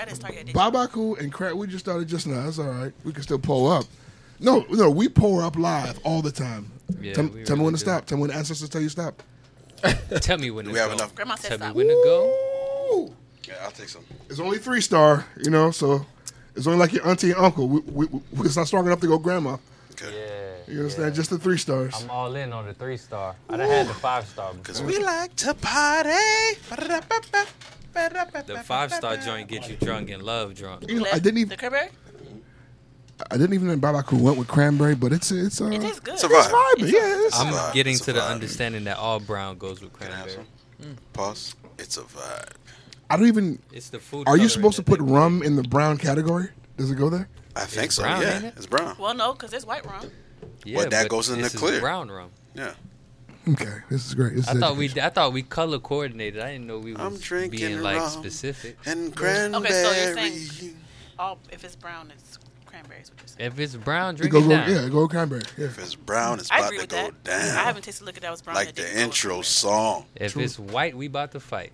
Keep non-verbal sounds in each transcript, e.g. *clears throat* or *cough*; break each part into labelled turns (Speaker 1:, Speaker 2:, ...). Speaker 1: That is Target Edition.
Speaker 2: Babaku and Crack, we just started just now. That's all right. We can still pull up. No, no, we pour up live all the time.
Speaker 3: Yeah,
Speaker 2: tell,
Speaker 3: we
Speaker 2: tell me when
Speaker 3: really
Speaker 2: to
Speaker 3: do.
Speaker 2: stop. Tell me when the ancestors tell you to stop.
Speaker 3: Tell me when to
Speaker 4: we have
Speaker 3: go.
Speaker 4: enough?
Speaker 1: Grandma said
Speaker 3: Tell me
Speaker 1: stop.
Speaker 3: when to go.
Speaker 2: Ooh.
Speaker 4: Yeah, I'll take some.
Speaker 2: It's only three star, you know, so it's only like your auntie and uncle. We, we, we, it's not strong enough to go grandma.
Speaker 4: Okay.
Speaker 5: Yeah.
Speaker 2: You understand?
Speaker 5: yeah.
Speaker 2: Just the three stars.
Speaker 5: I'm all in on the three star. I done had the five star
Speaker 4: Cause
Speaker 5: before.
Speaker 4: we like to party.
Speaker 3: The five star joint get you drunk and love drunk.
Speaker 2: You know, I didn't
Speaker 1: The
Speaker 2: even
Speaker 1: cranberry?
Speaker 2: I didn't even think Babaku went with cranberry, but it's it's uh,
Speaker 1: It tastes good.
Speaker 2: it's
Speaker 4: Survive.
Speaker 2: vibing. Yeah, it's,
Speaker 3: I'm
Speaker 4: vibe.
Speaker 3: getting
Speaker 4: It's a
Speaker 3: to the
Speaker 4: vibe.
Speaker 3: understanding that all brown goes with
Speaker 4: Can I have
Speaker 3: cranberry.
Speaker 4: some? Pause. It's a vibe.
Speaker 2: I don't even.
Speaker 3: It's the food.
Speaker 2: Are you
Speaker 3: coloring
Speaker 2: supposed to
Speaker 3: that
Speaker 2: put
Speaker 3: they-
Speaker 2: rum in the brown category? Does it go there?
Speaker 4: I think so.
Speaker 3: brown,
Speaker 4: yeah,
Speaker 3: ain't it?
Speaker 4: it's brown.
Speaker 1: Well, no, because it's white rum.
Speaker 3: Yeah,
Speaker 4: But that goes in the
Speaker 3: this is
Speaker 4: clear.
Speaker 3: brown rum.
Speaker 4: Yeah.
Speaker 2: Okay, this is great. This
Speaker 3: I
Speaker 2: is
Speaker 3: thought we
Speaker 2: education.
Speaker 3: I thought we color coordinated. I didn't know we
Speaker 4: I'm
Speaker 3: was
Speaker 4: drinking
Speaker 3: being like
Speaker 4: rum.
Speaker 3: specific.
Speaker 4: And cranberry.
Speaker 1: so you're saying- All if it's brown, it's cranberries. What you saying?
Speaker 3: If it's brown,
Speaker 2: It
Speaker 3: drink
Speaker 2: go,
Speaker 3: it
Speaker 2: go,
Speaker 3: down.
Speaker 2: yeah, go cranberry. Yeah.
Speaker 4: If it's brown, it's
Speaker 1: I
Speaker 4: about
Speaker 1: agree
Speaker 4: to
Speaker 1: with
Speaker 4: go
Speaker 1: that. I
Speaker 4: down.
Speaker 1: haven't tasted liquor that was brown.
Speaker 4: Like
Speaker 1: that didn't
Speaker 4: the
Speaker 1: go with
Speaker 4: intro
Speaker 1: cranberry.
Speaker 4: song.
Speaker 3: If
Speaker 2: True.
Speaker 3: it's white, we about to fight.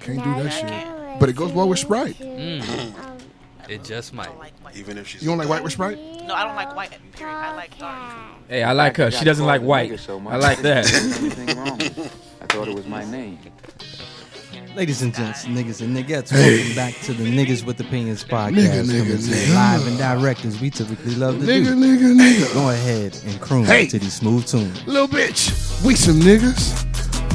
Speaker 2: Can't do
Speaker 6: Now
Speaker 2: that
Speaker 6: you're
Speaker 2: shit.
Speaker 6: listening
Speaker 2: But it goes well with Sprite.
Speaker 6: to, um,
Speaker 1: I
Speaker 3: It
Speaker 1: love-
Speaker 3: just
Speaker 1: I
Speaker 3: might.
Speaker 1: don't like white.
Speaker 4: Even if she's
Speaker 2: You don't like white
Speaker 4: adult.
Speaker 2: with Sprite?
Speaker 1: No, I don't like white. Period. I like dark.
Speaker 7: Hey, I like her. She doesn't like white. I like
Speaker 8: *laughs*
Speaker 7: that.
Speaker 8: I thought it was my name.
Speaker 9: Ladies and gents, niggas and niggettes, welcome back to the Niggas with Opinions podcast.
Speaker 2: nigga,
Speaker 9: coming to you
Speaker 2: nigga.
Speaker 9: Live and direct as we typically love to
Speaker 2: Nigga,
Speaker 9: do.
Speaker 2: nigga, nigga.
Speaker 9: Go ahead and croon
Speaker 2: Hey.
Speaker 9: to these smooth tunes.
Speaker 2: Little bitch. We some niggas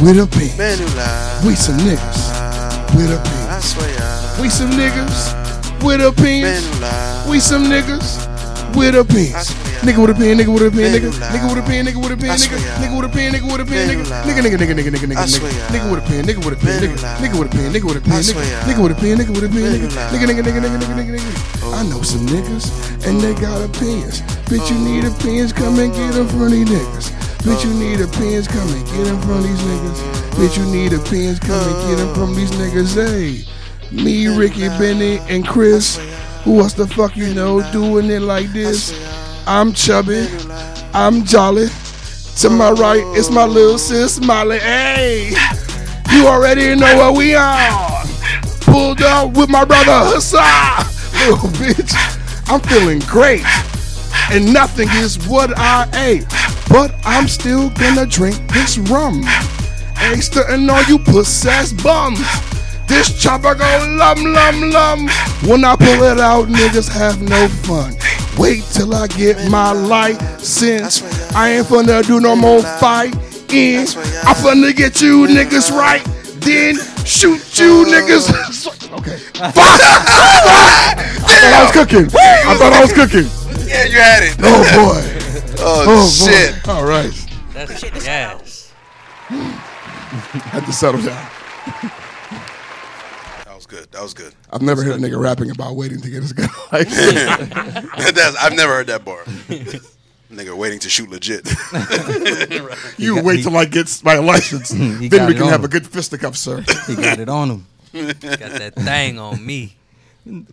Speaker 2: with a
Speaker 4: Men
Speaker 2: pink.
Speaker 4: who lie.
Speaker 2: We some niggas with a
Speaker 4: I
Speaker 2: pink.
Speaker 4: swear.
Speaker 2: We some niggas with a
Speaker 4: Men
Speaker 2: pink.
Speaker 4: who lie.
Speaker 2: We some niggas with a pin. Nigga with a pin, nigga with a pin, nigga. Nigga with a pin, nigga with a pin, nigga. Nigga with a pin, nigga with a pin, nigga. Nigga, nigga, nigga, nigga, nigga, nigga. Nigga with a pin, nigga with a pin, nigga. Nigga with a pin, nigga with a pin, nigga. Nigga with a pin, nigga with a pin, nigga. Nigga, nigga, nigga, nigga, nigga, nigga, nigga. I know some niggas and they got opinions. Bitch, you need opinions, come and get in front of these niggas. Bitch, you need opinions, come and get in front of these niggas. Bitch, you need opinions, come and get in front of these niggas. Hey. Me, Ricky, Benny, and Chris. Who else the fuck you know doing it like this? I'm chubby. I'm jolly. To my right, it's my little sis, Molly. Hey, you already know what we are. Pulled up with my brother, Hussar. Little bitch, I'm feeling great. And nothing is what I ate. But I'm still gonna drink this rum. Ain't stunting on you puss ass bums. This chopper go lum lum lum. When I pull it out, niggas have no fun. Wait till I get my license. I ain't finna do no more fight in. I'm finna get you niggas right. Then shoot you niggas. *laughs* Okay. Fuck! Fuck! I thought I was cooking. I thought I was cooking.
Speaker 4: Yeah, you had it.
Speaker 2: Oh boy.
Speaker 4: Oh,
Speaker 2: Oh boy.
Speaker 4: shit.
Speaker 2: All right.
Speaker 3: That's
Speaker 1: Appreciate the shout out.
Speaker 3: yes.
Speaker 2: Had to settle down.
Speaker 4: That was good. That was good. *laughs*
Speaker 2: I've never heard a nigga rapping about waiting to get his gun *laughs* license.
Speaker 4: That's, I've never heard that bar. *laughs* Nigga waiting to shoot legit. *laughs*
Speaker 2: You wait till I get my license,
Speaker 4: *laughs*
Speaker 2: then we
Speaker 9: he got it
Speaker 2: can
Speaker 9: on
Speaker 2: have a
Speaker 9: him.
Speaker 2: good fisticuff, sir.
Speaker 9: He got it
Speaker 2: *laughs*
Speaker 9: on him.
Speaker 3: Got that thing on me.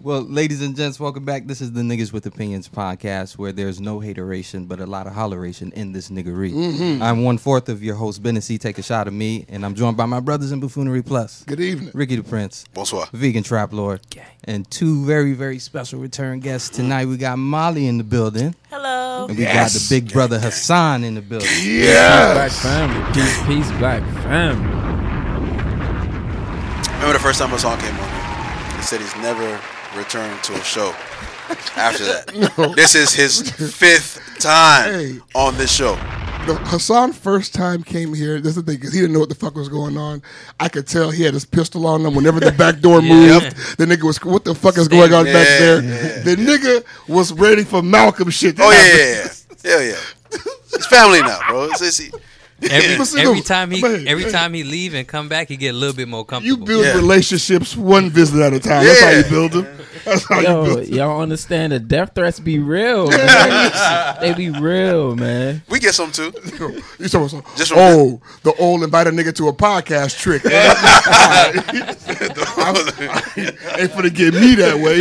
Speaker 9: Well, ladies and gents, welcome back. This is the Niggas with Opinions podcast, where there's no hateration but a lot of holleration in this niggery.
Speaker 2: Mm-hmm.
Speaker 9: I'm one fourth of your host, Benny C. Take a shot of me, and I'm joined by my brothers in Buffoonery Plus,
Speaker 2: Good evening.
Speaker 9: Ricky the Prince,
Speaker 4: Bonsoir.
Speaker 9: Vegan Trap Lord, and two very very special return guests tonight. We got Molly in the building,
Speaker 1: Hello.
Speaker 9: and we got the big brother Hassan in the building.
Speaker 7: Black family. Peace, peace, black family.
Speaker 4: Remember the first time a song came on? He said he's never returned to a show after that. This is his fifth time
Speaker 2: Hey.
Speaker 4: on this show.
Speaker 2: The Hassan first time came here. That's the thing, because he didn't know what the fuck was going on. I could tell he had his pistol on him. Whenever the back
Speaker 4: *laughs*
Speaker 2: door
Speaker 3: Yeah.
Speaker 2: moved, the nigga was, "What the fuck is going on back
Speaker 4: Yeah,
Speaker 2: there?"
Speaker 4: yeah,
Speaker 2: the nigga was ready for Malcolm shit.
Speaker 4: Oh yeah, yeah, yeah, yeah. yeah. It's family now, bro. It's, it's,
Speaker 3: Every,
Speaker 2: Listen
Speaker 3: every
Speaker 2: to-
Speaker 3: time he
Speaker 2: man,
Speaker 3: every
Speaker 2: man.
Speaker 3: time he leave and come back, he get a little bit more
Speaker 2: You
Speaker 3: comfortable.
Speaker 2: build
Speaker 4: Yeah.
Speaker 2: relationships one visit at a time. That's how you
Speaker 4: Yeah.
Speaker 2: build them. That's how you
Speaker 7: Yo,
Speaker 2: build. 'em.
Speaker 7: y'all understand the death threats be real. man. they be real, man.
Speaker 4: we get some too. *laughs*
Speaker 2: You talking about
Speaker 4: Just
Speaker 2: some,
Speaker 4: from-
Speaker 2: oh, the old invite a nigga to a podcast
Speaker 4: *laughs*
Speaker 2: trick. Ain't finna get me that way.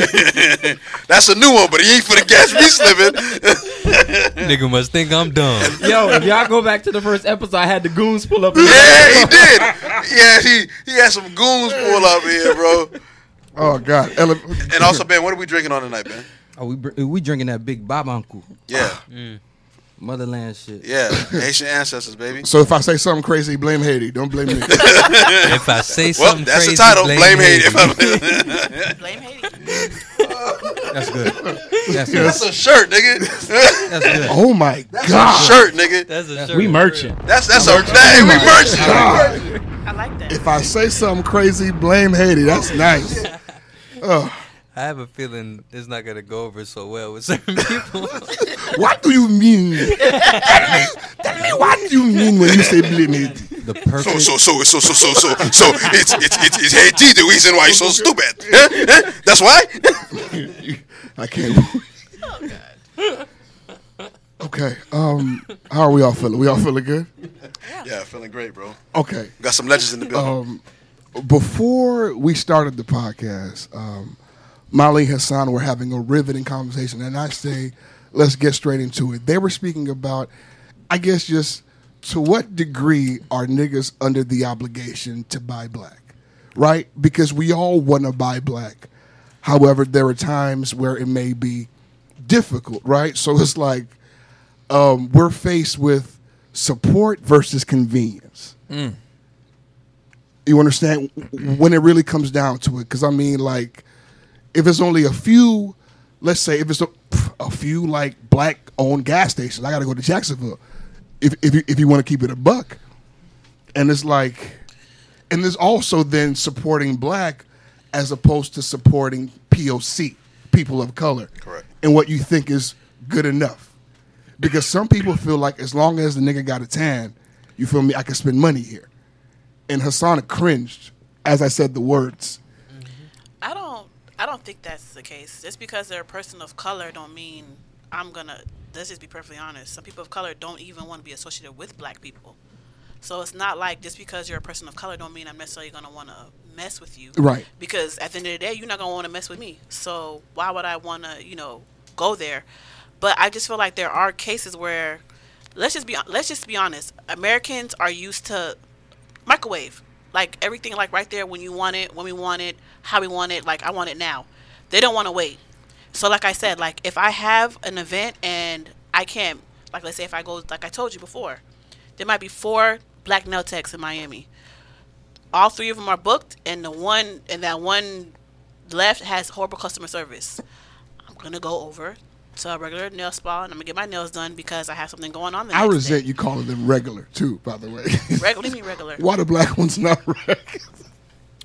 Speaker 4: That's a new one, but he ain't finna catch me slipping. *laughs*
Speaker 3: Nigga must think I'm dumb.
Speaker 7: Yo, if y'all go back to the first episode, I had the goons pull up.
Speaker 4: Yeah, he did. Yeah, he he had some goons pull up here, bro.
Speaker 2: Oh God. Ele-
Speaker 4: And also, Ben, what are we drinking on tonight, Ben?
Speaker 9: Oh, we br- we drinking that big Bob Uncle
Speaker 4: Yeah,
Speaker 9: motherland shit.
Speaker 4: yeah, Haitian ancestors, baby.
Speaker 2: So if I say something crazy, blame Haiti. Don't blame
Speaker 4: *laughs*
Speaker 2: me.
Speaker 3: If I say
Speaker 4: Well,
Speaker 3: something
Speaker 4: that's
Speaker 3: crazy,
Speaker 4: the title. Blame, Haiti. *laughs*
Speaker 1: Blame Haiti.
Speaker 9: That's good. That's
Speaker 4: *laughs*
Speaker 9: good.
Speaker 4: that's a shirt, nigga.
Speaker 9: That's good.
Speaker 2: oh my
Speaker 4: That's
Speaker 2: God.
Speaker 4: a shirt, nigga.
Speaker 3: That's a shirt.
Speaker 7: We merchant.
Speaker 4: That's that's a dang. We merged. *laughs* it.
Speaker 1: I like
Speaker 4: *laughs*
Speaker 1: that.
Speaker 2: If I say something crazy, blame Haiti. That's nice.
Speaker 3: I have a feeling it's not gonna go over so well with certain *laughs* people.
Speaker 2: What do you mean?
Speaker 4: *laughs*
Speaker 2: tell me, tell me what you mean when you say blame Haiti.
Speaker 9: The perfect.
Speaker 4: So so so so so so so so it's it's it's, it's Haiti the reason why you're so stupid. *laughs* Huh? Huh? That's why.
Speaker 2: I can't.
Speaker 4: Oh,
Speaker 2: Okay. Um. How are we all feeling? We all feeling good.
Speaker 4: *laughs* Yeah, feeling great, bro.
Speaker 2: Okay.
Speaker 4: Got some legends in the building.
Speaker 2: Um. Before we started the podcast, um, Molly and Hassan were having a riveting conversation, and I say, let's get straight into it. They were speaking about, I guess, just to what degree are niggas under the obligation to buy black, right? Because we all want to buy black. However, there are times where it may be difficult, right? So it's like um, we're faced with support versus convenience. You understand when it really comes down to it? Because I mean, like, if it's only a few, let's say if it's a, a few like black owned gas stations, I got to go to Jacksonville if if you, if you want to keep it a buck. And it's like, and there's also then supporting black as opposed to supporting POC people of color,
Speaker 4: Correct.
Speaker 2: And what you think is good enough, because some people feel like as long as the nigga got a tan, you feel me? I can spend money here. And Hassan cringed as I said the words.
Speaker 1: I don't. I don't think that's the case. Just because they're a person of color, don't mean I'm gonna. Let's just be perfectly honest. Some people of color don't even want to be associated with black people. So it's not like just because you're a person of color, don't mean I'm necessarily gonna want to mess with you.
Speaker 2: Right.
Speaker 1: Because at the end of the day, you're not gonna want to mess with me. So why would I want to, you know, go there? But I just feel like there are cases where, let's just be let's just be honest. Americans are used to microwave. Like everything, like right there when you want it, when we want it, how we want it. Like I want it now. They don't want to wait. So like I said, like if I have an event and I can't, like let's say if I go, like I told you before, there might be four black nail techs in Miami. All three of them are booked, and the one and that one left has horrible customer service. I'm gonna go over to a regular nail spa and I'm gonna get my nails done because I have something going on. The
Speaker 2: I
Speaker 1: next
Speaker 2: resent
Speaker 1: day.
Speaker 2: you calling them regular too, by the way.
Speaker 1: Regular, leave me regular. What,
Speaker 2: *laughs* Why the black one's not regular?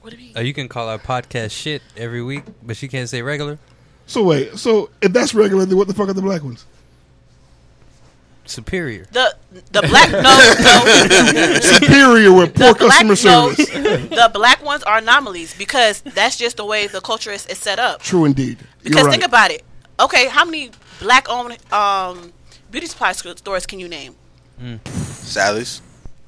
Speaker 1: do you mean?
Speaker 3: Uh, you can call our podcast shit every week, but she can't say regular.
Speaker 2: So wait, so if that's regular, then what the fuck are the black ones?
Speaker 3: Superior.
Speaker 1: The the black
Speaker 2: *laughs*
Speaker 1: no no
Speaker 2: Superior with poor
Speaker 1: the black
Speaker 2: customer
Speaker 1: no
Speaker 2: service.
Speaker 1: *laughs* the black ones are anomalies because that's just the way the culture is, is set up.
Speaker 2: True indeed. You're
Speaker 1: Because
Speaker 2: right.
Speaker 1: think about it. Okay, how many black owned um, beauty supply sc- stores can you name?
Speaker 4: Sally's.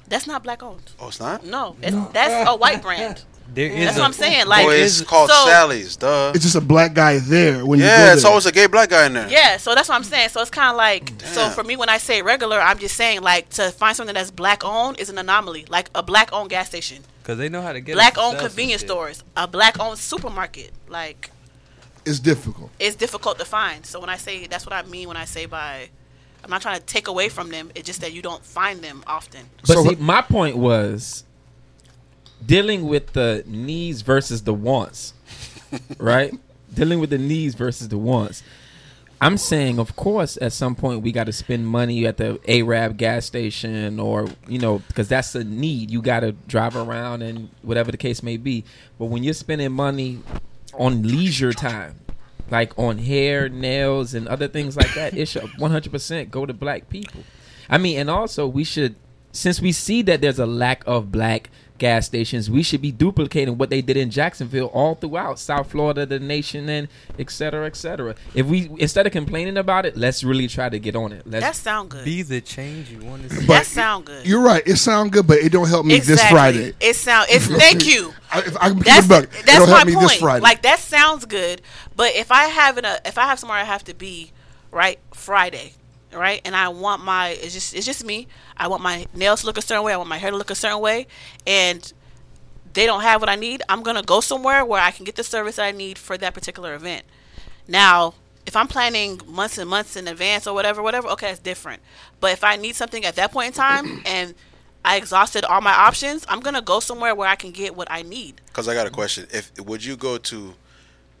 Speaker 1: That's not black owned.
Speaker 4: Oh, it's not.
Speaker 1: No, it's, that's a white brand.
Speaker 3: There is.
Speaker 1: That's
Speaker 3: a-
Speaker 1: what I'm saying.
Speaker 4: Boy,
Speaker 1: Like
Speaker 4: Oh, it's called
Speaker 1: so,
Speaker 4: Sally's. Duh.
Speaker 2: it's just a black guy there when you go
Speaker 4: Yeah, it's
Speaker 2: there.
Speaker 4: always a gay black guy in there.
Speaker 1: Yeah, so that's what I'm saying. So it's kind of like so
Speaker 4: Damn.
Speaker 1: for me when I say regular, I'm just saying like to find something that's black owned is an anomaly, like a black owned gas station.
Speaker 3: Cause they know how to get
Speaker 1: black
Speaker 3: themselves
Speaker 1: owned
Speaker 3: and
Speaker 1: convenience
Speaker 3: shit.
Speaker 1: stores, a black owned supermarket. Like
Speaker 2: it's difficult.
Speaker 1: it's difficult to find. So when I say that's what I mean when I say by I'm not trying to take away from them. It's just that you don't find them often.
Speaker 7: But
Speaker 2: So-
Speaker 7: see, my point was dealing with the needs versus the wants,
Speaker 8: *laughs*
Speaker 7: right? dealing with the needs versus the wants. I'm saying, of course, at some point we got to spend money at the Arab gas station, or you know, because that's a need. You got to drive around and whatever the case may be. But when you're spending money on leisure time, like on hair, nails, and other things like that, it should 100% go to black people. I mean, and also we should, since we see that there's a lack of black gas stations, we should be duplicating what they did in Jacksonville all throughout South Florida, the nation, and et cetera, et cetera. If we instead of complaining about it, let's really try to get on it. Let's
Speaker 1: That sound good.
Speaker 3: Be the change you want to see.
Speaker 1: that sound good.
Speaker 2: You're right. It sound good, but it don't help me this Friday.
Speaker 1: It sound. It's thank you.
Speaker 2: I, if I can keep
Speaker 1: That's
Speaker 2: it buck, it
Speaker 1: that's
Speaker 2: don't
Speaker 1: my
Speaker 2: help me this
Speaker 1: point.
Speaker 2: Friday.
Speaker 1: Like that sounds good, but if I have an, a if I have somewhere I have to be, right Friday, right, and I want my it's just it's just me. I want my nails to look a certain way. I want my hair to look a certain way, and they don't have what I need, I'm gonna go somewhere where I can get the service that I need for that particular event. Now, if I'm planning months and months in advance or whatever, whatever, okay, that's different. But if I need something at that point in time and I exhausted all my options, I'm gonna go somewhere where I can get what I need.
Speaker 4: Because I got a question. If would you go to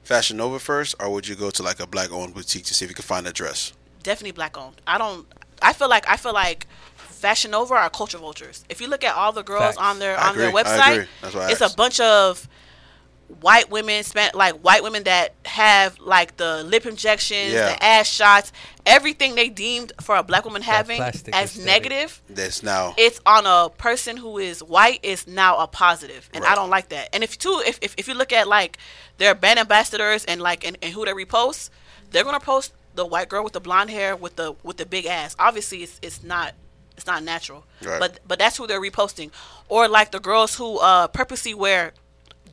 Speaker 4: Fashion Nova first, or would you go to like a black-owned boutique to see if you could find a dress?
Speaker 1: Definitely black owned. I don't. I feel like I feel like Fashion Nova are culture vultures. If you look at all the girls
Speaker 9: Facts.
Speaker 1: on their
Speaker 4: I
Speaker 1: on their
Speaker 4: agree. I
Speaker 1: website,
Speaker 4: agree. That's why I
Speaker 1: it's a
Speaker 4: asked.
Speaker 1: bunch of white women spent like white women that have like the lip injections,
Speaker 4: Yeah.
Speaker 1: the ass shots, everything they deemed for a black woman having as
Speaker 3: plastic aesthetic.
Speaker 1: negative
Speaker 4: That's now.
Speaker 1: it's on a person who is white is now a positive and i
Speaker 4: Right.
Speaker 1: don't like that and if too if, if, if you look at like their brand ambassadors and like and, and who they repost they're gonna post the white girl with the blonde hair with the with the big ass obviously it's it's not it's not natural
Speaker 4: Right.
Speaker 1: but but that's who they're reposting or like the girls who uh purposely wear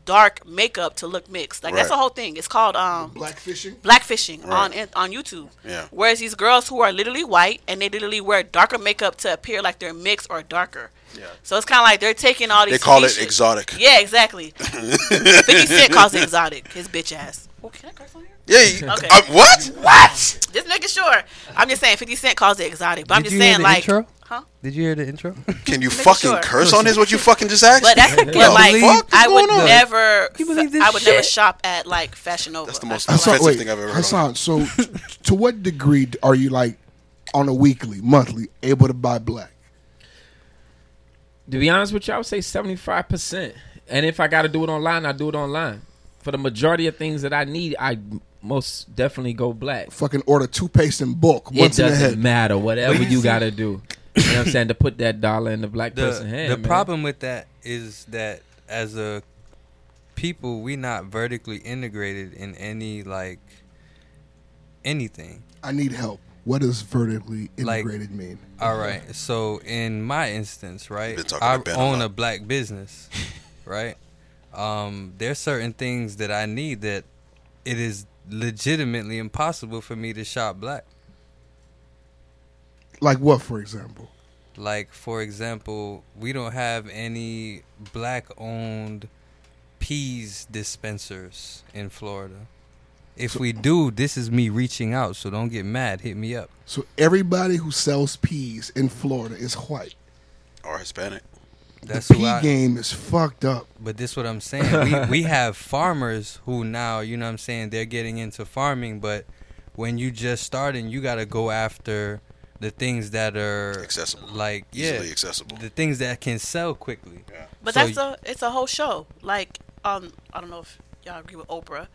Speaker 1: dark makeup to look mixed like that's
Speaker 4: Right.
Speaker 1: the whole thing it's called um
Speaker 2: Blackfishing.
Speaker 1: blackfishing on
Speaker 4: Right.
Speaker 1: on YouTube.
Speaker 4: Yeah.
Speaker 1: Whereas these girls who are literally white and they literally wear darker makeup to appear like they're mixed or darker.
Speaker 4: Yeah.
Speaker 1: So it's kind of like they're taking all these.
Speaker 4: they call it
Speaker 1: species-
Speaker 4: exotic.
Speaker 1: Yeah, exactly.
Speaker 4: *laughs*
Speaker 1: Fifty Cent calls it exotic. His bitch ass. Well, Oh, can I curse on here?
Speaker 4: Yeah. you-
Speaker 1: Okay.
Speaker 4: uh, what? What?
Speaker 1: Just making sure. I'm just saying Fifty Cent calls it exotic, but I'm
Speaker 3: Did
Speaker 1: just
Speaker 3: you
Speaker 1: saying
Speaker 3: hear the
Speaker 1: like,
Speaker 3: intro?
Speaker 1: huh?
Speaker 3: Did you hear the intro?
Speaker 4: Can you
Speaker 1: Make
Speaker 4: fucking
Speaker 1: sure.
Speaker 4: curse on this? What you fucking just asked?
Speaker 1: But that's but like
Speaker 3: believe- Fuck
Speaker 1: I would
Speaker 3: going on?
Speaker 1: never.
Speaker 3: You believe this
Speaker 1: I would never
Speaker 3: shit?
Speaker 1: shop at like Fashion Nova.
Speaker 4: That's the most
Speaker 1: I feel
Speaker 4: offensive
Speaker 1: like-
Speaker 2: Hassan, wait,
Speaker 4: thing I've ever heard on-
Speaker 2: Hassan, so *laughs* to what degree are you like on a weekly, monthly, able to buy black?
Speaker 7: To be honest with you, I would say seventy five percent. And if I got to do it online, I do it online. For the majority of things that I need, I most definitely go black.
Speaker 2: Fucking order toothpaste in bulk
Speaker 7: It
Speaker 2: once in a
Speaker 7: doesn't
Speaker 2: head.
Speaker 7: matter. Whatever
Speaker 3: But you
Speaker 7: you
Speaker 3: see-
Speaker 7: got to do, you know what I'm saying, to put that dollar in the
Speaker 3: *laughs*
Speaker 7: black
Speaker 3: the,
Speaker 7: person's hand.
Speaker 3: the
Speaker 7: man.
Speaker 3: problem with that is that as a people we not vertically integrated in any like anything
Speaker 2: I need help. What does vertically
Speaker 3: Like-
Speaker 2: integrated mean?
Speaker 3: all right so in my instance right
Speaker 4: Mm-hmm. Been talking
Speaker 3: i
Speaker 4: to Ben a
Speaker 3: own
Speaker 4: lot.
Speaker 3: a black
Speaker 4: *laughs*
Speaker 3: business right um there's certain things that i need that it is legitimately impossible for me to shop black
Speaker 2: Like what, for example?
Speaker 3: Like for example, we don't have any black owned peas dispensers in Florida. If we do, this is me reaching out, so don't get mad. Hit me up.
Speaker 2: So everybody who sells peas in Florida is white.
Speaker 4: Or Hispanic.
Speaker 3: That's
Speaker 2: the
Speaker 3: who
Speaker 2: pea
Speaker 3: I,
Speaker 2: game is fucked up.
Speaker 3: but this what I'm saying. We we have farmers who now, you know what I'm saying, they're getting into farming, but when you just starting, you got to go after the things that are
Speaker 4: Accessible.
Speaker 3: Like yeah,
Speaker 4: Easily accessible.
Speaker 3: the things that can sell quickly.
Speaker 1: But
Speaker 3: So
Speaker 1: that's
Speaker 3: y-
Speaker 1: a it's a whole show. Like um, I don't know if y'all agree with Oprah,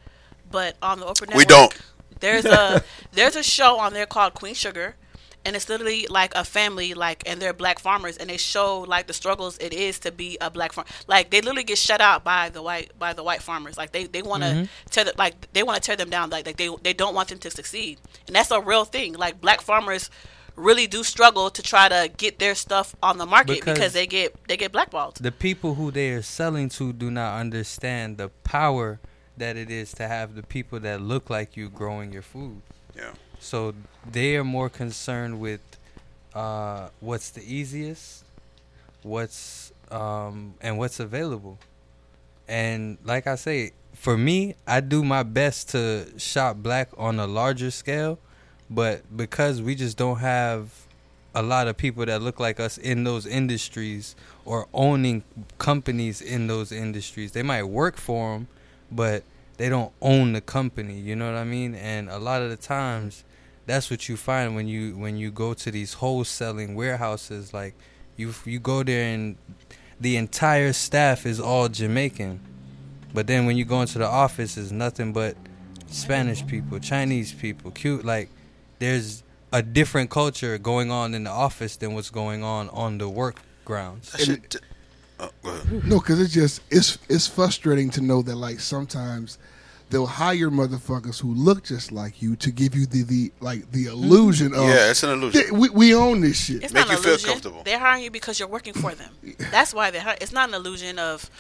Speaker 1: but on the Oprah Network,
Speaker 4: We don't.
Speaker 1: There's
Speaker 4: *laughs*
Speaker 1: a there's a show on there called Queen Sugar, and it's literally like a family like and they're black farmers and they show like the struggles it is to be a black farm. Like they literally get shut out by the white by the white farmers. Like they they want
Speaker 3: Mm-hmm.
Speaker 1: to tear the, like they want to tear them down. Like, like they they don't want them to succeed, and that's a real thing. Like black farmers really do struggle to try to get their stuff on the market
Speaker 3: Because-
Speaker 1: because they get they get blackballed.
Speaker 3: the people who they are selling to do not understand the power that it is to have the people that look like you growing your food.
Speaker 4: Yeah.
Speaker 3: So they are more concerned with uh, what's the easiest, what's um, and what's available. And like I say, for me, I do my best to shop black on a larger scale, but because we just don't have a lot of people that look like us in those industries or owning companies in those industries, they might work for them, but they don't own the company. You know what I mean? And a lot of the times, that's what you find when you when you go to these wholesaling warehouses. Like you you go there and the entire staff is all Jamaican, but then when you go into the office, it's nothing but Spanish people, Chinese people, cute. Like there's a different culture going on in the office than what's going on on the work grounds.
Speaker 4: That shit. t- oh, go ahead.
Speaker 2: No, because it's just it's it's frustrating to know that like sometimes they'll hire motherfuckers who look just like you to give you the the like the
Speaker 3: Mm-hmm.
Speaker 2: illusion of
Speaker 4: Yeah, it's an illusion.
Speaker 2: "Th- we, we own this shit.
Speaker 1: It's
Speaker 4: Make
Speaker 1: not an
Speaker 4: you feel
Speaker 1: illusion.
Speaker 4: comfortable.
Speaker 1: They're hiring you because you're working for them. That's why they hire. It's not an illusion of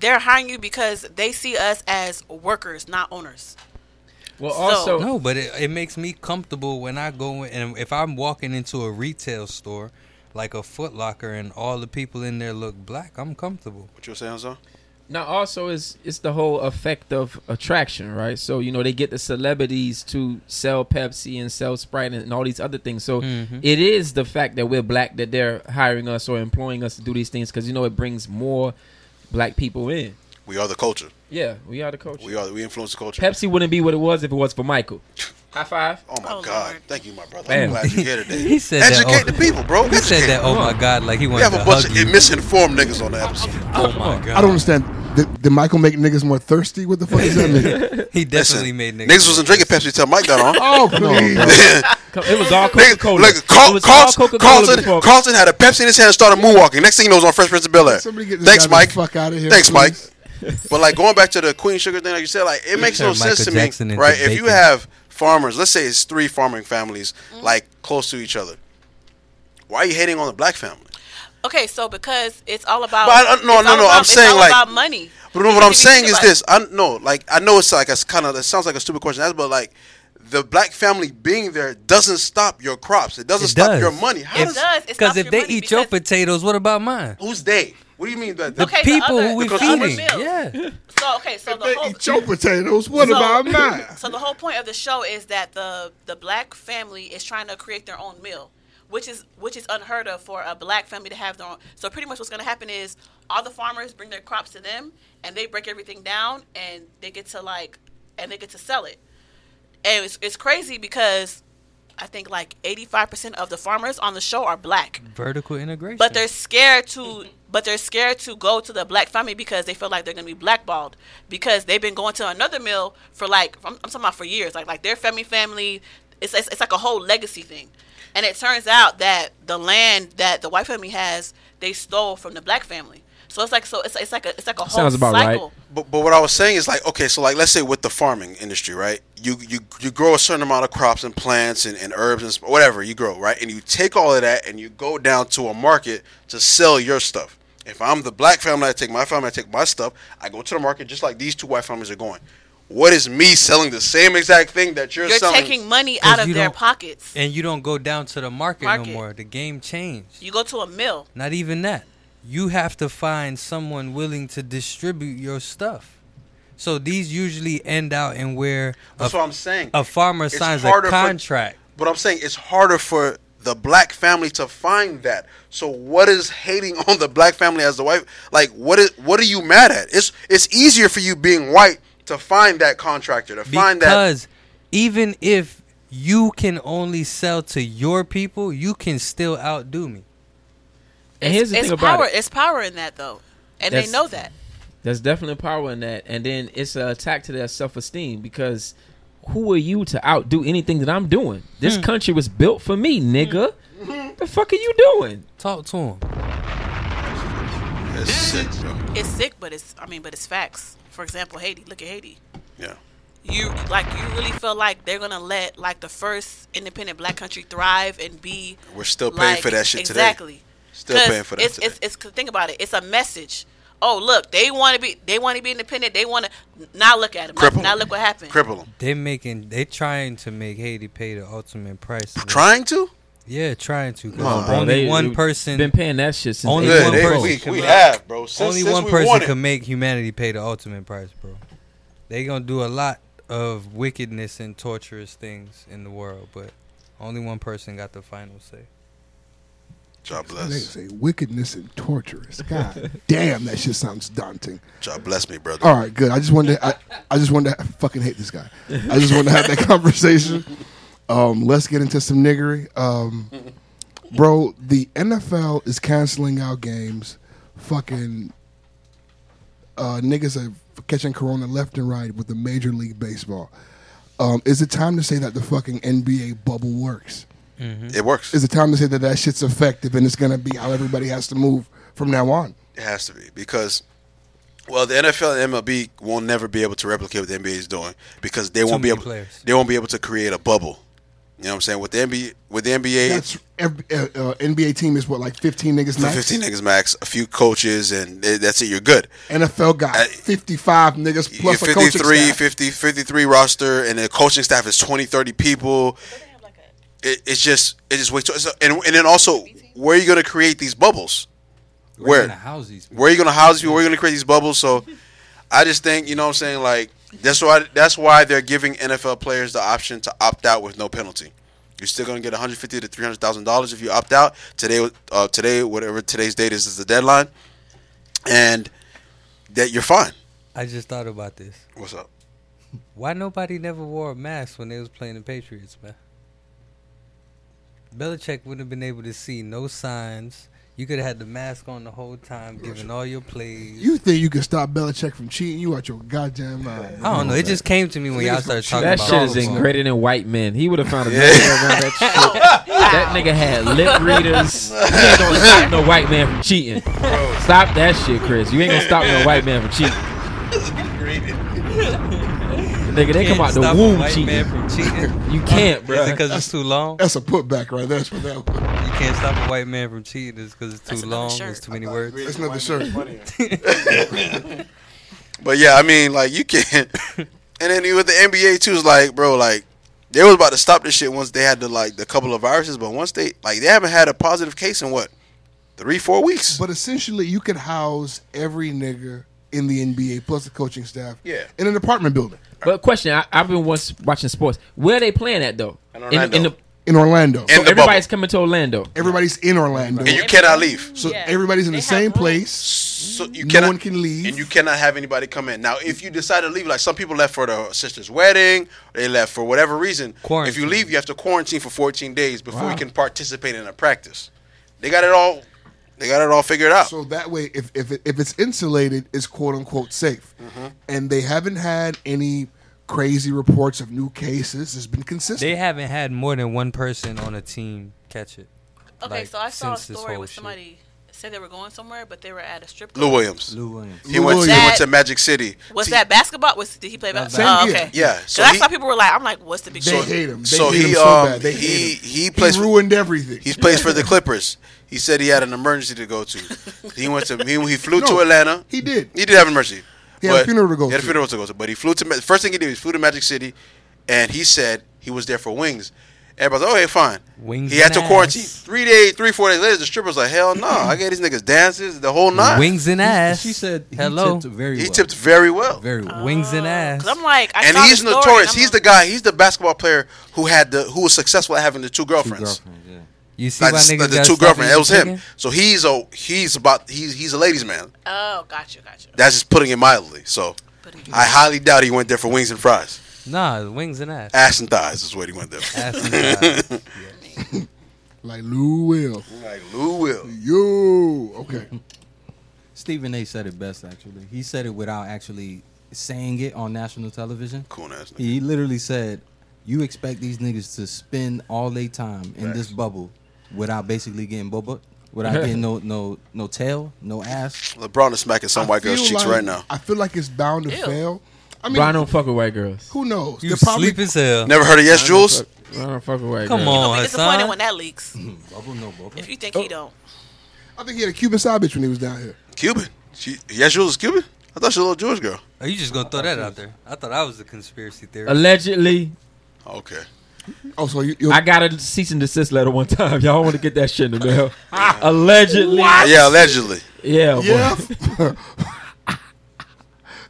Speaker 1: they're hiring you because they see us as workers, not owners.
Speaker 7: Well,
Speaker 1: So-
Speaker 7: also
Speaker 3: No, but it, it makes me comfortable when I go in, and if I'm walking into a retail store, like a Foot Locker, and all the people in there look black, I'm comfortable.
Speaker 4: What you were saying, Hassan?
Speaker 7: Now, also, it's it's the whole effect of attraction, right? So you know they get the celebrities to sell Pepsi and sell Sprite and, and all these other things. So it is the fact that we're black that they're hiring us or employing us to do these things because you know it brings more black people in.
Speaker 4: We are the culture.
Speaker 7: Yeah, we are the culture.
Speaker 4: We are. We influence the culture.
Speaker 7: Pepsi wouldn't be what it was if it was for Michael. High five.
Speaker 4: Oh my
Speaker 1: Oh,
Speaker 4: God!
Speaker 1: Lord.
Speaker 4: Thank you, my brother.
Speaker 7: Man.
Speaker 4: I'm glad you're here today.
Speaker 3: *laughs* He said that
Speaker 4: Educate
Speaker 3: over-
Speaker 4: the people, bro.
Speaker 3: He
Speaker 4: Educate
Speaker 3: said that.
Speaker 4: them.
Speaker 3: Oh my God! Like he
Speaker 4: We
Speaker 3: wanted
Speaker 4: have
Speaker 3: to
Speaker 4: a bunch
Speaker 3: hug
Speaker 4: of
Speaker 3: you.
Speaker 4: misinformed niggas on the episode.
Speaker 3: Oh my
Speaker 2: I I
Speaker 3: God!
Speaker 2: don't understand. Did, did Michael make niggas more thirsty? What the fuck does that
Speaker 3: *laughs*
Speaker 2: mean?
Speaker 3: He
Speaker 4: Listen,
Speaker 3: definitely made niggas.
Speaker 4: niggas wasn't drinking Pepsi till Mike got on.
Speaker 2: Oh, please.
Speaker 7: Co- It was all Coca
Speaker 4: Nigga,
Speaker 7: Cola.
Speaker 4: like Carl, Carlton, Carlton,
Speaker 7: before.
Speaker 4: Carlton had a Pepsi in his hand and started moonwalking. Next thing you know, it was on Fresh Prince of Bel Air.
Speaker 2: Somebody get this
Speaker 4: Thanks,
Speaker 2: guy the
Speaker 4: Mike.
Speaker 2: fuck outta here,
Speaker 4: Thanks, Mike.
Speaker 2: please.
Speaker 4: But like going back to the Queen Sugar thing, like you said, like it makes no
Speaker 3: turned Michael
Speaker 4: sense to
Speaker 3: Jackson
Speaker 4: me,
Speaker 3: into
Speaker 4: right? If you
Speaker 3: bacon.
Speaker 4: have farmers, let's say it's three farming families,
Speaker 1: Mm-hmm.
Speaker 4: like close to each other. Why are you hating on the black family?
Speaker 1: Okay, so because it's all about
Speaker 4: But I- no,
Speaker 1: it's
Speaker 4: no,
Speaker 1: all
Speaker 4: no,
Speaker 1: about-
Speaker 4: I'm
Speaker 1: it's
Speaker 4: saying,
Speaker 1: all
Speaker 4: like-
Speaker 1: about money.
Speaker 4: But no, what I'm
Speaker 1: Because if you
Speaker 4: saying
Speaker 1: think
Speaker 4: is
Speaker 1: about-
Speaker 4: this: I no, like I know it's like it's kind of it sounds like a stupid question, to ask, but like the black family being there doesn't stop your crops. It doesn't
Speaker 3: It
Speaker 4: stop
Speaker 3: does.
Speaker 4: your money. How
Speaker 1: It
Speaker 4: does,
Speaker 1: does. It
Speaker 3: Because
Speaker 1: stops
Speaker 3: if
Speaker 1: your
Speaker 3: they
Speaker 1: money
Speaker 3: eat your
Speaker 1: because-
Speaker 3: potatoes, what about mine?
Speaker 4: Who's they? What do you mean by that?
Speaker 1: Okay, the
Speaker 3: People
Speaker 1: other-
Speaker 3: who we
Speaker 1: the other
Speaker 3: feeding.
Speaker 1: meal.
Speaker 3: Yeah.
Speaker 1: So okay, so the
Speaker 2: They
Speaker 1: whole
Speaker 2: eat your potatoes. What about mine?
Speaker 4: *laughs*
Speaker 1: So the whole point of the show is that the the black family is trying to create their own meal, which is which is unheard of for a black family to have their own. So pretty much what's going to happen is all the farmers bring their crops to them, and they break everything down, and they get to like, and they get to sell it. And it's it's crazy because I think like eighty five percent of the farmers on the show are black.
Speaker 3: Vertical integration.
Speaker 1: But they're scared to but they're scared to go to the black family because they feel like they're gonna be blackballed because they've been going to another mill for like I'm, I'm talking about for years like like their family family it's, it's it's like a whole legacy thing, and it turns out that the land that the white family has they stole from the black family. So it's like so it's it's like a it's like a whole
Speaker 7: Sounds about right.
Speaker 1: cycle.
Speaker 4: But, but what I was saying is like okay, so like let's say with the farming industry, right? You you you grow a certain amount of crops and plants and, and herbs and sp- whatever you grow, right? And you take all of that and you go down to a market to sell your stuff. If I'm the black family, I take my family, I take my stuff. I go to the market just like these two white families are going. What is me selling the same exact thing that you're,
Speaker 1: You're
Speaker 4: selling?
Speaker 1: taking money out
Speaker 3: 'Cause
Speaker 1: of
Speaker 3: you
Speaker 1: their
Speaker 3: don't-
Speaker 1: pockets.
Speaker 3: and you don't go down to the market,
Speaker 1: Market.
Speaker 3: no more. The game changed.
Speaker 1: You go to a mill.
Speaker 3: Not even that. You have to find someone willing to distribute your stuff. So these usually end out in where a,
Speaker 4: That's what I'm saying.
Speaker 3: a farmer
Speaker 4: It's
Speaker 3: signs a
Speaker 4: harder for-
Speaker 3: contract.
Speaker 4: But I'm saying it's harder for the black family to find that. So what is hating *laughs* on the black family as the white? Like what is what are you mad at? It's it's easier for you being white to find that contractor to find that.
Speaker 3: because even if you can only sell to your people, you can still outdo me.
Speaker 7: And here's the
Speaker 1: It's
Speaker 7: thing about
Speaker 1: power.
Speaker 7: it.
Speaker 1: It's power in that though, and they
Speaker 7: That's-
Speaker 1: know that.
Speaker 7: There's definitely power in that. And then it's an attack to their self esteem because who are you to outdo anything that I'm doing? This country was built for me, nigga. The fuck are you doing?
Speaker 3: Talk to him.
Speaker 4: That's sick, bro.
Speaker 1: It's sick, but it's I mean, but it's facts. For example, Haiti. Look at Haiti.
Speaker 4: Yeah.
Speaker 1: you like you really feel like they're gonna let like the first independent black country thrive and be
Speaker 4: We're still paying
Speaker 1: like,
Speaker 4: for that shit today.
Speaker 1: exactly
Speaker 4: Still
Speaker 1: 'Cause
Speaker 4: paying for that
Speaker 1: it's,
Speaker 4: today.
Speaker 1: it's, it's 'cause think about it it's a message oh look they want to be they want to be independent they want to now look at them
Speaker 4: Cripple.
Speaker 1: now look what happened
Speaker 4: Cripple them.
Speaker 3: They're making. They're trying to make Haiti pay the ultimate price. of it.
Speaker 4: Trying to?
Speaker 3: Yeah, trying to. 'cause
Speaker 4: Come on, bro.
Speaker 3: only
Speaker 7: They-
Speaker 3: one
Speaker 7: they
Speaker 3: person.
Speaker 7: been paying that shit since
Speaker 3: Only
Speaker 7: eighty
Speaker 4: Yeah,
Speaker 3: one
Speaker 7: one
Speaker 4: they-
Speaker 3: person
Speaker 4: we,
Speaker 3: can
Speaker 4: we
Speaker 3: make-
Speaker 4: have, bro. Since,
Speaker 3: only
Speaker 4: since
Speaker 3: one
Speaker 4: we
Speaker 3: person
Speaker 4: want it.
Speaker 3: can make humanity pay the ultimate price, bro. They gonna do a lot of wickedness and torturous things in the world, but only one person got the final say.
Speaker 4: God
Speaker 2: They
Speaker 4: bless.
Speaker 2: say wickedness and torturous. God
Speaker 4: *laughs*
Speaker 2: damn, that shit sounds daunting.
Speaker 4: God bless me, brother.
Speaker 2: All right, good. I just wanted to, I, I just wanted to I fucking hate this guy. I just wanted to have that *laughs* conversation. Um, let's get into some niggery. Um, bro, the NFL is canceling out games. Fucking uh, niggas are catching corona left and right with the Major League Baseball. Um, is it time to say that the fucking NBA bubble works?
Speaker 4: It works.
Speaker 2: Is it time to say that that shit's effective and it's gonna be how everybody has to move from now on?
Speaker 4: It has to be because, well, the NFL and MLB will never be able to replicate what the NBA is doing because they won't be
Speaker 3: many
Speaker 4: able.
Speaker 3: players.
Speaker 4: They won't be able to create a bubble. You know what I'm saying? With the NBA, with the NBA,
Speaker 2: That's every, uh, uh, NBA team is what like fifteen niggas
Speaker 4: it's
Speaker 2: max.
Speaker 4: 15 niggas max, a few coaches, and th- that's it. You're good.
Speaker 2: NFL got
Speaker 4: I-
Speaker 2: fifty five niggas plus
Speaker 4: You're
Speaker 2: a coaching
Speaker 4: 53,
Speaker 2: staff.
Speaker 4: 50, 53 roster, and the coaching staff is 20, 30 people. It, it's just, it's just way too. it's a- And, and then also, where are you going to create these bubbles? Where?
Speaker 3: you gonna house these people?
Speaker 4: where are you gonna house these people? Where are you gonna create these bubbles? So, I just think you know what I'm saying. Like that's why that's why they're giving NFL players the option to opt out with no penalty. You're still gonna get 150 to 300 thousand dollars if you opt out today. Uh, today, whatever today's date is, is the deadline, and that you're fine.
Speaker 3: I just thought about this.
Speaker 4: What's up?
Speaker 3: Why nobody never wore a mask when they was playing the Patriots, man? Belichick wouldn't have been able to see no signs. You could have had the mask on the whole time, giving all your plays.
Speaker 2: You think you can stop Belichick from cheating? You out your goddamn mind.
Speaker 3: I don't know. It just came to me when y'all started talking
Speaker 7: That
Speaker 3: about
Speaker 7: shit is
Speaker 3: football.
Speaker 7: ingrained in white men. He would have found a yeah. around that shit. that nigga had lip readers. You ain't gonna stop no white man from cheating. Stop that shit, Chris. You ain't gonna stop no white man from
Speaker 3: *laughs*
Speaker 7: cheating. nigga, they come out the
Speaker 3: Stop a
Speaker 7: womb
Speaker 3: white
Speaker 7: cheating.
Speaker 3: man *laughs* from cheating.
Speaker 7: You can't, bro.
Speaker 3: Is it because it's too long?
Speaker 2: That's a putback right there. That's what that was.
Speaker 3: You can't stop a white man from cheating. It's because it's
Speaker 1: That's
Speaker 3: too
Speaker 1: another
Speaker 3: long.
Speaker 1: shirt.
Speaker 3: It's too many words.
Speaker 2: That's another shirt.
Speaker 4: But yeah, I mean, like you *laughs* can't. and then with the NBA too, it's like, bro, like they was about to stop this shit once they had the like the couple of viruses, but once they like they haven't had a positive case in what three, four weeks.
Speaker 2: But essentially, you could house every nigga in the NBA plus the coaching staff
Speaker 4: Yeah.
Speaker 2: in an apartment building
Speaker 7: But question, I, I've been once watching sports. Where are they playing at though?
Speaker 4: In
Speaker 7: in,
Speaker 4: Orlando.
Speaker 7: the,
Speaker 2: in Orlando.
Speaker 4: In the
Speaker 7: everybody's
Speaker 4: bubble.
Speaker 7: coming to Orlando.
Speaker 2: Everybody's in Orlando.
Speaker 4: and you cannot leave.
Speaker 2: So everybody's in the same place.
Speaker 4: So you
Speaker 2: No
Speaker 4: cannot,
Speaker 2: one can leave.
Speaker 4: and you cannot have anybody come in. Now, if you decide to leave, like some people left for their sister's wedding, they left for whatever reason. If you
Speaker 3: Quarantine.
Speaker 4: leave, you have to quarantine for 14 days before you can participate in a practice. They got it all. They got it all figured out.
Speaker 2: So that way, if if, it, if it's insulated, it's quote unquote safe.
Speaker 4: Mm-hmm.
Speaker 2: And they haven't had any crazy reports of new cases. It's been consistent.
Speaker 3: They haven't had more than one person on a team catch it.
Speaker 1: Okay,
Speaker 3: Like,
Speaker 1: so I saw a
Speaker 3: since this
Speaker 1: story
Speaker 3: whole
Speaker 1: with
Speaker 3: shit.
Speaker 1: somebody said they were going somewhere, but they were at a strip club.
Speaker 4: Lou Williams.
Speaker 9: Lou Williams.
Speaker 4: He went, he
Speaker 2: Williams.
Speaker 4: went to Magic City.
Speaker 1: Was
Speaker 4: T-
Speaker 1: that basketball? Was did he play
Speaker 2: Same
Speaker 1: basketball? Oh,
Speaker 2: year.
Speaker 1: okay.
Speaker 4: Yeah,
Speaker 1: So
Speaker 4: so
Speaker 1: that's
Speaker 4: he-
Speaker 1: why people were like, I'm like, what's the big
Speaker 2: They
Speaker 1: deal?
Speaker 2: hate him. They
Speaker 4: so
Speaker 2: hate
Speaker 4: he,
Speaker 2: him so
Speaker 4: um,
Speaker 2: bad. They
Speaker 4: he-
Speaker 2: hate him.
Speaker 4: he plays-
Speaker 2: ruined everything.
Speaker 4: He
Speaker 2: *laughs*
Speaker 4: plays for the Clippers. He said he had an emergency to go to. He went to he, he flew
Speaker 2: No,
Speaker 4: to Atlanta.
Speaker 2: he did.
Speaker 4: He did have an emergency.
Speaker 2: He had a
Speaker 4: but-
Speaker 2: funeral to go
Speaker 4: He had a
Speaker 2: to.
Speaker 4: funeral to go to. But he flew to Ma- first thing he did was flew to Magic City, and he said he was there for wings. Everybody's like, okay, fine.
Speaker 3: Wings
Speaker 4: He had
Speaker 3: and
Speaker 4: to
Speaker 3: ass.
Speaker 4: quarantine three days, three four days later. The stripper's like, hell no, I gave these niggas dances the whole nine.
Speaker 3: Wings and ass.
Speaker 9: She said he
Speaker 3: "Hello."
Speaker 9: tipped very
Speaker 4: He
Speaker 9: well.
Speaker 4: tipped very well.
Speaker 9: very well.
Speaker 3: Wings and ass.
Speaker 1: Because Uh, I'm like, I
Speaker 4: and
Speaker 1: saw
Speaker 4: he's
Speaker 1: the story,
Speaker 4: notorious.
Speaker 1: and I'm
Speaker 4: He's the
Speaker 1: like,
Speaker 4: guy. He's the basketball player who had the who was successful at having the two girlfriends.
Speaker 9: Girlfriend, yeah.
Speaker 3: You see
Speaker 4: Like
Speaker 3: why
Speaker 4: the,
Speaker 3: niggas
Speaker 4: the
Speaker 3: got
Speaker 4: two girlfriends. It was him.
Speaker 3: Chicken?
Speaker 4: So he's a he's about he's he's a ladies man.
Speaker 1: Oh, gotcha, gotcha.
Speaker 4: That's just putting it mildly. So
Speaker 1: Putting it
Speaker 4: I highly doubt he went there for wings and fries.
Speaker 3: Nah, wings and ass.
Speaker 4: Ass and thighs is what he went there. For.
Speaker 3: *laughs* Ass and thighs.
Speaker 2: like Lou Will.
Speaker 4: like Lou will.
Speaker 2: Yo. Okay.
Speaker 9: Stephen A. said it best, actually. He said it without actually saying it on national television.
Speaker 4: Cool ass nigga.
Speaker 9: He literally said, "You expect these niggas to spend all their time in this bubble without basically getting boba, without getting no no no tail, no ass."
Speaker 4: LeBron is smacking some
Speaker 2: I
Speaker 4: *laughs* white girl's
Speaker 2: feel
Speaker 4: cheeks
Speaker 2: like-
Speaker 4: right now.
Speaker 2: I feel like it's bound to
Speaker 1: Ew.
Speaker 2: fail. I mean,
Speaker 7: Brian don't fuck with white girls.
Speaker 2: who knows?
Speaker 3: You
Speaker 2: They're probably-
Speaker 3: sleep as hell.
Speaker 4: Never heard of Yes Jules?
Speaker 7: Brian don't fuck with white
Speaker 3: Come
Speaker 7: girls.
Speaker 1: You'll
Speaker 3: on,
Speaker 1: be disappointed
Speaker 3: Hassan.
Speaker 1: when that leaks.
Speaker 9: Bubble, no boba.
Speaker 1: If you think
Speaker 2: Oh.
Speaker 1: he don't.
Speaker 2: I think he had a Cuban side bitch when he was down here.
Speaker 4: Cuban. She, yes Jules is Cuban. I thought she was a little Jewish girl.
Speaker 3: Are you just gonna throw that out there? I thought I was a conspiracy theorist.
Speaker 7: Allegedly,
Speaker 4: Okay.
Speaker 2: Oh, so you, you
Speaker 7: I got a cease and desist letter one time. *laughs* Y'all want to get that shit in the mail? Allegedly,
Speaker 4: Uh, Yeah, allegedly.
Speaker 7: yeah,
Speaker 2: yeah.
Speaker 7: boy.
Speaker 2: *laughs*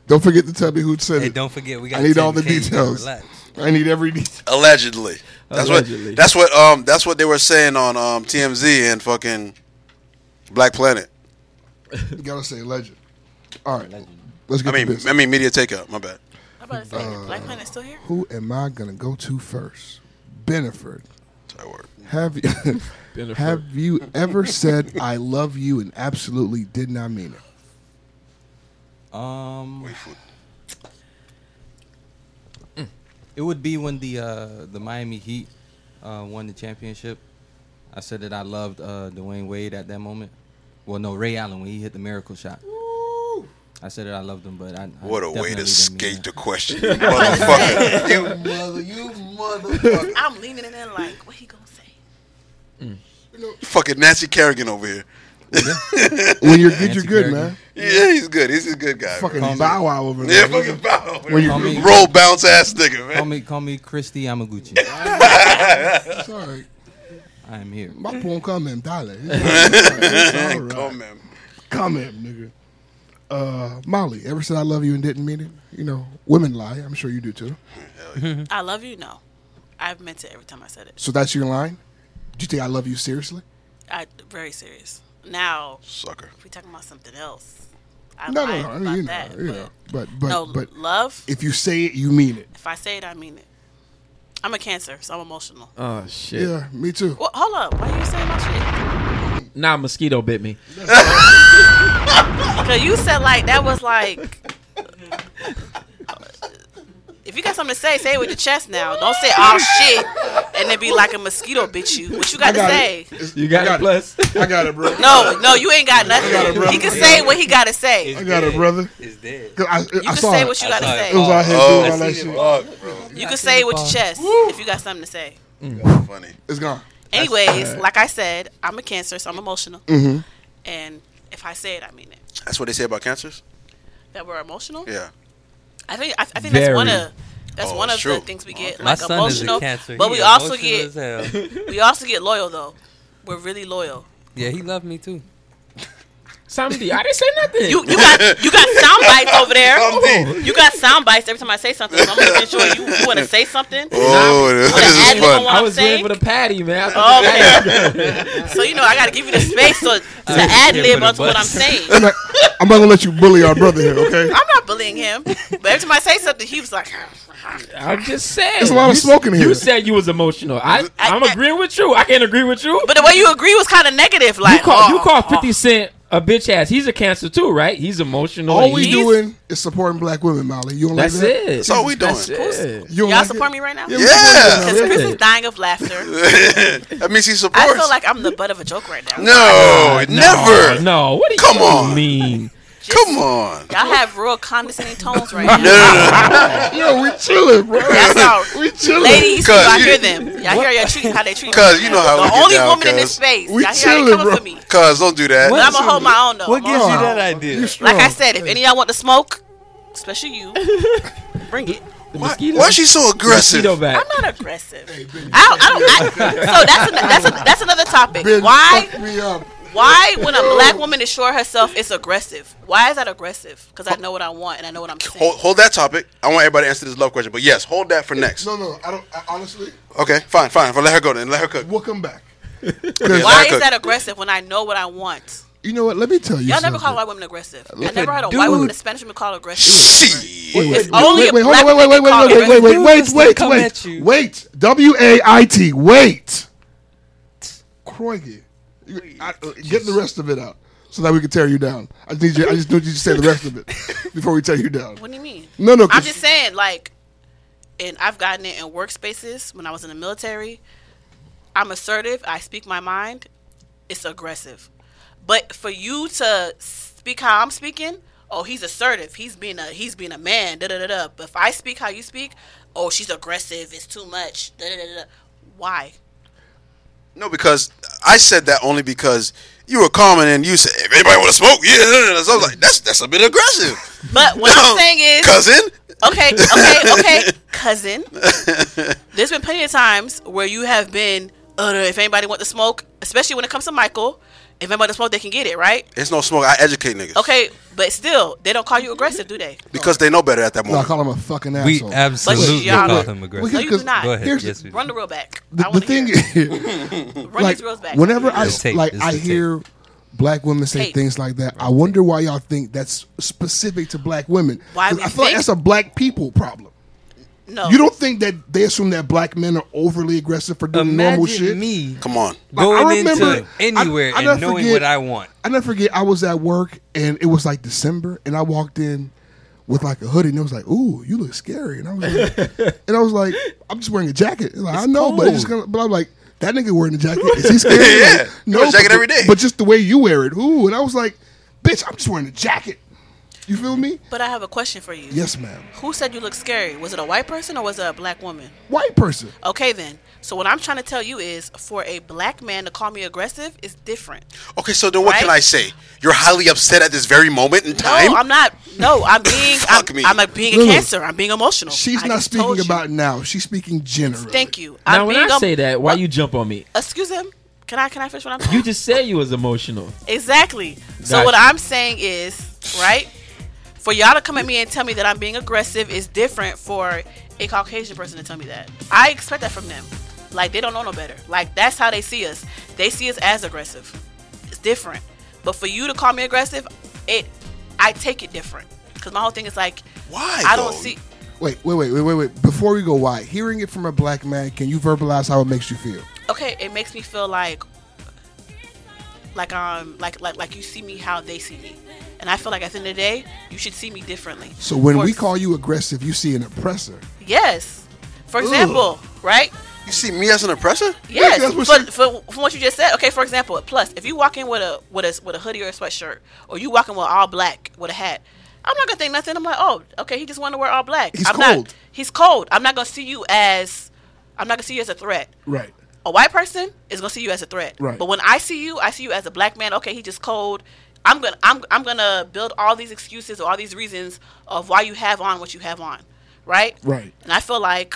Speaker 2: don't forget to tell me who said
Speaker 3: Hey,
Speaker 2: it.
Speaker 3: don't forget we got.
Speaker 2: need all
Speaker 3: 10K,
Speaker 2: the
Speaker 3: you gotta
Speaker 2: details.
Speaker 3: relax.
Speaker 2: I need every *laughs* detail.
Speaker 4: *laughs* Allegedly. That's
Speaker 7: Allegedly.
Speaker 4: what. That's what. Um. That's what they were saying on um TMZ and fucking Black Planet.
Speaker 2: You gotta say legend. All right, let's
Speaker 4: I
Speaker 2: get to
Speaker 4: mean,
Speaker 2: this.
Speaker 4: I mean, media takeout. My bad.
Speaker 1: I'm about to say,
Speaker 2: Uh.
Speaker 1: Black Planet's still here?
Speaker 2: Who am I gonna go to first? Beneford.
Speaker 4: Sorry, word.
Speaker 2: Have you *laughs* have you ever said I love you and absolutely did not mean it?
Speaker 9: Um, Mm. it would be when the uh, the Miami Heat uh, won the championship. I said that I loved uh, Dwayne Wade at that moment. Well, no, Ray Allen when he hit the miracle shot. I said that I loved him, but I, I
Speaker 4: What a way
Speaker 9: definitely
Speaker 4: to
Speaker 9: didn't mean
Speaker 4: skate
Speaker 9: that.
Speaker 4: the question, you motherfucker. *laughs* you mother, you motherfucker.
Speaker 1: I'm leaning it in like, what he gonna say?
Speaker 4: Fucking Nancy Kerrigan over here.
Speaker 2: When you're good,
Speaker 9: Nancy
Speaker 2: you're good,
Speaker 9: Kerrigan.
Speaker 2: man.
Speaker 4: Yeah, he's good. He's a good
Speaker 2: *laughs*
Speaker 4: guy.
Speaker 2: Fucking
Speaker 9: Call me-
Speaker 2: bow wow over
Speaker 4: yeah,
Speaker 2: there.
Speaker 4: fucking bow.
Speaker 2: When you-
Speaker 9: Call me-
Speaker 4: Roll bounce ass nigga,
Speaker 9: Call
Speaker 4: man.
Speaker 9: me, call me Christy Yamaguchi.
Speaker 4: *laughs*
Speaker 2: Sorry,
Speaker 9: I am here.
Speaker 2: my poem come in dollar. It's all right. It's all right.
Speaker 4: Come on, Oh, man.
Speaker 2: Comment, nigga. Uh, Molly, ever said I love you and didn't mean it? You know, women lie. I'm sure you do too.
Speaker 1: I love you. No, I've meant it every time I said it.
Speaker 2: So that's your line? Do you think I love you seriously?
Speaker 1: I very serious. Now
Speaker 4: Sucker.
Speaker 1: if we talking about something else. I
Speaker 2: No,
Speaker 1: lied
Speaker 2: no, no. I
Speaker 1: about
Speaker 2: mean, you know,
Speaker 1: that.
Speaker 2: you
Speaker 1: but
Speaker 2: know. But, but,
Speaker 1: no,
Speaker 2: but
Speaker 1: love.
Speaker 2: if you say it, you mean it.
Speaker 1: If I say it, I mean it. I'm a cancer, so I'm emotional.
Speaker 7: Oh shit!
Speaker 2: Yeah, me too.
Speaker 1: Well, hold up. Why you saying my shit?
Speaker 7: Nah, mosquito bit me.
Speaker 1: Cause you said like that was
Speaker 4: *laughs*
Speaker 1: like. If you got something to say, say it with your chest now. Don't say all shit and then be like a mosquito bit you. What you got,
Speaker 2: got
Speaker 1: to say?
Speaker 2: it.
Speaker 7: You got, it, plus.
Speaker 2: I got it, bro.
Speaker 1: No, no, you ain't got nothing.
Speaker 2: got it, bro.
Speaker 1: he can say what he got to say.
Speaker 2: I got it, brother.
Speaker 3: It's dead.
Speaker 2: 'Cause I,
Speaker 1: You
Speaker 2: I
Speaker 1: can
Speaker 2: saw
Speaker 1: say
Speaker 2: it.
Speaker 1: what you got to
Speaker 3: I-
Speaker 1: say.
Speaker 2: it was out here
Speaker 4: Oh,
Speaker 2: doing
Speaker 4: I
Speaker 2: all that
Speaker 3: seen
Speaker 2: shit.
Speaker 3: it.
Speaker 4: Fuck, bro.
Speaker 1: You can say it with your chest if you got something to say.
Speaker 4: Funny.
Speaker 2: It's gone.
Speaker 1: Anyways, like I said, I'm a cancer, so I'm emotional.
Speaker 7: Mm-hmm.
Speaker 1: And if I say it, I mean it.
Speaker 4: That's what they say about cancers.
Speaker 1: That we're emotional.
Speaker 4: Yeah.
Speaker 1: I think I, I think
Speaker 7: Very.
Speaker 1: that's one of that's
Speaker 4: Oh,
Speaker 1: one of
Speaker 4: it's true.
Speaker 1: the things we get
Speaker 3: My
Speaker 1: like
Speaker 3: son
Speaker 1: emotional.
Speaker 3: is a cancer.
Speaker 1: But
Speaker 3: He
Speaker 1: we also
Speaker 3: emotional
Speaker 1: get
Speaker 3: as hell.
Speaker 1: *laughs* we also get loyal though. We're really loyal.
Speaker 3: yeah, he loved me too.
Speaker 7: Somebody, I didn't say nothing.
Speaker 1: You you got you got sound bites over there.
Speaker 4: Something.
Speaker 1: You got sound bites every time I say something. So I'm making sure you, you want to say something.
Speaker 4: Oh, this
Speaker 1: add
Speaker 4: is
Speaker 1: it on
Speaker 4: *laughs* fun.
Speaker 1: what
Speaker 7: I
Speaker 1: I'm
Speaker 7: was waiting
Speaker 1: saying.
Speaker 7: for the patty, man. I *laughs* thought the patty-
Speaker 1: Okay. Oh, so you know I got to give you the space to, to ad lib
Speaker 3: the
Speaker 1: onto what I'm
Speaker 3: bus.
Speaker 1: saying.
Speaker 2: I'm not, I'm not gonna let you bully our brother here, okay?
Speaker 1: *laughs* I'm not bullying him, but every time I say something, he was like, *laughs*
Speaker 7: I'm just saying.
Speaker 2: There's a lot of
Speaker 7: You s-
Speaker 2: smoke in here.
Speaker 7: You said you was emotional. I, I, am
Speaker 1: I-
Speaker 7: agreeing with you. I can't agree with you.
Speaker 1: but the way you agree was kind of negative. Like
Speaker 7: you call
Speaker 1: oh,
Speaker 7: you call
Speaker 1: oh.
Speaker 7: 50 Cent a bitch ass. He's a cancer too, right? He's emotional.
Speaker 2: All
Speaker 7: and
Speaker 2: we
Speaker 7: he's-
Speaker 2: doing is supporting black women, Molly. You don't like
Speaker 7: That's
Speaker 2: that?
Speaker 7: it.
Speaker 4: That's all we doing.
Speaker 7: That's it.
Speaker 2: You don't
Speaker 1: Y'all
Speaker 2: like
Speaker 1: support
Speaker 2: it?
Speaker 1: me right now?
Speaker 2: Yeah, we
Speaker 4: Yeah.
Speaker 2: support
Speaker 1: Because
Speaker 2: you
Speaker 7: Yeah.
Speaker 1: Chris is dying of laughter.
Speaker 4: that means he supports.
Speaker 1: I feel like I'm the butt of a joke right now.
Speaker 4: no, never.
Speaker 7: Oh, No, what do you
Speaker 4: Come
Speaker 7: you
Speaker 4: on.
Speaker 7: mean?
Speaker 4: Come on.
Speaker 1: Y'all have real condescending tones right now.
Speaker 4: No,
Speaker 1: *laughs*
Speaker 4: no,
Speaker 2: Yo, we chilling, bro.
Speaker 1: That's all.
Speaker 2: *laughs* we chilling.
Speaker 1: Ladies,
Speaker 4: Cuz
Speaker 1: y'all
Speaker 4: you-
Speaker 1: hear them. Y'all hear your treat, how they treat me.
Speaker 4: Cuz you know how we
Speaker 1: The
Speaker 4: get
Speaker 1: only
Speaker 4: down,
Speaker 1: woman in this
Speaker 4: cuz.
Speaker 1: space.
Speaker 2: We
Speaker 1: y'all hear how they
Speaker 2: chilling,
Speaker 1: coming
Speaker 2: bro.
Speaker 1: for me.
Speaker 4: no. Cuz don't do that.
Speaker 1: But I'm going to hold my own, though.
Speaker 3: What
Speaker 1: I'ma
Speaker 3: gives
Speaker 1: hold
Speaker 3: you
Speaker 1: my own.
Speaker 3: that idea?
Speaker 1: Like I said, if any of y'all want to smoke, especially
Speaker 3: *laughs*
Speaker 1: you, bring it.
Speaker 7: The
Speaker 4: Why,
Speaker 7: mosquito-
Speaker 4: why is she so aggressive?
Speaker 7: mosquito back.
Speaker 1: I'm not aggressive. I don't, I don't, I, so that's, an, that's, a, that's another topic.
Speaker 2: Ben,
Speaker 1: Why
Speaker 2: fuck me up.
Speaker 1: Why, when a black woman is sure of herself, it's aggressive? Why is that aggressive? Because I know what I want and I know what I'm saying.
Speaker 4: Hold, hold that topic. I want everybody to answer this love question, but yes, hold that for next.
Speaker 2: No, no, I don't. I, honestly,
Speaker 4: Okay, fine, fine. Well, let her go then. Let her cook.
Speaker 2: we'll come back.
Speaker 4: Yeah,
Speaker 1: Why
Speaker 4: let her
Speaker 1: is
Speaker 4: cook.
Speaker 1: that aggressive when I know what I want?
Speaker 2: You know what? Let me tell you.
Speaker 1: Y'all never
Speaker 2: something.
Speaker 1: call white women aggressive. I
Speaker 3: Look
Speaker 1: never
Speaker 3: at
Speaker 1: heard a white woman,
Speaker 3: dude.
Speaker 1: a Spanish woman call aggressive.
Speaker 4: Shit.
Speaker 1: It's only a black
Speaker 2: wait, wait,
Speaker 1: woman that
Speaker 2: wait, wait,
Speaker 1: call
Speaker 2: wait, wait,
Speaker 1: aggressive.
Speaker 2: wait, wait,
Speaker 3: Dudes
Speaker 2: wait,
Speaker 3: come
Speaker 2: wait,
Speaker 3: at you.
Speaker 2: wait. W A I T. Wait. Kroiger. You- I- uh, Get the rest of it out so that we can tear you down. I need you. I just need you to say the rest of it before we tear you down.
Speaker 1: What do you mean?
Speaker 2: No, no, 'cause-
Speaker 1: I'm just saying, like, and I've gotten it in workspaces when I was in the military. I'm assertive. I speak my mind. It's aggressive, but for you to speak how I'm speaking, oh, he's assertive. He's being a he's being a man. Da da da da. But if I speak how you speak, oh, she's aggressive. It's too much. Da da da da. Why?
Speaker 4: No, because I said that only because you were calm and then you said, if anybody want to smoke, yeah. So I was like, that's, that's a bit
Speaker 1: *laughs*
Speaker 4: aggressive. Um,
Speaker 1: But what I'm saying is,
Speaker 4: Cousin?
Speaker 1: Okay, okay,
Speaker 2: *laughs*
Speaker 1: okay, cousin. There's been plenty of times where you have been, uh, if anybody want to smoke, especially when it comes to Michael, if anybody wants to smoke, they can get it, right?
Speaker 4: It's no smoke. I educate niggas.
Speaker 1: Okay, but still, they don't call you aggressive, do they?
Speaker 4: Because they know better at that
Speaker 2: No, I
Speaker 4: moment.
Speaker 2: call him a fucking
Speaker 3: We
Speaker 2: asshole.
Speaker 3: absolutely
Speaker 1: y'all-
Speaker 3: call him
Speaker 2: We
Speaker 3: aggressive.
Speaker 1: No, you
Speaker 2: can- Because-
Speaker 1: do not.
Speaker 3: Go ahead.
Speaker 2: here's
Speaker 3: Yes, we
Speaker 1: Run the
Speaker 3: do.
Speaker 1: reel back.
Speaker 2: the,
Speaker 1: I
Speaker 2: the
Speaker 1: wanna
Speaker 2: thing
Speaker 1: hear it.
Speaker 2: run
Speaker 1: Run these reels back.
Speaker 2: Whenever I
Speaker 3: This
Speaker 2: s-
Speaker 3: tape,
Speaker 2: like
Speaker 3: this
Speaker 2: I
Speaker 3: is tape.
Speaker 2: hear black women say
Speaker 1: Tape.
Speaker 2: things like that, I wonder why y'all think that's specific to black women.
Speaker 1: Why
Speaker 2: 'Cause
Speaker 1: we
Speaker 2: I feel like
Speaker 1: think- Oh.
Speaker 2: that's a black people problem.
Speaker 1: no,
Speaker 2: You don't think that they assume that black men are overly aggressive for doing normal shit?
Speaker 3: Imagine me
Speaker 4: Come on.
Speaker 2: I
Speaker 3: going
Speaker 2: remember-
Speaker 3: into anywhere
Speaker 2: I- I
Speaker 3: and
Speaker 2: never
Speaker 3: knowing
Speaker 2: forget-
Speaker 3: what I want.
Speaker 2: I never forget. I was at work and it was like December, and I walked in with like a hoodie, and it was like, "Ooh, you look scary," and I was
Speaker 3: *laughs*
Speaker 2: like, and I was like, "I'm just wearing a jacket." Like, I know, but it's just gonna. But I'm like. That nigga wearing a jacket. Is
Speaker 3: *laughs*
Speaker 2: he scared?
Speaker 4: Yeah.
Speaker 2: Like,
Speaker 4: You wear a jacket
Speaker 2: but,
Speaker 4: every day.
Speaker 2: But just the way you wear it. Ooh. And I was like, bitch, I'm just wearing a jacket. You feel me?
Speaker 1: But I have a question for you.
Speaker 2: Yes, ma'am.
Speaker 1: Who said you look scary? Was it a white person or was it a black woman?
Speaker 2: White person.
Speaker 1: Okay, then. So what I'm trying to tell you is, for a black man to call me aggressive is different.
Speaker 4: Okay, so then what can
Speaker 1: Right?
Speaker 4: I say? You're highly upset at this very moment in time?
Speaker 1: No, I'm not. No,
Speaker 4: *laughs*
Speaker 1: I'm being. I'm,
Speaker 4: Fuck me.
Speaker 1: I'm a, being a
Speaker 2: Lulu,
Speaker 1: cancer. I'm being emotional.
Speaker 2: She's
Speaker 1: I
Speaker 2: not
Speaker 1: just told
Speaker 2: speaking
Speaker 1: you.
Speaker 2: about now. She's speaking generally.
Speaker 1: Thank you.
Speaker 7: now,
Speaker 1: I'm
Speaker 7: when
Speaker 1: being
Speaker 7: I
Speaker 1: a-
Speaker 7: say that, why you jump on me?
Speaker 1: Excuse him. Can I can I finish what I'm saying?
Speaker 7: You just said you was emotional.
Speaker 1: Exactly. So
Speaker 7: Gotcha.
Speaker 1: what I'm saying is, right? For y'all to come at me and tell me that I'm being aggressive is different for a Caucasian person to tell me that. I expect that from them. Like they don't know no better. Like that's how they see us. They see us as aggressive. It's different. But for you to call me aggressive, it I take it different. Cause my whole thing is like
Speaker 4: Why?
Speaker 1: I don't
Speaker 4: though?
Speaker 1: see
Speaker 2: Wait, wait, wait, wait, wait, wait. Before we go, why? Hearing it from a black man, can you verbalize how it makes you feel?
Speaker 1: okay, it makes me feel like like um like like like you see me how they see me. And I feel like at the end of the day, you should see me differently.
Speaker 2: So when
Speaker 1: For
Speaker 2: we
Speaker 1: ex-
Speaker 2: call you aggressive, you see an oppressor.
Speaker 1: Yes. For example, right?
Speaker 4: You see me as an oppressor?
Speaker 1: Yes.
Speaker 2: that's what
Speaker 1: but
Speaker 2: she-
Speaker 1: for, from what you just said, okay. For example, plus if you walk in with a with a with a hoodie or a sweatshirt, or you walk in with all black with a hat, I'm not gonna think nothing. I'm like, oh, okay, he just wanted to wear all black.
Speaker 2: He's
Speaker 1: I'm
Speaker 2: cold.
Speaker 1: Not, he's cold. I'm not gonna see you as I'm not gonna see you as a threat.
Speaker 2: Right.
Speaker 1: A white person is gonna see you as a threat.
Speaker 2: Right.
Speaker 1: But when I see you, I see you as a black man. Okay, he just cold. I'm gonna I'm I'm gonna build all these excuses or all these reasons of why you have on what you have on, right?
Speaker 2: Right.
Speaker 1: And I feel like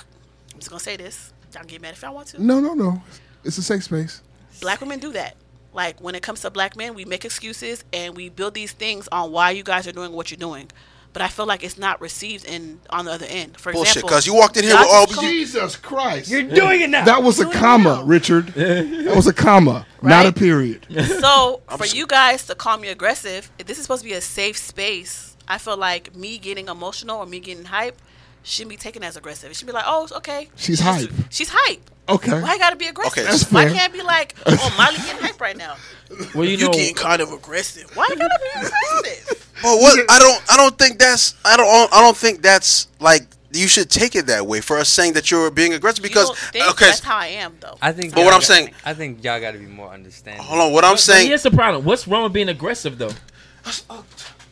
Speaker 1: I'm just gonna say this. Y'all get mad if y'all want to.
Speaker 2: No, no, no. It's a safe space.
Speaker 1: Black women do that. Like when it comes to black men, we make excuses and we build these things on why you guys are doing what you're doing. But I feel like it's not received in on the other end. For
Speaker 4: Bullshit.
Speaker 1: example,
Speaker 4: Because you walked in here
Speaker 1: y'all
Speaker 4: with all
Speaker 1: just
Speaker 4: you,
Speaker 2: Jesus Christ.
Speaker 3: doing it now.
Speaker 2: that was a
Speaker 1: Do it
Speaker 2: comma,
Speaker 1: now.
Speaker 2: Richard. That was a comma, not
Speaker 1: Right?
Speaker 2: a period.
Speaker 1: so for you guys to call me aggressive, if this is supposed to be a safe space, I feel like me getting emotional or me getting hype shouldn't be taken as aggressive. It should be like, oh, it's okay.
Speaker 2: She's
Speaker 1: She's-
Speaker 2: hype.
Speaker 1: She's hype.
Speaker 2: Okay.
Speaker 1: Why I gotta be aggressive?
Speaker 4: Okay, That's
Speaker 1: Why
Speaker 2: fair.
Speaker 1: can't I be like, oh, Molly getting hype right now?
Speaker 7: Well, you,
Speaker 4: you
Speaker 7: know,
Speaker 4: getting kind of aggressive.
Speaker 1: Why you gotta be
Speaker 4: *laughs*
Speaker 1: aggressive?
Speaker 4: But what I don't I don't think that's I don't I don't think that's like you should take it that way for us saying that you're being aggressive because
Speaker 1: you don't think
Speaker 4: okay
Speaker 1: that's how I am though.
Speaker 3: I think.
Speaker 4: But
Speaker 3: y'all
Speaker 4: what I'm
Speaker 3: got-
Speaker 4: saying-
Speaker 3: I think y'all got to be more understanding.
Speaker 4: hold on what I'm
Speaker 7: but
Speaker 4: saying
Speaker 7: here's the problem. What's wrong with being aggressive though?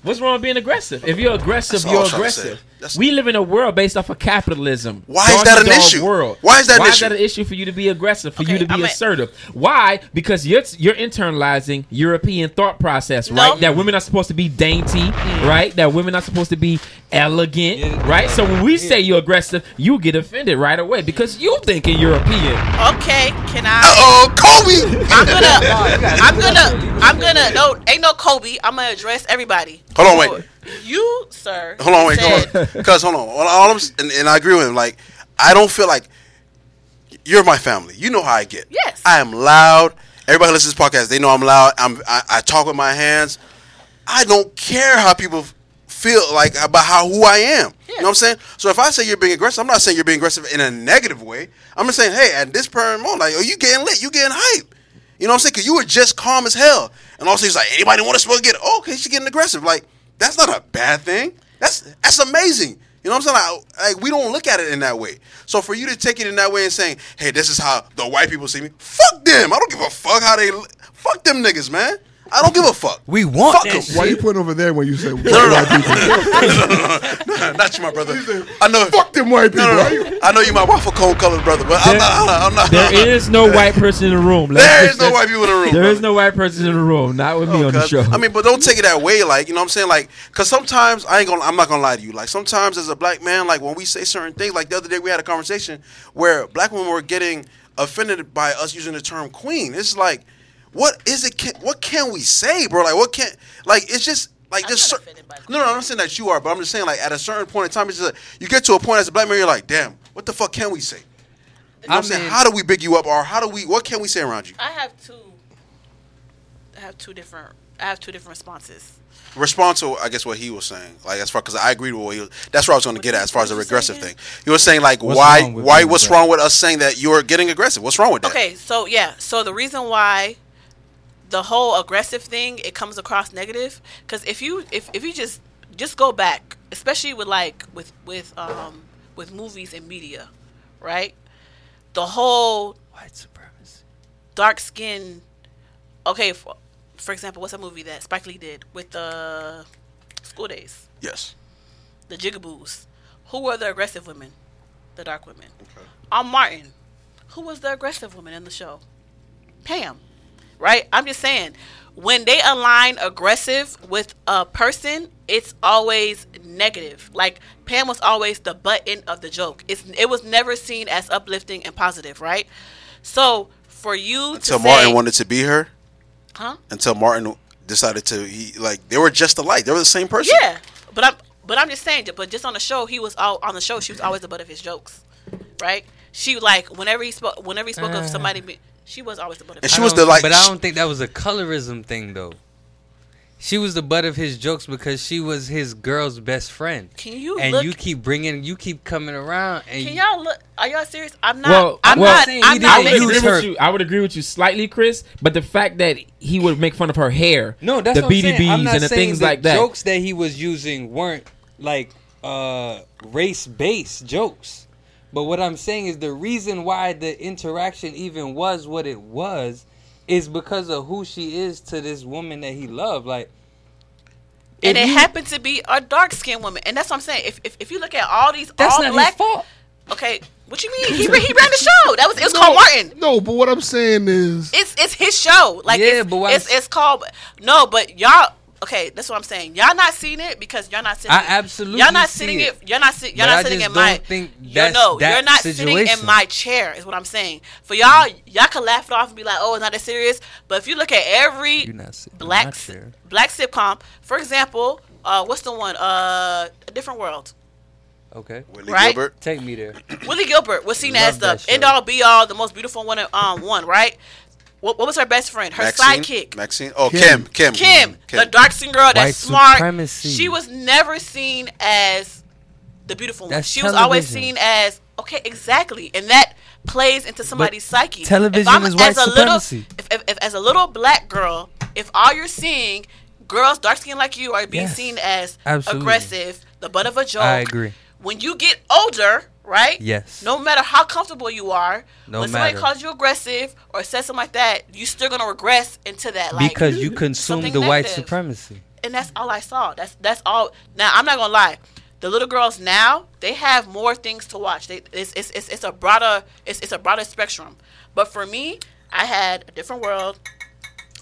Speaker 7: What's wrong with being aggressive? If you're aggressive,
Speaker 4: That's all I
Speaker 7: you're
Speaker 4: was trying to say.
Speaker 7: aggressive.
Speaker 4: That's-
Speaker 7: We live in a world based off of capitalism.
Speaker 4: Why is
Speaker 7: Dog
Speaker 4: that
Speaker 7: eat
Speaker 4: an
Speaker 7: dog
Speaker 4: issue? Why is that an
Speaker 7: Why
Speaker 4: issue?
Speaker 7: is that an issue for you to be aggressive? For you
Speaker 1: Okay,
Speaker 7: to be
Speaker 1: I'm a-
Speaker 7: assertive? Why? Because you're you're internalizing European thought process,
Speaker 1: No.
Speaker 7: right? That women are supposed to be dainty,
Speaker 1: Mm.
Speaker 7: right? That women are supposed to be elegant,
Speaker 3: Yeah.
Speaker 7: right? So when we say you're aggressive, you get offended right away because you thinking European.
Speaker 4: *laughs*
Speaker 1: okay, can I?
Speaker 4: oh Kobe
Speaker 1: I'm
Speaker 4: *laughs*
Speaker 1: gonna, um, I'm gonna, I'm gonna. No, ain't no Kobe. I'm gonna address everybody.
Speaker 4: Hold on, wait.
Speaker 1: You, sir.
Speaker 4: hold on wait
Speaker 1: said-
Speaker 4: *laughs* because hold on all, all I'm s- and, and I agree with him like I don't feel like you're my family you know how I get
Speaker 1: Yes.
Speaker 4: I am loud everybody who listens to this podcast they know I'm loud I'm I, I talk with my hands I don't care how people feel like about how who I am. You know what I'm saying? So if I say you're being aggressive, I'm not saying you're being aggressive in a negative way. I'm just saying, hey, at this current moment, like, oh, you getting lit, you getting hype. You know what I'm saying? Because you were just calm as hell, and also he's like, anybody want to smoke? Get it? Oh, okay, she's getting aggressive. Like that's not a bad thing. That's that's amazing. You know what I'm saying? Like, like we don't look at it in that way. So for you to take it in that way and saying, hey, this is how the white people see me. Fuck them. I don't give a fuck how they. li- Fuck them niggas, man. I don't give a fuck.
Speaker 3: We want
Speaker 4: fuck
Speaker 3: that
Speaker 4: 'em.
Speaker 3: shit.
Speaker 2: Why you putting over there when you say white
Speaker 4: No, *laughs* no,
Speaker 2: people?
Speaker 4: no. not you, my brother. I know.
Speaker 2: Fuck them white people.
Speaker 4: No,
Speaker 2: Why
Speaker 4: no,
Speaker 2: you-
Speaker 4: no. I know you, my waffle cone colored brother, but I'm
Speaker 7: There-
Speaker 4: not. I'm not. I'm not
Speaker 7: There is no white person in the room. Let's
Speaker 4: There
Speaker 7: just-
Speaker 4: is no white people in the room.
Speaker 7: There
Speaker 4: brother.
Speaker 7: is no white person in the room. Not with me on the
Speaker 4: Cause-
Speaker 7: show.
Speaker 4: Oh, I mean, but don't take it that way, like you know what I'm saying, like because sometimes I ain't gonna, I'm not gonna lie to you. Like sometimes as a black man, like when we say certain things, like the other day we had a conversation where black women were getting offended by us using the term queen. It's like, what is it? Can, what can we say, bro? Like what can, like it's just like
Speaker 1: I'm
Speaker 4: just
Speaker 1: not
Speaker 4: cer-
Speaker 1: offended by
Speaker 4: no, no, I'm not saying that you are, but I'm just saying like at a certain point in time, it's just like, you get to a point as a black man, you're like, damn, what the fuck can we say? You know
Speaker 3: I
Speaker 4: what I'm saying,
Speaker 3: mean-
Speaker 4: how do we big you up, or how do we? What can we say around you?
Speaker 1: I have two. I have two different. I have two different responses.
Speaker 4: response to I guess what he was saying. Like as far because I agreed with what he was. That's where I was going to get at as far as the regressive thing. He was saying like
Speaker 9: What's
Speaker 4: why
Speaker 9: wrong with
Speaker 4: why
Speaker 9: being
Speaker 4: what's wrong with us saying that you're getting aggressive? What's wrong with that?
Speaker 1: Okay, so yeah, so the reason why the whole aggressive thing it comes across negative because if you if, if you just just go back, especially with like with with um with movies and media, right? The whole
Speaker 3: White supremacy.
Speaker 1: dark skin. Okay, for, for example, what's a movie that Spike Lee did with the School Days,
Speaker 4: Yes.
Speaker 1: the Jigaboos? Who were the aggressive women? The dark women. On Martin, who was the aggressive woman in the show? Pam, right? I'm just saying, when they align aggressive with a person, it's always negative. Like Pam was always the butt end of the joke. It's it was never seen as uplifting and positive, right? So for you
Speaker 4: until
Speaker 1: to
Speaker 4: Martin
Speaker 1: say,
Speaker 4: wanted to be her.
Speaker 1: huh?
Speaker 4: Until Martin decided to, he like they were just alike. They were the same person.
Speaker 1: Yeah, but I'm but I'm just saying. But just on the show, he was all on the show. She was always the butt of his jokes, right? She like whenever he spoke whenever he
Speaker 3: Uh.
Speaker 1: spoke of somebody, be- she was always the butt of.
Speaker 4: And
Speaker 1: His
Speaker 4: she
Speaker 3: I
Speaker 4: was
Speaker 3: don't-
Speaker 4: the, like,
Speaker 3: but I
Speaker 4: sh-
Speaker 3: don't think that was a colorism thing though. She was the butt of his jokes because she was his girl's best friend.
Speaker 1: Can you
Speaker 3: and
Speaker 1: look-
Speaker 3: you keep bringing, you keep coming around, and
Speaker 1: Can
Speaker 3: you-
Speaker 1: y'all look? Are y'all serious? I'm not.
Speaker 7: Well,
Speaker 1: I'm
Speaker 7: well,
Speaker 1: not.
Speaker 3: saying he
Speaker 1: I'm not.
Speaker 3: didn't
Speaker 7: I would
Speaker 1: making-
Speaker 3: use
Speaker 7: agree
Speaker 3: her.
Speaker 7: with you. I would agree with you slightly, Chris. But the fact that he would make fun of her hair,
Speaker 3: no, that's
Speaker 7: the
Speaker 3: what I'm saying. I'm
Speaker 7: BDBs
Speaker 3: not
Speaker 7: and the
Speaker 3: saying
Speaker 7: things
Speaker 3: the
Speaker 7: like that.
Speaker 3: Jokes that he was using weren't like uh, race-based jokes. But what I'm saying is the reason why the interaction even was what it was is because of who she is to this woman that he loved. Like,
Speaker 1: and
Speaker 3: if
Speaker 1: it
Speaker 3: you-
Speaker 1: happened to be a dark skinned woman, and that's what I'm saying. If, if if you look at all these
Speaker 3: That's
Speaker 1: all
Speaker 3: not
Speaker 1: black,
Speaker 3: his fault.
Speaker 1: okay, what you mean? He ran- he ran the show. That was
Speaker 3: *laughs*
Speaker 1: it was called Martin.
Speaker 2: No, but what I'm saying is,
Speaker 1: It's it's his show. Like
Speaker 3: Yeah,
Speaker 1: it's,
Speaker 3: but why-
Speaker 1: it's it's called no, but y'all okay, that's what I'm saying. Y'all not seeing it because y'all not sitting
Speaker 3: I absolutely
Speaker 1: Y'all not
Speaker 3: see
Speaker 1: sitting
Speaker 3: it.
Speaker 1: it. You're not sitting. You're
Speaker 3: But I
Speaker 1: not sitting
Speaker 3: just
Speaker 1: in my.
Speaker 3: don't think
Speaker 1: you're-
Speaker 3: that's
Speaker 1: no,
Speaker 3: that
Speaker 1: you're not sitting
Speaker 3: situation.
Speaker 1: in my chair. Is what I'm saying. For y'all, y'all can laugh it off and be like, "Oh, it's not that serious." But if you look at every
Speaker 3: You're not sitting in
Speaker 1: black
Speaker 3: my
Speaker 1: s-
Speaker 3: chair.
Speaker 1: black sitcom, for example, uh, what's the one? Uh, a different world. *coughs*
Speaker 3: okay,
Speaker 4: Whitney
Speaker 1: Right?
Speaker 4: Gilbert.
Speaker 3: take me there.
Speaker 1: Willie Gilbert was seen
Speaker 3: Love
Speaker 1: as the
Speaker 3: that show.
Speaker 1: end all be all, the most beautiful one. Um, one right. What, what was her best friend? Her
Speaker 4: Maxine,
Speaker 1: sidekick.
Speaker 4: Maxine. Oh,
Speaker 2: Kim.
Speaker 4: Kim. Kim.
Speaker 1: Kim, the dark skin girl
Speaker 3: White
Speaker 1: that's smart.
Speaker 3: supremacy.
Speaker 1: She was never seen as the beautiful one.
Speaker 3: That's
Speaker 1: She was always
Speaker 3: television.
Speaker 1: seen as okay, exactly, and that plays into somebody's psyche.
Speaker 3: television
Speaker 1: If I'm-
Speaker 3: is white
Speaker 1: as a
Speaker 3: supremacy.
Speaker 1: Little, if, if, if as a little black girl, if all you're seeing girls dark skinned like you are being
Speaker 3: Yes.
Speaker 1: seen as
Speaker 3: Absolutely.
Speaker 1: aggressive, the butt of a joke.
Speaker 3: I agree.
Speaker 1: When you get older, right?
Speaker 3: Yes.
Speaker 1: No matter how comfortable you are,
Speaker 3: No
Speaker 1: when
Speaker 3: matter.
Speaker 1: somebody calls you aggressive or says something like that, you still gonna regress into that. Like,
Speaker 3: because you
Speaker 1: *laughs*
Speaker 3: consume
Speaker 1: something
Speaker 3: the white
Speaker 1: negative.
Speaker 3: supremacy.
Speaker 1: and that's all I saw. That's that's all. Now I'm not gonna lie. The little girls now they have more things to watch. They, it's, it's, it's, it's a broader it's, it's a broader spectrum. But for me, I had a different world.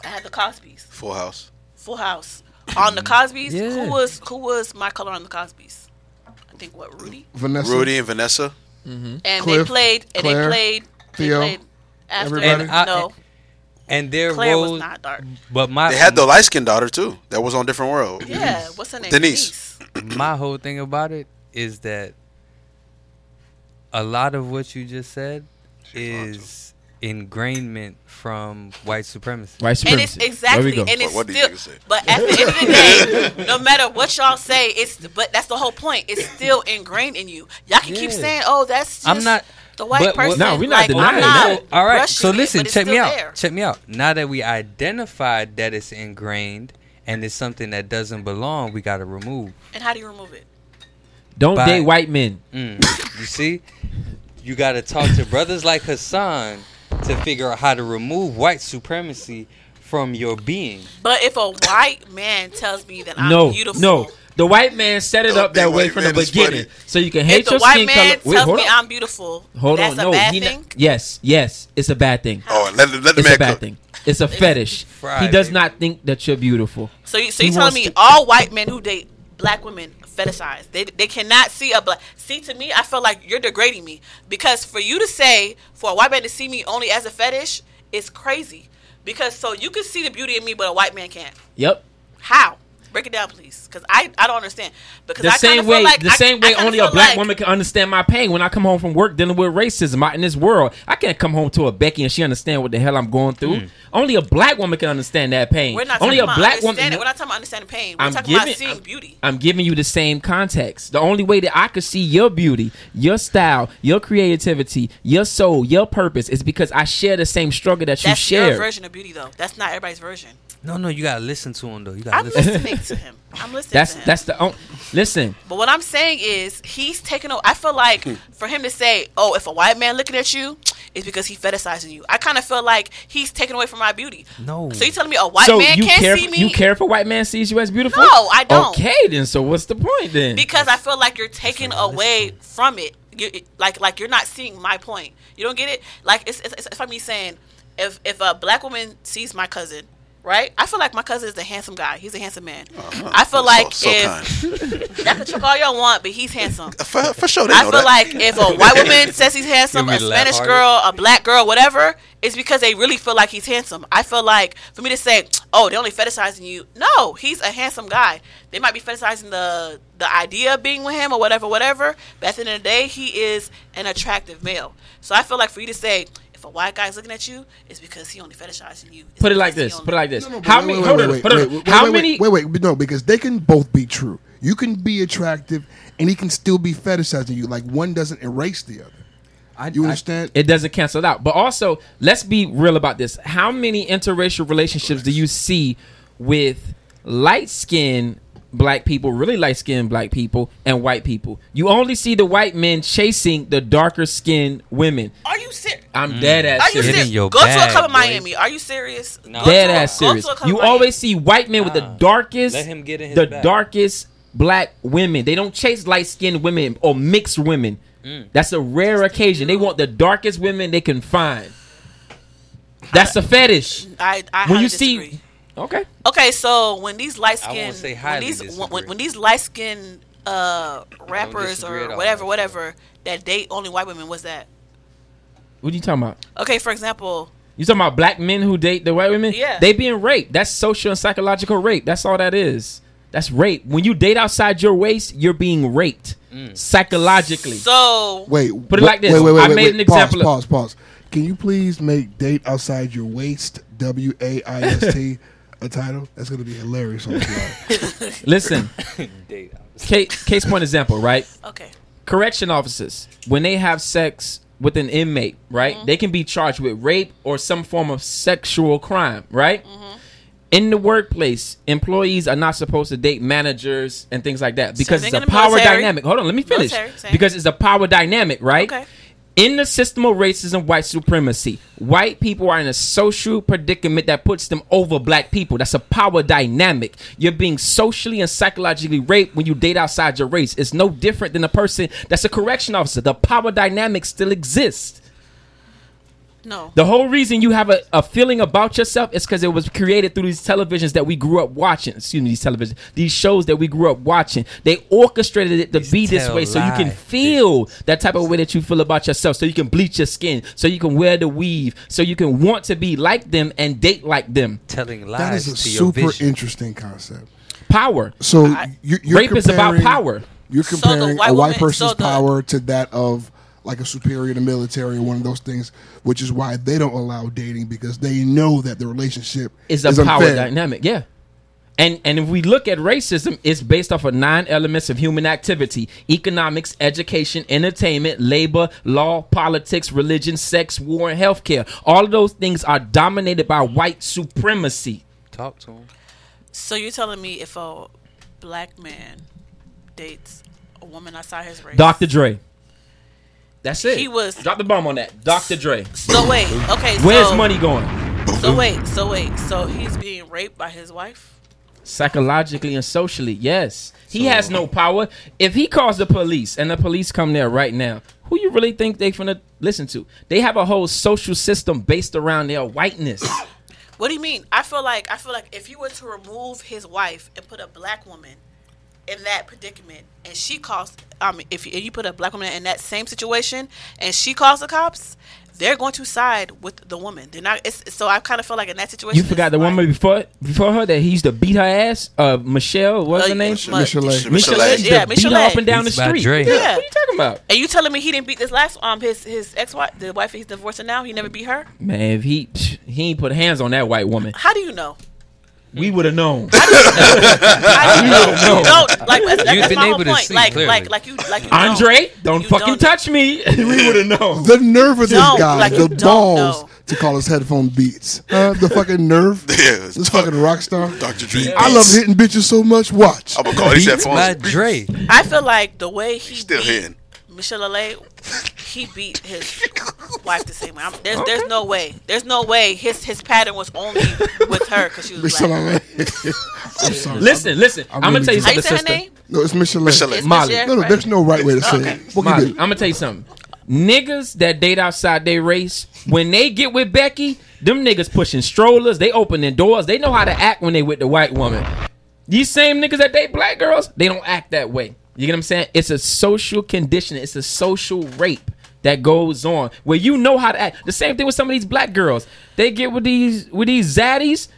Speaker 1: I had the Cosby's,
Speaker 4: Full House.
Speaker 1: Full House. On
Speaker 2: Mm-hmm.
Speaker 1: the Cosby's,
Speaker 3: Yeah.
Speaker 1: who was who was my color on the Cosby's? I think what Rudy
Speaker 2: Vanessa,
Speaker 4: Rudy and Vanessa.
Speaker 1: and
Speaker 2: Cliff,
Speaker 1: they played and
Speaker 2: Mm-hmm. Claire,
Speaker 1: they played
Speaker 2: Theo,
Speaker 1: they played after
Speaker 2: everybody.
Speaker 3: And I-
Speaker 1: no
Speaker 3: And their
Speaker 1: Claire
Speaker 3: roles,
Speaker 1: was not dark.
Speaker 3: but my
Speaker 4: They had the light skinned daughter too. That was on different world.
Speaker 1: Yeah, what's her name?
Speaker 4: Denise.
Speaker 3: *clears throat* my whole thing about it is that a lot of what you just said is ingrainment from white supremacy.
Speaker 7: White
Speaker 1: And
Speaker 7: supremacy.
Speaker 1: it's exactly,
Speaker 7: There we go.
Speaker 1: and it's
Speaker 4: What- what do you
Speaker 1: still.
Speaker 4: niggas say?
Speaker 1: But at the end of the
Speaker 4: *laughs*
Speaker 1: day, no matter what y'all say, it's. But that's the whole point. It's still ingrained in you. Y'all can keep
Speaker 3: Yeah.
Speaker 1: saying, "Oh, that's." Just
Speaker 3: I'm not-
Speaker 1: the white
Speaker 3: but what-
Speaker 1: person.
Speaker 7: No, we're not
Speaker 1: like,
Speaker 7: denying
Speaker 1: I'm
Speaker 7: it.
Speaker 1: not
Speaker 3: all right.
Speaker 1: rushing
Speaker 3: So
Speaker 1: it,
Speaker 3: listen,
Speaker 1: but it's
Speaker 3: check me
Speaker 1: still
Speaker 3: out.
Speaker 1: there.
Speaker 3: Check me out. Now that we identified that it's ingrained and it's something that doesn't belong, we got to remove.
Speaker 1: And how do you remove it?
Speaker 7: Don't
Speaker 3: Bye.
Speaker 7: date white men.
Speaker 3: Mm, you see, you got to talk to brothers like Hassan to figure out how to remove white supremacy from your being.
Speaker 1: But if a white man tells me that I'm
Speaker 7: no,
Speaker 1: beautiful,
Speaker 7: no. The white man set it
Speaker 4: No,
Speaker 7: up that
Speaker 4: big
Speaker 7: way
Speaker 4: white
Speaker 7: from the
Speaker 4: man is
Speaker 7: beginning,
Speaker 4: funny.
Speaker 7: so you can hate
Speaker 1: If the
Speaker 7: your
Speaker 1: white
Speaker 7: skin
Speaker 1: man
Speaker 7: color. Wait,
Speaker 1: tells
Speaker 7: hold
Speaker 1: me
Speaker 7: on.
Speaker 1: I'm beautiful,
Speaker 7: Hold
Speaker 1: that's
Speaker 7: on, no,
Speaker 1: a bad
Speaker 7: he
Speaker 1: thing.
Speaker 7: Not, yes, yes, it's a bad thing.
Speaker 4: Oh, let, let the
Speaker 7: It's
Speaker 4: man
Speaker 7: a bad
Speaker 4: cook.
Speaker 7: thing. It's a fetish. he
Speaker 3: fried,
Speaker 7: does
Speaker 3: baby.
Speaker 7: not think that you're beautiful.
Speaker 1: So you so you
Speaker 7: He
Speaker 1: telling
Speaker 7: wants
Speaker 1: me
Speaker 7: to-
Speaker 1: all white men who date black women fetishize? They they cannot see a black. See to me, I feel like you're degrading me because for you to say for a white man to see me only as a fetish is crazy. Because so you can see the beauty in me, but a white man can't.
Speaker 7: Yep.
Speaker 1: How? Break it down, please, because I, I don't understand. Because
Speaker 7: The
Speaker 1: I kinda
Speaker 7: same
Speaker 1: feel
Speaker 7: way,
Speaker 1: like
Speaker 7: the
Speaker 1: I-
Speaker 7: same
Speaker 1: I
Speaker 7: way
Speaker 1: kinda
Speaker 7: only a
Speaker 1: feel
Speaker 7: black
Speaker 1: like-
Speaker 7: woman can understand my pain when I come home from work dealing with racism out in this world. I can't come home to a Becky and she understand what the hell I'm going through. Only a black woman can understand that pain.
Speaker 1: Hmm. We're not
Speaker 7: only
Speaker 1: talking
Speaker 7: a
Speaker 1: about
Speaker 7: black
Speaker 1: understanding-
Speaker 7: woman.
Speaker 1: We're not talking about understanding pain. We're
Speaker 7: I'm
Speaker 1: talking
Speaker 7: giving,
Speaker 1: about seeing
Speaker 7: I'm-
Speaker 1: beauty.
Speaker 7: I'm giving you the same context. The only way that I could see your beauty, your style, your creativity, your soul, your purpose is because I share the same struggle that you
Speaker 1: That's your
Speaker 7: share.
Speaker 1: version of beauty, though. That's not everybody's version.
Speaker 3: No, no, you got to listen to him though. You got
Speaker 1: I'm
Speaker 3: to listen.
Speaker 7: *laughs*
Speaker 1: listening to him. I'm listening.
Speaker 7: That's
Speaker 1: to him.
Speaker 7: that's the only. Listen,
Speaker 1: But what I'm saying is he's taking. o- I feel like
Speaker 4: Hmm.
Speaker 1: for him to say, "Oh, if a white man looking at you, it's because he fetishizing you." I kind of feel like he's taking away from my beauty.
Speaker 3: No.
Speaker 1: So you telling me a white
Speaker 7: so
Speaker 1: man
Speaker 7: you
Speaker 1: can't
Speaker 7: care?
Speaker 1: see me?
Speaker 7: You care if a white man sees you as beautiful?
Speaker 1: No, I don't.
Speaker 7: Okay, then. So what's the point then?
Speaker 1: because I feel like you're taken away from it. You it- like like you're not seeing my point. You don't get it. Like it's it's, it's like me saying if if a black woman sees my cousin, right? I feel like my cousin is a handsome guy. He's a handsome man. I feel like
Speaker 4: Uh-huh. so, so
Speaker 1: if
Speaker 4: kind.
Speaker 1: y'all can trick all y'all want, but he's handsome.
Speaker 4: For, for sure, they
Speaker 1: I
Speaker 4: know
Speaker 1: feel
Speaker 4: that.
Speaker 1: like if a white
Speaker 3: *laughs*
Speaker 1: woman says he's handsome,
Speaker 3: me
Speaker 1: a
Speaker 3: the laugh
Speaker 1: Spanish
Speaker 3: harder.
Speaker 1: girl, a black girl, whatever, it's because they really feel like he's handsome. I feel like for me to say, oh, they're only fetishizing you. No, he's a handsome guy. They might be fetishizing the the idea of being with him or whatever, whatever. But at the end of the day, he is an attractive male. So I feel like for you to say. If a white guy's looking at you, it's because he only fetishizing you. It's
Speaker 7: Put it
Speaker 1: because
Speaker 7: like
Speaker 1: he
Speaker 7: this.
Speaker 1: only-
Speaker 7: Put it like this.
Speaker 2: No, no, but
Speaker 7: How
Speaker 2: wait,
Speaker 7: many?
Speaker 2: wait,
Speaker 7: Hold
Speaker 2: wait,
Speaker 7: on.
Speaker 2: wait,
Speaker 7: Hold
Speaker 2: wait,
Speaker 7: on.
Speaker 2: wait,
Speaker 7: How
Speaker 2: wait,
Speaker 7: many?
Speaker 2: Wait, wait, but no, because they can both be true. You can be attractive, and he can still be fetishizing you. Like one doesn't erase the other.
Speaker 9: I,
Speaker 2: You
Speaker 9: I-
Speaker 2: understand?
Speaker 7: It doesn't cancel out. But also, let's be real about this. How many interracial relationships do you see with light skinned black people, really light skinned black people, and white people? You only see the white men chasing the darker skinned women.
Speaker 1: Are you serious?
Speaker 7: I'm dead
Speaker 1: Are you
Speaker 7: ass
Speaker 3: Get in
Speaker 7: serious.
Speaker 1: serious?
Speaker 3: your
Speaker 1: Go to a
Speaker 3: bag,
Speaker 1: club in
Speaker 3: boys.
Speaker 1: Miami. Are you serious?
Speaker 5: No.
Speaker 1: Go to
Speaker 7: Dead
Speaker 1: a- go
Speaker 7: ass
Speaker 1: to a
Speaker 7: serious.
Speaker 1: club in
Speaker 7: You
Speaker 1: Miami.
Speaker 7: always see white men with the
Speaker 3: Nah.
Speaker 7: darkest,
Speaker 3: Let him get in his
Speaker 7: the
Speaker 3: bag.
Speaker 7: darkest black women. They don't chase light skinned women or mixed women. That's a rare occasion. They want the darkest women they can find. That's a fetish.
Speaker 1: I, I
Speaker 7: when
Speaker 1: highly
Speaker 7: you see
Speaker 1: disagree.
Speaker 7: okay
Speaker 1: Okay, so when these light
Speaker 3: I
Speaker 1: skin,
Speaker 3: won't say
Speaker 1: when
Speaker 3: highly
Speaker 1: these when, when,
Speaker 3: disagree.
Speaker 1: when these light skin uh, rappers
Speaker 3: disagree at
Speaker 1: or
Speaker 3: all,
Speaker 1: whatever,
Speaker 3: actually.
Speaker 1: whatever that date only white women, was that?
Speaker 7: what are you talking about
Speaker 1: Okay, for example,
Speaker 7: you talking about black men who date the white women
Speaker 1: Yeah.
Speaker 7: they being raped that's social and psychological rape that's all that is that's rape when you date outside your waist you're being raped psychologically
Speaker 1: so
Speaker 2: Wait,
Speaker 7: Put it
Speaker 2: wait,
Speaker 7: like this.
Speaker 2: Wait, wait, wait,
Speaker 7: I
Speaker 2: wait,
Speaker 7: made
Speaker 2: wait.
Speaker 7: an example of-
Speaker 2: Pause, pause, pause. Can you please make date outside your waist W A I S T a title? That's gonna be hilarious.
Speaker 3: *laughs*
Speaker 2: On the blog.
Speaker 7: listen
Speaker 3: Date.
Speaker 7: case, case point example right
Speaker 1: okay,
Speaker 7: correction officers when they have sex with an inmate right
Speaker 1: Mm-hmm.
Speaker 7: they can be charged with rape or some form of sexual crime right
Speaker 1: Mm-hmm.
Speaker 7: in the workplace employees are not supposed to date managers and things like that because
Speaker 1: they
Speaker 7: it's a
Speaker 1: go to
Speaker 7: power
Speaker 1: military.
Speaker 7: dynamic hold on let me finish
Speaker 1: Military, same.
Speaker 7: because it's a power dynamic right
Speaker 1: Okay.
Speaker 7: in the system of racism, white supremacy, white people are in a social predicament that puts them over black people. That's a power dynamic. You're being socially and psychologically raped when you date outside your race. It's no different than a person that's a correction officer. The power dynamic still exists.
Speaker 1: no,
Speaker 7: The whole reason you have a, a feeling about yourself is because it was created through these televisions that we grew up watching. Excuse me, these televisions, these shows that we grew up watching. They orchestrated it to
Speaker 3: These
Speaker 7: be this
Speaker 3: tell
Speaker 7: way so you can
Speaker 3: lie
Speaker 7: feel that type of way that you feel about yourself. So you can bleach your skin, so you can wear the weave, so you can want to be like them and date like them.
Speaker 3: Telling lies
Speaker 2: that is a
Speaker 3: to your
Speaker 2: super
Speaker 3: vision.
Speaker 2: interesting concept.
Speaker 7: Power.
Speaker 2: So you you're
Speaker 7: rape is about
Speaker 2: comparing-
Speaker 7: power.
Speaker 2: You're
Speaker 1: So the
Speaker 2: comparing
Speaker 1: white
Speaker 2: a white
Speaker 1: woman-
Speaker 2: person's
Speaker 1: so the-
Speaker 2: power to that of like a superior to military or one of those things, which is why they don't allow dating because they know that the relationship
Speaker 7: is a power
Speaker 2: unfair.
Speaker 7: dynamic. Yeah. And and if we look at racism, it's based off of nine elements of human activity: economics, education, entertainment, labor, law, politics, religion, sex, war, and healthcare. All of those things are dominated by white supremacy.
Speaker 3: Talk to him.
Speaker 1: so you're telling me if a black man dates a woman outside his race,
Speaker 7: Dr. Dre. That's it.
Speaker 1: He was-
Speaker 7: drop the bomb on that. Dr. Dre.
Speaker 1: So wait, okay,
Speaker 7: Where's
Speaker 1: so,
Speaker 7: money going?
Speaker 1: So wait, so wait, so he's being raped by his wife.
Speaker 7: psychologically and socially. Yes, he has no power. If he calls the police and the police come there right now, who you really think they finna listen to? They have a whole social system based around their *coughs* whiteness.
Speaker 1: What do you mean? I feel like I feel like if you were to remove his wife and put a black woman in that predicament, and she calls, um, if you, you put a black woman in that same situation, and she calls the cops, they're going to side with the woman. They're not. It's, so I kind of feel like in that situation,
Speaker 7: you forgot
Speaker 1: it's
Speaker 7: the
Speaker 1: like-
Speaker 7: woman before before her that he used to beat her ass. Uh, Michelle, what's
Speaker 1: Uh,
Speaker 7: her name?
Speaker 1: Mich-
Speaker 2: Michelle,
Speaker 4: Michelle-
Speaker 7: Michelle
Speaker 4: Michelle.
Speaker 7: used to
Speaker 1: Yeah,
Speaker 7: beat her
Speaker 1: Michelle.
Speaker 7: up and down the
Speaker 3: Beats by
Speaker 7: street.
Speaker 3: Dre.
Speaker 7: Yeah,
Speaker 1: Yeah.
Speaker 7: what are you talking about?
Speaker 1: And you telling me he didn't beat this last um his his ex wife, the wife he's divorcing now, he never beat her?
Speaker 7: Man, if he *sniffs* psh, he ain't put hands on that white woman,
Speaker 1: How do you know?
Speaker 7: we would have known.
Speaker 1: How do you know?
Speaker 7: know.
Speaker 1: Don't like that's, that's
Speaker 3: You've been
Speaker 1: my whole
Speaker 3: able to
Speaker 1: point.
Speaker 3: see
Speaker 1: like
Speaker 3: clearly.
Speaker 1: like like you like you don't.
Speaker 7: Andre, don't
Speaker 1: You
Speaker 7: fucking
Speaker 1: don't-
Speaker 7: touch me. *laughs* we would have known.
Speaker 2: The nerve of this
Speaker 1: Don't,
Speaker 2: guy,
Speaker 1: like, you
Speaker 2: the
Speaker 1: don't
Speaker 2: balls
Speaker 1: know.
Speaker 2: to call his headphone beats. Huh? The fucking
Speaker 4: *laughs*
Speaker 2: nerve.
Speaker 4: Yeah, it's
Speaker 2: this fucking rock star.
Speaker 4: Dr. Dre.
Speaker 2: I love hitting bitches so much.
Speaker 4: *laughs*
Speaker 2: Watch.
Speaker 4: I'm gonna call these
Speaker 3: Beats by
Speaker 4: headphones.
Speaker 3: Dre.
Speaker 1: I feel like the way he
Speaker 4: Still
Speaker 1: beat
Speaker 4: hitting.
Speaker 1: Michelle Lele, he beat his wife the same way. I'm, there's there's no way. There's no way his his pattern was only with her because she was
Speaker 2: Michelle
Speaker 1: black.
Speaker 2: I'm sorry.
Speaker 7: Listen, listen. I'm,
Speaker 2: I'm really
Speaker 7: gonna tell you
Speaker 1: How you
Speaker 7: something,
Speaker 1: say her
Speaker 7: sister.
Speaker 1: name?
Speaker 2: No, it's Michelle.
Speaker 4: Michelle.
Speaker 1: It's
Speaker 7: Molly.
Speaker 1: Michelle,
Speaker 2: No, no,
Speaker 1: right?
Speaker 2: there's no right way to say it. What
Speaker 7: Molly,
Speaker 2: you
Speaker 7: I'm
Speaker 2: do?
Speaker 7: gonna tell you something. Niggas that date outside their race, when they get with Becky, Them niggas pushing strollers. They opening doors. They know how to act when they with the white woman. These same niggas that date black girls, they don't act that way. You get what I'm saying? It's a social conditioning. It's a social rape that goes on where you know how to act. The same thing with some of these black girls. They get with these with these zaddies.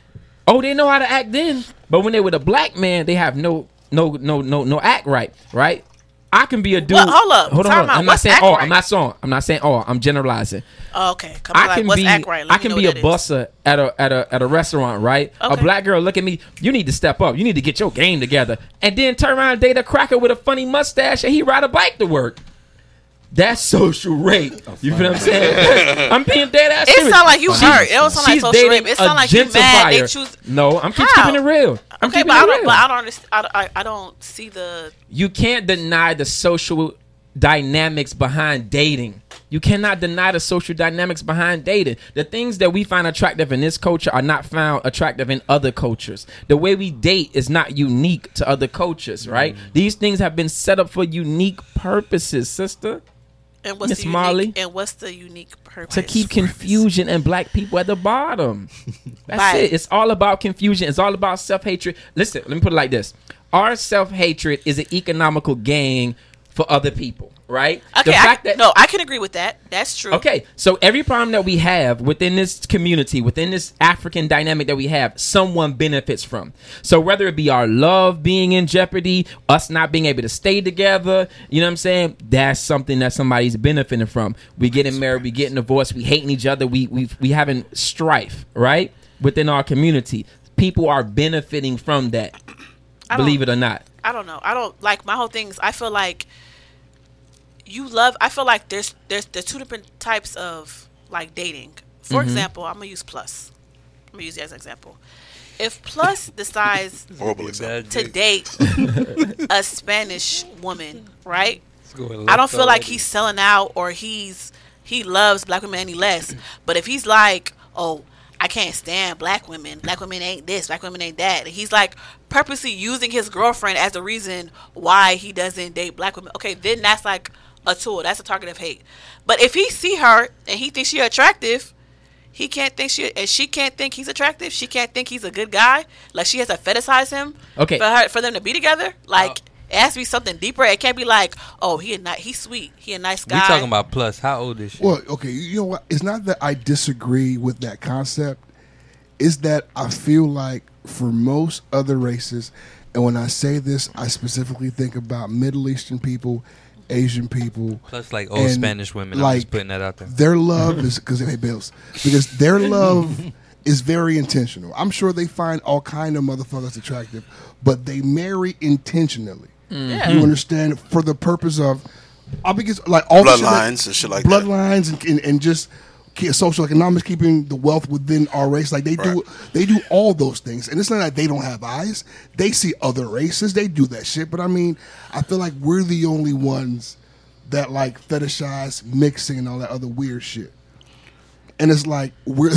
Speaker 7: Oh, they know how to act then. But when they with a black man, they have no no no no no act right, right? I can be a dude.
Speaker 1: What- hold up.
Speaker 7: Hold on.
Speaker 1: Time
Speaker 7: hold on.
Speaker 1: out.
Speaker 7: I'm not
Speaker 1: What's
Speaker 7: saying
Speaker 1: act
Speaker 7: all.
Speaker 1: right?
Speaker 7: I'm not saying. I'm not saying all. I'm generalizing.
Speaker 1: Oh, okay. Come
Speaker 7: I
Speaker 1: like,
Speaker 7: can
Speaker 1: what's
Speaker 7: be
Speaker 1: act right? Let
Speaker 7: I
Speaker 1: me
Speaker 7: can
Speaker 1: know
Speaker 7: be
Speaker 1: what
Speaker 7: a
Speaker 1: that is.
Speaker 7: busser at a at a at a restaurant, right?
Speaker 1: Okay.
Speaker 7: A black girl look at me. You need to step up. You need to get your game together, and then turn around and date a cracker with a funny mustache, and he ride a bike to work. That's social rape. You feel what I'm saying? I'm being dead ass.
Speaker 1: It
Speaker 7: serious.
Speaker 1: sound like you
Speaker 7: She's-
Speaker 1: hurt. It don't sound like
Speaker 7: she's
Speaker 1: social rape.
Speaker 7: dating
Speaker 1: It sound
Speaker 7: a
Speaker 1: like you mad. They
Speaker 7: gentrifier.
Speaker 1: choose-
Speaker 7: No, I'm keep
Speaker 1: How?
Speaker 7: keeping it real. I'm
Speaker 1: Okay,
Speaker 7: keeping
Speaker 1: but
Speaker 7: it
Speaker 1: I
Speaker 7: real
Speaker 1: don't. But I don't understand. I, don't- I, I don't see the.
Speaker 7: you can't deny the social dynamics behind dating. You cannot deny the social dynamics behind dating. The things that we find attractive in this culture are not found attractive in other cultures. The way we date is not unique to other cultures, right? These things have been set up for unique purposes, sister,
Speaker 1: And what's
Speaker 7: Miss
Speaker 1: the unique,
Speaker 7: Marley?
Speaker 1: And what's the unique purpose?
Speaker 7: to keep confusion and black people at the bottom. That's
Speaker 1: Right.
Speaker 7: it. It's all about confusion. It's all about self hatred. Listen, let me put it like this: our self hatred is an economical gain for other people, right?
Speaker 1: Okay, I, no, I can agree with that. That's true.
Speaker 7: Okay, so every problem that we have within this community, within this African dynamic that we have, someone benefits from. So whether it be our love being in jeopardy, us not being able to stay together, you know what I'm saying? That's something that somebody's benefiting from. We getting married, we getting divorced, we hating each other, we we we having strife, right? Within our community, people are benefiting from that.
Speaker 1: I don't-
Speaker 7: Believe it or not.
Speaker 1: I don't know. I don't like my whole thing is I feel like you love I feel like there's there's there's two different types of like dating. For example, I'm gonna use plus. I'm gonna use that as an example. If plus decides
Speaker 4: Horrible example.
Speaker 1: to date a Spanish woman, right?
Speaker 3: going
Speaker 1: I don't
Speaker 3: left
Speaker 1: feel like
Speaker 3: already.
Speaker 1: he's selling out or he's he loves black women any less. *clears throat* But if he's like, oh, I can't stand black women. Black women ain't this. Black women ain't that. And he's like purposely using his girlfriend as the reason why he doesn't date black women. Okay, then that's like a tool. That's a target of hate. But if he see her and he thinks she attractive, he can't think she and she can't think he's attractive. She can't think he's a good guy. Like she has to fetishize him.
Speaker 7: Okay.
Speaker 1: For her, for them to be together, like it has to be something deeper. It can't be like, oh, he a ni- he's sweet, he a nice guy.
Speaker 3: We talking about plus. How old is she?
Speaker 2: Well, okay, you know what? It's not that I disagree with that concept. It's that I feel like for most other races, and when I say this, I specifically think about Middle Eastern people, Asian people.
Speaker 3: Plus, like old
Speaker 2: and,
Speaker 3: Spanish women. I'm just putting that out there.
Speaker 2: Their love is because they pay bills. Because their
Speaker 3: *laughs*
Speaker 2: love is very intentional. I'm sure they find all kind of motherfuckers attractive, but they marry intentionally.
Speaker 1: Yeah.
Speaker 2: You understand for the purpose of, I because like all the shit that-
Speaker 4: Bloodlines and shit like that.
Speaker 2: bloodlines and, and and just ke- social economics, keeping the wealth within our race. Like they do, they do all those things. And it's not like they don't have eyes. They see other races. They do that shit. But I mean, I feel like we're the only ones that like fetishize mixing and all that other weird shit. And it's like *laughs* we're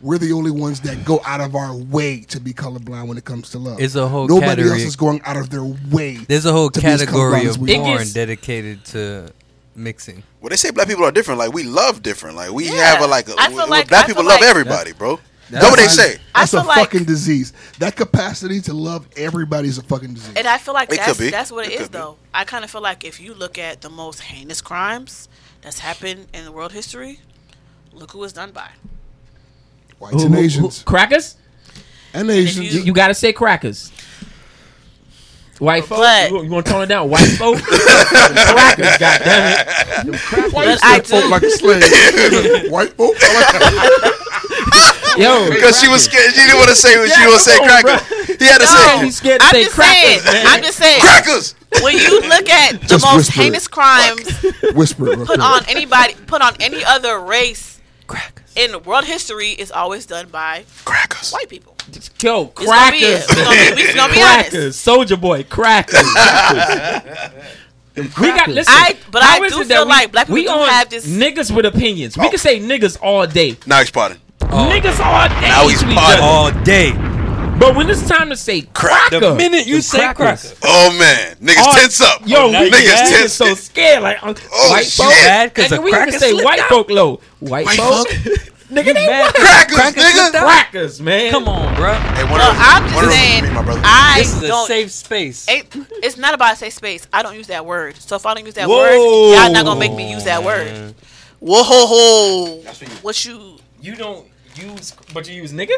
Speaker 2: we're the only ones that go out of our way to be colorblind when it comes to love.
Speaker 3: It's a whole
Speaker 2: nobody
Speaker 3: category-
Speaker 2: else is going out of their way.
Speaker 3: There's a whole
Speaker 2: to be as
Speaker 3: category
Speaker 2: colorblind
Speaker 3: of
Speaker 2: as we
Speaker 7: It
Speaker 2: are.
Speaker 3: porn
Speaker 7: gets-
Speaker 3: dedicated to mixing.
Speaker 4: Well, they say black people are different. Like we love different. Like we
Speaker 1: Yeah.
Speaker 4: have a like. A,
Speaker 1: I feel
Speaker 4: well,
Speaker 1: like-
Speaker 4: black
Speaker 1: I
Speaker 4: people
Speaker 1: feel
Speaker 4: love
Speaker 1: like-
Speaker 4: everybody, bro. That's what they
Speaker 2: That's
Speaker 4: say.
Speaker 1: I
Speaker 2: That's a
Speaker 1: feel like-
Speaker 2: fucking disease. That capacity to love everybody is a fucking disease.
Speaker 1: And I feel like
Speaker 4: It could
Speaker 1: that's
Speaker 4: be.
Speaker 1: that's what
Speaker 4: It
Speaker 1: it is
Speaker 4: could be.
Speaker 1: though. I kind of feel like if you look at the most heinous crimes that's happened in the world history, look who was done by.
Speaker 2: Whites and
Speaker 7: Who- who-
Speaker 2: Asians.
Speaker 7: who- crackers?
Speaker 2: And Asians. *laughs*
Speaker 7: You, you gotta say crackers. White folk,
Speaker 1: But-
Speaker 7: you, want to tone it down? White folk, *laughs* crackers.
Speaker 1: *laughs*
Speaker 7: God damn it!
Speaker 1: But I do.
Speaker 2: Folk like a
Speaker 7: *laughs*
Speaker 2: slave. White folk. I like-
Speaker 7: Yo,
Speaker 4: Because she was scared. She didn't want to say. she didn't want to say
Speaker 7: come on,
Speaker 4: crackers. He had to
Speaker 7: No.
Speaker 4: say
Speaker 7: He's scared to
Speaker 1: I'm
Speaker 7: say
Speaker 1: just
Speaker 7: crackers,
Speaker 1: saying.
Speaker 7: man.
Speaker 1: I'm just saying.
Speaker 4: crackers.
Speaker 1: When you look at the
Speaker 2: Just
Speaker 1: most
Speaker 2: whisper it.
Speaker 1: heinous crimes
Speaker 2: Whisper it
Speaker 1: put
Speaker 2: real quick.
Speaker 1: on anybody, put on any other race in world history is always done by
Speaker 4: Crackers.
Speaker 1: white people. It's gonna
Speaker 7: yo,
Speaker 1: be-
Speaker 7: crackers,
Speaker 1: it's gonna be- We gonna be honest.
Speaker 7: crackers, soldier boy, crackers. We got listen.
Speaker 1: I- but
Speaker 7: how
Speaker 1: I
Speaker 7: is
Speaker 1: do
Speaker 7: it that
Speaker 1: feel
Speaker 7: we-
Speaker 1: like black people
Speaker 7: we
Speaker 1: do
Speaker 7: on
Speaker 1: have this- Oh.
Speaker 7: niggas with opinions. We can say niggas all day,
Speaker 4: Now he's potting.
Speaker 7: niggas all day.
Speaker 4: Now he's
Speaker 7: to each
Speaker 4: part-
Speaker 7: other.
Speaker 3: All day.
Speaker 7: But when it's time to say
Speaker 4: Crack-
Speaker 7: cracker,
Speaker 4: the
Speaker 3: minute you
Speaker 7: them
Speaker 3: say cracker.
Speaker 4: Oh man, niggas
Speaker 7: all-
Speaker 4: tense up.
Speaker 7: Yo, we
Speaker 4: niggas
Speaker 7: niggas
Speaker 4: tense.
Speaker 7: so scared. Like, oh,
Speaker 4: Oh,
Speaker 7: white
Speaker 4: shit.
Speaker 7: folk.
Speaker 3: Bad because
Speaker 7: And
Speaker 3: a
Speaker 7: then we even
Speaker 3: cracker
Speaker 7: say
Speaker 3: slipped
Speaker 7: white
Speaker 3: out.
Speaker 7: folk low. White, folk. *laughs* Nigga, they
Speaker 3: mad
Speaker 7: crackers,
Speaker 4: Crackers, nigga.
Speaker 7: crackers, man.
Speaker 3: Come on, bro.
Speaker 4: Hey, one
Speaker 1: Well,
Speaker 4: of those-
Speaker 1: I'm
Speaker 4: one
Speaker 1: just
Speaker 4: of those is
Speaker 1: saying,
Speaker 4: me, my brother.
Speaker 1: I
Speaker 3: This is a
Speaker 1: don't.
Speaker 3: safe space.
Speaker 1: it- it's not about safe space. I don't use that word. So if I don't use that
Speaker 7: Whoa.
Speaker 1: word, y'all not gonna make me use that word.
Speaker 3: Man.
Speaker 1: Whoa ho ho! What you?
Speaker 7: You don't use, but you use nigga.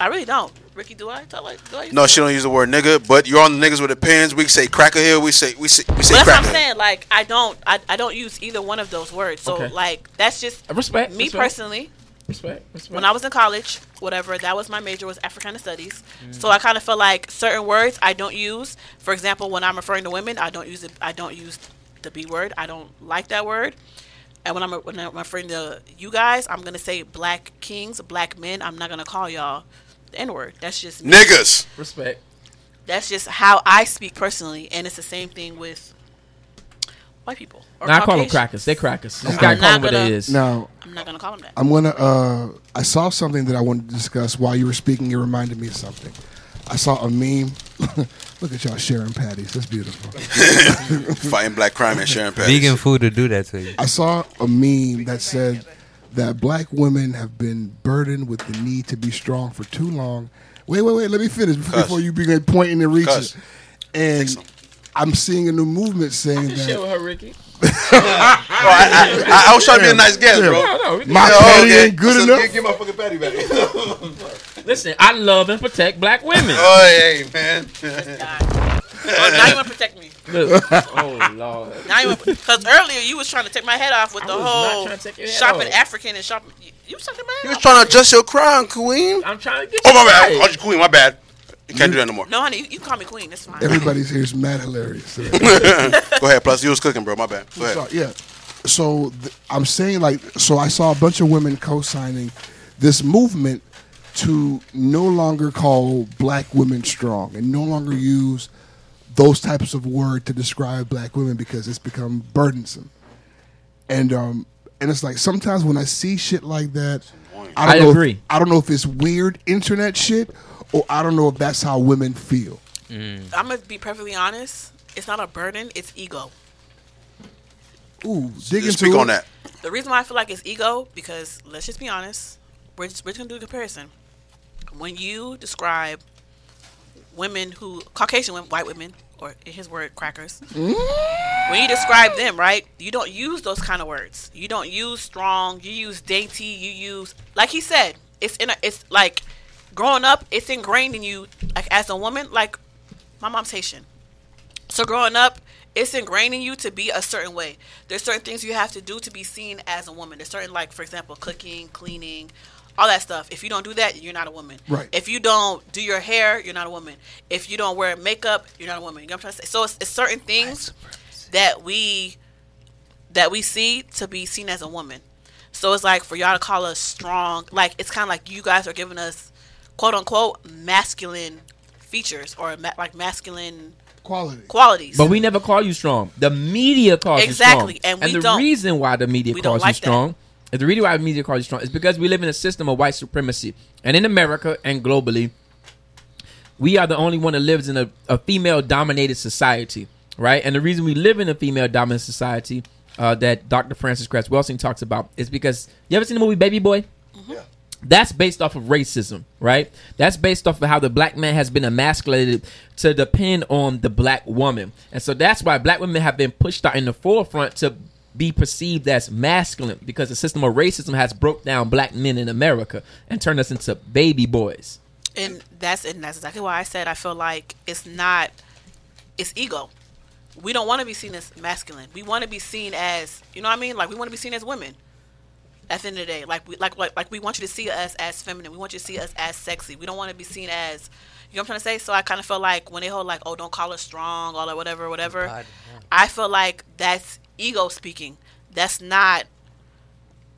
Speaker 1: I really don't. Ricky, do I? Talk like, do I use
Speaker 4: no,
Speaker 1: that?
Speaker 4: she don't use the word nigga, but you're on the niggas with opinions. We say cracker here. We say we say we say
Speaker 1: But that's what I'm
Speaker 4: cracker.
Speaker 1: saying. Like I don't. I, I don't use either one of those words. So
Speaker 7: Okay.
Speaker 1: like that's just
Speaker 7: Respect.
Speaker 1: me
Speaker 7: respect,
Speaker 1: personally.
Speaker 7: Respect. Respect.
Speaker 1: when I was in college, whatever, that was my major was Africana Studies. So I kind of feel like certain words I don't use. For example, when I'm referring to women, I don't use it. I don't use the B word. I don't like that word. And when I'm when I'm referring to you guys, I'm gonna say black kings, black men. I'm not gonna call y'all the N word. That's just me.
Speaker 4: Niggas.
Speaker 7: respect.
Speaker 1: That's just how I speak personally, and it's the same thing with white people. or
Speaker 7: Nah, I call them
Speaker 1: Caucasians.
Speaker 7: crackers. They crackers. You just gotta
Speaker 1: I'm
Speaker 7: call
Speaker 1: not
Speaker 7: them what it
Speaker 1: gonna-
Speaker 7: is.
Speaker 2: Now,
Speaker 1: I'm not gonna call them that.
Speaker 2: I'm gonna. Uh, I saw something that I wanted to discuss while you were speaking. It reminded me of something. I saw a meme. *laughs* Look at y'all sharing patties. That's beautiful.
Speaker 4: Fighting black crime and sharing patties.
Speaker 3: Vegan food will do that to you.
Speaker 2: I saw a meme that said that black women have been burdened with the need to be strong for too long. Wait, wait, wait. Let me finish before,
Speaker 4: Cuss.
Speaker 2: before you begin pointing and reaching.
Speaker 4: Cuss.
Speaker 2: And
Speaker 4: some.
Speaker 2: I'm seeing a new movement saying that
Speaker 7: her, Ricky.
Speaker 4: Oh, I, I, I, I was trying to be a nice guest,
Speaker 2: Yeah.
Speaker 4: bro.
Speaker 7: No, no. we can-
Speaker 2: my
Speaker 4: Yeah, oh,
Speaker 2: patty
Speaker 4: okay.
Speaker 2: ain't good
Speaker 4: So,
Speaker 2: enough.
Speaker 4: Give, give my fucking patty back. *laughs*
Speaker 7: Listen, I love and protect black women.
Speaker 4: oh, hey, man.
Speaker 1: Oh, now you wanna protect me?
Speaker 7: Look. *laughs* Oh lord.
Speaker 1: Now you, because earlier you was trying to take my head off with the
Speaker 7: was not
Speaker 1: whole
Speaker 7: trying to take your head
Speaker 1: shopping
Speaker 7: off.
Speaker 1: African and shopping. You, you was talking my head
Speaker 4: You was
Speaker 1: off.
Speaker 4: trying to adjust your crown, queen.
Speaker 7: I'm trying to get.
Speaker 4: Oh, my
Speaker 7: you
Speaker 4: bad.
Speaker 7: right.
Speaker 4: I was queen. My bad. You can't do that no more.
Speaker 1: No, honey, you, you call me queen. That's fine.
Speaker 2: Everybody's here is mad hilarious.
Speaker 4: *laughs*
Speaker 2: today.
Speaker 4: Go ahead, plus. You was cooking, bro. My bad. Go
Speaker 2: So,
Speaker 4: ahead.
Speaker 2: yeah. So th- I'm saying like so I saw a bunch of women co-signing this movement to no longer call black women strong and no longer use those types of word to describe black women because it's become burdensome. And um and it's like sometimes when I see shit like that, I
Speaker 7: I
Speaker 2: don't know
Speaker 7: agree.
Speaker 2: If, I don't know if it's weird internet shit or I don't know if that's how women feel.
Speaker 1: I'm gonna be perfectly honest. It's not a burden. It's ego.
Speaker 2: Ooh, dig into
Speaker 4: Speak
Speaker 2: it.
Speaker 4: on that.
Speaker 1: The reason why I feel like it's ego because let's just be honest. We're just, we're just gonna do a comparison. When you describe women who Caucasian women, white women, or in his word, crackers. When you describe them, right? You don't use those kind of words. You don't use strong. You use dainty. You use like he said. It's in a. It's like growing up. It's ingrained in you. Like as a woman, like my mom's Haitian. So growing up, it's ingrained in you to be a certain way. There's certain things you have to do to be seen as a woman. There's certain like, for example, cooking, cleaning, all that stuff. If you don't do that, you're not a woman.
Speaker 2: Right.
Speaker 1: If you don't do your hair, you're not a woman. If you don't wear makeup, you're not a woman. You know what I'm trying to say? So it's, it's certain things that we that we see to be seen as a woman. So it's like for y'all to call us strong, like it's kind of like you guys are giving us quote unquote masculine features or ma- like masculine
Speaker 2: Quality.
Speaker 1: qualities.
Speaker 7: But we never call you strong. The media calls
Speaker 1: Exactly,
Speaker 7: you strong.
Speaker 1: and we
Speaker 7: the
Speaker 1: don't-
Speaker 7: reason why the media
Speaker 1: we don't
Speaker 7: calls you
Speaker 1: like that.
Speaker 7: strong, and the reason why the media calls you strong is because we live in a system of white supremacy. And in America and globally, we are the only one that lives in a, a female dominated society, right? And the reason we live in a female dominated society uh, that Dr. Francis Kratz Welsing talks about is because you ever seen the movie Baby Boy? that's based off of racism, right? That's based off of how the black man has been emasculated to depend on the black woman. And so that's why black women have been pushed out in the forefront to be perceived as masculine because the system of racism has broke down black men in America and turned us into baby boys.
Speaker 1: and that's and that's exactly why I said I feel like it's not it's ego. We don't want to be seen as masculine. We want to be seen as you know what I mean. Like we want to be seen as women. At the end of the day, like we like like like we want you to see us as feminine. We want you to see us as sexy. We don't want to be seen as you know what I'm trying to say. So I kind of feel like when they hold like oh don't call us strong all that whatever whatever,
Speaker 3: God,
Speaker 1: I feel like that's ego speaking. That's not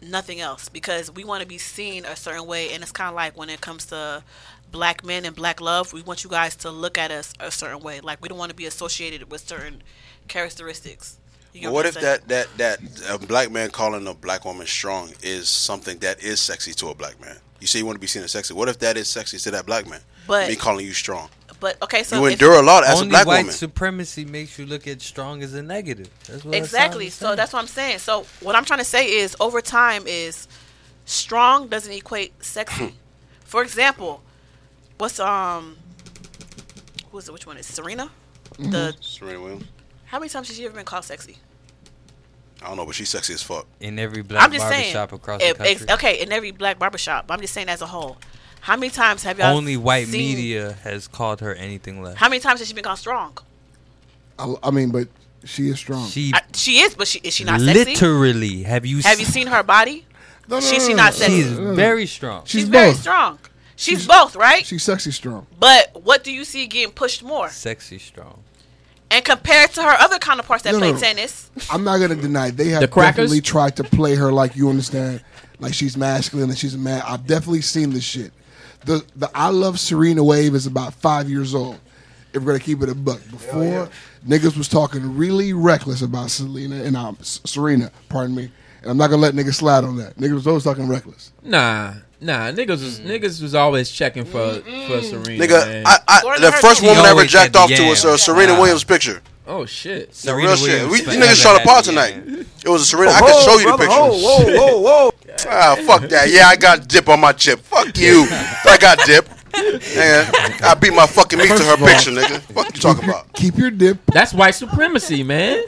Speaker 1: nothing else because we want to be seen a certain way and it's kind of like when it comes to black men and black love we want you guys to look at us a certain way like we don't want to be associated with certain characteristics you
Speaker 4: But
Speaker 1: know
Speaker 4: what
Speaker 1: I'm
Speaker 4: if
Speaker 1: saying?
Speaker 4: that that that a black man calling a black woman strong is something that is sexy to a black man? You say you want to be seen as sexy. What if that is sexy to that black man?
Speaker 1: But-
Speaker 4: me calling you strong,
Speaker 1: but okay so
Speaker 4: you
Speaker 1: if-
Speaker 4: endure a lot as a
Speaker 3: Only
Speaker 4: black
Speaker 3: white
Speaker 4: woman.
Speaker 3: supremacy makes you look at strong as a negative. That's what I sound
Speaker 1: exactly
Speaker 3: is
Speaker 1: so
Speaker 3: saying.
Speaker 1: that's what i'm saying so what i'm trying to say is over time is strong doesn't equate
Speaker 4: *coughs*
Speaker 1: sexy. For example, what's um, who's it? Which one is Serena? The
Speaker 4: Serena Williams.
Speaker 1: how many times has she ever been called sexy?
Speaker 4: I don't know, but she's sexy as fuck.
Speaker 3: in every
Speaker 1: I'm
Speaker 3: black
Speaker 1: just saying.
Speaker 3: barbershop across
Speaker 1: if-
Speaker 3: the country.
Speaker 1: ex- okay, in every black barbershop. but I'm just saying as a whole. How many times have y'all
Speaker 3: Only white
Speaker 1: seen-
Speaker 3: media has called her anything less.
Speaker 1: How many times has she been called strong?
Speaker 2: I, I mean, but she is strong.
Speaker 3: She
Speaker 1: I, she is, but she is she not sexy?
Speaker 3: literally have you
Speaker 1: Have you seen her body?
Speaker 2: No, no,
Speaker 1: she-
Speaker 2: no,
Speaker 1: she
Speaker 2: no,
Speaker 1: not
Speaker 2: no,
Speaker 1: sexy.
Speaker 3: She's
Speaker 2: no,
Speaker 7: Mm.
Speaker 2: no, no.
Speaker 3: very strong.
Speaker 2: She's,
Speaker 1: She's, very
Speaker 2: both.
Speaker 1: strong. She's, both, right?
Speaker 2: She's sexy strong.
Speaker 1: but what do you see getting pushed more?
Speaker 3: Sexy strong.
Speaker 1: And compared to her other counterparts that
Speaker 2: No, no,
Speaker 1: play
Speaker 2: no. *laughs*
Speaker 1: tennis,
Speaker 2: I'm not gonna deny they have
Speaker 7: The crackers?
Speaker 2: definitely tried to play her like you understand, like she's masculine and she's a man. I've definitely seen this shit. The the I love Serena wave is about five years old. If we're gonna keep it a buck, before niggas was talking really reckless about Selena and um, S- Serena, pardon me, and I'm not gonna let niggas slide on that. Niggas was always talking reckless.
Speaker 7: Nah, nah, niggas was niggas was always checking for for Serena.
Speaker 4: Nigga,
Speaker 7: man.
Speaker 4: I, I,
Speaker 1: Gordon
Speaker 4: the
Speaker 1: Hayward.
Speaker 4: first
Speaker 1: He
Speaker 4: woman I ever
Speaker 3: always had
Speaker 4: jacked
Speaker 3: the
Speaker 4: off to was
Speaker 3: yam.
Speaker 4: uh, Serena
Speaker 3: Yeah.
Speaker 4: Williams' picture.
Speaker 7: oh shit.
Speaker 4: The
Speaker 3: Serena
Speaker 4: real shit.
Speaker 3: Williams
Speaker 4: We,
Speaker 3: forever
Speaker 4: you niggas shot a
Speaker 3: had
Speaker 4: pot
Speaker 3: the
Speaker 4: tonight.
Speaker 3: yam.
Speaker 4: It was a
Speaker 2: Oh,
Speaker 4: Serena. I could show you the picture.
Speaker 6: whoa, whoa, whoa.
Speaker 4: Ah, fuck that. Yeah, I got dip on my chip. Fuck you. I got
Speaker 2: *laughs*
Speaker 4: dip. Nigga, I beat my fucking meat to her picture, nigga. Fuck you talking about?
Speaker 2: Keep your dip. *laughs*
Speaker 7: That's white supremacy, man.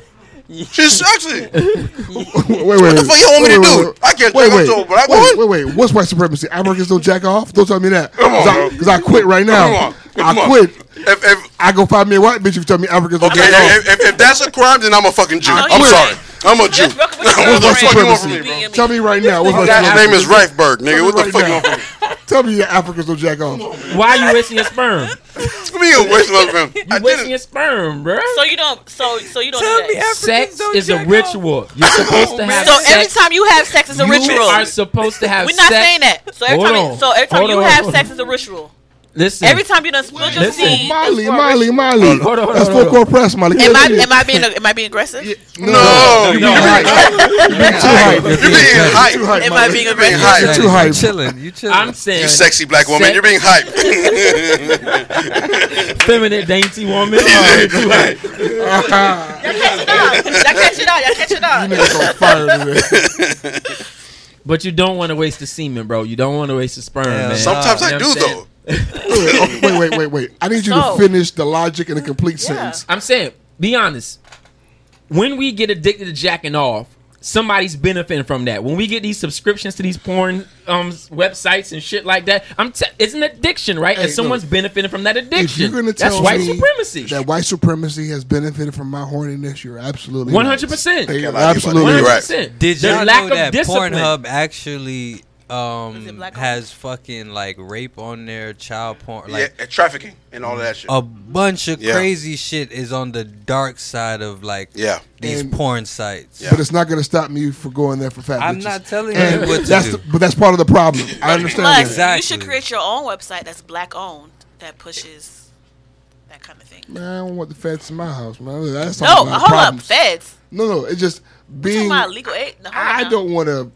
Speaker 4: She's
Speaker 2: *laughs*
Speaker 4: actually.
Speaker 2: Wait, wait, what
Speaker 4: the fuck you want me to do? I can't
Speaker 2: wait,
Speaker 4: jack
Speaker 2: wait,
Speaker 4: off to a black
Speaker 2: wait,
Speaker 4: woman.
Speaker 2: Wait, wait, what's white supremacy? Africans don't jack off. Don't tell me that. Cause
Speaker 4: on,
Speaker 2: I,
Speaker 4: bro.
Speaker 2: 'cause I quit right
Speaker 4: Come
Speaker 2: now.
Speaker 4: on. Come
Speaker 2: I
Speaker 4: on.
Speaker 2: quit.
Speaker 4: If, if,
Speaker 2: I go find me a white bitch if you tell me Africans don't
Speaker 4: Okay,
Speaker 2: jack off.
Speaker 4: if, if, if that's a crime, then I'm a fucking Jew.
Speaker 1: Oh,
Speaker 4: I'm
Speaker 1: yeah.
Speaker 4: sorry. I'm a
Speaker 2: *laughs*
Speaker 4: Jew.
Speaker 1: Just real quick,
Speaker 4: *laughs* what the
Speaker 1: Lorraine,
Speaker 4: fuck you want from me,
Speaker 1: you
Speaker 4: bro?
Speaker 1: being
Speaker 2: Tell me right now. What's white
Speaker 4: His last
Speaker 2: supremacy?
Speaker 4: name is Reifberg, nigga. What the
Speaker 2: Right
Speaker 4: fuck you
Speaker 2: now.
Speaker 4: want
Speaker 2: *laughs*
Speaker 4: from me?
Speaker 2: Tell me your Africans don't jack off.
Speaker 7: Why you wasting your sperm?
Speaker 4: Give me a waste of him. I
Speaker 7: You wasting
Speaker 4: didn't.
Speaker 7: your sperm, bruh.
Speaker 1: So you don't. So so you don't.
Speaker 10: Tell
Speaker 1: do
Speaker 10: me
Speaker 1: that.
Speaker 7: sex
Speaker 10: don't
Speaker 7: is a
Speaker 10: jack
Speaker 7: ritual. You're supposed to have
Speaker 1: So
Speaker 7: sex.
Speaker 1: every time you have sex is a
Speaker 7: you
Speaker 1: ritual.
Speaker 7: are supposed to have
Speaker 1: We're not
Speaker 7: sex.
Speaker 1: saying that. So every
Speaker 7: Hold
Speaker 1: time.
Speaker 7: on.
Speaker 1: You, so every time
Speaker 7: Hold
Speaker 1: you
Speaker 7: on,
Speaker 1: have
Speaker 7: hold
Speaker 1: sex
Speaker 7: on.
Speaker 1: is a ritual.
Speaker 7: Listen,
Speaker 1: Every time you done split your
Speaker 7: Listen.
Speaker 1: seed.
Speaker 2: Molly,
Speaker 1: it's for a
Speaker 2: Molly,
Speaker 1: ritual.
Speaker 2: Molly.
Speaker 7: Hold on, hold on,
Speaker 2: That's
Speaker 7: hold
Speaker 2: full
Speaker 7: on.
Speaker 2: court press, Molly.
Speaker 1: Am I am I being am I being aggressive?
Speaker 4: No,
Speaker 2: You're being hype. You're
Speaker 4: you're being
Speaker 2: too
Speaker 4: hype.
Speaker 2: hype.
Speaker 1: Am I
Speaker 2: Molly.
Speaker 1: being
Speaker 4: You're being
Speaker 1: aggressive?
Speaker 4: hype.
Speaker 2: You're too hype.
Speaker 3: You chilling. You chilling.
Speaker 7: I'm saying
Speaker 4: You sexy black woman.
Speaker 7: Sex-
Speaker 4: You're being
Speaker 1: *laughs*
Speaker 4: hype.
Speaker 7: feminine, dainty woman.
Speaker 1: Y'all catch it
Speaker 2: *laughs*
Speaker 1: up. Y'all catch it up. Y'all catch it up.
Speaker 2: Niggas on fire today.
Speaker 1: *laughs*
Speaker 7: but you don't want to waste the semen, bro. You don't want to waste the sperm,
Speaker 3: Hell
Speaker 7: man.
Speaker 3: no.
Speaker 4: Sometimes
Speaker 7: You
Speaker 4: I
Speaker 7: know
Speaker 4: do
Speaker 7: what I'm saying?
Speaker 4: though.
Speaker 2: Oh, Wait, wait, wait, wait. I need you to
Speaker 1: So-
Speaker 2: finish the logic in a complete sentence.
Speaker 7: I'm saying, be honest. When we get addicted to jacking off, somebody's benefiting from that. When we get these subscriptions to these porn um websites and shit like that, I'm t- it's an addiction, right?
Speaker 2: Hey,
Speaker 7: and someone's
Speaker 2: look,
Speaker 7: benefiting from that
Speaker 2: If
Speaker 7: addiction.
Speaker 2: you're gonna tell
Speaker 7: That's white
Speaker 2: me
Speaker 7: supremacy.
Speaker 2: that white supremacy has benefited from my horniness, you're absolutely right.
Speaker 7: 100%.
Speaker 2: Hey, You're
Speaker 4: Can't lie to you, buddy.
Speaker 2: absolutely
Speaker 4: You're
Speaker 2: right.
Speaker 4: right.
Speaker 7: 100%.
Speaker 3: Did
Speaker 7: The
Speaker 3: y'all
Speaker 7: lack
Speaker 3: know
Speaker 7: of
Speaker 3: that
Speaker 7: discipline.
Speaker 3: Pornhub actually
Speaker 1: Is it
Speaker 3: um
Speaker 1: black owned?
Speaker 3: has fucking like rape on their child porn?
Speaker 4: Yeah,
Speaker 3: Like
Speaker 4: and trafficking and all that shit.
Speaker 3: a bunch of
Speaker 4: Yeah.
Speaker 3: crazy shit is on the dark side of like
Speaker 4: Yeah.
Speaker 3: these
Speaker 2: And-
Speaker 3: porn sites.
Speaker 4: Yeah.
Speaker 2: But it's not gonna stop me from going there for fat
Speaker 3: I'm
Speaker 2: bitches.
Speaker 3: not telling
Speaker 2: And
Speaker 3: you what to
Speaker 2: that's
Speaker 3: do.
Speaker 2: the- but that's part of the problem. I understand
Speaker 1: But
Speaker 2: that.
Speaker 3: Exactly.
Speaker 1: you should create your own website that's black owned that pushes that kind of thing.
Speaker 2: Man, I don't want the feds in my house, man. That's
Speaker 1: No,
Speaker 2: talking about
Speaker 1: hold
Speaker 2: problems.
Speaker 1: up, feds.
Speaker 2: No, no, it's just
Speaker 1: Talking
Speaker 2: being.
Speaker 1: about legal aid. No, hold
Speaker 2: I
Speaker 1: on.
Speaker 2: don't want to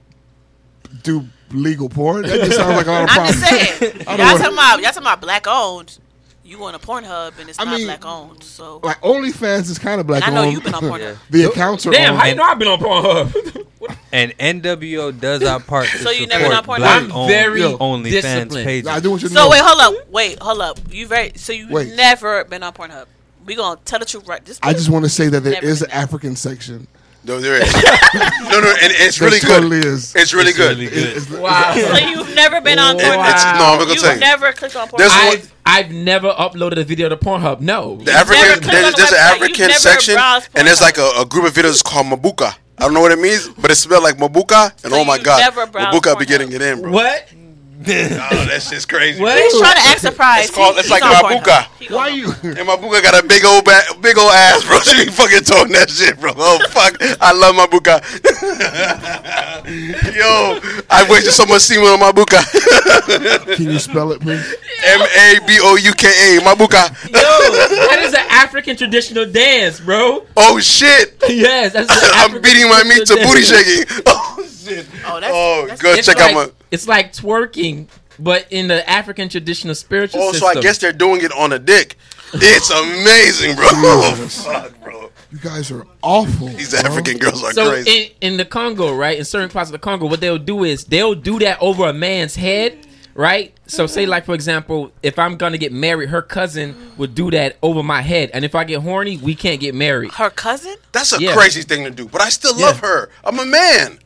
Speaker 2: do legal porn. That just sounds like a lot of
Speaker 1: *laughs* I'm
Speaker 2: problems.
Speaker 1: just saying.
Speaker 2: *laughs*
Speaker 1: y'all
Speaker 2: don't wanna-
Speaker 1: talking about y'all talking about black owned. You on a Pornhub and it's
Speaker 2: I
Speaker 1: not
Speaker 2: mean,
Speaker 1: black owned. So
Speaker 2: Like OnlyFans is kind of black.
Speaker 1: I know
Speaker 2: owned.
Speaker 1: you've been on
Speaker 2: *laughs*
Speaker 1: Pornhub.
Speaker 2: the accounts are
Speaker 7: Damn,
Speaker 2: on.
Speaker 7: how you know I've been on Pornhub?
Speaker 3: And NWO does our part to
Speaker 1: So you
Speaker 3: support
Speaker 1: never not porn-
Speaker 3: black
Speaker 7: I'm
Speaker 3: owned
Speaker 7: very
Speaker 3: OnlyFans
Speaker 7: disciplined.
Speaker 3: pages.
Speaker 2: Nah, I do want you to
Speaker 1: So
Speaker 2: know.
Speaker 1: wait, hold up. Wait, hold up. You very so you
Speaker 2: Wait.
Speaker 1: never been on Pornhub. We gonna tell the truth right. Just
Speaker 2: I just want to say that there
Speaker 1: Never
Speaker 2: is an
Speaker 1: been there.
Speaker 2: African section.
Speaker 4: No, there is. No, no, and it's
Speaker 2: There
Speaker 4: really
Speaker 2: totally
Speaker 4: good.
Speaker 2: is.
Speaker 4: It's really good.
Speaker 3: good.
Speaker 7: *laughs* *laughs* Wow.
Speaker 1: so you've never been on
Speaker 7: It-
Speaker 4: It-
Speaker 1: Pornhub.
Speaker 4: It's
Speaker 7: Wow.
Speaker 4: no, I'm gonna tell
Speaker 1: You've
Speaker 4: you.
Speaker 1: never clicked on Pornhub.
Speaker 4: There's one-
Speaker 7: I've I've never uploaded a video to Pornhub. No.
Speaker 4: The
Speaker 1: never
Speaker 4: African,
Speaker 1: clicked on
Speaker 4: there's,
Speaker 1: the
Speaker 4: there's an
Speaker 1: website. You've
Speaker 4: African
Speaker 1: never
Speaker 4: section,
Speaker 1: browsed
Speaker 4: and there's
Speaker 1: Pornhub.
Speaker 4: like a, a group of videos called Mabuka. I don't know what it means, but it smelled like Mabuka, and
Speaker 1: So
Speaker 4: oh my
Speaker 1: you
Speaker 4: god,
Speaker 1: never browsed
Speaker 4: Mabuka be
Speaker 1: Pornhub.
Speaker 4: getting it
Speaker 1: *laughs*
Speaker 4: in, bro.
Speaker 7: *laughs* What?
Speaker 4: Oh, that's just crazy.
Speaker 7: What?
Speaker 4: bro.
Speaker 1: He's trying to act surprised.
Speaker 4: It's called- it's
Speaker 1: He's
Speaker 4: like
Speaker 1: on
Speaker 4: Babuka.
Speaker 1: Pornhub. He
Speaker 2: Why
Speaker 1: on
Speaker 2: you?
Speaker 4: And my buka got a big old ba- big old ass, bro. *laughs* She be fucking talking that shit, bro. Oh fuck, I love my buka. *laughs* Yo, I wasted so much semen on my buka.
Speaker 2: Can you spell it, please?
Speaker 4: *laughs* M A B O U K A, my
Speaker 7: Yo,
Speaker 4: buka.
Speaker 7: that is an African traditional dance, bro.
Speaker 4: Oh
Speaker 7: *laughs*
Speaker 4: shit,
Speaker 7: Yes, that's an
Speaker 4: I'm
Speaker 7: African
Speaker 4: beating my meat to
Speaker 7: traditional
Speaker 4: booty
Speaker 7: dance.
Speaker 4: shaking. *laughs* Oh shit.
Speaker 1: Oh, that's,
Speaker 4: Oh,
Speaker 1: that's
Speaker 4: go
Speaker 7: It's
Speaker 4: check
Speaker 7: like,
Speaker 4: out my.
Speaker 7: It's like twerking, but in the African traditional spiritual
Speaker 4: Oh, so *laughs*
Speaker 7: system.
Speaker 4: I guess they're doing it on a dick. It's amazing, bro. Oh, fuck, bro.
Speaker 2: You guys are awful.
Speaker 4: These
Speaker 2: bro.
Speaker 4: African girls are
Speaker 7: So
Speaker 4: crazy.
Speaker 7: in, in the Congo, right, in certain parts of the Congo, what they'll do is they'll do that over a man's head, right? So say like for example, if I'm gonna get married, her cousin would do that over my head, and if I get horny, we can't get married.
Speaker 1: Her cousin?
Speaker 4: That's a
Speaker 7: Yeah.
Speaker 4: crazy thing to do, but I still love
Speaker 7: Yeah.
Speaker 4: her. I'm a man.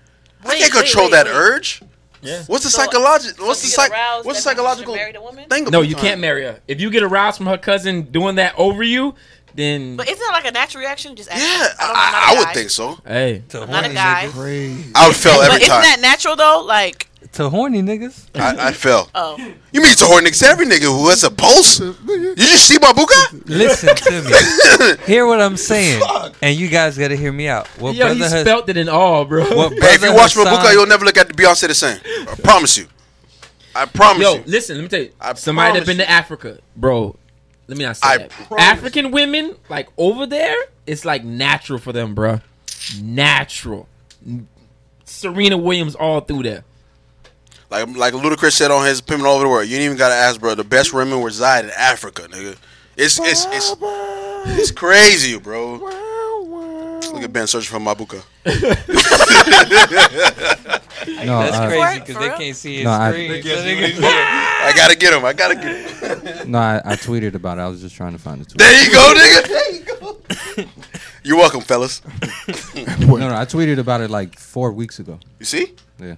Speaker 4: I
Speaker 1: Wait,
Speaker 4: can't
Speaker 1: wait,
Speaker 4: control
Speaker 1: wait,
Speaker 4: that
Speaker 1: wait.
Speaker 4: urge.
Speaker 7: Yeah.
Speaker 4: What's the
Speaker 1: So-
Speaker 4: psychological?
Speaker 1: so
Speaker 4: What's the
Speaker 1: you get
Speaker 4: psych?
Speaker 1: aroused
Speaker 4: What's the
Speaker 1: every time you
Speaker 4: psychological
Speaker 1: married a woman?
Speaker 4: thing?
Speaker 7: No,
Speaker 4: about
Speaker 7: you
Speaker 4: that?
Speaker 7: can't marry her. If you get aroused from her cousin doing that over you, then
Speaker 1: But isn't that like a natural reaction? Just ask
Speaker 4: Yeah,
Speaker 1: her.
Speaker 4: I,
Speaker 1: don't know,
Speaker 4: I,
Speaker 1: I'm not a
Speaker 4: I
Speaker 1: guy.
Speaker 4: would think so.
Speaker 7: hey,
Speaker 3: To
Speaker 1: not a
Speaker 3: horny
Speaker 1: guy.
Speaker 3: niggas.
Speaker 2: Crazy.
Speaker 4: I would fail
Speaker 1: But
Speaker 4: every
Speaker 1: isn't
Speaker 4: time.
Speaker 1: that natural though? Like,
Speaker 3: To horny niggas.
Speaker 4: I, I fell.
Speaker 1: oh,
Speaker 2: *laughs*
Speaker 4: You mean to horn niggas? Every nigga who has a pulse. You just see my buka?
Speaker 3: Listen to
Speaker 4: *laughs*
Speaker 3: me. hear what I'm saying, and you guys gotta hear me out. What
Speaker 7: yo, he
Speaker 3: brother has?
Speaker 7: spelt it in all, bro.
Speaker 3: what
Speaker 4: Hey, if
Speaker 3: brother
Speaker 4: you watch my
Speaker 3: Hassan-
Speaker 4: buka, you'll never look at the Beyonce the same. I promise you. I promise
Speaker 7: Yo,
Speaker 4: you.
Speaker 7: listen, let me tell you.
Speaker 4: I
Speaker 7: somebody that
Speaker 4: promise
Speaker 7: been to
Speaker 4: you.
Speaker 7: Africa, bro. Let me not say
Speaker 4: I
Speaker 7: that.
Speaker 4: promise
Speaker 7: African women, like over there, it's like natural for them, bro. Natural. Serena Williams all through there.
Speaker 4: Like like Ludacris said on his Pimpin' All Over the World, you ain't even gotta ask, bro. The best women reside in Africa, nigga. It's it's it's it's crazy, bro. Look at Ben searching for my buka.
Speaker 9: No,
Speaker 3: That's
Speaker 9: uh,
Speaker 3: crazy
Speaker 1: For
Speaker 3: because they
Speaker 1: real?
Speaker 3: can't see his
Speaker 9: No, I-
Speaker 3: screen. so they can-
Speaker 4: I gotta get him. I gotta get him.
Speaker 9: no, I, I tweeted about it. I was just trying to find the tweet.
Speaker 4: There you go, nigga. *laughs* There you go. You're welcome, fellas.
Speaker 9: No, no, I tweeted about it like four weeks ago.
Speaker 4: You see?
Speaker 9: Yeah.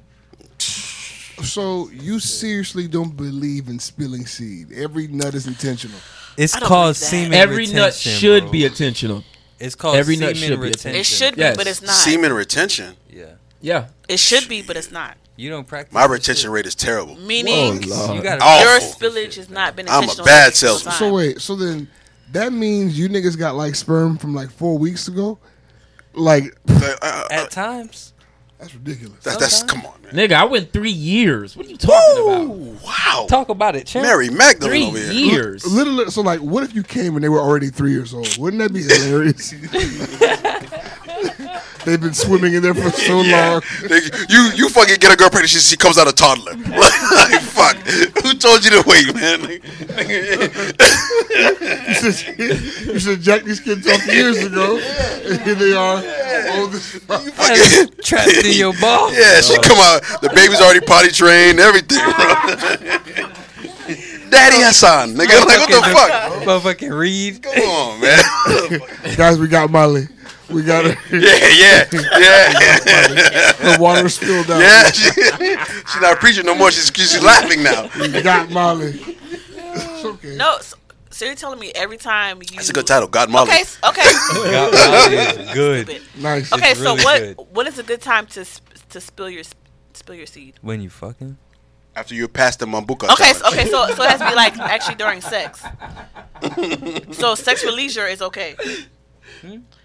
Speaker 2: So you seriously don't believe in spilling seed? Every nut is intentional.
Speaker 3: It's
Speaker 1: I don't
Speaker 3: called
Speaker 1: believe that.
Speaker 3: semen
Speaker 7: Every nut
Speaker 3: retention,
Speaker 7: should
Speaker 3: bro.
Speaker 7: be intentional.
Speaker 3: It's called
Speaker 7: every
Speaker 3: semen
Speaker 7: nut should be a-
Speaker 3: retention.
Speaker 1: it should be,
Speaker 7: Yes.
Speaker 1: but it's not.
Speaker 4: Semen retention.
Speaker 3: Yeah.
Speaker 7: Yeah.
Speaker 1: It should be, but it's not.
Speaker 3: You don't practice.
Speaker 4: My
Speaker 3: this
Speaker 4: retention rate is terrible.
Speaker 1: Meaning,
Speaker 9: Lord.
Speaker 3: shit. You gotta.
Speaker 4: Oh.
Speaker 1: your
Speaker 4: Awful.
Speaker 1: spillage has not been
Speaker 4: I'm a
Speaker 1: intentional.
Speaker 4: bad
Speaker 1: every single
Speaker 4: salesman.
Speaker 1: time.
Speaker 2: So wait, so then that means you niggas got like sperm from like four weeks ago? Like
Speaker 4: Uh, uh, uh,
Speaker 3: At times.
Speaker 2: that's ridiculous.
Speaker 4: that, that's come on, man.
Speaker 7: Nigga, I went three years. What are you talking about?
Speaker 4: Ooh, wow.
Speaker 3: Talk about it, champ.
Speaker 4: Mary Magdalene
Speaker 7: Three
Speaker 4: over here.
Speaker 7: years.
Speaker 2: Literally, so like, what if you came and they were already three years old? Wouldn't that be hilarious? *laughs* They've been swimming in there for so
Speaker 4: Yeah.
Speaker 2: long.
Speaker 4: *laughs* Nigga, you you fucking get a girl pregnant, she, she comes out a toddler. *laughs* like fuck, who told you to wait, man? Nigga,
Speaker 2: You should, *laughs* you should jack these kids off years ago. And *laughs* here they are. Old as fuck.
Speaker 4: you fucking-
Speaker 3: Trapped in your
Speaker 4: *laughs*
Speaker 3: ball.
Speaker 4: yeah, she come out. The baby's already potty trained, everything. Daddy Hassan, nigga, like what the fuck?
Speaker 3: Motherfucking read.
Speaker 4: Come on, man. *laughs*
Speaker 2: Guys, we got Molly. We got
Speaker 4: *laughs*
Speaker 2: her,
Speaker 4: yeah, yeah,
Speaker 2: *laughs*
Speaker 4: yeah,
Speaker 2: her water spilled out.
Speaker 4: *laughs* yeah. *laughs* She, she's not preaching no more. She's she's laughing now.
Speaker 2: We
Speaker 1: *laughs*
Speaker 2: got Molly. It's okay.
Speaker 1: No, so, so you're telling me every time you.
Speaker 4: That's a good title, God Mother.
Speaker 1: Okay, s-
Speaker 4: *laughs*
Speaker 1: okay,
Speaker 3: God, that is good.
Speaker 2: Nice.
Speaker 1: okay.
Speaker 3: It's
Speaker 1: so
Speaker 3: really
Speaker 1: what?
Speaker 3: good.
Speaker 1: What is a good time to sp- to spill your s- spill your seed?
Speaker 3: When you fucking.
Speaker 4: After you passed the Mambuka.
Speaker 1: Okay,
Speaker 4: challenge.
Speaker 1: so, okay. So so it has to be
Speaker 3: *laughs*
Speaker 1: like actually during sex.
Speaker 4: *laughs*
Speaker 1: so sex for leisure is okay.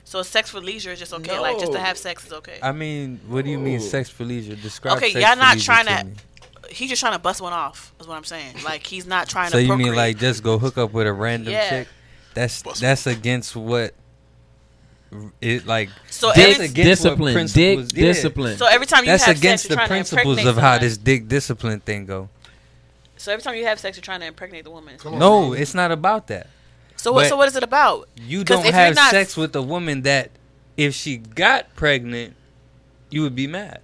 Speaker 1: So sex for leisure is just okay. Like just to
Speaker 7: No.
Speaker 1: have sex is okay.
Speaker 3: Hmm? I mean, what do you mean, sex for leisure? Describe.
Speaker 1: Okay,
Speaker 3: sex
Speaker 1: y'all
Speaker 3: for
Speaker 1: not
Speaker 3: leisure
Speaker 1: trying to.
Speaker 3: me.
Speaker 1: He's just trying to bust one off. Is what I'm saying. Like he's not trying
Speaker 3: So
Speaker 1: to.
Speaker 3: you mean
Speaker 1: procreate.
Speaker 3: like just go hook up with a random
Speaker 1: Yeah.
Speaker 3: chick? That's
Speaker 4: Bust
Speaker 3: that's against what. It like
Speaker 1: So
Speaker 3: that's
Speaker 1: every-
Speaker 7: Dick
Speaker 3: against what
Speaker 7: discipline. Dick
Speaker 3: principles- yeah.
Speaker 7: discipline.
Speaker 1: So every time you
Speaker 3: That's
Speaker 1: have
Speaker 3: against
Speaker 1: sex, you're trying
Speaker 3: the principles
Speaker 1: to
Speaker 3: of
Speaker 1: impregnate
Speaker 3: how
Speaker 1: someone.
Speaker 3: this dick discipline thing go.
Speaker 1: So every time you have sex, you're trying to impregnate the woman.
Speaker 3: No, it's not about that.
Speaker 1: So what?
Speaker 3: But-
Speaker 1: So what is it about?
Speaker 3: You
Speaker 1: 'Cause
Speaker 3: don't
Speaker 1: if you're
Speaker 3: have
Speaker 1: not-
Speaker 3: sex with a woman that, if she got pregnant, you would be mad.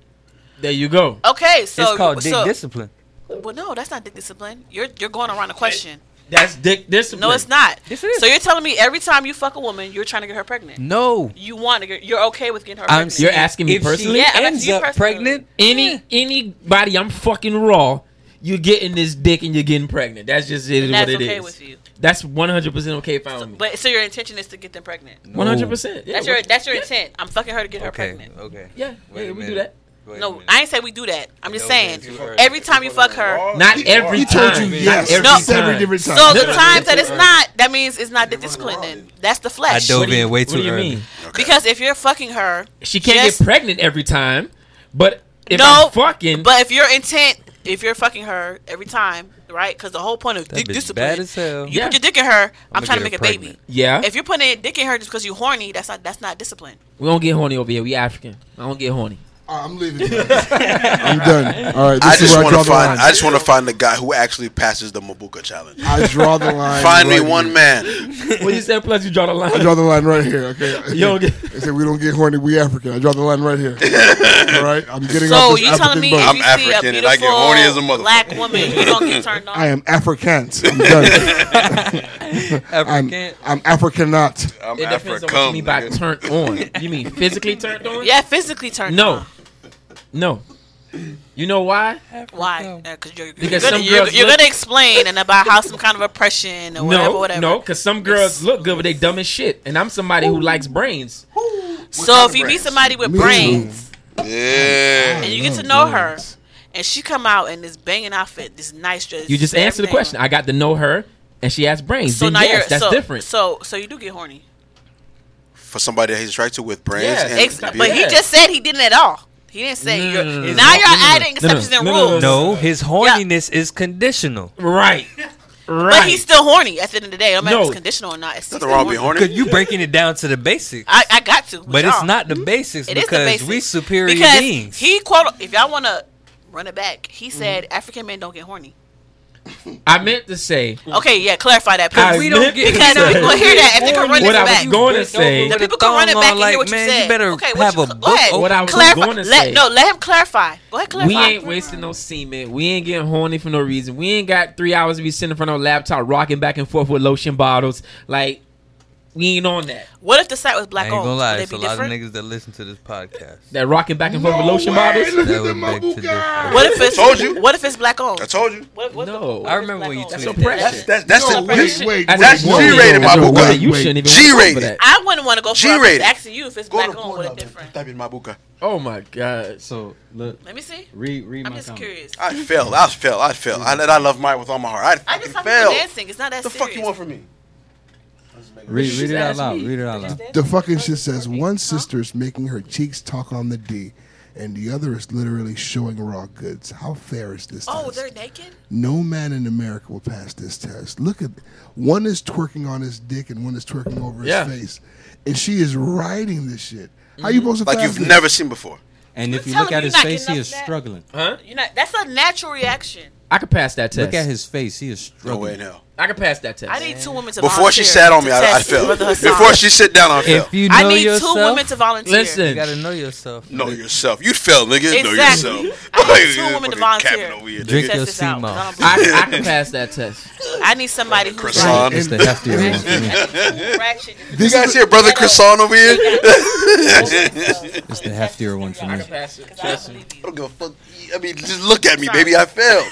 Speaker 7: there you go.
Speaker 1: Okay, so
Speaker 3: it's called dick
Speaker 1: so,
Speaker 3: discipline.
Speaker 1: Well, no, that's not dick discipline. You're you're going around the question.
Speaker 7: That's dick discipline.
Speaker 1: No, it's not.
Speaker 3: Yes, it is.
Speaker 1: So you're telling me every time you fuck a woman, you're trying to get her pregnant.
Speaker 3: No,
Speaker 1: You want to get, you're okay with getting her
Speaker 3: Mm-hmm. I'm.
Speaker 1: pregnant.
Speaker 7: You're asking me
Speaker 3: if she
Speaker 7: personally?
Speaker 1: Yeah, I'm
Speaker 3: ends
Speaker 1: asking you
Speaker 3: up
Speaker 1: personally.
Speaker 3: pregnant.
Speaker 7: Any anybody I'm fucking raw, you're getting this dick and you're getting pregnant. That's just it is
Speaker 1: And that's
Speaker 7: what it is.
Speaker 1: okay with you.
Speaker 7: That's 100 percent okay if I
Speaker 1: So,
Speaker 7: own me.
Speaker 1: but so your intention is to get them pregnant.
Speaker 7: 100. percent
Speaker 1: That's your that's your intent. I'm fucking her to get her
Speaker 3: Okay.
Speaker 1: pregnant.
Speaker 3: Okay.
Speaker 7: Yeah,
Speaker 3: Wait
Speaker 7: yeah,
Speaker 3: a
Speaker 7: we do
Speaker 3: minute.
Speaker 7: that.
Speaker 3: Wait a
Speaker 1: No,
Speaker 3: minute.
Speaker 1: I ain't say we do that. I'm just
Speaker 3: No,
Speaker 1: saying
Speaker 3: that's too early.
Speaker 1: every time you fuck
Speaker 3: Oh,
Speaker 1: her.
Speaker 7: Not every
Speaker 2: He
Speaker 7: time.
Speaker 2: told you
Speaker 7: Not
Speaker 2: yes.
Speaker 7: every
Speaker 1: No.
Speaker 2: Seven
Speaker 7: time.
Speaker 2: different
Speaker 1: So
Speaker 2: times.
Speaker 1: the
Speaker 7: No.
Speaker 1: times that it's not, that means it's not dick discipline. Then that's the
Speaker 3: I
Speaker 1: flesh.
Speaker 3: dove
Speaker 7: What do you-
Speaker 3: in way
Speaker 7: what
Speaker 3: too
Speaker 7: do you
Speaker 3: early.
Speaker 7: mean?
Speaker 4: Okay.
Speaker 1: Because if you're fucking her,
Speaker 7: She can't
Speaker 1: just-
Speaker 7: get pregnant every time, but if
Speaker 1: no
Speaker 7: I'm
Speaker 3: Mm-hmm.
Speaker 7: fucking,
Speaker 1: But if your intent, if you're fucking her every time, right? Because the whole point of
Speaker 3: That
Speaker 1: dick
Speaker 3: bitch
Speaker 1: discipline,
Speaker 3: bad as hell.
Speaker 1: you
Speaker 7: Yeah.
Speaker 1: put your dick in her. I'm,
Speaker 3: I'ma
Speaker 1: trying to make
Speaker 3: get
Speaker 1: a
Speaker 3: her
Speaker 1: baby. *laughs*
Speaker 3: pregnant.
Speaker 7: yeah,
Speaker 1: If you're putting a dick in her just because you horny, that's not that's not discipline. *laughs*
Speaker 7: we don't get horny over here. We African. I don't get horny.
Speaker 2: All right, I'm
Speaker 7: *laughs*
Speaker 2: leaving. I'm done. All right, this
Speaker 4: I
Speaker 2: is
Speaker 4: just
Speaker 2: where I
Speaker 4: want
Speaker 2: draw
Speaker 4: to
Speaker 2: the
Speaker 4: find.
Speaker 2: line.
Speaker 4: I just want to find the guy who actually passes the Mabuka challenge.
Speaker 2: I draw
Speaker 4: *laughs*
Speaker 2: the line.
Speaker 4: Find me
Speaker 2: right
Speaker 4: one
Speaker 2: here. *laughs*
Speaker 4: man. *laughs*
Speaker 7: Well, you said plus you draw the
Speaker 2: I
Speaker 7: line.
Speaker 2: draw the line right here. Okay.
Speaker 7: *laughs* You don't get-
Speaker 2: I said we don't get horny. We African. I draw the line right here. All right. I'm getting
Speaker 1: So
Speaker 2: off this
Speaker 1: you
Speaker 2: African
Speaker 1: telling me
Speaker 2: boat.
Speaker 1: if you
Speaker 4: I'm
Speaker 1: see
Speaker 4: African
Speaker 1: a
Speaker 4: and I get
Speaker 1: beautiful
Speaker 4: horny as a motherfucker.
Speaker 1: black woman, you don't get turned on?
Speaker 2: *laughs* I am Afrikaans.
Speaker 1: *laughs*
Speaker 2: I'm done. I'm,
Speaker 3: African.
Speaker 2: I'm African not.
Speaker 4: I'm
Speaker 7: It depends on what you
Speaker 4: African.
Speaker 7: mean by
Speaker 4: nigga.
Speaker 7: turned on.
Speaker 3: *laughs*
Speaker 7: You mean physically turned on?
Speaker 1: yeah, physically turned
Speaker 7: No.
Speaker 1: on.
Speaker 7: No. You know why?
Speaker 1: Why? Because you're, you're,
Speaker 7: Because
Speaker 1: gonna,
Speaker 7: some
Speaker 1: you're,
Speaker 7: girls
Speaker 1: you're
Speaker 7: look-
Speaker 1: gonna explain and about how some kind of oppression or whatever,
Speaker 7: no,
Speaker 1: whatever.
Speaker 7: no, because some girls look good, but they dumb as shit. And I'm somebody who likes brains.
Speaker 1: So if you meet somebody with
Speaker 2: Me
Speaker 1: brains
Speaker 4: Yeah.
Speaker 1: and you get to know her, and she come out in this banging outfit, this nice dress,
Speaker 7: You just
Speaker 1: everything.
Speaker 7: answer the question. I got to know her, and she has brains.
Speaker 1: So
Speaker 7: then
Speaker 1: now
Speaker 7: yes,
Speaker 1: you're
Speaker 7: that's
Speaker 1: so,
Speaker 7: different.
Speaker 1: So so you do get horny.
Speaker 4: For somebody that he's attracted to with brains
Speaker 7: Yeah.
Speaker 4: and
Speaker 1: Ex-
Speaker 7: Yeah.
Speaker 4: beard.
Speaker 1: But he just said he didn't at all. He didn't say
Speaker 7: No, no,
Speaker 1: you're,
Speaker 7: no, no, no.
Speaker 1: now you're
Speaker 7: No, no, no.
Speaker 1: adding
Speaker 7: No, no.
Speaker 1: exceptions and
Speaker 7: No, no, no,
Speaker 1: rules.
Speaker 3: No, his horniness is conditional.
Speaker 7: right. Right.
Speaker 1: But he's still horny at the end of the day. No matter if
Speaker 7: No.
Speaker 1: it's conditional or not. It's
Speaker 4: Nothing wrong with being
Speaker 3: Cause
Speaker 4: horny.
Speaker 3: you breaking it down to the basics.
Speaker 1: I, I got to. with
Speaker 3: but it's
Speaker 1: y'all.
Speaker 3: not the basics
Speaker 1: It is
Speaker 3: because
Speaker 1: the basics.
Speaker 3: we superior
Speaker 1: because
Speaker 3: beings. Mm-hmm.
Speaker 1: He quote if y'all want to run it back. He said African men don't get horny.
Speaker 7: I meant to say
Speaker 3: Mm-hmm.
Speaker 1: Okay, yeah, clarify that.
Speaker 7: I
Speaker 1: Because we
Speaker 3: we don't
Speaker 7: meant
Speaker 3: get-
Speaker 7: to
Speaker 1: because
Speaker 7: say-
Speaker 1: people gonna hear that if they can run
Speaker 7: What
Speaker 1: this
Speaker 7: I was
Speaker 1: back.
Speaker 7: going to say-
Speaker 1: The people can run it back and hear what
Speaker 3: man,
Speaker 1: you said.
Speaker 3: better
Speaker 1: okay, what
Speaker 3: have
Speaker 1: you,
Speaker 3: a
Speaker 1: go
Speaker 3: book.
Speaker 1: ahead.
Speaker 3: open.
Speaker 7: What I was
Speaker 1: clarify.
Speaker 7: going to
Speaker 1: let,
Speaker 7: say.
Speaker 1: No, let him clarify. Go ahead, clarify.
Speaker 7: we ain't wasting no semen. We ain't getting horny for no reason. We ain't got three hours to be sitting in front of a laptop rocking back and forth with lotion bottles. Like we ain't on that.
Speaker 1: What if the site was
Speaker 3: I
Speaker 1: black
Speaker 3: ain't gonna
Speaker 1: owned?
Speaker 3: lie,
Speaker 1: Would
Speaker 3: it's
Speaker 1: it
Speaker 3: a
Speaker 1: be
Speaker 3: lot of
Speaker 1: different?
Speaker 3: niggas that listen to this podcast.
Speaker 7: That rocking back and forth with lotion
Speaker 2: Hey,
Speaker 7: bottles.
Speaker 2: look
Speaker 3: That
Speaker 2: at the
Speaker 3: would beg to
Speaker 2: Mabuka.
Speaker 3: differ.
Speaker 1: What if it's
Speaker 4: Told you.
Speaker 1: what if it's black owned?
Speaker 4: I told you.
Speaker 1: What, what the-
Speaker 7: No.
Speaker 1: what
Speaker 3: I
Speaker 1: if
Speaker 3: remember
Speaker 1: it's
Speaker 3: when you
Speaker 1: black
Speaker 7: That's
Speaker 3: tweeted
Speaker 1: owned?
Speaker 7: oppression.
Speaker 1: That's-
Speaker 4: That's that's, that's
Speaker 2: No,
Speaker 4: the wait,
Speaker 2: wait, wait,
Speaker 7: That's
Speaker 4: That's
Speaker 7: one.
Speaker 4: G-rated, my
Speaker 7: That's
Speaker 4: book.
Speaker 7: one that *laughs* You shouldn't even
Speaker 4: G-rated.
Speaker 7: go for that.
Speaker 1: I wouldn't want to go for it. I'm
Speaker 4: G-rated.
Speaker 1: just asking you if it's
Speaker 4: Go
Speaker 1: black
Speaker 4: to
Speaker 1: owned. What if
Speaker 4: Pornhub.
Speaker 1: oh, different?
Speaker 4: Type in Mabuka.
Speaker 7: Oh my god.
Speaker 9: So look,
Speaker 1: Let me see.
Speaker 9: read read
Speaker 1: I'm
Speaker 9: my
Speaker 1: just
Speaker 9: comment.
Speaker 1: curious.
Speaker 4: I failed. I failed. I failed. I, I love Maya with all my heart. I,
Speaker 1: I just
Speaker 4: fucking
Speaker 1: saw
Speaker 4: failed.
Speaker 1: people dancing. It's not that
Speaker 4: The
Speaker 1: serious.
Speaker 4: fuck you want from me? Let's make it-
Speaker 9: Read, read it out
Speaker 7: asked
Speaker 9: loud.
Speaker 7: me.
Speaker 9: Read it out loud.
Speaker 2: The fucking shit says one sister is making her cheeks talk on the D, and the other is literally showing raw goods. How fair is this?
Speaker 1: Oh,
Speaker 2: test?
Speaker 1: they're naked.
Speaker 2: No man in America will pass this test. Look at one is twerking on his dick and one is twerking over his
Speaker 7: Yeah.
Speaker 2: face, and she is riding this shit. How
Speaker 7: Mm-hmm.
Speaker 2: you supposed to
Speaker 4: Like
Speaker 2: pass
Speaker 4: you've
Speaker 2: this?
Speaker 4: never seen before.
Speaker 9: And if
Speaker 1: You
Speaker 9: you look
Speaker 1: telling
Speaker 9: at
Speaker 1: me
Speaker 9: his
Speaker 1: you not
Speaker 9: face,
Speaker 1: getting
Speaker 9: he
Speaker 1: up
Speaker 9: is
Speaker 1: to that?
Speaker 9: struggling.
Speaker 7: Huh?
Speaker 1: You know that's a natural reaction.
Speaker 7: I could pass that test.
Speaker 9: Look at his face, he is
Speaker 4: No way
Speaker 9: struggling.
Speaker 4: in hell.
Speaker 7: I could pass that test.
Speaker 1: I need two women to
Speaker 4: Before
Speaker 1: volunteer
Speaker 4: she sat on me,
Speaker 1: to
Speaker 4: I, I
Speaker 1: test
Speaker 4: failed.
Speaker 1: Brother Hassan.
Speaker 4: Before she sit down, I failed.
Speaker 3: If you know
Speaker 1: I need
Speaker 3: yourself,
Speaker 1: two women to volunteer.
Speaker 3: you
Speaker 7: Listen.
Speaker 3: gotta know yourself.
Speaker 4: Know yourself. You failed, nigga. Know
Speaker 1: Exactly.
Speaker 4: yourself.
Speaker 1: I
Speaker 4: *laughs*
Speaker 1: need two
Speaker 4: Fucking
Speaker 1: women to
Speaker 4: capping
Speaker 1: volunteer.
Speaker 4: over here,
Speaker 9: Drink
Speaker 4: nigga.
Speaker 9: your
Speaker 1: Test this out, 'cause I don't
Speaker 9: CMOS.
Speaker 1: believe-
Speaker 7: I, I could pass that test.
Speaker 1: I need somebody who's
Speaker 4: Croissant.
Speaker 1: like,
Speaker 4: Um,
Speaker 9: It's
Speaker 4: *laughs*
Speaker 9: the heftier one.
Speaker 1: fraction.
Speaker 4: You
Speaker 2: This
Speaker 4: guys
Speaker 2: is
Speaker 4: hear Brother Croissant over here?
Speaker 1: *laughs*
Speaker 4: *laughs*
Speaker 9: It's the heftier one for
Speaker 7: I
Speaker 9: me.
Speaker 7: could pass it.
Speaker 1: I
Speaker 7: Trust
Speaker 1: don't
Speaker 7: me.
Speaker 1: believe
Speaker 4: I
Speaker 1: you.
Speaker 4: don't give a fuck. I mean, just look at me, baby.
Speaker 3: *laughs*
Speaker 4: I failed.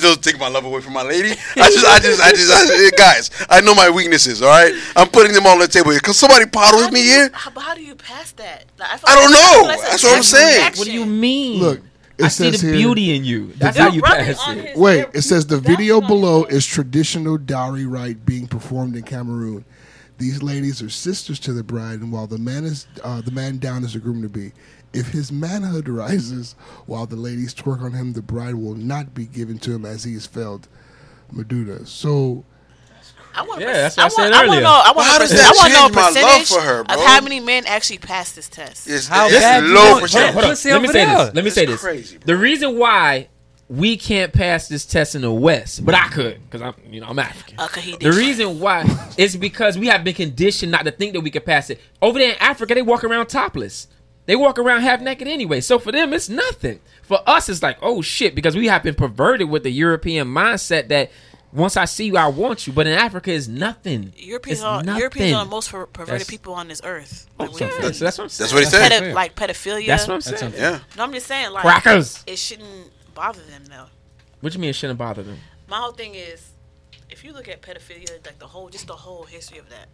Speaker 4: don't take my love away from my lady. I just, I just, I just, I, guys. I know my weaknesses. All right, I'm putting them all on the table. Can somebody pottle with me here?
Speaker 1: How, but how do you pass that? Like, feel
Speaker 4: I don't
Speaker 1: like-
Speaker 4: know.
Speaker 1: feel like
Speaker 4: That's what I'm
Speaker 1: a
Speaker 4: saying.
Speaker 1: reaction.
Speaker 7: What do you mean?
Speaker 2: Look, it
Speaker 7: I see
Speaker 2: says
Speaker 7: the
Speaker 2: here-
Speaker 7: beauty in you. That's
Speaker 1: They're
Speaker 7: how you
Speaker 1: rubbing
Speaker 7: pass
Speaker 1: on
Speaker 7: it.
Speaker 1: his-
Speaker 2: Wait,
Speaker 1: they're-
Speaker 2: it says the
Speaker 1: that's
Speaker 2: video
Speaker 1: not-
Speaker 2: below is traditional dowry rite being performed in Cameroon. These ladies are sisters to the bride, and while the man is uh, the man down is the groom to be. If his manhood rises while the ladies twerk on him, the bride will not be given to him as he is failed. Meduta. So
Speaker 1: I want.
Speaker 7: Yeah, that's what I said
Speaker 1: want, I want
Speaker 7: earlier.
Speaker 1: to know. I want
Speaker 4: How
Speaker 1: to
Speaker 4: does that
Speaker 1: I want
Speaker 4: change my love
Speaker 1: to know a percentage
Speaker 4: for her, bro?
Speaker 1: of how many men actually pass this test.
Speaker 4: It's,
Speaker 3: How
Speaker 4: it's
Speaker 3: bad you
Speaker 4: low
Speaker 3: want-
Speaker 4: percent.
Speaker 3: Hold on, pussy
Speaker 7: Let me
Speaker 3: over
Speaker 7: say
Speaker 3: there.
Speaker 7: this. Let me say this.
Speaker 4: crazy, bro.
Speaker 7: the reason why we can't pass this test in the West, but I could, because I'm, you know, I'm African.
Speaker 1: Uh, 'cause he did
Speaker 7: The
Speaker 1: try.
Speaker 7: reason why is because we have been conditioned not to think that we could pass it. Over there in Africa, they walk around topless. They walk around half naked anyway. So for them, it's nothing. For us, it's like, oh shit, because we have been perverted with the European mindset that once I see you, I want you. But in Africa, it's nothing.
Speaker 1: Europeans
Speaker 7: It's
Speaker 1: are
Speaker 7: nothing.
Speaker 1: Europeans are the most per- perverted
Speaker 7: That's-
Speaker 1: people on this earth. Like, we-
Speaker 7: Yeah, so that's what I'm saying.
Speaker 4: That's what he said.
Speaker 1: pedi- like pedophilia.
Speaker 7: That's what I'm saying.
Speaker 4: Yeah.
Speaker 1: No, I'm just saying like
Speaker 7: Crackers.
Speaker 1: it shouldn't bother them though.
Speaker 7: What you mean it shouldn't bother them?
Speaker 1: My whole thing is, if you look at pedophilia, like the whole, just the whole history of that,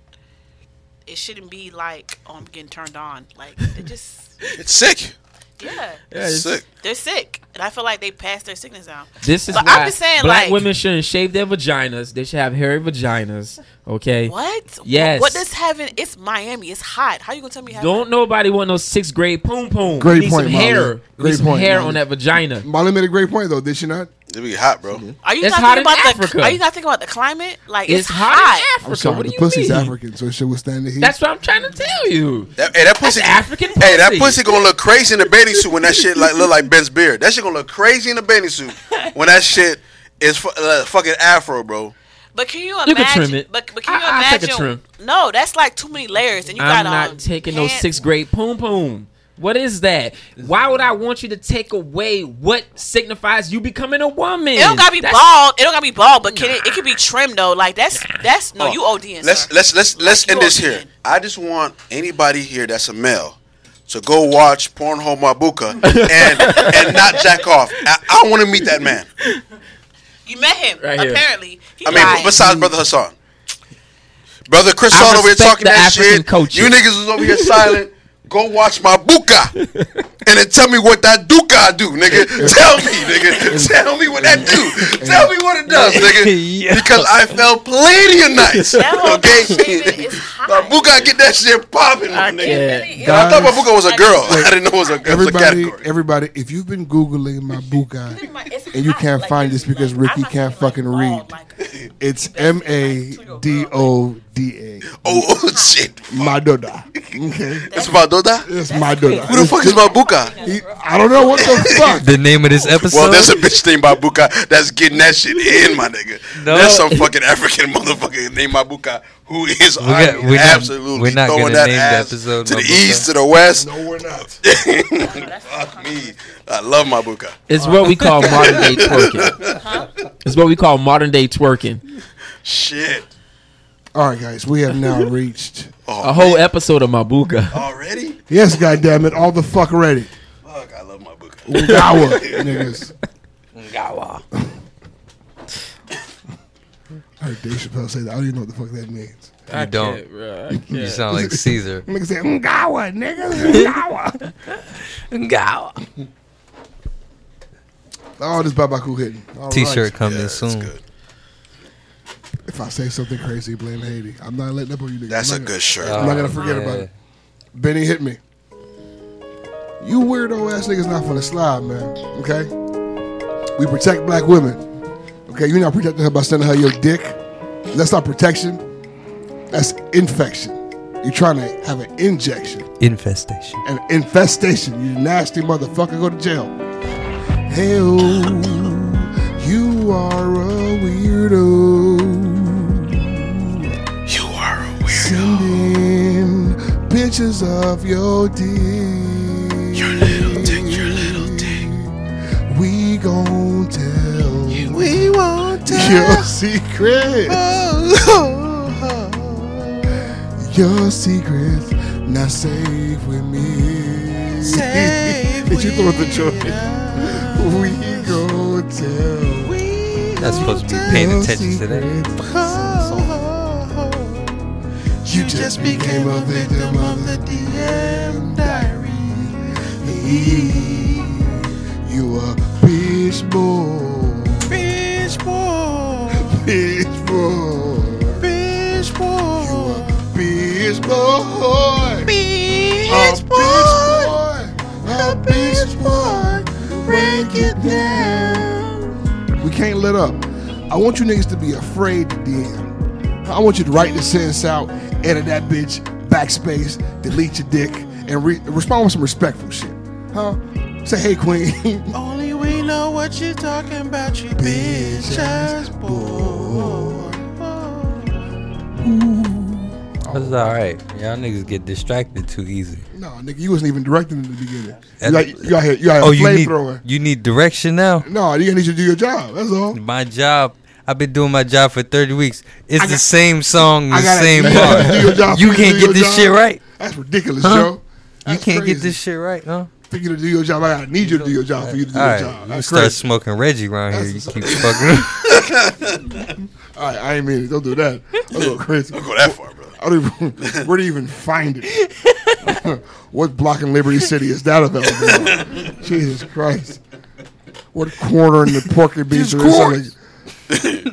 Speaker 1: it shouldn't be like, oh, I'm getting turned on. Like they just,
Speaker 4: It's sick.
Speaker 1: yeah,
Speaker 7: Yeah,
Speaker 4: It's sick.
Speaker 1: they're sick, and I feel like they pass their sickness out.
Speaker 7: This is
Speaker 1: But I'm
Speaker 7: why
Speaker 1: just saying,
Speaker 7: black
Speaker 1: like-
Speaker 7: women shouldn't shave their vaginas. They should have hairy vaginas. Okay.
Speaker 1: What?
Speaker 7: Yes.
Speaker 1: What does heaven? It's Miami. It's hot. How you gonna tell me heaven?
Speaker 7: Don't nobody want no sixth grade poom poom.
Speaker 2: Great
Speaker 7: need
Speaker 2: point,
Speaker 7: some
Speaker 2: Molly.
Speaker 7: hair.
Speaker 2: Great
Speaker 7: need some
Speaker 2: point,
Speaker 7: hair
Speaker 2: Molly.
Speaker 7: on that vagina.
Speaker 2: Molly made a great point though, did she not?
Speaker 4: It be hot, bro.
Speaker 3: Mm-hmm.
Speaker 1: Are you
Speaker 7: It's
Speaker 1: not
Speaker 7: hot
Speaker 1: thinking
Speaker 7: in
Speaker 1: about
Speaker 7: Africa.
Speaker 1: the? Are you not thinking about the climate? Like
Speaker 7: It's, hot in Africa.
Speaker 2: I'm sorry,
Speaker 7: what do
Speaker 2: the
Speaker 7: you
Speaker 2: pussy's
Speaker 7: mean?
Speaker 2: African, so she was standing here.
Speaker 7: That's what I'm trying to tell you.
Speaker 4: That, hey, that pussy.
Speaker 7: African
Speaker 4: Hey, that
Speaker 7: pussy.
Speaker 4: pussy gonna look crazy in the bathing suit when that shit like look like Ben's beard. That shit gonna look crazy in the bathing suit when that shit is fu- uh, fucking afro, bro.
Speaker 1: But can you
Speaker 7: You
Speaker 1: imagine?
Speaker 7: can trim it.
Speaker 1: But, but can you
Speaker 7: I- I'll take
Speaker 1: imagine?
Speaker 7: a trim.
Speaker 1: No, that's like too many layers, and you
Speaker 7: I'm
Speaker 1: got
Speaker 7: not
Speaker 1: um,
Speaker 7: taking no
Speaker 1: pants-
Speaker 7: sixth grade poom poom. What is that? Why would I want you to take away what signifies you becoming a woman?
Speaker 1: It don't gotta be
Speaker 7: That's-
Speaker 1: bald. It don't gotta be bald, but can it? It could be trimmed though. Like that's that's no.
Speaker 4: Oh,
Speaker 1: You ODing.
Speaker 4: Let's
Speaker 1: sir.
Speaker 4: let's let's let's
Speaker 1: you
Speaker 4: end this
Speaker 1: old
Speaker 4: here.
Speaker 1: man.
Speaker 4: I just want anybody here that's a male to go watch Pornhub
Speaker 7: *laughs*
Speaker 4: Mabuka and and not jack off. I, I want to meet that man.
Speaker 1: You met him
Speaker 7: Right here.
Speaker 1: apparently. He
Speaker 4: I mean,
Speaker 1: lied.
Speaker 4: besides brother Hassan, brother Chris
Speaker 7: I
Speaker 4: Hassan over here
Speaker 7: respect
Speaker 4: talking
Speaker 7: the
Speaker 4: that
Speaker 7: African
Speaker 4: shit.
Speaker 7: culture.
Speaker 4: You niggas was over here silent. Go watch my buka, and then tell me what that duka do, nigga. Tell me, nigga. Tell me what that do. Tell me what it does,
Speaker 7: *laughs*
Speaker 4: nigga.
Speaker 3: Yeah.
Speaker 4: Because I felt plenty of nights.
Speaker 1: That whole
Speaker 4: Okay,
Speaker 1: statement
Speaker 4: *laughs*
Speaker 1: is hot.
Speaker 4: my buka get that shit popping, my nigga.
Speaker 7: Yeah.
Speaker 1: Really?
Speaker 4: I thought my buka was a
Speaker 1: Guys.
Speaker 4: girl. *laughs* I didn't know it was a, it was a
Speaker 2: everybody,
Speaker 4: category.
Speaker 2: everybody, if you've been googling
Speaker 7: *laughs*
Speaker 2: my book guy, and you can't find this because Ricky can't fucking read. it's M A D O D A.
Speaker 4: Oh, oh *laughs* shit,
Speaker 2: Madoda. Okay,
Speaker 4: it's my doda.
Speaker 2: it's Madoda.
Speaker 4: Who the fuck is my buka? *laughs*
Speaker 2: He- I don't know what the *laughs* fuck.
Speaker 3: The name of this episode.
Speaker 4: Well, there's a bitch named Babuka that's getting that shit in, my nigga.
Speaker 3: No.
Speaker 4: There's some fucking African *laughs* motherfucker named Babuka who is
Speaker 3: got-
Speaker 4: I mean,
Speaker 3: we're not-
Speaker 4: absolutely
Speaker 3: we're not
Speaker 4: throwing
Speaker 3: gonna
Speaker 4: that
Speaker 3: name the
Speaker 4: ass
Speaker 3: episode
Speaker 4: to the
Speaker 3: Babuka.
Speaker 4: east, to the west.
Speaker 2: No, we're not.
Speaker 4: *laughs* Fuck me. I love my buka.
Speaker 7: It's what we *laughs* call modern day twerking. It's what we call modern day twerking.
Speaker 4: Shit.
Speaker 2: All right, guys, we have now reached.
Speaker 7: A whole episode of Mabuka.
Speaker 4: Already?
Speaker 2: Yes, goddamn it, all the fuck ready.
Speaker 4: Fuck, I love my buka.
Speaker 2: Ugawa, niggas. I heard Dave Chappelle say that. I don't even know what the fuck that means.
Speaker 3: you don't. You sound like Caesar.
Speaker 2: Niggas say Ngawa, niggas. *laughs* Ngawa. Oh, this Babaku hitting. All
Speaker 3: T-shirt
Speaker 2: right.
Speaker 3: coming
Speaker 4: Yeah, it's
Speaker 3: soon.
Speaker 4: good.
Speaker 2: If I say something crazy, blame Haiti. I'm not letting up on you, niggas.
Speaker 4: That's
Speaker 2: I'm
Speaker 4: a
Speaker 2: not
Speaker 4: good shirt.
Speaker 3: Uh,
Speaker 2: I'm not gonna forget about it. Benny hit me. You weirdo ass niggas not finna slide, man. Okay? We protect black women. Okay, you're not protecting her by sending her your dick. That's not protection. That's infection. You're trying to have an injection,
Speaker 3: Infestation.
Speaker 2: an infestation. You nasty motherfucker, go to jail. Hey, you are a weirdo
Speaker 4: You are a weird.
Speaker 2: sending pictures of your dick.
Speaker 4: Your little dick, your little dick.
Speaker 2: We gon' tell
Speaker 4: We want Oh,
Speaker 2: your *laughs* secrets. Your secrets now save with me. Save Did you throw the joint? We gon' tell.
Speaker 3: Not supposed to be paying
Speaker 2: your
Speaker 3: attention to that.
Speaker 2: secrets. You just became a victim of the DM diary. You a bitch boy. Bitch boy. Bitch boy. Bitch boy. You a bitch boy. Bitch boy. A bitch boy. Break it down. We can't let up. I want you niggas to be afraid to DM. I want you to write the sentence out, edit that bitch, backspace, delete your dick, and re- respond with some respectful shit. Huh? Say, hey, queen. *laughs*
Speaker 6: Only we know what you're talking about, you
Speaker 2: Bitch
Speaker 6: bitch
Speaker 2: ass
Speaker 6: ass boy.
Speaker 3: That's all right. Y'all niggas get distracted too easy.
Speaker 2: no, nigga, you wasn't even directing in the beginning. You
Speaker 3: At-
Speaker 2: got, you got hit. You got
Speaker 3: Oh,
Speaker 2: a
Speaker 3: you need
Speaker 2: flamethrower.
Speaker 3: you need direction now.
Speaker 2: No, you need to do your job. That's all.
Speaker 3: My job. I've been doing my job for 30 weeks. It's
Speaker 2: I
Speaker 3: the
Speaker 2: got-
Speaker 3: same song, the
Speaker 2: I gotta-
Speaker 3: same
Speaker 2: you gotta do your
Speaker 3: part.
Speaker 2: job for
Speaker 3: You
Speaker 2: you to
Speaker 3: can't
Speaker 2: do
Speaker 3: get
Speaker 2: your
Speaker 3: this
Speaker 2: job.
Speaker 3: shit right.
Speaker 2: That's ridiculous,
Speaker 3: Huh?
Speaker 2: Joe.
Speaker 3: You
Speaker 2: That's
Speaker 3: can't get
Speaker 2: crazy.
Speaker 3: this shit right, huh?
Speaker 2: For you to do your job, I gotta need you to do your job for you to do
Speaker 3: All
Speaker 2: your
Speaker 3: right,
Speaker 2: job.
Speaker 3: you
Speaker 2: That's
Speaker 3: start
Speaker 2: crazy.
Speaker 3: smoking Reggie around here. You
Speaker 2: That's- *laughs*
Speaker 3: keep fucking.
Speaker 2: All right, I ain't mean it. Don't do that. That's a little crazy.
Speaker 4: Don't go that far, bro. Oh,
Speaker 2: I don't even, where do you even find it? *laughs* what block in Liberty City is that available?
Speaker 4: *laughs*
Speaker 2: on? Jesus Christ. What corner in the Porky Beach or something?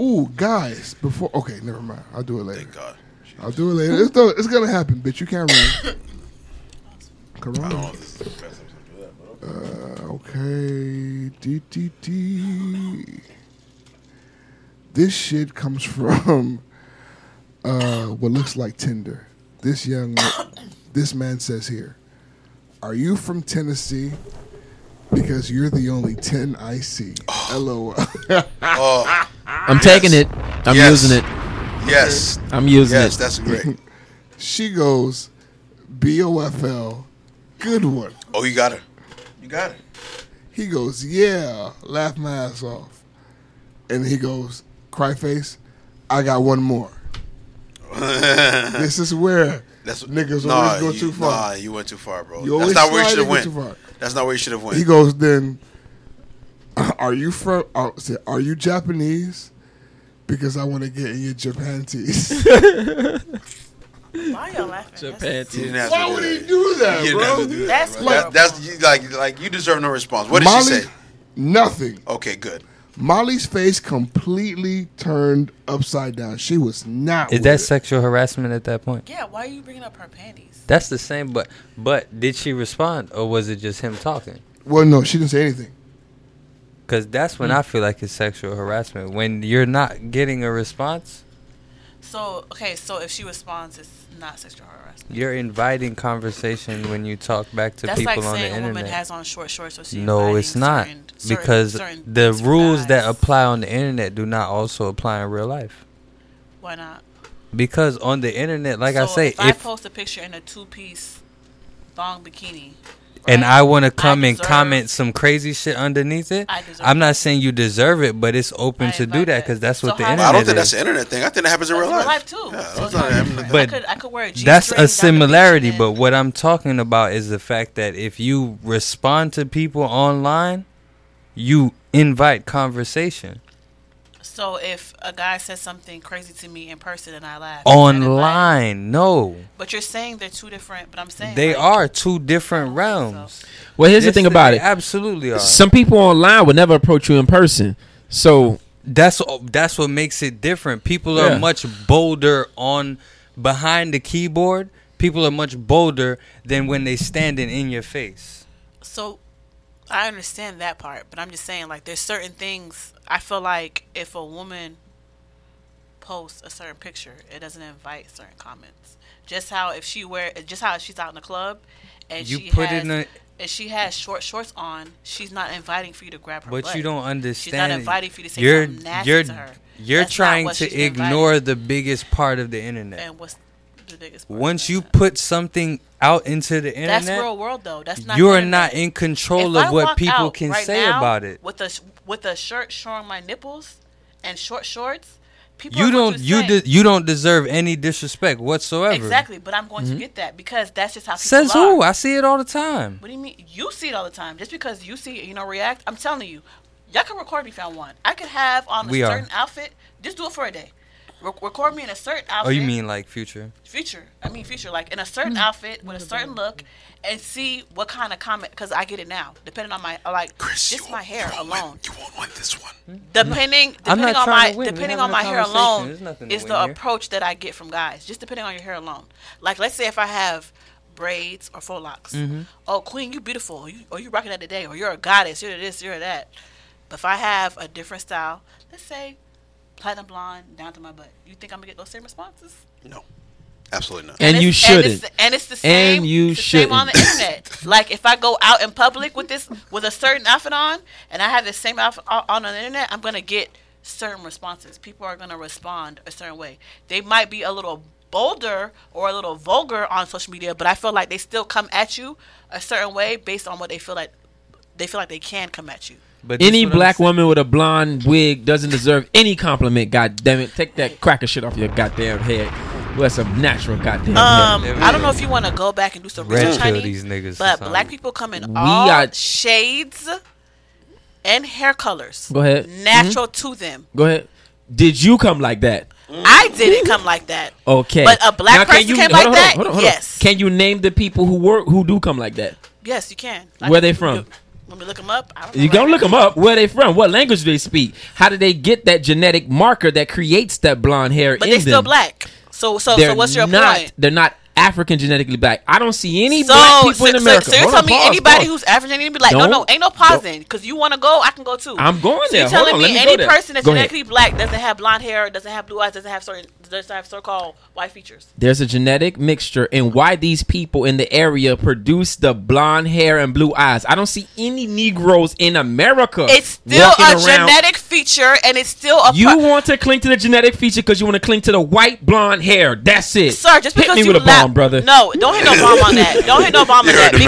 Speaker 2: Ooh, guys, before okay, never mind. I'll do it later.
Speaker 4: Thank God.
Speaker 2: I'll do it later. It's, done- it's gonna happen,
Speaker 4: *laughs*
Speaker 2: bitch. You can't run.
Speaker 4: I don't
Speaker 2: Corona.
Speaker 4: know if this is the best episode to do that, but okay.
Speaker 2: Uh, Okay. D, D, D. This shit comes *laughs* from uh, what looks like Tinder. This young, this man says here, "Are you from Tennessee? Because you're the only ten I see." LOL.
Speaker 4: *laughs* Oh,
Speaker 7: I'm taking it. I'm
Speaker 4: Yes.
Speaker 7: using it.
Speaker 4: yes.
Speaker 7: I'm using
Speaker 4: Yes,
Speaker 7: it.
Speaker 2: *laughs*
Speaker 4: that's great.
Speaker 2: *laughs* she goes, B O F L. Good one.
Speaker 4: Oh, you got it. You got it.
Speaker 2: He goes, yeah, laugh my ass off. And he goes, cry face, I got one more. this is where
Speaker 4: *laughs* That's
Speaker 2: niggas
Speaker 4: nah,
Speaker 2: always go
Speaker 4: you-
Speaker 2: too far.
Speaker 4: Nah, you went too far, bro.
Speaker 2: You always
Speaker 4: That's not where you
Speaker 2: slide
Speaker 4: should have
Speaker 2: and go too
Speaker 4: went.
Speaker 2: far.
Speaker 4: That's not where you should have went.
Speaker 2: He goes, then, "Uh, are you from, are, say, are you Japanese? Because I want to get in your Japan
Speaker 4: *laughs*
Speaker 2: tees.
Speaker 1: Why y'all laughing? That's-
Speaker 4: He
Speaker 7: Japan too.
Speaker 4: didn't have
Speaker 2: Why
Speaker 4: to do
Speaker 2: would he
Speaker 4: that.
Speaker 2: do that,
Speaker 4: He didn't have
Speaker 2: bro?
Speaker 4: to do that.
Speaker 1: That's
Speaker 4: bro. That-
Speaker 1: horrible.
Speaker 4: that's you, like like you deserve no response. What did she
Speaker 2: Molly,
Speaker 4: say?
Speaker 2: nothing.
Speaker 4: Okay, good.
Speaker 2: Molly's face completely turned upside down. She was not.
Speaker 3: Is
Speaker 2: with
Speaker 3: that
Speaker 2: it.
Speaker 3: sexual harassment at that point?
Speaker 1: Yeah, why are you bringing up her panties?
Speaker 3: That's the same, but but did she respond or was it just him talking?
Speaker 2: Well, no, she didn't say anything.
Speaker 3: Because that's
Speaker 2: Mm.
Speaker 3: when I feel like it's sexual harassment when you're not getting a response.
Speaker 1: So okay, so if she responds, it's not sexual harassment.
Speaker 3: You're inviting conversation when you talk back to
Speaker 1: That's
Speaker 3: people
Speaker 1: like
Speaker 3: on the
Speaker 1: saying a
Speaker 3: internet.
Speaker 1: woman has on short shorts. So she
Speaker 3: no,
Speaker 1: inviting
Speaker 3: it's not
Speaker 1: certain- certain-
Speaker 3: because
Speaker 1: certain
Speaker 3: the
Speaker 1: things for
Speaker 3: rules that
Speaker 1: guys.
Speaker 3: apply on the internet do not also apply in real life.
Speaker 1: Why not?
Speaker 3: Because on the internet, like I
Speaker 1: So
Speaker 3: say,
Speaker 1: if,
Speaker 3: if,
Speaker 1: I post a picture in a two-piece long bikini,
Speaker 3: and
Speaker 1: right,
Speaker 3: I want to come and
Speaker 1: deserve-
Speaker 3: comment some crazy shit underneath it,
Speaker 1: I deserve
Speaker 3: I'm
Speaker 1: it.
Speaker 3: not saying you deserve it, but it's open
Speaker 1: I
Speaker 3: to do
Speaker 1: invite
Speaker 3: that
Speaker 1: it.
Speaker 3: because that's
Speaker 1: So
Speaker 3: what the
Speaker 1: how-
Speaker 3: internet
Speaker 4: I don't think
Speaker 3: is.
Speaker 4: that's an internet thing. I think that happens in
Speaker 1: that's
Speaker 4: real life.
Speaker 1: too. So
Speaker 4: Yeah, that's
Speaker 1: it's
Speaker 4: not-
Speaker 1: not-
Speaker 4: I mean,
Speaker 1: I
Speaker 3: But
Speaker 1: could I could wear a G
Speaker 3: That's a similarity, but what I'm talking about is the fact that if you respond to people online, you invite conversation
Speaker 1: so if a guy says something crazy to me in person and I laugh is that inviting?
Speaker 3: online. No,
Speaker 1: But you're saying they're two different. But I'm saying
Speaker 3: they
Speaker 1: like,
Speaker 3: are two different realms.
Speaker 7: Well, here's the
Speaker 3: Yes,
Speaker 7: thing
Speaker 3: they
Speaker 7: about it.
Speaker 3: Absolutely, are.
Speaker 7: Some people online would never approach you in person. So
Speaker 3: that's that's what makes it different. People
Speaker 7: Yeah.
Speaker 3: are much bolder on behind the keyboard. People are much bolder than when they standing in your face.
Speaker 1: So I understand that part, but I'm just saying like there's certain things I feel like if a woman posts a certain picture, it doesn't invite certain comments. Just how if she wear just how if she's out in the club and
Speaker 3: You
Speaker 1: she
Speaker 3: put
Speaker 1: has,
Speaker 3: in a-
Speaker 1: if she has short shorts on, she's not inviting for you to grab her.
Speaker 3: But
Speaker 1: butt.
Speaker 3: you don't understand.
Speaker 1: She's not inviting for you to say
Speaker 3: you're,
Speaker 1: something nasty
Speaker 3: you're,
Speaker 1: to her.
Speaker 3: You're
Speaker 1: That's not
Speaker 3: trying
Speaker 1: what she's
Speaker 3: to
Speaker 1: inviting.
Speaker 3: ignore the biggest part of the internet.
Speaker 1: And what's the biggest? part
Speaker 3: Once
Speaker 1: of
Speaker 3: you
Speaker 1: that?
Speaker 3: put something out into the internet,
Speaker 1: that's real world though. That's not
Speaker 3: you
Speaker 1: the
Speaker 3: are
Speaker 1: internet.
Speaker 3: not in control
Speaker 1: If I
Speaker 3: of what
Speaker 1: walk
Speaker 3: people
Speaker 1: out
Speaker 3: can
Speaker 1: right
Speaker 3: say
Speaker 1: now
Speaker 3: about it.
Speaker 1: With a sh- with a shirt showing my nipples and short shorts, people
Speaker 3: You
Speaker 1: are going
Speaker 3: don't
Speaker 1: to
Speaker 3: you
Speaker 1: say-
Speaker 3: de- you don't deserve any disrespect whatsoever.
Speaker 1: exactly. But I'm going to get that because that's just how people
Speaker 3: Mm-hmm. Says
Speaker 1: are.
Speaker 3: who? I see it all the time.
Speaker 1: What do you mean? You see it all the time. Just because you see it, you know, react. I'm telling you, y'all can record me if y'all want. I could have on a
Speaker 3: We are.
Speaker 1: certain outfit. Just do it for a day. Re- record me in a certain outfit.
Speaker 3: Oh, you mean Mm-hmm. like future?
Speaker 1: future. I mean future, like in a certain outfit with a certain look, and see what kind of comment. Because I get it now, depending on my like
Speaker 4: Chris, you
Speaker 1: just my
Speaker 4: won't-
Speaker 1: hair
Speaker 4: you won't win.
Speaker 1: alone.
Speaker 4: You won't want this one.
Speaker 1: Depending,
Speaker 3: I'm not
Speaker 1: depending on
Speaker 3: trying
Speaker 1: my
Speaker 3: to win. We're
Speaker 1: depending
Speaker 3: having
Speaker 1: on
Speaker 3: a
Speaker 1: my hair
Speaker 3: conversation.
Speaker 1: alone
Speaker 3: There's nothing to
Speaker 1: is
Speaker 3: win
Speaker 1: the
Speaker 3: here.
Speaker 1: approach that I get from guys. Just depending on your hair alone. Like let's say if I have braids or faux locks.
Speaker 3: Mm-hmm.
Speaker 1: Oh, queen, you beautiful. Or you, or you rocking that today. Or you're a goddess. You're this. You're that. But if I have a different style, let's say platinum blonde down to my butt. You think I'm gonna get those same responses?
Speaker 4: No,
Speaker 1: Hmm?
Speaker 4: absolutely not.
Speaker 7: and, you
Speaker 1: it's-
Speaker 7: shouldn't.
Speaker 1: And it's, and it's the same.
Speaker 7: And you
Speaker 1: it's the same on the
Speaker 7: shouldn't.
Speaker 1: internet. like if I go out in public with this with a certain outfit on, and I have the same outfit on on the internet, I'm gonna get certain responses. People are gonna respond a certain way. They might be a little bolder or a little vulgar on social media, but I feel like they still come at you a certain way based on what they feel like they feel like they can come at you.
Speaker 3: But this
Speaker 7: Any
Speaker 3: what I'm
Speaker 7: black
Speaker 3: saying.
Speaker 7: woman with a blonde wig doesn't deserve any compliment. God damn it! Take that cracker shit off your goddamn head. Well, that's a natural goddamn
Speaker 1: Um,
Speaker 7: head.
Speaker 3: there we
Speaker 1: I don't
Speaker 3: go.
Speaker 1: know if you want to go back and do some
Speaker 3: Red
Speaker 1: research,
Speaker 3: pill
Speaker 1: honey,
Speaker 3: these niggas
Speaker 1: but
Speaker 3: sometimes.
Speaker 1: black people come in
Speaker 7: We
Speaker 1: all
Speaker 7: are-
Speaker 1: shades and hair colors.
Speaker 7: Go ahead. Hmm?
Speaker 1: Natural to them.
Speaker 7: Go ahead. Did you come like that?
Speaker 1: I didn't come like that.
Speaker 7: Okay.
Speaker 1: But a black person came like that? Yes.
Speaker 7: Can you name the people who work who do come like that?
Speaker 1: Yes, you can.
Speaker 7: Where they from?
Speaker 1: You, let me look them up. I don't know
Speaker 7: You
Speaker 1: right
Speaker 7: gonna look
Speaker 1: now.
Speaker 7: them up. Where they from? What language do they speak? How did they get that genetic marker that creates that blonde hair?
Speaker 1: But
Speaker 7: in
Speaker 1: they still
Speaker 7: them?
Speaker 1: black. So so
Speaker 7: They're
Speaker 1: so what's your
Speaker 7: not,
Speaker 1: point?
Speaker 7: They're not African genetically black. I don't see any
Speaker 1: so,
Speaker 7: black people
Speaker 1: so,
Speaker 7: in America.
Speaker 1: so, so you're
Speaker 7: Hold
Speaker 1: telling me
Speaker 7: on, pause,
Speaker 1: anybody
Speaker 7: pause.
Speaker 1: who's African Indian be like, no,
Speaker 7: No.
Speaker 1: no, ain't no pausing because you want to go, I can go too.
Speaker 7: I'm going
Speaker 1: So
Speaker 7: there.
Speaker 1: you're
Speaker 7: Hold
Speaker 1: telling
Speaker 7: on, let
Speaker 1: me
Speaker 7: me
Speaker 1: any
Speaker 7: go there.
Speaker 1: person that's
Speaker 7: Go ahead.
Speaker 1: genetically black doesn't have blonde hair, doesn't have blue eyes, doesn't have certain, doesn't have so-called white features.
Speaker 7: There's a genetic mixture in why these people in the area produce the blonde hair and blue eyes. I don't see any Negroes in America.
Speaker 1: It's still
Speaker 7: walking
Speaker 1: a
Speaker 7: around.
Speaker 1: genetic feature, and it's still a.
Speaker 7: You
Speaker 1: pro-
Speaker 7: want to cling to the genetic feature because you want to cling to the white blonde hair. That's it.
Speaker 1: Sir, just because
Speaker 7: hit me
Speaker 1: you
Speaker 7: with a
Speaker 1: laugh-
Speaker 7: bomb, brother.
Speaker 1: No, don't hit no bomb on that. Don't hit no bomb on
Speaker 4: You
Speaker 1: that
Speaker 4: heard the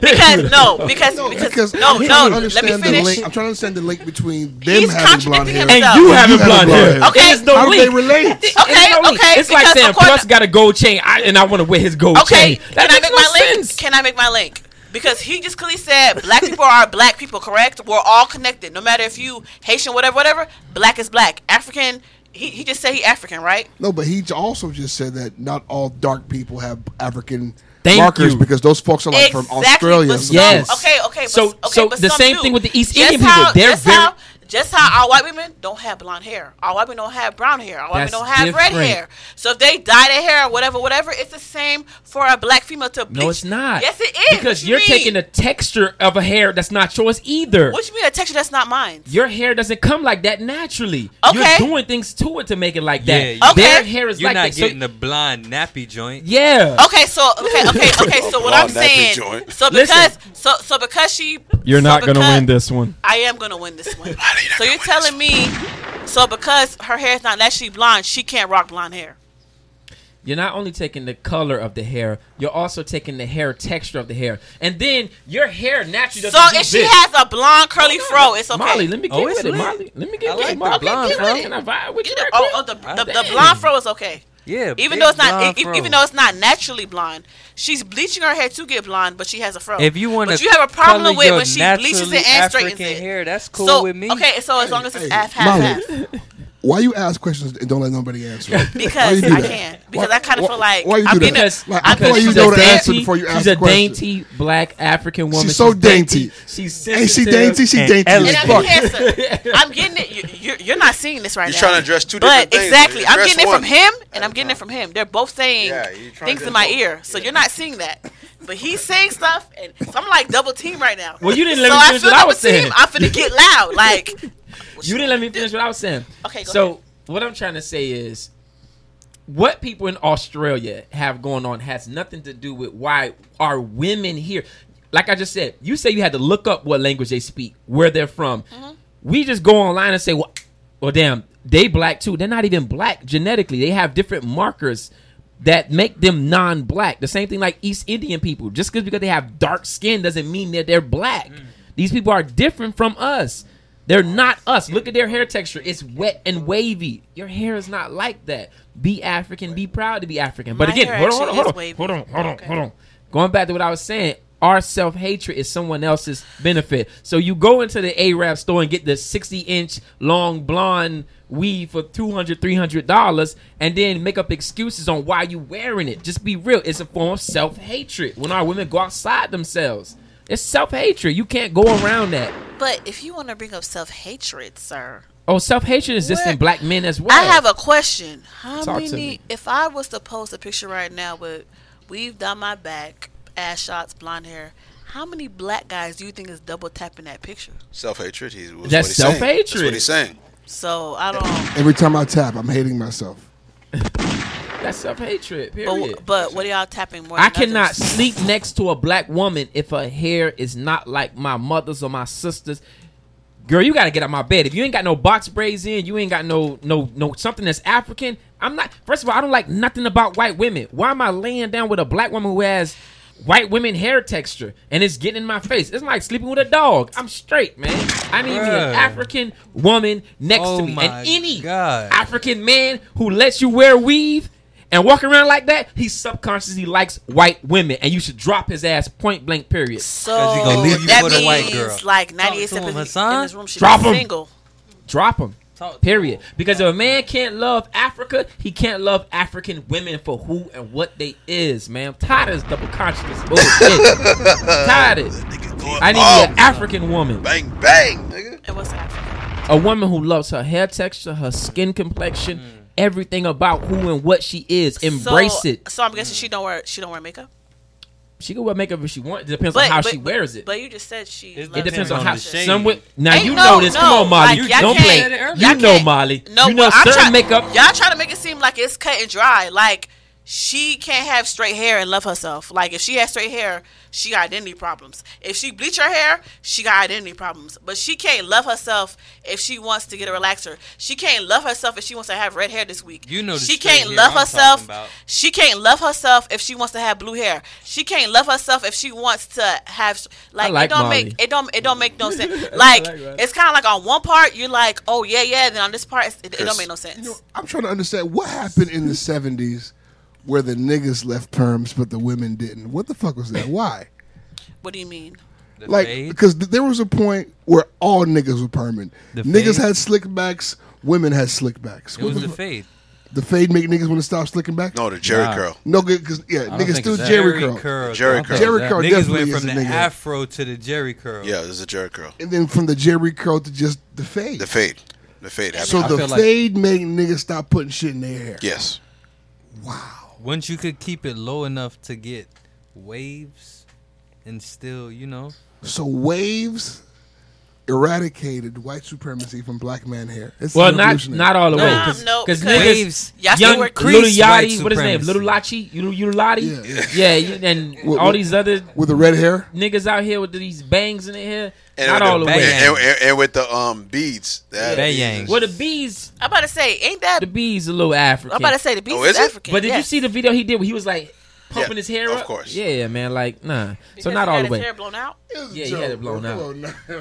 Speaker 1: because
Speaker 7: *laughs*
Speaker 1: because no because because no
Speaker 2: I'm
Speaker 1: no.
Speaker 2: trying to
Speaker 1: Let me
Speaker 2: understand the
Speaker 1: finish.
Speaker 2: link. I'm trying to understand the link between them
Speaker 1: He's
Speaker 2: having blonde
Speaker 1: contradicting
Speaker 2: hair
Speaker 7: and
Speaker 1: himself.
Speaker 7: you
Speaker 1: And
Speaker 7: having
Speaker 2: you
Speaker 7: blonde
Speaker 2: having blonde
Speaker 7: hair.
Speaker 2: hair.
Speaker 1: Okay.
Speaker 7: There's no
Speaker 2: How do they
Speaker 7: link.
Speaker 2: relate?
Speaker 7: There's
Speaker 1: Okay,
Speaker 7: no link.
Speaker 1: okay.
Speaker 7: It's like
Speaker 1: because
Speaker 7: saying
Speaker 1: according-
Speaker 7: Plus got a gold chain, I, and I want to wear his gold
Speaker 1: Okay,
Speaker 7: chain. That
Speaker 1: can I
Speaker 7: makes
Speaker 1: make
Speaker 7: no
Speaker 1: my
Speaker 7: sense.
Speaker 1: link? Can I make my link? Because he just clearly said black people are black people, correct? We're all connected, no matter if you Haitian, whatever, whatever. Black is black. African. He, he just said he African, right?
Speaker 2: No, but he also just said that not all dark people have African
Speaker 7: Thank
Speaker 2: markers
Speaker 7: you.
Speaker 2: because those folks are like from
Speaker 1: Exactly,
Speaker 2: Australia.
Speaker 1: but some-
Speaker 7: Yes.
Speaker 1: Okay. Okay. But,
Speaker 7: So-
Speaker 1: okay,
Speaker 7: so
Speaker 1: but
Speaker 7: the
Speaker 1: some
Speaker 7: same
Speaker 1: do.
Speaker 7: thing with the East
Speaker 1: Just
Speaker 7: Indian
Speaker 1: how-
Speaker 7: people. They're
Speaker 1: just
Speaker 7: very-
Speaker 1: how just how our white women don't have blonde hair. Our white women don't have brown hair. Our white women
Speaker 7: That's
Speaker 1: don't have red
Speaker 7: different.
Speaker 1: hair. So if they dye their hair or whatever, whatever, it's the same for a black female to bleach.
Speaker 7: No, it's not.
Speaker 1: Yes, it is.
Speaker 7: because
Speaker 1: What you
Speaker 7: you're
Speaker 1: mean?
Speaker 7: taking the texture of a hair that's not yours either.
Speaker 1: What you mean a texture that's not mine?
Speaker 7: Your hair doesn't come like that naturally.
Speaker 1: Okay.
Speaker 7: You're doing things to it to make it like
Speaker 3: Yeah,
Speaker 7: that.
Speaker 3: you-
Speaker 1: Okay.
Speaker 7: Their hair is
Speaker 3: You're
Speaker 7: like
Speaker 3: not
Speaker 7: that. So-
Speaker 3: getting the blonde nappy joint.
Speaker 7: yeah.
Speaker 1: Okay, so okay, okay, okay. So what I'm
Speaker 4: Blonde nappy
Speaker 1: saying,
Speaker 4: joint.
Speaker 1: so because so so because she, so because-
Speaker 7: this one.
Speaker 1: I am gonna win this
Speaker 2: *laughs*
Speaker 1: one. so you're telling me, so because her hair is not naturally blonde, she can't rock blonde hair.
Speaker 7: You're not only taking the color of the hair, you're also taking the hair texture of the hair, and then your hair naturally.
Speaker 1: So
Speaker 7: doesn't do
Speaker 1: if she
Speaker 7: this.
Speaker 1: has a blonde curly fro, it's okay.
Speaker 7: Molly, let me get
Speaker 3: Oh,
Speaker 7: with
Speaker 3: it's
Speaker 7: it,
Speaker 3: lit.
Speaker 7: Molly. Let me get
Speaker 3: I
Speaker 7: with
Speaker 3: like
Speaker 7: it,
Speaker 3: the
Speaker 7: Molly.
Speaker 3: blonde
Speaker 7: Get
Speaker 3: fro.
Speaker 7: with it. Can I vibe with you?
Speaker 1: oh,
Speaker 7: right quick?
Speaker 1: oh, the, the, the blonde fro is okay.
Speaker 3: Yeah,
Speaker 1: Even
Speaker 3: big
Speaker 1: though it's not,
Speaker 3: blonde
Speaker 1: e- e-
Speaker 3: fro.
Speaker 1: even though it's not naturally blonde, she's bleaching her hair to get blonde, but she has a fro.
Speaker 3: If you want
Speaker 1: but
Speaker 3: to,
Speaker 1: you have a problem with when she bleaches it and straightens it.
Speaker 3: Hair, that's cool
Speaker 1: so
Speaker 3: with me.
Speaker 1: okay, so as long as it's
Speaker 2: hey,
Speaker 1: half half
Speaker 2: Molly.
Speaker 1: half,
Speaker 2: Why you ask questions and don't let nobody
Speaker 1: *laughs*
Speaker 2: answer? Why you
Speaker 1: because
Speaker 2: do
Speaker 1: I
Speaker 2: that?
Speaker 1: can, because
Speaker 2: Why-
Speaker 1: I kind of
Speaker 2: why-
Speaker 1: feel like
Speaker 2: why you
Speaker 1: I'm
Speaker 2: do
Speaker 1: getting
Speaker 2: that?
Speaker 1: a,
Speaker 7: Because,
Speaker 2: Like,
Speaker 1: I'm
Speaker 2: I feel
Speaker 7: because
Speaker 2: like
Speaker 1: getting
Speaker 2: you
Speaker 7: she's
Speaker 1: a
Speaker 2: know
Speaker 7: a
Speaker 2: the answer
Speaker 7: dainty,
Speaker 2: before you ask
Speaker 7: she's
Speaker 2: the
Speaker 7: a
Speaker 2: question.
Speaker 7: dainty black African woman.
Speaker 2: She's so dainty.
Speaker 7: She's
Speaker 2: Ain't she
Speaker 7: sensitive.
Speaker 2: dainty? She
Speaker 3: and
Speaker 2: dainty as
Speaker 1: And
Speaker 3: elegant.
Speaker 1: I'm
Speaker 2: fuck.
Speaker 1: getting, it,
Speaker 7: *laughs*
Speaker 1: sir. I'm getting it. You, you're, you're not seeing this right
Speaker 4: You're
Speaker 1: now.
Speaker 4: trying to address two
Speaker 1: but
Speaker 4: different things,
Speaker 1: Exactly.
Speaker 4: but you
Speaker 1: I'm
Speaker 4: address
Speaker 1: getting it
Speaker 4: one
Speaker 1: from him, and
Speaker 4: at
Speaker 1: I'm
Speaker 4: a
Speaker 1: getting it
Speaker 4: time.
Speaker 1: from him. They're both saying
Speaker 4: Yeah, you're trying
Speaker 1: things
Speaker 4: to
Speaker 1: in my
Speaker 4: both.
Speaker 1: ear, so you're not seeing that. But he's saying stuff, and so I'm like double team right now.
Speaker 7: Well, you didn't let
Speaker 1: so
Speaker 7: me finish
Speaker 1: I feel
Speaker 7: what I
Speaker 1: double
Speaker 7: was saying.
Speaker 1: team. I'm finna get
Speaker 7: *laughs*
Speaker 1: loud. Like
Speaker 7: You didn't let me finish what I was saying.
Speaker 1: Okay, go
Speaker 7: so
Speaker 1: ahead.
Speaker 7: what I'm trying to say is, what people in Australia have going on has nothing to do with why are women here. Like I just said, you say you had to look up what language they speak, where they're from.
Speaker 1: Mm-hmm.
Speaker 7: We just go online and say, well, well, damn, they black too. They're not even black genetically. They have different markers that make them non-black. The same thing like East Indian people. Just 'cause- because they have dark skin doesn't mean that they're black.
Speaker 1: Mm.
Speaker 7: These people are different from us. They're not us. Look at their hair texture. It's wet and wavy. Your hair is not like that. Be African. Be proud to be African. But
Speaker 1: My
Speaker 7: again,
Speaker 1: hair
Speaker 7: hold on, hold
Speaker 1: actually
Speaker 7: on, hold
Speaker 1: is
Speaker 7: on,
Speaker 1: wavy.
Speaker 7: hold on, hold on,
Speaker 1: Okay.
Speaker 7: hold on. Going back to what I was saying, our self hatred is someone else's benefit. So you go into the Arab store and get the sixty inch long blonde weave for 200 dollars, and then make up excuses on why you wearing it. Just be real. It's a form of self hatred. When our women go outside themselves, it's self hatred. You can't go around that.
Speaker 1: But if you want to bring up self hatred, sir,
Speaker 7: Oh, self hatred exists in
Speaker 1: What?
Speaker 7: black men as well.
Speaker 1: I have a question. How
Speaker 7: Talk to
Speaker 1: many?
Speaker 7: me.
Speaker 1: If I was to post a picture right now with weave down my back, ass shots, blonde hair, how many black guys do you think is double tapping that picture?
Speaker 4: Self hatred. He's was what
Speaker 7: That's
Speaker 4: he's saying. That's
Speaker 7: self-hatred.
Speaker 4: what he's saying.
Speaker 1: So I don't.
Speaker 2: Every time I tap, I'm hating myself.
Speaker 7: That's self hatred. Period.
Speaker 1: But, but what are y'all tapping more?
Speaker 7: I
Speaker 1: than
Speaker 7: cannot
Speaker 1: others? *laughs*
Speaker 7: sleep next to a black woman if her hair is not like my mother's or my sister's. Girl, you gotta get out my bed. If you ain't got no box braids in, you ain't got no no no something that's African. I'm not. First of all, I don't like nothing about white women. Why am I laying down with a black woman who has white women hair texture and it's getting in my face? It's like sleeping with a dog. I'm straight, man. I need me an
Speaker 3: Bruh.
Speaker 7: African woman next
Speaker 3: Oh
Speaker 7: to me,
Speaker 3: my
Speaker 7: and any
Speaker 3: God.
Speaker 7: African man who lets you wear weave and walk around like that, he subconsciously likes white women, and you should drop his ass point blank. Period.
Speaker 1: So
Speaker 3: 'Cause he gonna leave you
Speaker 1: that
Speaker 3: for
Speaker 1: means
Speaker 3: the white girl.
Speaker 1: like
Speaker 3: to
Speaker 1: 98
Speaker 3: him,
Speaker 1: percent in
Speaker 3: Hassan.
Speaker 1: this room should
Speaker 7: Drop
Speaker 1: be
Speaker 7: him.
Speaker 1: single.
Speaker 7: Drop him.
Speaker 3: Talk-
Speaker 7: Period. Because if a man can't love Africa, he can't love African women for who and what they is, man. I'm tired of this double consciousness bullshit. tired of it.
Speaker 4: Nigga going
Speaker 7: I need
Speaker 4: off.
Speaker 7: an African woman,
Speaker 4: Oh, bang bang. Nigga.
Speaker 1: It was Africa.
Speaker 7: a woman who loves her hair texture, her skin complexion, everything about who and what she is. Embrace
Speaker 1: Mm. so,
Speaker 7: it.
Speaker 1: So I'm guessing she don't wear she don't wear makeup.
Speaker 7: She can wear makeup if she wants. It depends on how she wears it.
Speaker 1: But you just said she.
Speaker 5: It
Speaker 7: it
Speaker 1: loves
Speaker 7: depends
Speaker 5: depends
Speaker 7: on
Speaker 5: on
Speaker 7: how
Speaker 5: the shade.
Speaker 7: some wo- Now
Speaker 1: Ain't
Speaker 7: you
Speaker 1: no-
Speaker 7: know this.
Speaker 1: no,
Speaker 7: Come on, Molly.
Speaker 1: like,
Speaker 7: you
Speaker 1: y'all
Speaker 7: don't
Speaker 1: can't-
Speaker 7: play.
Speaker 1: y'all
Speaker 7: You know,
Speaker 1: can't-
Speaker 7: Molly.
Speaker 1: No,
Speaker 7: you know
Speaker 1: but I'm
Speaker 7: certain
Speaker 1: try-
Speaker 7: makeup.
Speaker 1: Y'all trying to make it seem like it's cut and dry. Like she can't have straight hair and love herself. Like if she has straight hair, she got identity problems. If she bleach her hair, she got identity problems. But she can't love herself if she wants to get a relaxer. She can't love herself if she wants to have red hair this week.
Speaker 3: You know the
Speaker 1: she
Speaker 3: straight
Speaker 1: can't
Speaker 3: hair
Speaker 1: love
Speaker 3: I'm talking
Speaker 1: herself.
Speaker 3: about.
Speaker 1: She can't love herself if she wants to have blue hair. She can't love herself if she wants to have like,
Speaker 7: like
Speaker 1: it don't
Speaker 7: Molly.
Speaker 1: make it don't it don't make *laughs* no sense. Like,
Speaker 7: like that.
Speaker 1: it's kind of like on one part you're like, oh yeah yeah, then on this part it's- it, it don't
Speaker 4: Chris.
Speaker 1: make no sense.
Speaker 2: You know, I'm trying to understand what happened in the '70s where the niggas left perms but the women didn't. What the fuck was
Speaker 3: *laughs*
Speaker 2: that? Why?
Speaker 1: what do you mean?
Speaker 3: The
Speaker 2: like
Speaker 3: fade.
Speaker 2: because th- there was a point where all niggas were perming.
Speaker 3: The
Speaker 2: niggas
Speaker 3: fade?
Speaker 2: had slick backs. Women had slick backs.
Speaker 3: it
Speaker 2: What
Speaker 3: was
Speaker 2: the,
Speaker 3: the
Speaker 2: fu-
Speaker 3: fade.
Speaker 2: the fade make niggas want to stop slicking back.
Speaker 4: No, the Jerry
Speaker 3: Nah.
Speaker 4: Curl.
Speaker 2: no good because yeah,
Speaker 3: I don't
Speaker 2: niggas
Speaker 3: think
Speaker 2: still
Speaker 3: it's
Speaker 2: *laughs*
Speaker 3: that.
Speaker 2: Jerry curl.
Speaker 4: Jerry
Speaker 3: I don't
Speaker 4: curl.
Speaker 3: think
Speaker 2: Jerry
Speaker 3: that-
Speaker 2: curl
Speaker 3: Niggas
Speaker 2: definitely
Speaker 3: went
Speaker 2: is
Speaker 3: from
Speaker 2: a
Speaker 3: the
Speaker 2: nigga.
Speaker 3: afro to the Jerry curl.
Speaker 4: Yeah, it's a Jerry Curl.
Speaker 2: and then from the Jerry curl to just the fade.
Speaker 4: The fade. The fade.
Speaker 2: so
Speaker 4: Absolutely.
Speaker 3: I
Speaker 2: the
Speaker 3: feel like-
Speaker 2: fade made niggas stop putting shit in their hair.
Speaker 4: yes.
Speaker 3: Once you could keep it low enough to get waves, and still, you know,
Speaker 2: So waves eradicated white supremacy from black man hair. It's
Speaker 7: Well, not
Speaker 2: revolutionary.
Speaker 7: not all the way.
Speaker 1: Nah, no,
Speaker 7: Because
Speaker 1: because-
Speaker 7: niggas,
Speaker 3: Waves.
Speaker 1: Y'all still
Speaker 7: young
Speaker 1: wear
Speaker 7: little
Speaker 3: crease
Speaker 7: Yachty,
Speaker 3: white
Speaker 7: what is his name?
Speaker 3: supremacy.
Speaker 7: Little Lachi, you you Lotti,
Speaker 2: Yeah.
Speaker 7: yeah, you, and
Speaker 2: With-
Speaker 7: all
Speaker 2: with-
Speaker 7: these other
Speaker 2: with the red hair.
Speaker 7: niggas out here with these bangs in their hair.
Speaker 4: And
Speaker 7: not
Speaker 4: with
Speaker 7: all the
Speaker 3: bang.
Speaker 7: way.
Speaker 4: And, and- and with the um beads. That
Speaker 3: Bang.
Speaker 7: Well, the bees,
Speaker 1: I'm about to say, ain't that?
Speaker 7: the bees, a little African.
Speaker 1: I'm about to say the beast
Speaker 4: Oh,
Speaker 1: is,
Speaker 4: is it?
Speaker 1: African.
Speaker 7: but did you
Speaker 1: yes.
Speaker 7: see the video he did? where He was like pumping
Speaker 4: Yeah,
Speaker 7: his hair
Speaker 4: of
Speaker 7: up.
Speaker 4: course.
Speaker 7: Yeah, yeah, man. Like, nah.
Speaker 1: Because
Speaker 7: so
Speaker 1: he
Speaker 7: not
Speaker 1: got
Speaker 7: all the
Speaker 1: his
Speaker 7: way.
Speaker 1: hair blown out.
Speaker 2: It was a
Speaker 7: Yeah, he
Speaker 2: joke,
Speaker 7: had it blown
Speaker 2: bro. Come
Speaker 7: out.
Speaker 2: on now. *laughs*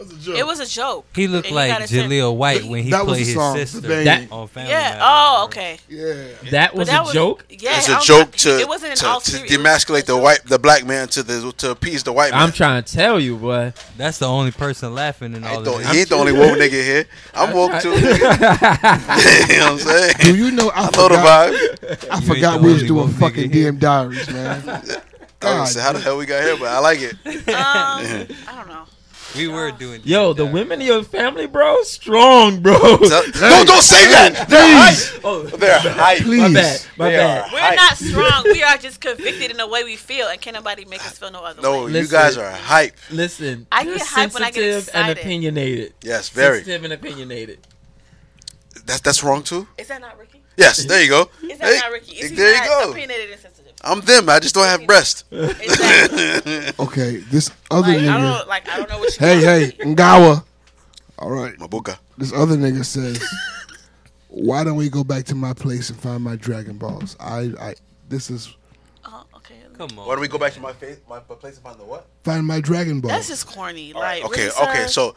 Speaker 2: That's a
Speaker 4: Oh.
Speaker 2: joke.
Speaker 1: It was a joke.
Speaker 3: he looked
Speaker 1: And got
Speaker 3: like
Speaker 1: his hair-
Speaker 3: Jaleel White when he
Speaker 2: That was
Speaker 3: played
Speaker 2: a
Speaker 3: his
Speaker 2: song.
Speaker 3: sister
Speaker 2: That-
Speaker 3: on Family
Speaker 1: Yeah.
Speaker 3: Matters,
Speaker 1: Oh,
Speaker 3: bro.
Speaker 1: okay.
Speaker 2: yeah.
Speaker 7: That
Speaker 1: But
Speaker 7: was
Speaker 1: that
Speaker 7: a joke.
Speaker 1: Yeah,
Speaker 4: it's
Speaker 1: I
Speaker 4: a
Speaker 1: don't-
Speaker 4: joke to
Speaker 1: It wasn't an
Speaker 4: to,
Speaker 1: all
Speaker 4: to
Speaker 1: serious.
Speaker 4: demasculate the white the black man to the to appease the white man.
Speaker 7: I'm trying to tell you, boy.
Speaker 3: That's the only person laughing in
Speaker 4: I
Speaker 3: all
Speaker 4: ain't
Speaker 3: of
Speaker 4: the,
Speaker 3: this.
Speaker 4: he ain't the only woke nigga here. I'm woke too. nigga. *laughs* you know what I'm saying?
Speaker 2: *laughs* Do you know I,
Speaker 4: I know the
Speaker 2: forgot,
Speaker 4: vibe.
Speaker 2: I
Speaker 3: ain't
Speaker 2: forgot
Speaker 3: the
Speaker 2: we was
Speaker 3: only
Speaker 2: doing
Speaker 3: woke nigga
Speaker 2: fucking
Speaker 3: here.
Speaker 2: DM diaries,
Speaker 7: *laughs*
Speaker 2: man.
Speaker 4: I was gonna say, how the hell we got here, but I like it. *laughs*
Speaker 1: Um, I don't know.
Speaker 3: We were doing.
Speaker 7: Yo, the women in your family, bro, strong, bro.
Speaker 4: So- don't don't say that. They're hype.
Speaker 7: *laughs* Oh,
Speaker 4: They're hype.
Speaker 7: my bad,
Speaker 2: Please.
Speaker 7: my
Speaker 4: They
Speaker 7: bad.
Speaker 4: are
Speaker 1: We're
Speaker 4: hype.
Speaker 1: not strong. We are just convicted in the way we feel, and can nobody make us feel no other
Speaker 4: No,
Speaker 1: way.
Speaker 4: you
Speaker 7: Listen.
Speaker 4: guys are hype.
Speaker 7: Listen,
Speaker 1: I
Speaker 7: you're
Speaker 1: get hype when I get
Speaker 7: sensitive and
Speaker 1: excited.
Speaker 7: opinionated.
Speaker 4: Yes, very.
Speaker 7: sensitive and opinionated.
Speaker 4: That's that's wrong too.
Speaker 1: Is that not Ricky?
Speaker 4: Yes, there you go.
Speaker 1: Is that
Speaker 4: Hey,
Speaker 1: not Ricky? Is he
Speaker 4: there
Speaker 1: not
Speaker 4: you go.
Speaker 1: opinionated and sensitive?
Speaker 4: I'm them. I just don't have *laughs* breast.
Speaker 1: Exactly.
Speaker 2: Okay, this other
Speaker 1: like, I
Speaker 2: nigga.
Speaker 1: don't like. I don't know what you.
Speaker 2: Hey,
Speaker 1: want.
Speaker 2: hey, Ngawa. All right.
Speaker 4: Mabuka.
Speaker 2: This other nigga says, "Why don't we go back to my place and find my Dragon Balls?" I, I, this is
Speaker 1: Oh, okay.
Speaker 3: Come on.
Speaker 4: Why do we go back to my face, my place and find the what?
Speaker 2: find my Dragon Balls.
Speaker 1: That's just corny. Like,
Speaker 4: okay,
Speaker 1: really,
Speaker 4: okay.
Speaker 1: sir?
Speaker 4: So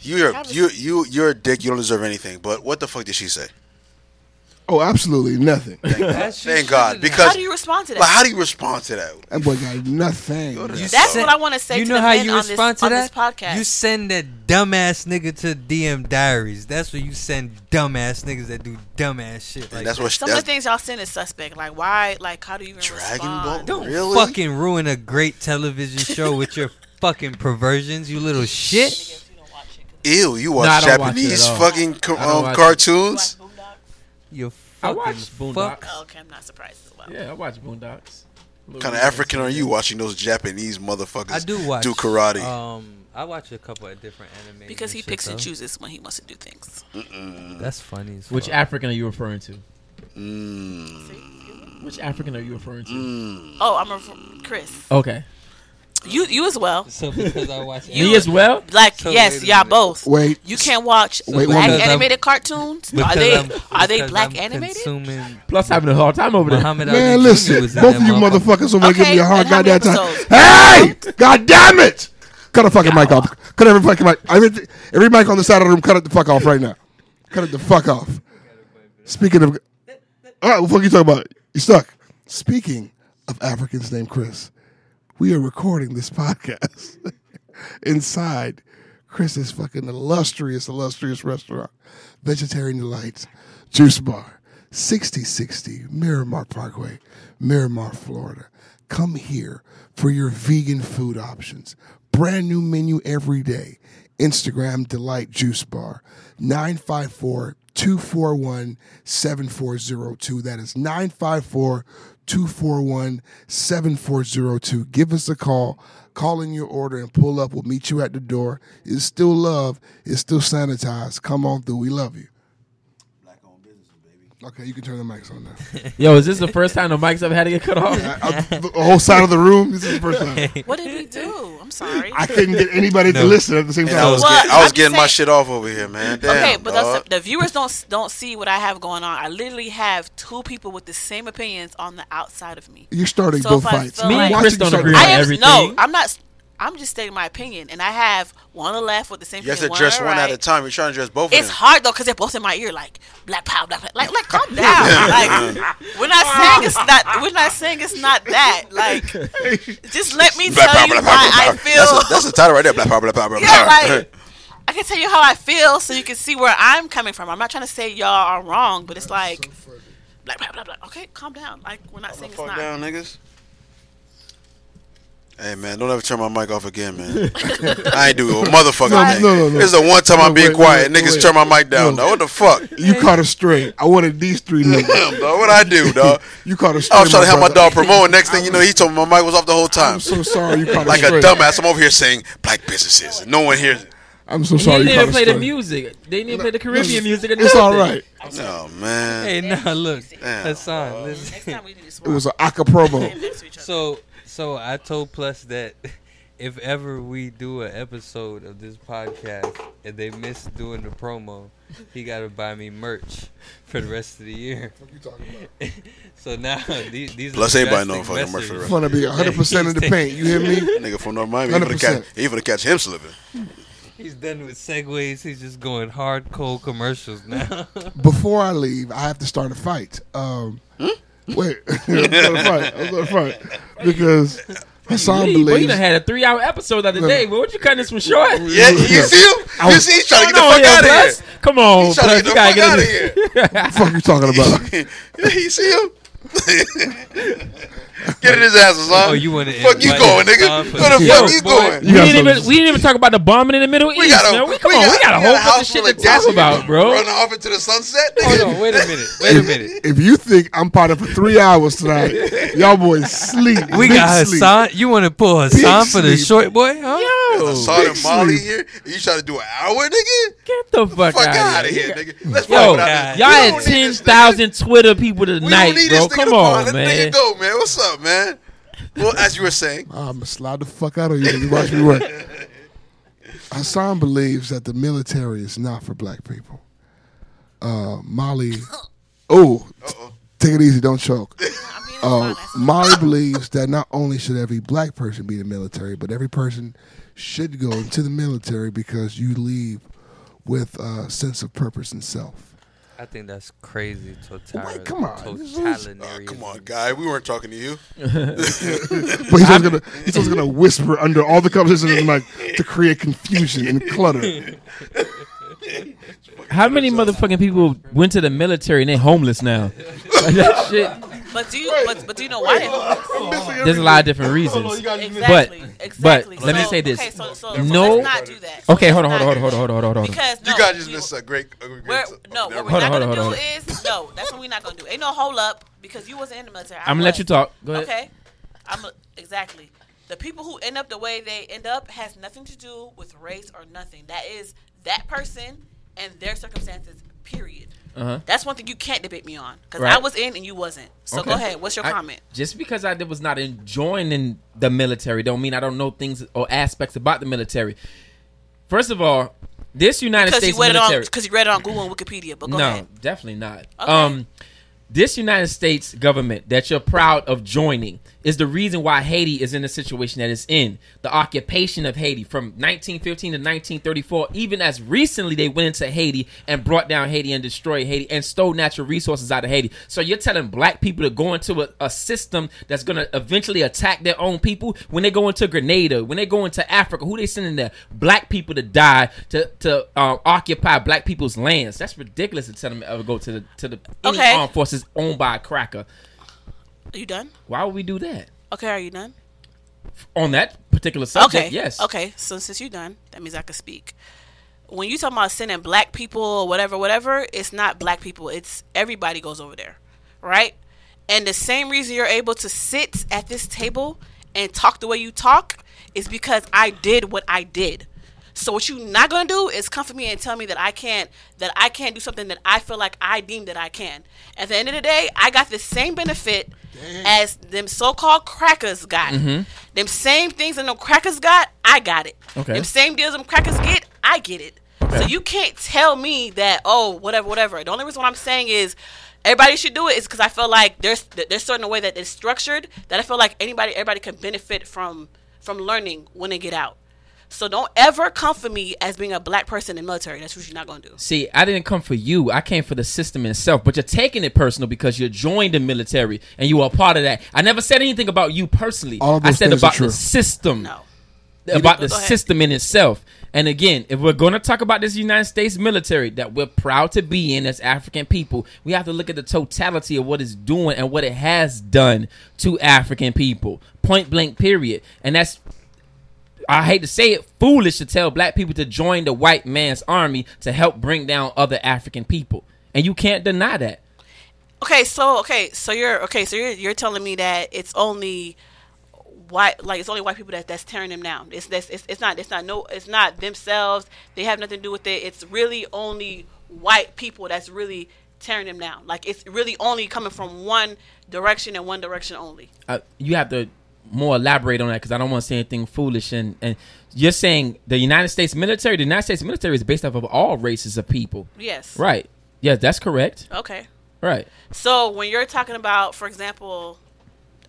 Speaker 4: you're
Speaker 1: Have a-
Speaker 4: you you you're a dick. You don't deserve anything. But what the fuck did she say?
Speaker 2: oh, absolutely nothing. that
Speaker 3: That's your
Speaker 4: Thank God,
Speaker 3: shit.
Speaker 4: because
Speaker 1: how do you respond to that?
Speaker 4: like, how do you respond to that?
Speaker 2: boy got nothing.
Speaker 4: You
Speaker 1: That's
Speaker 4: So-
Speaker 1: what I want to say
Speaker 3: you
Speaker 1: to
Speaker 3: know
Speaker 1: the
Speaker 3: how
Speaker 1: men
Speaker 3: you
Speaker 1: on, this,
Speaker 3: respond
Speaker 1: on
Speaker 3: to
Speaker 1: this
Speaker 3: that?
Speaker 1: podcast.
Speaker 3: You send that dumbass nigga to DM Diaries. That's where you send dumbass niggas that do dumbass shit. Like
Speaker 4: And that's what she,
Speaker 1: Some
Speaker 4: that's
Speaker 1: of the things y'all send is suspect. Like, why? Like, how do you even
Speaker 4: Dragon
Speaker 1: respond?
Speaker 4: Ball?
Speaker 3: Don't
Speaker 4: Really?
Speaker 3: fucking ruin a great television show with
Speaker 4: *laughs*
Speaker 3: your fucking perversions, you little shit.
Speaker 4: ew. You
Speaker 7: Nah,
Speaker 4: watch
Speaker 7: I don't watch it
Speaker 4: Japanese
Speaker 7: at all.
Speaker 4: fucking ca-
Speaker 7: I don't
Speaker 4: um,
Speaker 7: watch it.
Speaker 4: cartoons?
Speaker 3: You
Speaker 7: I
Speaker 3: fucking
Speaker 7: watched
Speaker 3: fuck.
Speaker 7: Boondocks.
Speaker 1: Oh, okay, I'm not surprised as well.
Speaker 7: Yeah, I watched Boondocks.
Speaker 4: What kind of African are you watching those Japanese motherfuckers?
Speaker 3: I do watch
Speaker 4: do karate.
Speaker 3: Um, I watch a couple of different anime
Speaker 1: Because he picks and
Speaker 3: though.
Speaker 1: chooses when he wants to do things.
Speaker 3: That's funny. As
Speaker 7: Which
Speaker 3: fuck.
Speaker 7: African are you referring to?
Speaker 4: Mm.
Speaker 1: See?
Speaker 7: Which African are you referring to?
Speaker 1: Oh, I'm a Chris.
Speaker 7: Okay,
Speaker 1: You you as well.
Speaker 3: So because I watch
Speaker 1: You-
Speaker 7: me as well.
Speaker 1: Like
Speaker 3: Mm. So
Speaker 1: yes,
Speaker 3: wait a
Speaker 1: y'all
Speaker 3: minute.
Speaker 1: both.
Speaker 2: Wait,
Speaker 1: You can't watch
Speaker 2: Wait,
Speaker 1: black
Speaker 2: because
Speaker 3: I'm-
Speaker 1: animated cartoons.
Speaker 3: because
Speaker 1: Are they
Speaker 3: I'm-
Speaker 1: are they
Speaker 3: because
Speaker 1: black
Speaker 3: I'm
Speaker 1: animated?
Speaker 3: Consuming
Speaker 7: Plus, having a hard time over there.
Speaker 3: Muhammad Ali
Speaker 2: man,
Speaker 3: Jr.
Speaker 2: listen,
Speaker 3: was in
Speaker 2: both
Speaker 3: that
Speaker 2: of you
Speaker 3: motherfucker.
Speaker 2: motherfuckers are gonna give
Speaker 1: Okay,
Speaker 2: me a hard
Speaker 1: and how many
Speaker 2: goddamn time.
Speaker 1: episodes?
Speaker 2: Hey, god damn it! Cut a fucking mic off. Cut every fucking mic. Every, every mic on the side of the room. Cut it the fuck off right now. Cut it the fuck off. Speaking of, all right, what the fuck you talking about? You stuck. Speaking of Africans named Chris, we are recording this podcast *laughs* inside Chris's fucking illustrious, illustrious restaurant, Vegetarian Delights, Juice Bar, 6060 Miramar Parkway, Miramar, Florida. Come here for your vegan food options. Brand new menu every day. Instagram Delight Juice Bar, 954 241 7402. That is 954 241 7402. Give us a call. Call in your order and pull up. We'll meet you at the door. It's still love. It's still sanitized. Come on through. We love you. Okay, you can turn the mics
Speaker 4: *laughs*
Speaker 2: on now.
Speaker 7: Yo, is this the first time the mics ever had to get cut off?
Speaker 2: Uh, the whole side of the room. This is the first time.
Speaker 1: What did we do?
Speaker 3: *laughs*
Speaker 1: I'm sorry.
Speaker 2: I couldn't get anybody to listen at the same
Speaker 4: And I
Speaker 2: time.
Speaker 4: was
Speaker 1: Well,
Speaker 4: getting, I
Speaker 1: I'm
Speaker 4: was getting my
Speaker 1: saying-
Speaker 4: shit off over here, man. Damn,
Speaker 1: okay, but
Speaker 4: dog.
Speaker 1: that's, the viewers don't s- don't see what I have going on. I literally have two people with the same opinions on the outside of me.
Speaker 2: You're starting
Speaker 1: So
Speaker 2: both
Speaker 1: if I
Speaker 2: fights.
Speaker 1: felt Me and
Speaker 2: Watch
Speaker 7: Chris
Speaker 2: it
Speaker 7: don't
Speaker 2: start-
Speaker 7: agree on
Speaker 1: I am
Speaker 7: everything.
Speaker 1: no, I'm not. s- I'm just stating my opinion, and I have one to left with the same.
Speaker 4: you have to
Speaker 1: opinion,
Speaker 4: dress one at
Speaker 1: right.
Speaker 4: a time. You're trying to dress both
Speaker 1: It's
Speaker 4: of them.
Speaker 1: hard though because they're both in my ear, like black power, black power. Like, like calm
Speaker 4: *laughs*
Speaker 1: down. Like, we're not saying it's not. We're not saying it's not that.
Speaker 4: *laughs*
Speaker 1: Like, just let me
Speaker 4: Black
Speaker 1: tell
Speaker 4: power,
Speaker 1: you
Speaker 4: black
Speaker 1: why
Speaker 4: power,
Speaker 1: I
Speaker 4: black power. *laughs* That's, a,
Speaker 1: feel.
Speaker 4: that's the title right there. Black power, black power,
Speaker 1: *laughs*
Speaker 4: black
Speaker 1: Yeah,
Speaker 4: power.
Speaker 1: like I can tell you how I feel, so you can see where I'm coming from. I'm not trying to say y'all are wrong, but it's like, black power, black power. Okay, calm down. Like, we're not saying it's
Speaker 4: Fuck
Speaker 1: not.
Speaker 4: down, niggas. Hey man, don't ever turn my mic off
Speaker 1: *laughs*
Speaker 4: again, man. I ain't do a motherfucking
Speaker 2: No,
Speaker 4: thing.
Speaker 2: no, no, no.
Speaker 4: This is the one time
Speaker 2: No,
Speaker 4: I'm being
Speaker 2: wait,
Speaker 4: quiet.
Speaker 2: wait,
Speaker 4: niggas
Speaker 2: wait.
Speaker 4: turn my mic down.
Speaker 2: No.
Speaker 4: Now what the fuck? *laughs*
Speaker 2: You caught us straight. I wanted these three niggas.
Speaker 4: Damn, dog. What I do, dog?
Speaker 2: You caught us straight.
Speaker 4: I was trying to help my
Speaker 2: brother.
Speaker 4: dog promote. Next thing you know, he told me my mic was off the whole time.
Speaker 2: I'm so sorry you caught
Speaker 4: Like
Speaker 2: us
Speaker 4: a
Speaker 2: straight.
Speaker 4: dumbass, I'm over here saying black businesses. and No one hears it.
Speaker 2: I'm so
Speaker 7: They
Speaker 2: sorry
Speaker 7: didn't
Speaker 2: you caught
Speaker 7: even
Speaker 2: us
Speaker 7: play the
Speaker 2: straight.
Speaker 7: music. They didn't even play the
Speaker 2: This is-
Speaker 7: Caribbean music. or
Speaker 2: It's all
Speaker 7: nothing.
Speaker 2: right.
Speaker 4: Oh man.
Speaker 3: Hey, nah, look,
Speaker 4: Damn.
Speaker 3: Hassan, listen.
Speaker 1: Next time we need
Speaker 4: *laughs*
Speaker 1: to
Speaker 2: It
Speaker 1: swap.
Speaker 2: was an Aka
Speaker 3: *laughs*
Speaker 2: promo.
Speaker 1: Next to each other.
Speaker 3: So, so I told Plus that *laughs* if ever we do an episode of this podcast and they miss doing the promo, he got to buy me merch for the rest of the year. so now *laughs* these, these
Speaker 4: Plus
Speaker 3: are
Speaker 4: ain't buying no
Speaker 3: drastic
Speaker 4: fucking merch for the
Speaker 3: messages.
Speaker 4: rest
Speaker 2: Fun to be 100% of the
Speaker 3: *laughs*
Speaker 2: paint. You hear me?
Speaker 4: Nigga from North Miami, he finna
Speaker 2: 100%.
Speaker 4: catch, he finna catch him slipping.
Speaker 3: He's done with segues. He's just going hard cold commercials now.
Speaker 2: Before I leave, I have to start a fight. Um,
Speaker 3: Hmm?
Speaker 2: Wait, *laughs* I'm gonna fight. I'm gonna fight because Hassan
Speaker 7: Lee, boy, you
Speaker 2: believes.
Speaker 7: done had a three-hour episode the other day. But what you cutting this one short?
Speaker 4: Yeah, you see him?
Speaker 2: I
Speaker 4: You
Speaker 2: was-
Speaker 4: see he's trying to get the
Speaker 7: Come on
Speaker 4: fuck
Speaker 7: here,
Speaker 4: out of here.
Speaker 7: Plus. Come on,
Speaker 4: He's trying to get
Speaker 7: Plus, you
Speaker 4: the
Speaker 7: gotta
Speaker 4: fuck
Speaker 7: get
Speaker 4: out
Speaker 7: on
Speaker 4: of
Speaker 7: this. *laughs*
Speaker 4: here.
Speaker 2: What the fuck you talking
Speaker 4: *laughs*
Speaker 2: about?
Speaker 4: yeah, you see him? Get in his ass, Islam.
Speaker 3: Oh, you wanna
Speaker 4: fuck you
Speaker 3: invite
Speaker 4: going,
Speaker 3: him
Speaker 4: nigga?
Speaker 3: on for
Speaker 4: Where the
Speaker 3: Yo,
Speaker 4: fuck you
Speaker 7: boy,
Speaker 4: going?
Speaker 7: We
Speaker 2: You got
Speaker 7: didn't even
Speaker 2: something-
Speaker 7: we didn't even talk about the bombing in the Middle East, man. We come on, we got a whole bunch of shit
Speaker 4: full
Speaker 7: to
Speaker 4: of gas.
Speaker 7: talk about, bro.
Speaker 4: Run off into the sunset, nigga.
Speaker 3: *laughs* Hold on, wait a minute. *laughs* Wait a minute.
Speaker 2: If you think I'm potted for three hours tonight, y'all boys sleep.
Speaker 3: We
Speaker 2: Big
Speaker 3: got
Speaker 2: sleep.
Speaker 3: Hassan. You want to pull Hassan for the
Speaker 2: sleep.
Speaker 3: short boy, huh?
Speaker 4: I
Speaker 7: Yo,
Speaker 4: saw the
Speaker 2: big
Speaker 4: Molly
Speaker 2: sleep.
Speaker 4: here. You trying to do an hour, nigga?
Speaker 7: get the fuck,
Speaker 4: Fuck
Speaker 7: out
Speaker 4: out of here, nigga. Let's
Speaker 7: Yo,
Speaker 4: fuck out
Speaker 3: God.
Speaker 4: of
Speaker 7: y'all had ten thousand Twitter people
Speaker 4: We don't
Speaker 7: tonight,
Speaker 4: need
Speaker 7: bro.
Speaker 4: this nigga
Speaker 7: Come
Speaker 4: to find
Speaker 7: on,
Speaker 4: that
Speaker 7: man.
Speaker 4: nigga go, man. What's up, man? Well, as you were saying,
Speaker 2: I'm gonna slide the fuck out of you. You watch me work. Hassan believes that the military is not for black people. Uh, Molly, oh, t- take it easy, don't choke.
Speaker 1: I mean, it's
Speaker 2: Uh,
Speaker 1: fine. That's-
Speaker 2: Molly believes that not only should every black person be in the military, but every person should go into the military because you leave with a sense of purpose and self.
Speaker 3: I think that's crazy. Totalitarian.
Speaker 2: Wait, come on. This is-
Speaker 4: Uh,
Speaker 3: Totalitarian.
Speaker 4: come on, guy. We weren't talking to you.
Speaker 2: But he's just gonna he's just gonna whisper under all the conversations like to create confusion and clutter.
Speaker 7: How many motherfucking people went to the military and they homeless now? *laughs* Like, that shit.
Speaker 1: But do you? But, but do you know why? they-
Speaker 7: There's a lot of different reasons.
Speaker 1: Exactly. exactly.
Speaker 7: let me
Speaker 1: So-
Speaker 7: say this.
Speaker 1: Okay, so, so,
Speaker 7: No-
Speaker 1: no. Let's not do that.
Speaker 7: Okay, hold on, hold
Speaker 1: Let's
Speaker 7: on,
Speaker 1: not
Speaker 7: hold on, hold on, hold on, hold on.
Speaker 1: do
Speaker 7: Hold on.
Speaker 1: that. Because no,
Speaker 4: You guys just
Speaker 1: we-
Speaker 4: missed a great, a great.
Speaker 1: we're- no, what
Speaker 4: never
Speaker 1: we're
Speaker 4: mind.
Speaker 1: not
Speaker 7: Hold on,
Speaker 1: gonna
Speaker 7: hold on,
Speaker 1: do is no. That's what we're not gonna do. Ain't no hold up because you wasn't in the military.
Speaker 7: I'm gonna let you talk. Go ahead.
Speaker 1: Okay. I'm a, exactly. The people who end up the way they end up has nothing to do with race or nothing. That is that person and their circumstances. Period.
Speaker 7: Uh-huh.
Speaker 1: That's one thing you can't debate me on because I
Speaker 7: Right.
Speaker 1: was in and you wasn't. So
Speaker 7: Okay.
Speaker 1: go ahead. What's your
Speaker 7: I-
Speaker 1: comment?
Speaker 7: Just because I did was not enjoying in the military don't mean I don't know things or aspects about the military. First of all, this United
Speaker 1: Because
Speaker 7: States
Speaker 1: you read it on
Speaker 7: military.
Speaker 1: because you read it on Google and Wikipedia. But go
Speaker 7: no,
Speaker 1: ahead.
Speaker 7: definitely not.
Speaker 1: Okay.
Speaker 7: Um, this United States government that you're proud of joining is the reason why Haiti is in the situation that it's in. The occupation of Haiti from 1915 to 1934, even as recently they went into Haiti and brought down Haiti and destroyed Haiti and stole natural resources out of Haiti. So you're telling black people to go into a, a system that's going to eventually attack their own people when they go into Grenada, when they go into Africa, who they sending there? Black people to die to to um, occupy black people's lands. That's ridiculous to tell them to ever go to the to the any
Speaker 1: Okay.
Speaker 7: armed forces owned by a cracker.
Speaker 1: Are you done?
Speaker 7: Why would we do that
Speaker 1: Okay. Are you done?
Speaker 7: on that particular subject?
Speaker 1: Okay.
Speaker 7: Yes.
Speaker 1: Okay. So since you're done, that means I can speak. when you talk about sending black people or whatever, whatever, it's not black people. It's everybody goes over there, right? And the same reason you're able to sit at this table and talk the way you talk is because I did what I did. So what you not gonna do is come for me and tell me that I can't that I can't do something that I feel like I deem that I can. At the end of the day, I got the same benefit as them so-called crackers got. Them same things that them crackers got, I got it.
Speaker 7: Okay.
Speaker 1: Them same deals them crackers get, I get it. So you can't tell me that oh whatever whatever. The only reason what I'm saying is everybody should do it is because I feel like there's there's certain way that it's structured that I feel like anybody everybody can benefit from from learning when they get out. So don't ever come for me as being a black person in military. That's what you're not gonna do.
Speaker 7: See, I didn't come for you. I came for the system itself. But you're taking it personal because you joined the military and you are part of that. I never said anything about you personally.
Speaker 2: All of
Speaker 7: I
Speaker 2: those
Speaker 7: said
Speaker 2: things are
Speaker 7: about
Speaker 2: true.
Speaker 7: the system.
Speaker 1: No.
Speaker 7: About the
Speaker 1: Go ahead.
Speaker 7: system in itself. And again, if we're going to talk about this United States military that we're proud to be in as African people, we have to look at the totality of what it's doing and what it has done to African people. Point blank, period. And that's I hate to say it, foolish to tell black people to join the white man's army to help bring down other African people. And you can't deny that.
Speaker 1: Okay, so okay, so you're okay, so you're you're telling me that it's only white like it's only white people that that's tearing them down. It's that's it's, it's not it's not no it's not themselves. They have nothing to do with it. It's really only white people that's really tearing them down. Like it's really only coming from one direction and one direction only.
Speaker 7: Uh, you have to more elaborate on that because I don't want to say anything foolish. And, and you're saying the United States military, the United States military is based off of all races of people.
Speaker 1: Yes.
Speaker 7: Right. Yes, that's correct.
Speaker 1: Okay.
Speaker 7: Right.
Speaker 1: So when you're talking about, for example,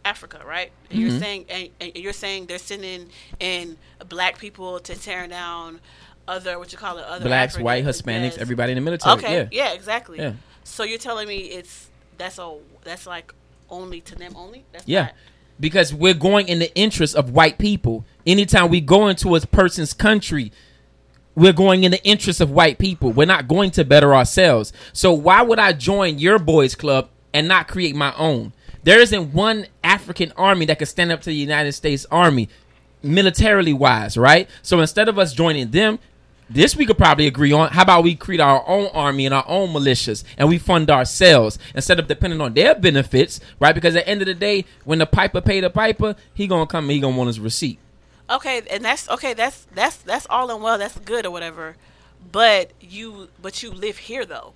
Speaker 1: Africa, right? And
Speaker 7: Mm-hmm.
Speaker 1: you're saying and, and you're saying they're sending in black people to tear down other what you call it other
Speaker 7: Blacks,
Speaker 1: Africans.
Speaker 7: white, Hispanics,
Speaker 1: Yes.
Speaker 7: everybody in the military.
Speaker 1: Okay,
Speaker 7: Yeah.
Speaker 1: yeah, exactly.
Speaker 7: Yeah.
Speaker 1: So you're telling me it's that's a that's like only to them only. That's
Speaker 7: Yeah.
Speaker 1: not-
Speaker 7: Because we're going in the interest of white people. Anytime we go into a person's country, we're going in the interest of white people. We're not going to better ourselves. So why would I join your boys club and not create my own? There isn't one African army that could stand up to the United States Army militarily wise, right? So instead of us joining them, this we could probably agree on. How about we create our own army and our own militias and we fund ourselves instead of depending on their benefits, right? Because at the end of the day, when the piper pay the piper, he gonna come and he gonna want his receipt.
Speaker 1: okay and that's okay that's that's that's all and well that's good or whatever but you but you live here though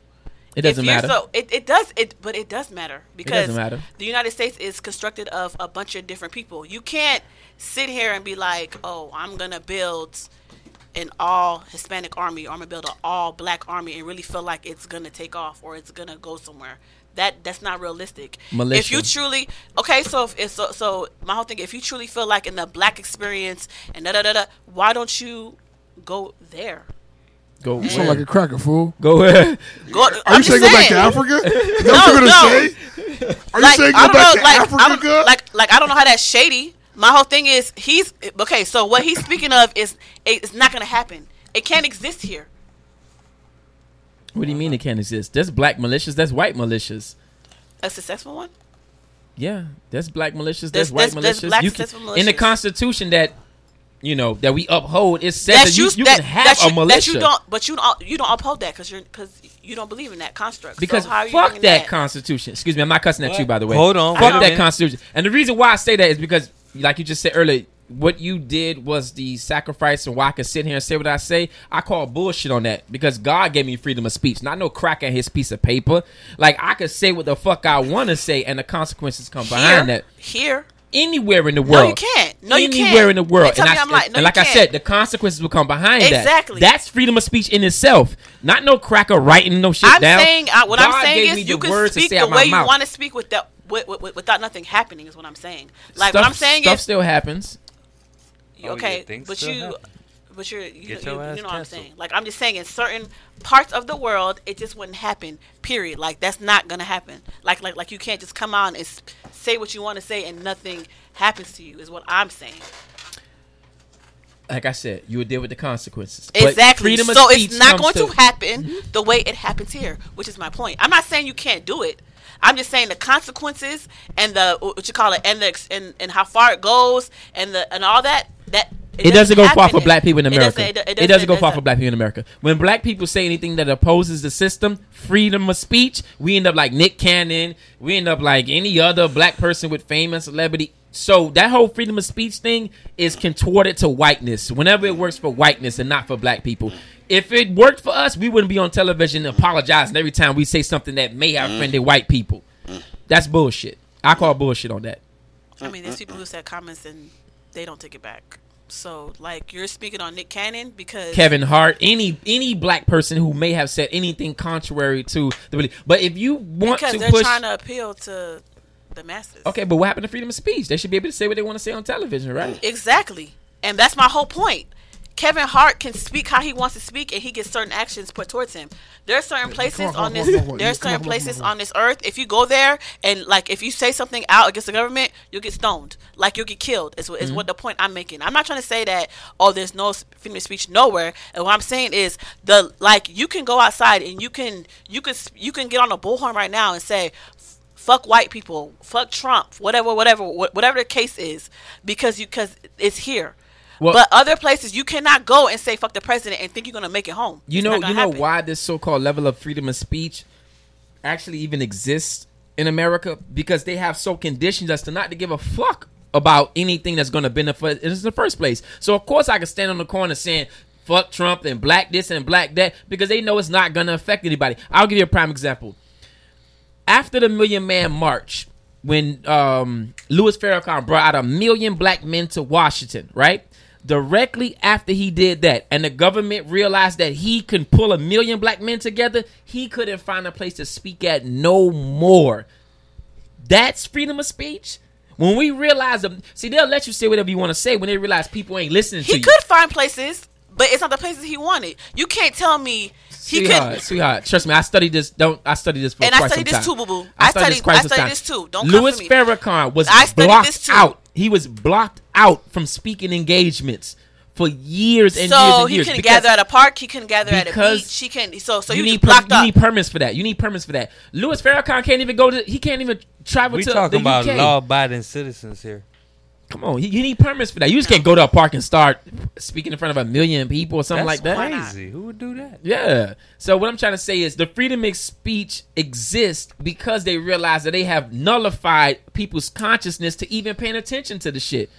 Speaker 7: It doesn't
Speaker 1: If you're
Speaker 7: matter.
Speaker 1: so it, it does it but it does matter because
Speaker 7: matter.
Speaker 1: the united states is constructed of a bunch of different people you can't sit here and be like oh i'm gonna build an all hispanic army or i'm gonna build an all black army and really feel like it's gonna take off or it's gonna go somewhere that that's not realistic if
Speaker 7: Militia.
Speaker 1: you truly okay so if, if so, so my whole thing if you truly feel like in the black experience and da da da da why don't you go there *laughs*
Speaker 7: Go
Speaker 2: You sound like a cracker fool.
Speaker 7: go where?
Speaker 1: go
Speaker 2: Are
Speaker 1: I'm
Speaker 2: you
Speaker 1: just
Speaker 2: saying go back to
Speaker 1: saying. *laughs*
Speaker 2: Africa? Is that what
Speaker 1: No,
Speaker 2: you're
Speaker 1: no.
Speaker 2: gonna say? Are you
Speaker 1: like,
Speaker 2: saying
Speaker 1: I don't
Speaker 2: go back
Speaker 1: know,
Speaker 2: to
Speaker 1: like,
Speaker 2: Africa?
Speaker 1: I don't, like, like I don't know how that's shady. My whole thing is he's okay. So what he's speaking of is it's not gonna happen. It can't exist here.
Speaker 7: What do you mean it can't exist? There's black militias, that's white militias.
Speaker 1: A successful one.
Speaker 7: Yeah, that's black militias,
Speaker 1: There's-
Speaker 7: that's white
Speaker 1: there's- there's
Speaker 7: militias.
Speaker 1: black
Speaker 7: You can-
Speaker 1: successful
Speaker 7: In the
Speaker 1: militias.
Speaker 7: Constitution that you know that we uphold, it says
Speaker 1: That's
Speaker 7: that you, you
Speaker 1: that,
Speaker 7: can have
Speaker 1: that you,
Speaker 7: a militia.
Speaker 1: That you don't, but you don't. You don't uphold that because you're because you don't believe in that construct.
Speaker 7: Because
Speaker 1: so how are you
Speaker 7: fuck
Speaker 1: bringing
Speaker 7: that, Constitution. Excuse me, I'm not cussing at you
Speaker 3: What?
Speaker 7: by the way.
Speaker 3: Hold on, wait a
Speaker 7: Fuck that
Speaker 3: minute.
Speaker 7: Constitution. And the reason why I say that is because, like you just said earlier, what you did was the sacrifice, and why I can sit here and say what I say. I call bullshit on that because God gave me freedom of speech, not no crack at His piece of paper. Like I could say what the fuck I want to say, and the consequences come
Speaker 1: here,
Speaker 7: behind that.
Speaker 1: here.
Speaker 7: Anywhere in the
Speaker 1: No,
Speaker 7: world,
Speaker 1: you can't. No, you
Speaker 7: anywhere
Speaker 1: can't.
Speaker 7: in the world,
Speaker 1: They tell
Speaker 7: and,
Speaker 1: me
Speaker 7: I,
Speaker 1: I'm like, no,
Speaker 7: and
Speaker 1: you
Speaker 7: like I
Speaker 1: can't.
Speaker 7: said, the consequences will come behind that.
Speaker 1: Exactly.
Speaker 7: That's freedom of speech in itself, not no cracker writing no shit
Speaker 1: I'm
Speaker 7: down.
Speaker 1: saying I, what
Speaker 7: God
Speaker 1: I'm saying
Speaker 7: gave me
Speaker 1: is you
Speaker 7: the
Speaker 1: can
Speaker 7: words to
Speaker 1: speak
Speaker 7: say
Speaker 1: the
Speaker 7: out my
Speaker 1: way you
Speaker 7: mouth.
Speaker 1: want to speak with that, wi wi- without nothing happening is what I'm saying. Like
Speaker 7: stuff,
Speaker 1: what I'm saying
Speaker 7: stuff
Speaker 1: is
Speaker 7: still happens.
Speaker 3: Oh,
Speaker 1: okay,
Speaker 3: yeah, things
Speaker 1: but
Speaker 3: still
Speaker 1: you,
Speaker 3: happen.
Speaker 1: but you're, you,
Speaker 3: Get
Speaker 1: you, you
Speaker 3: your ass
Speaker 1: know what I'm
Speaker 3: canceled.
Speaker 1: saying. Like I'm just saying, in certain parts of the world, it just wouldn't happen. Period. Like that's not gonna happen. Like like like you can't just come out and s- say what you want to say and nothing happens to you. Is what I'm saying.
Speaker 7: Like I said, you would deal with the consequences. But
Speaker 1: Exactly.
Speaker 7: freedom of
Speaker 1: So
Speaker 7: speech
Speaker 1: it's not
Speaker 7: comes Mm-hmm.
Speaker 1: going to, happen the way it happens here, which is my point. I'm not saying you can't do it. I'm just saying the consequences and the what you call it and the ex- and, and how far it goes and the and all that that
Speaker 7: it doesn't go far for
Speaker 1: happen.
Speaker 7: black people in
Speaker 1: It
Speaker 7: America.
Speaker 1: doesn't-
Speaker 7: It
Speaker 1: it do-
Speaker 7: doesn't,
Speaker 1: it doesn't-
Speaker 7: go
Speaker 1: it
Speaker 7: far
Speaker 1: doesn't.
Speaker 7: for black people in America. When black people say anything that opposes the system, freedom of speech, we end up like Nick Cannon. We end up like any other black person with fame and celebrity. So that whole freedom of speech thing is contorted to whiteness. Whenever it works for whiteness and not for black people. If it worked for us, we wouldn't be on television apologizing every time we say something that may
Speaker 1: Mm.
Speaker 7: have offended white people. That's bullshit. I call bullshit on that.
Speaker 1: I mean, there's people who said comments and they don't take it back. So, like, you're speaking on Nick Cannon because
Speaker 7: Kevin Hart, any any black person who may have said anything contrary to the belief. But if you want
Speaker 1: because
Speaker 7: to
Speaker 1: they're
Speaker 7: push,
Speaker 1: trying to appeal to the masses.
Speaker 7: okay, but what happened to freedom of speech? They should be able to say what they want to say on television, right?
Speaker 1: Exactly. And that's my whole point. Kevin Hart can speak how he wants to speak and he gets certain actions put towards him. There are certain places on this there are certain places
Speaker 7: Mm-hmm.
Speaker 1: on this earth. If you go there and like if you say something out against the government, you'll get stoned. Like you'll get killed is what is
Speaker 7: Mm-hmm.
Speaker 1: what the point I'm making. I'm not trying to say that oh there's no s- freedom of speech nowhere. And what I'm saying is the like you can go outside and you can you can s- you can get on a bullhorn right now and say fuck white people, fuck Trump, whatever, whatever, wh- whatever the case is, because you because it's here.
Speaker 7: Well-
Speaker 1: but other places, you cannot go and say fuck the president and think you're gonna make it home.
Speaker 7: You
Speaker 1: It's
Speaker 7: know,
Speaker 1: not
Speaker 7: you know
Speaker 1: gonna happen.
Speaker 7: why this so-called level of freedom of speech actually even exists in America because they have so conditioned us to not to give a fuck about anything that's going to benefit us in the first place. So of course I can stand on the corner saying fuck Trump and black this and black that because they know it's not going to affect anybody. I'll give you a prime example. after the Million Man March, when um, Louis Farrakhan brought out a million black men to Washington, right? Directly after he did that, and the government realized that he can pull a million black men together, he couldn't find a place to speak at no more. That's freedom of speech. When we realize, the, see, they'll let you say whatever you want to say when they realize people ain't listening to
Speaker 1: he
Speaker 7: you.
Speaker 1: could find places, but it's not the places he wanted. You can't tell me he could.
Speaker 7: sweetheart, sweetheart. Trust me, I studied this. Don't I studied this for
Speaker 1: And I
Speaker 7: quite
Speaker 1: studied
Speaker 7: some
Speaker 1: this
Speaker 7: time.
Speaker 1: too, boo-boo.
Speaker 7: I
Speaker 1: I
Speaker 7: studied this
Speaker 1: studied-
Speaker 7: quite
Speaker 1: I
Speaker 7: some
Speaker 1: studied
Speaker 7: time.
Speaker 1: this too. Don't come
Speaker 7: Louis
Speaker 1: for me.
Speaker 7: Farrakhan was
Speaker 1: I studied
Speaker 7: blocked
Speaker 1: this too.
Speaker 7: out. He was blocked out from speaking engagements for years and years
Speaker 1: so
Speaker 7: and
Speaker 1: he
Speaker 7: years.
Speaker 1: couldn't
Speaker 7: because
Speaker 1: gather at a park. He couldn't gather at a
Speaker 7: because
Speaker 1: beach. He couldn't. So so
Speaker 7: you
Speaker 1: you
Speaker 7: need
Speaker 1: just
Speaker 7: per-
Speaker 1: blocked
Speaker 7: you
Speaker 1: up.
Speaker 7: need permits for that. You need permits for that. Louis Farrakhan can't even go to. He can't even travel
Speaker 3: We
Speaker 7: to
Speaker 3: talking
Speaker 7: the
Speaker 3: about
Speaker 7: UK.
Speaker 3: law-abiding citizens here.
Speaker 7: Come on, you, you need permits for that. You just can't go to a park and start speaking in front of a million people or something
Speaker 3: That's
Speaker 7: like that.
Speaker 3: crazy. Who would do that?
Speaker 7: Yeah. So what I'm trying to say is the freedom of speech exists because they realize that they have nullified people's consciousness to even paying attention to the shit.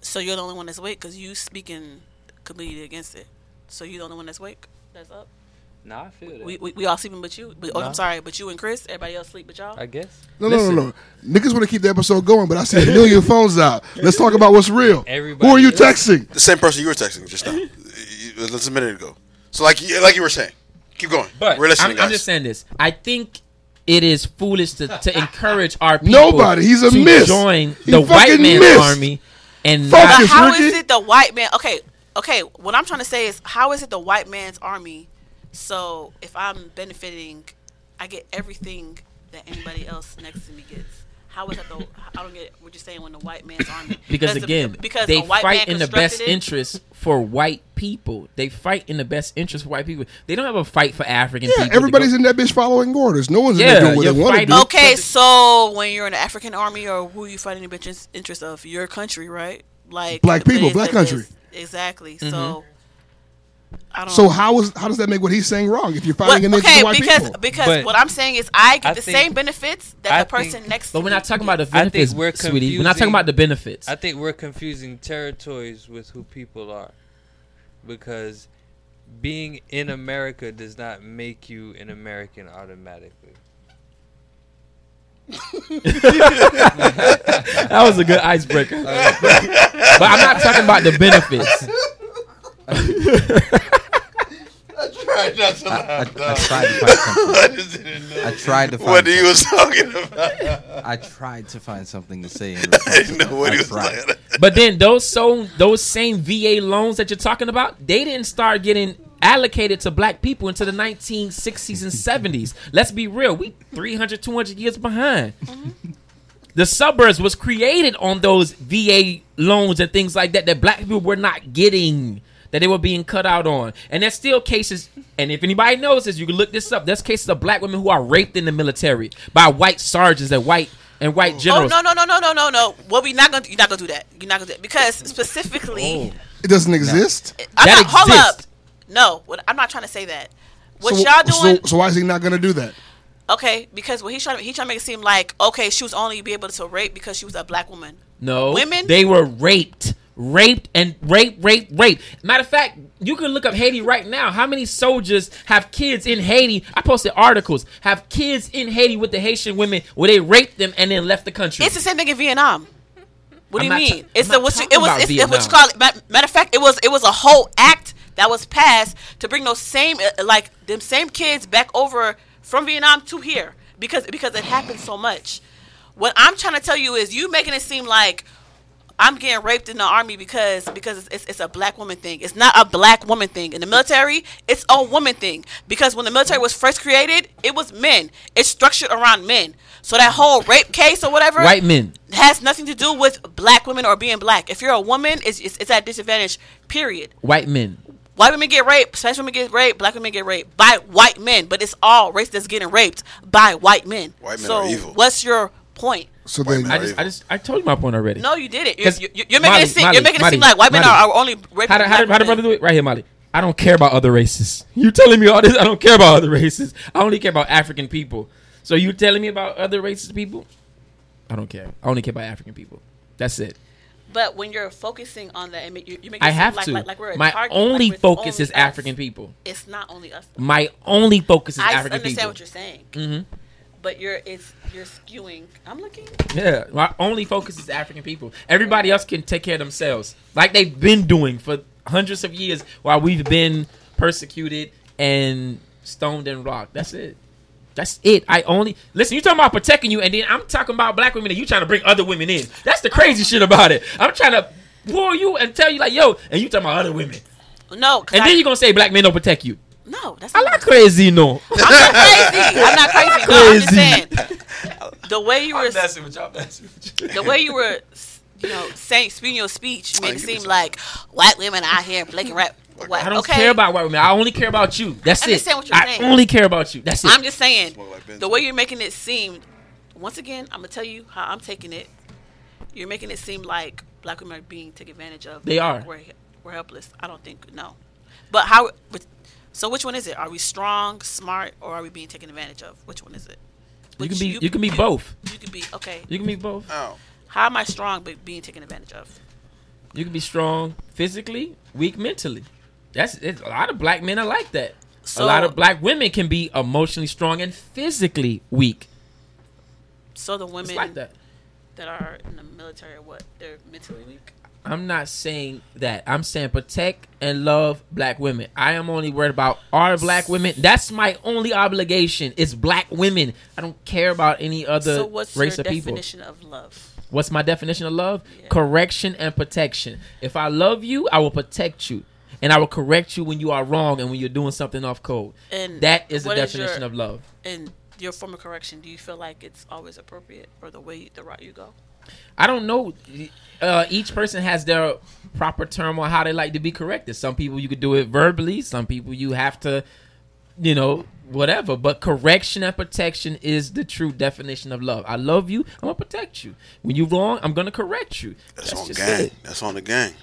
Speaker 1: so you're the only one that's awake because you speaking completely against it. So you're the only one that's awake. That's up.
Speaker 3: Nah, I feel that.
Speaker 1: We, we, we all sleeping, but you. But, oh, I'm sorry, but you and Chris. Everybody else sleep, but y'all.
Speaker 3: I guess
Speaker 2: No, no, no, no. Niggas want to keep the episode going, but I see a million phones out. Let's talk about what's real.
Speaker 3: Everybody-
Speaker 2: Who are you texting?
Speaker 4: The same person you were texting just now. You- Just a minute ago. So like you- like you were saying. Keep going.
Speaker 7: But
Speaker 4: we're listening,
Speaker 7: I'm,
Speaker 4: guys. *laughs*
Speaker 7: I'm just saying this. I think it is foolish to, to encourage
Speaker 2: *laughs*
Speaker 7: our people
Speaker 2: Nobody. He's a
Speaker 7: to
Speaker 2: miss.
Speaker 7: join
Speaker 2: He
Speaker 7: the white
Speaker 2: fucking
Speaker 7: man's
Speaker 2: missed.
Speaker 7: army and
Speaker 2: Fuck
Speaker 7: not-
Speaker 2: you.
Speaker 1: But
Speaker 2: Yes,
Speaker 1: how is
Speaker 2: Ricky.
Speaker 1: it the white man? Okay, okay. What I'm trying to say is, how is it the white man's army? So if I'm benefiting, I get everything that anybody else next to me gets. How is that the? I don't get what you're saying when the white man's army.
Speaker 7: *laughs* because
Speaker 1: the-
Speaker 7: again,
Speaker 1: because
Speaker 7: they
Speaker 1: a white
Speaker 7: fight
Speaker 1: man
Speaker 7: in the best
Speaker 1: constructed it?
Speaker 7: interest for white people. They fight in the best interest for white people. They don't have a fight for African
Speaker 2: Yeah,
Speaker 7: people. to
Speaker 2: everybody's
Speaker 7: go-
Speaker 2: in that bitch following orders. No one's in
Speaker 7: Yeah,
Speaker 2: there doing what
Speaker 7: you're
Speaker 2: they want to
Speaker 7: fighting-
Speaker 2: do.
Speaker 1: Okay, so when you're in the African army or who you fighting in the bitch interest of your country, right? Like
Speaker 2: Black people,
Speaker 1: it's-
Speaker 2: black
Speaker 1: it's-
Speaker 2: country.
Speaker 1: Exactly.
Speaker 7: Mm-hmm.
Speaker 1: So I don't.
Speaker 2: So how is how does that make what he's saying wrong? If you're fighting in
Speaker 1: Well,
Speaker 2: the
Speaker 1: okay,
Speaker 2: white
Speaker 1: because
Speaker 2: people,
Speaker 1: because
Speaker 3: But
Speaker 1: what I'm saying is I get
Speaker 3: I
Speaker 1: the
Speaker 3: think-
Speaker 1: same benefits that
Speaker 3: I
Speaker 1: the person
Speaker 3: think-
Speaker 1: next.
Speaker 7: But
Speaker 1: to
Speaker 7: we're
Speaker 1: me
Speaker 7: not talking about the
Speaker 3: I think
Speaker 7: benefits,
Speaker 3: we're
Speaker 7: sweetie. We're not talking
Speaker 3: confusing-
Speaker 7: about the benefits.
Speaker 3: I think we're confusing territories with who people are because being in America does not make you an American automatically.
Speaker 7: that was a good icebreaker. but I'm not talking about the benefits.
Speaker 4: Try not to laugh.
Speaker 9: I, I tried to find something.
Speaker 4: I just didn't know
Speaker 9: I tried to find
Speaker 4: what he
Speaker 9: something.
Speaker 4: was talking about.
Speaker 9: I tried to find something to say.
Speaker 4: *laughs*
Speaker 9: in
Speaker 4: I
Speaker 9: response.
Speaker 4: didn't know what he was
Speaker 9: tried.
Speaker 1: *laughs*
Speaker 4: talking about.
Speaker 7: But then those so those same VA loans that you're talking about, they didn't start getting allocated to black people until the 1960s and 70s. Let's be real, we 300 200 years behind. The suburbs was created on those VA loans and things like that that black people were not getting. That they were being cut out on, and there's still cases. And if anybody knows this, you can look this up. There's cases of black women who are raped in the military by white sergeants and white and white
Speaker 1: Oh
Speaker 7: generals.
Speaker 1: no no no no no no no! Well, we not gonna you're not gonna do that. You're not gonna do that because specifically,
Speaker 2: It doesn't exist.
Speaker 1: I'm
Speaker 7: Oh. That
Speaker 1: not, hold up.
Speaker 7: exists.
Speaker 1: No, what, I'm not trying to say that. What
Speaker 2: so,
Speaker 1: y'all doing?
Speaker 2: So, so why is he not gonna do that?
Speaker 1: okay, because what he's trying to he trying to make it seem like okay, she was only be able to rape because she was a black woman.
Speaker 7: No,
Speaker 1: Women?
Speaker 7: They were raped, raped, and rape, rape, rape. Matter of fact, you can look up Haiti right now. How many soldiers have kids in Haiti? I posted articles have kids in Haiti with the Haitian women where they raped them and then left the country.
Speaker 1: It's the same thing in Vietnam. What do
Speaker 7: I'm
Speaker 1: you
Speaker 7: not
Speaker 1: mean?
Speaker 7: ta-
Speaker 1: it's
Speaker 7: I'm
Speaker 1: the
Speaker 7: not
Speaker 1: what you,
Speaker 7: talking
Speaker 1: it was
Speaker 7: about
Speaker 1: it's, it's what you
Speaker 7: Vietnam.
Speaker 1: call it. Ma- Matter of fact, it was it was a whole act that was passed to bring those same uh, like them same kids back over from Vietnam to here because because it happened so much. What I'm trying to tell you is you making it seem like I'm getting raped in the army because because it's, it's, it's a black woman thing. It's not a black woman thing. In the military, it's a woman thing. Because when the military was first created, it was men. It's structured around men. So that whole rape case or whatever,
Speaker 7: White men.
Speaker 1: has nothing to do with black women or being black. If you're a woman, it's it's, it's at disadvantage. Period.
Speaker 7: White men.
Speaker 1: White women get raped, Spanish women get raped, black women get raped by white men, but it's all race that's getting raped by white men.
Speaker 4: White men
Speaker 1: so
Speaker 4: are evil.
Speaker 1: What's your point?
Speaker 2: So then,
Speaker 7: I just, I just, I told you my point already.
Speaker 1: No, you didn't. You're,
Speaker 7: 'Cause
Speaker 1: you're, you're making
Speaker 7: Molly,
Speaker 1: it seem
Speaker 7: Molly,
Speaker 1: you're making it seem
Speaker 7: Molly,
Speaker 1: like white men
Speaker 7: Molly.
Speaker 1: are, are only raping
Speaker 7: How did, how,
Speaker 1: black
Speaker 7: did, how did brother
Speaker 1: women.
Speaker 7: do it? Right here, Molly. I don't care about other races. You telling me all this? I don't care about other races. I only care about African people. So you telling me about other races people? I don't care. I only care about African people. That's it.
Speaker 1: But when you're focusing on that, and make- you- you're making it
Speaker 7: I
Speaker 1: seem
Speaker 7: have
Speaker 1: like,
Speaker 7: to.
Speaker 1: Like, like we're a
Speaker 7: My
Speaker 1: target, like
Speaker 7: only
Speaker 1: we're
Speaker 7: focus
Speaker 1: only
Speaker 7: is
Speaker 1: us.
Speaker 7: African people.
Speaker 1: It's not only us.
Speaker 7: My only focus is
Speaker 1: I just
Speaker 7: African
Speaker 1: understand
Speaker 7: people. Mm-hmm.
Speaker 1: what you're saying, but you're it's you're skewing. I'm looking.
Speaker 7: Yeah, my only focus is African people. Everybody else can take care of themselves, like they've been doing for hundreds of years, while we've been persecuted and stoned and rocked. That's it. That's it. I only listen. You talking about protecting you, and then I'm talking about black women, and you trying to bring other women in. That's the crazy shit about it. I'm trying to war you and tell you like, yo, and you talking about other women,
Speaker 1: No, 'cause
Speaker 7: and
Speaker 1: I,
Speaker 7: then you are gonna say black men don't protect you.
Speaker 1: no. That's
Speaker 7: I
Speaker 1: not
Speaker 7: like crazy, no.
Speaker 1: I'm not crazy. I'm not crazy. No, I'm just saying.
Speaker 7: *laughs*
Speaker 1: The way you were,
Speaker 7: with y'all. Messing with
Speaker 1: the way you were, you know, saying speaking your speech made it
Speaker 4: give me
Speaker 1: seem
Speaker 4: some.
Speaker 1: like white women out here blinking rap. What?
Speaker 7: I don't
Speaker 1: okay.
Speaker 7: care about white women. I only care about you. That's
Speaker 1: I
Speaker 7: it.
Speaker 1: understand what you're
Speaker 7: I
Speaker 1: saying.
Speaker 7: only care about you. That's it.
Speaker 1: I'm just saying
Speaker 4: Smoke like Benzo.
Speaker 1: the way you're making it seem. Once again, I'm gonna tell you how I'm taking it. You're making it seem like black women are being taken advantage of.
Speaker 7: They are.
Speaker 1: We're, we're helpless. I don't think no. But how? But, so which one is it? Are we strong, smart, or are we being taken advantage of? Which one is it?
Speaker 7: you
Speaker 1: Which-
Speaker 7: can be. You, can be both.
Speaker 1: You can be okay.
Speaker 7: You can be both.
Speaker 4: Oh.
Speaker 1: How am I strong but being taken advantage of?
Speaker 7: You can be strong physically, weak mentally. That's it's, a lot of black men are like that.
Speaker 1: So-
Speaker 7: a lot of black women can be emotionally strong and physically weak.
Speaker 1: So the
Speaker 7: It's
Speaker 1: women
Speaker 7: like that.
Speaker 1: that are in the military are what? They're mentally weak.
Speaker 7: I'm not saying that. I'm saying protect and love black women. I am only worried about our black women. That's my only obligation. It's black women. I don't care about any other
Speaker 1: so what's
Speaker 7: race
Speaker 1: your
Speaker 7: of people.
Speaker 1: definition of love?
Speaker 7: What's my definition of love?
Speaker 1: Yeah.
Speaker 7: Correction and protection. If I love you, I will protect you. And I will correct you when you are wrong and when you're doing something off code.
Speaker 1: And
Speaker 7: that is the
Speaker 1: what is your-
Speaker 7: definition of love.
Speaker 1: And your form of correction, do you feel like it's always appropriate or the way the route you go?
Speaker 7: I don't know. Uh, each person has their proper term on how they like to be corrected. Some people you could do it verbally. Some people you have to, you know, whatever. But correction and protection is the true definition of love. I love you. I'm gonna protect you. When you're wrong, I'm gonna correct you.
Speaker 4: That's, on
Speaker 7: just
Speaker 4: gang.
Speaker 7: it.
Speaker 4: That's on the gang.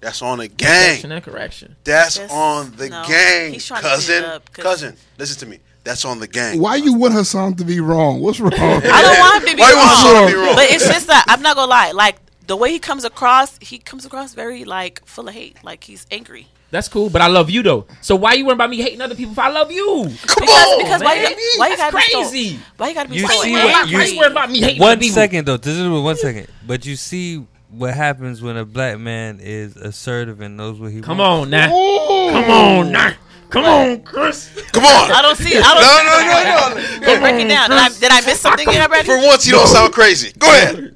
Speaker 4: That's on the
Speaker 7: Correction
Speaker 4: gang.
Speaker 7: and correction.
Speaker 4: That's
Speaker 1: That's-
Speaker 4: on the
Speaker 1: no,
Speaker 4: gang.
Speaker 1: he's trying to
Speaker 4: Cousin,
Speaker 1: clean it up, 'cause-
Speaker 4: cousin, listen to me. That's on the gang.
Speaker 2: why you want Hassan to be wrong? What's
Speaker 7: *laughs*
Speaker 2: wrong?
Speaker 1: I don't want him to be
Speaker 4: Why you
Speaker 1: wrong.
Speaker 4: want someone to be wrong?
Speaker 1: But it's just that I'm not gonna lie. Like the way he comes across, he comes across very like full of hate. Like he's angry.
Speaker 7: That's cool, but I love you though. So why you worrying about me hating other people if I love you?
Speaker 4: Come
Speaker 1: Because
Speaker 4: on,
Speaker 1: because why you
Speaker 7: man.
Speaker 1: got, why you
Speaker 7: That's
Speaker 1: gotta be so,
Speaker 7: crazy.
Speaker 1: why you gotta be
Speaker 3: You
Speaker 1: so
Speaker 7: Why
Speaker 3: see
Speaker 7: you
Speaker 3: what-
Speaker 7: worrying about-
Speaker 1: angry?
Speaker 7: why you worrying about me hating
Speaker 3: One
Speaker 7: other people?
Speaker 3: second though, this is one second. But you see what happens when a black man is assertive and knows what he
Speaker 7: Come
Speaker 3: wants.
Speaker 7: on now. Come on now. Come on, Chris.
Speaker 4: Come on.
Speaker 1: I don't see it. I don't
Speaker 4: No, no, no, no.
Speaker 1: Go break it down. Did I, did I miss something here already?
Speaker 4: For once, you don't sound crazy. Go ahead.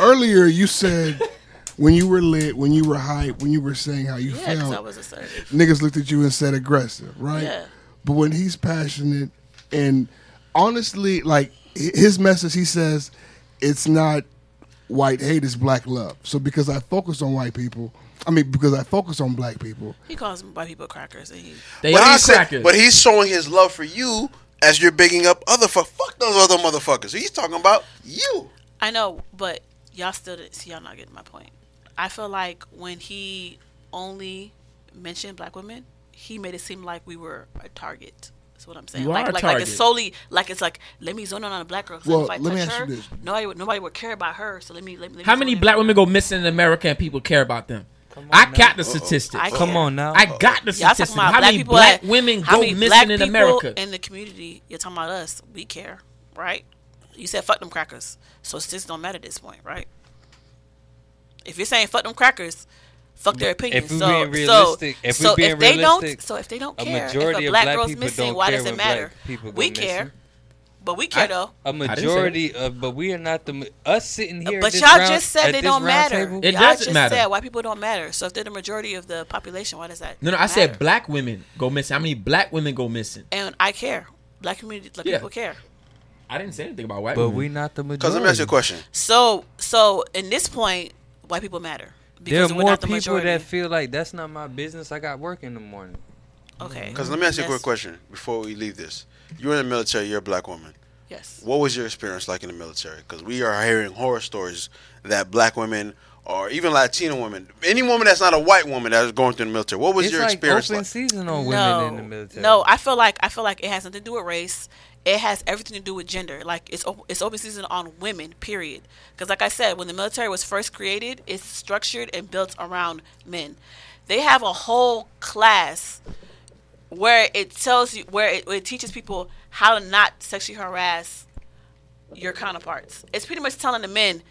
Speaker 2: Earlier, you said when you were lit, when you were hype, when you were saying how you
Speaker 1: Yeah, because I
Speaker 2: felt,
Speaker 1: was assertive.
Speaker 2: niggas looked at you and said aggressive, right?
Speaker 1: Yeah.
Speaker 2: But when he's passionate and honestly, like hi- his message, he says, it's not white hate, it's black love. So because I focus on white people, I mean, because I focus on black people,
Speaker 1: He calls white people crackers, and he
Speaker 7: They
Speaker 4: but,
Speaker 7: are
Speaker 4: he said-
Speaker 7: crackers.
Speaker 4: but he's showing his love for you as you're bigging up other fuck. Fuck those other motherfuckers. He's talking about you.
Speaker 1: I know, but y'all still didn't see y'all not getting my point. I feel like when he only mentioned black women, he made it seem like we were a target. That's what I'm saying.
Speaker 7: You
Speaker 1: like
Speaker 7: are a
Speaker 1: like like
Speaker 7: target.
Speaker 1: it's solely like it's like let me zone in on a black girl. 'cause
Speaker 2: Well,
Speaker 1: if I
Speaker 2: let me
Speaker 1: touch
Speaker 2: ask
Speaker 1: her,
Speaker 2: you this.
Speaker 1: nobody would- nobody would care about her. So let me let, me- let
Speaker 7: How
Speaker 1: me
Speaker 7: many
Speaker 1: zone in.
Speaker 7: black women go missing in America and people care about them? I got the statistics.
Speaker 1: I
Speaker 7: I,
Speaker 3: Come
Speaker 1: care.
Speaker 3: on now.
Speaker 7: got the
Speaker 1: Y'all
Speaker 7: statistics.
Speaker 1: talking about
Speaker 7: How
Speaker 1: black
Speaker 7: many
Speaker 1: people
Speaker 7: black
Speaker 1: that-
Speaker 7: women
Speaker 1: how
Speaker 7: go
Speaker 1: many
Speaker 7: missing
Speaker 1: black
Speaker 7: in
Speaker 1: people
Speaker 7: America?
Speaker 1: In the community, you're talking about us. We care, right? You said fuck them crackers, so statistics don't matter at this point, right? If you're saying fuck them crackers, fuck their opinion.
Speaker 3: if we're
Speaker 1: so,
Speaker 3: being
Speaker 1: so,
Speaker 3: realistic- if
Speaker 1: so
Speaker 3: we're being
Speaker 1: if they don't,
Speaker 3: realistic,
Speaker 1: so if they don't
Speaker 3: a
Speaker 1: care,
Speaker 3: majority
Speaker 1: if
Speaker 3: of
Speaker 1: a black
Speaker 3: black
Speaker 1: girl's
Speaker 3: people
Speaker 1: missing,
Speaker 3: don't
Speaker 1: why
Speaker 3: care
Speaker 1: does it
Speaker 3: when black
Speaker 1: matter?
Speaker 3: people go
Speaker 1: We care,
Speaker 3: missing.
Speaker 1: but we care though.
Speaker 3: A
Speaker 7: didn't say
Speaker 3: majority of, but we are not the ma- us sitting here. at
Speaker 1: Uh, But
Speaker 3: this
Speaker 1: y'all
Speaker 3: round-
Speaker 1: just said
Speaker 3: at
Speaker 1: they
Speaker 3: this
Speaker 1: don't
Speaker 3: round
Speaker 1: matter.
Speaker 3: table.
Speaker 7: It
Speaker 1: y'all
Speaker 7: doesn't
Speaker 1: just
Speaker 7: matter.
Speaker 1: said why people don't matter. So if they're the majority of the population, why does that?
Speaker 7: no, no, I said
Speaker 1: matter?
Speaker 7: black women go missing. How many black women go missing?
Speaker 1: And I care. Black community, black
Speaker 7: Yeah.
Speaker 1: people care.
Speaker 7: I didn't say anything about white
Speaker 3: But
Speaker 7: women.
Speaker 3: we not the majority.
Speaker 4: Because let me ask you a question.
Speaker 1: So, so in this point, white people matter
Speaker 3: There are
Speaker 1: because we're
Speaker 3: more
Speaker 1: not the
Speaker 3: people
Speaker 1: majority.
Speaker 3: that feel like that's not my business. I got work in the morning. Mm-hmm.
Speaker 1: okay.
Speaker 4: Because let me ask you a quick
Speaker 1: Yes.
Speaker 4: question before we leave this. You're in the military. You're a black woman.
Speaker 1: Yes.
Speaker 4: What was your experience like in the military? Because we are hearing horror stories that black women or even Latino women, any woman that's not a white woman that is going through the military. What was
Speaker 3: it's
Speaker 4: your
Speaker 3: like
Speaker 4: experience
Speaker 3: open
Speaker 4: like?
Speaker 3: season
Speaker 1: no,
Speaker 3: on women in the military.
Speaker 1: no. I feel like I feel like it has nothing to do with race. It has everything to do with gender. Like it's op- it's open season on women. Period. Because like I said, when the military was first created, it's structured and built around men. They have a whole class where it tells you where it, where it teaches people how to not sexually harass your counterparts. It's pretty much telling the men,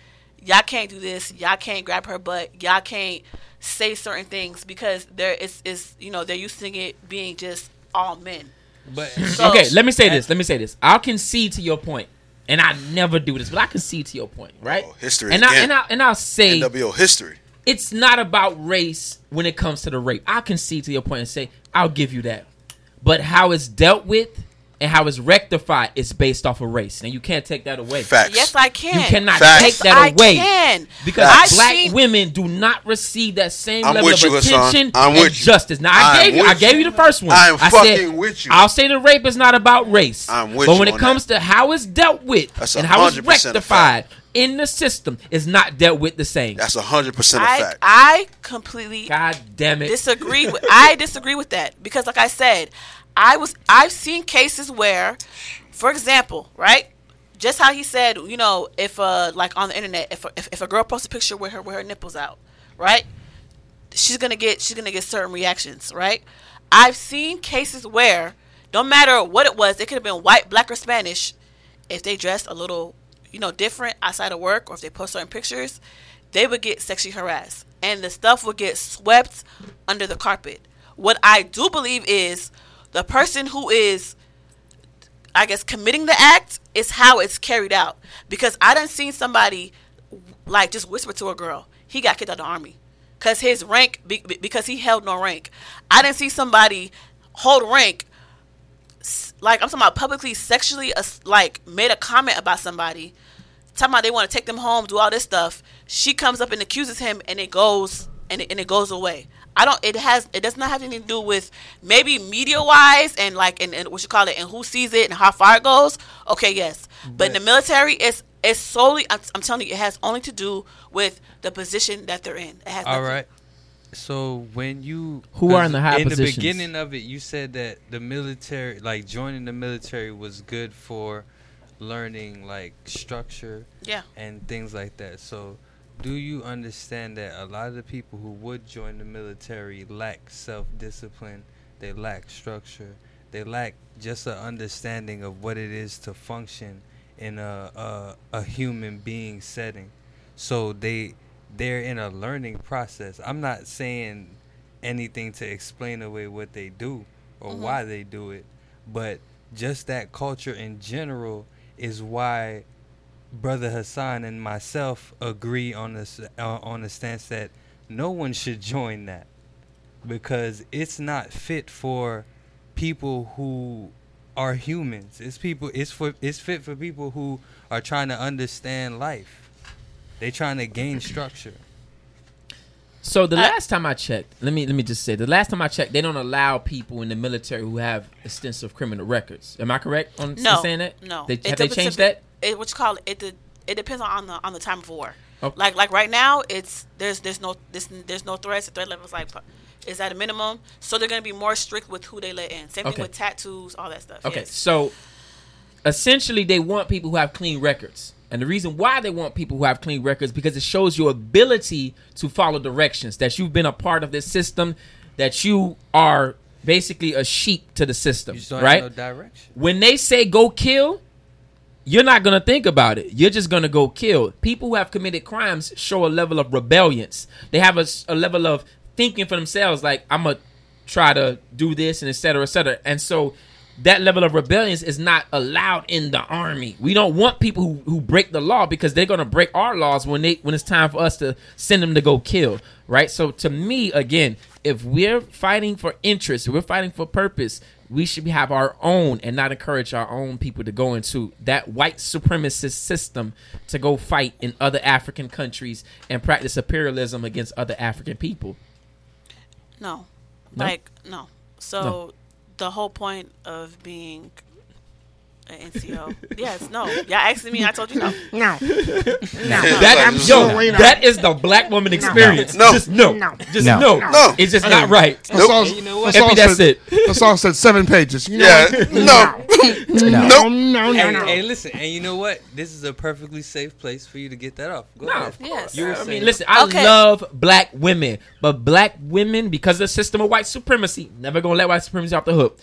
Speaker 1: y'all can't do this, y'all can't grab her butt, y'all can't say certain things because there is is you know they're used to it being just all men.
Speaker 3: but
Speaker 1: So-
Speaker 7: *laughs* okay, let me say this. Let me say this. I'll concede to your point, and I never do this, but I concede to your point, right?
Speaker 4: Oh, history
Speaker 7: And I
Speaker 4: again.
Speaker 7: and I and I'll say
Speaker 4: NWO history.
Speaker 7: it's not about race when it comes to the rape. I concede to your point and say I'll give you that, but how it's dealt with and how it's rectified is based off of race, and you can't take that away.
Speaker 4: Facts.
Speaker 1: Yes, I can.
Speaker 7: You cannot
Speaker 4: Facts.
Speaker 7: take that
Speaker 1: I
Speaker 7: away.
Speaker 1: can.
Speaker 7: Because
Speaker 1: I've
Speaker 7: black
Speaker 1: seen-
Speaker 7: women do not receive that same
Speaker 4: I'm
Speaker 7: level
Speaker 4: with
Speaker 7: of
Speaker 4: you, Hassan.
Speaker 7: attention
Speaker 4: I'm
Speaker 7: and
Speaker 4: with you.
Speaker 7: justice. Now I
Speaker 4: I'm
Speaker 7: gave you,
Speaker 4: with
Speaker 7: I gave
Speaker 4: you.
Speaker 7: you the first one.
Speaker 4: I'm
Speaker 7: I
Speaker 4: fucking with you.
Speaker 7: I'll say the rape is not about race.
Speaker 4: I'm with
Speaker 7: but
Speaker 4: you
Speaker 7: when it
Speaker 4: on
Speaker 7: comes to how it's dealt with
Speaker 4: That's
Speaker 7: and how it's
Speaker 4: 100% a
Speaker 7: rectified in the system, is not dealt with the same.
Speaker 4: That's 100% a
Speaker 1: I
Speaker 4: fact. *laughs*
Speaker 1: I completely
Speaker 7: God damn it!
Speaker 1: disagree with I disagree with that because like I said, I was I've seen cases where for example, right? Just how he said, you know, if uh like on the internet, if a, if, if a girl posts a picture with her with her nipples out, right? She's going to get she's going to get certain reactions, right? I've seen cases where no matter what it was, it could have been white, black or Spanish, if they dressed a little, you know, different outside of work or if they post certain pictures, they would get sexually harassed and the stuff would get swept under the carpet. What I do believe is the person who is I guess committing the act is how it's carried out because I done seen somebody like just whisper to a girl he got kicked out of the army because his rank be, be- because he held no rank. I didn't see somebody hold rank s- like I'm talking about publicly sexually ass- like made a comment about somebody talking about they want to take them home, do all this stuff. She comes up and accuses him, and it goes and it, and it goes away. I don't. It has. It does not have anything to do with maybe media wise and like and, and what you call it and who sees it and how far it goes. Okay, yes, but, in the military, it's it's solely. I'm, I'm telling you, it has only to do with the position that they're in. It has
Speaker 3: all
Speaker 1: nothing-
Speaker 3: right. So when you
Speaker 7: Who are in the high
Speaker 3: in the
Speaker 7: positions?
Speaker 3: beginning of it, you said that the military, like joining the military, was good for learning like structure
Speaker 1: Yeah.
Speaker 3: and things like that. So, do you understand that a lot of the people who would join the military lack self discipline, they lack structure, they lack just an understanding of what it is to function in a a, a human being setting. So they they're in a learning process. I'm not saying anything to explain away what they do or why they do it, but just that culture in general is why brother Hassan and myself agree on this uh, on the stance that no one should join that because it's not fit for people who are humans. It's people. It's for. It's fit for people who are trying to understand life. They trying to gain structure.
Speaker 7: So the
Speaker 1: I-
Speaker 7: last time I checked, let me let me just say, the last time I checked, they don't allow people in the military who have extensive criminal records. Am I correct on in
Speaker 1: No,
Speaker 7: saying that?
Speaker 1: no.
Speaker 7: They,
Speaker 1: It
Speaker 7: have they
Speaker 1: depends-
Speaker 7: changed that?
Speaker 1: It, what you call it? It, de- it depends on the on the time of war.
Speaker 7: Okay.
Speaker 1: Like like right now, it's there's there's no this there's no threats. The threat level is like is at a minimum, so they're gonna be more strict with who they let in. Same
Speaker 7: Okay.
Speaker 1: thing with tattoos, all that stuff.
Speaker 7: Okay,
Speaker 1: Yes.
Speaker 7: so essentially, they want people who have clean records, and the reason why they want people who have clean records because it shows your ability to follow directions. That you've been a part of this system, that you are basically a sheep to the system,
Speaker 3: You just don't
Speaker 7: right?
Speaker 3: have no direction.
Speaker 7: when they say go kill, you're not gonna think about it. You're just gonna go kill. People who have committed crimes show a level of rebellions. They have a, s- a level of thinking for themselves, like I'm gonna try to do this and et cetera, et cetera. And so that level of rebellions is not allowed in the army. We don't want people who, who break the law because they're gonna break our laws when they when it's time for us to send them to go kill. Right? So to me, again, if we're fighting for interest, if we're fighting for purpose, we should have our own and not encourage our own people to go into that white supremacist system to go fight in other African countries and practice imperialism against other African people.
Speaker 1: No.
Speaker 7: No?
Speaker 1: Like no. So the whole point of being an NCO. yes, no. Y'all asking me, I told
Speaker 7: *laughs*
Speaker 1: you no.
Speaker 2: *laughs*
Speaker 10: No. No.
Speaker 7: That,
Speaker 4: I'm
Speaker 7: yo,
Speaker 10: sorry.
Speaker 7: that is the black woman experience.
Speaker 4: No.
Speaker 7: Just no.
Speaker 10: No.
Speaker 7: Just
Speaker 9: No.
Speaker 7: no.
Speaker 4: No.
Speaker 7: It's just not right.
Speaker 4: Nope.
Speaker 2: all,
Speaker 5: And you know what?
Speaker 2: all
Speaker 7: Epi, that's
Speaker 2: said,
Speaker 7: it.
Speaker 2: That's all said seven pages. You know
Speaker 4: Yeah,
Speaker 2: what?
Speaker 4: no.
Speaker 9: No.
Speaker 10: No, no, no,
Speaker 3: And,
Speaker 10: no.
Speaker 3: and listen, and you know what? This is a perfectly safe place for you to get that off. Go
Speaker 7: No,
Speaker 3: ahead.
Speaker 7: of
Speaker 1: Yes.
Speaker 3: You were
Speaker 7: I
Speaker 3: saying,
Speaker 7: mean, listen, I
Speaker 1: Okay.
Speaker 7: love black women, but black women, because of the system of white supremacy, never gonna let white supremacy off the hook,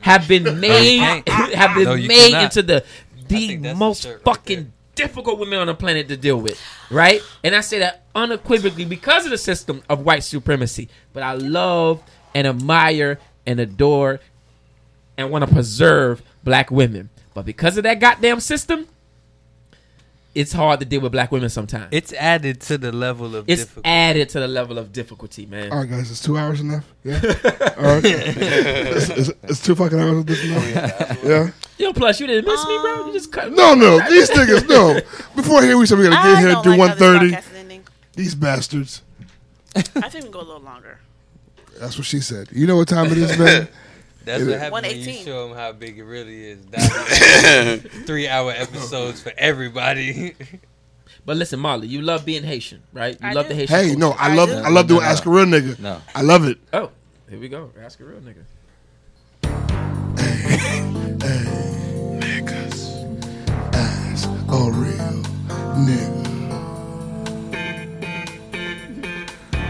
Speaker 7: have been made
Speaker 3: can't.
Speaker 7: *laughs* have been
Speaker 3: No, you
Speaker 7: made
Speaker 3: cannot.
Speaker 7: into the the
Speaker 3: think that's the
Speaker 7: most
Speaker 3: shirt right
Speaker 7: fucking difficult women on the planet to deal with, right? And I say that unequivocally because of the system of white supremacy. But I love and admire and adore and want to preserve black women, but because of that goddamn system. It's hard to deal with black women sometimes.
Speaker 3: it's added to the level of
Speaker 7: It's
Speaker 3: difficulty.
Speaker 7: added to the level of difficulty, man.
Speaker 2: All right, guys, it's two hours enough. Yeah. All right. it's, it's, it's two fucking hours of this enough. Yeah.
Speaker 7: Yo, plus you didn't miss me, bro. You just cut.
Speaker 2: No, no, these niggas, no. Before here, we said we gotta get
Speaker 1: I
Speaker 2: here,
Speaker 1: don't
Speaker 2: do
Speaker 1: like how
Speaker 2: one
Speaker 1: this
Speaker 2: thirty.
Speaker 1: podcast is ending.
Speaker 2: These bastards.
Speaker 1: I think we can go a little longer.
Speaker 2: That's what she said. You know what time it is, man.
Speaker 3: That's what happens when you
Speaker 1: 118.
Speaker 3: show them how big it really is. That's *laughs* three hour episodes for *laughs* everybody.
Speaker 7: But listen, Molly, you love being Haitian, right? You
Speaker 1: I
Speaker 7: love
Speaker 1: do.
Speaker 7: the Haitian.
Speaker 2: Hey,
Speaker 7: culture.
Speaker 2: no, I
Speaker 1: I
Speaker 2: love,
Speaker 1: do.
Speaker 2: I love
Speaker 9: No,
Speaker 2: doing
Speaker 9: no,
Speaker 2: ask a
Speaker 9: no.
Speaker 2: real nigga.
Speaker 9: No.
Speaker 2: I love it.
Speaker 7: Oh, here we go. Ask a real nigga.
Speaker 2: Niggas, ask a real nigga.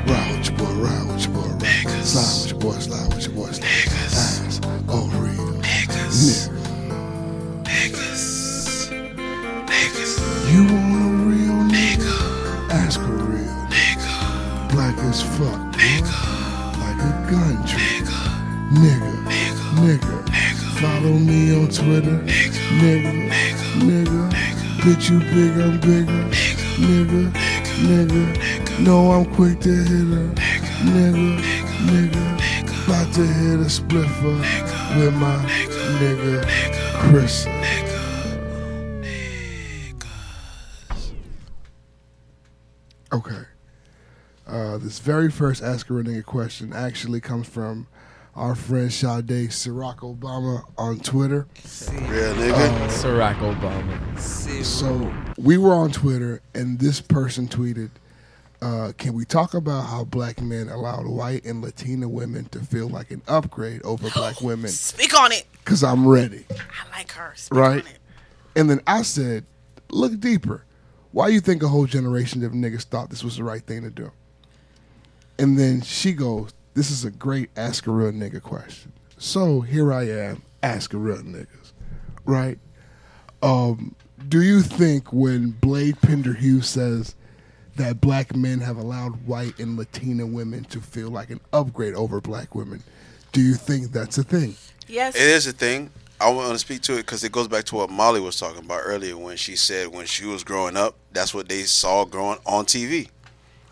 Speaker 2: Ride with your boy, ride with your boy, ride. Slide with your boy, slide with your boy, slide. Niggas, ask a real niggas. You want a real nigga? Ask a real nigga. Black as fuck. Nigga. Like a gun trick. Nigga. Nigga. Nigga. Follow me on Twitter. Nigga. Nigga. Nigga. Bitch, you big, I'm bigger. Nigga. Nigga. No, I'm quick to hit her. Nigga. Nigga. About to hit a spliffer with my nigga Chris. Okay. Uh, this very first Ask a Renegade question actually comes from our friend Sade Sirac Obama on Twitter.
Speaker 4: Real nigga.
Speaker 7: Barack Obama.
Speaker 2: So we were on Twitter, and this person tweeted, uh, "Can we talk about how black men allowed white and Latina women to feel like an upgrade over black women?"
Speaker 1: Speak on it.
Speaker 2: Because I'm ready.
Speaker 1: I like her. Speak
Speaker 2: right?
Speaker 1: on it.
Speaker 2: And then I said, look deeper. Why you think a whole generation of niggas thought this was the right thing to do? And then she goes, this is a great ask a real nigga question. So here I am, ask a real niggas, right? Um, do you think when Blade Pender Hughes says that black men have allowed white and Latina women to feel like an upgrade over black women, do you think that's a thing?
Speaker 1: Yes.
Speaker 4: It is a thing. I want to speak to it because it goes back to what Molly was talking about earlier when she said when she was growing up, that's what they saw growing on TV.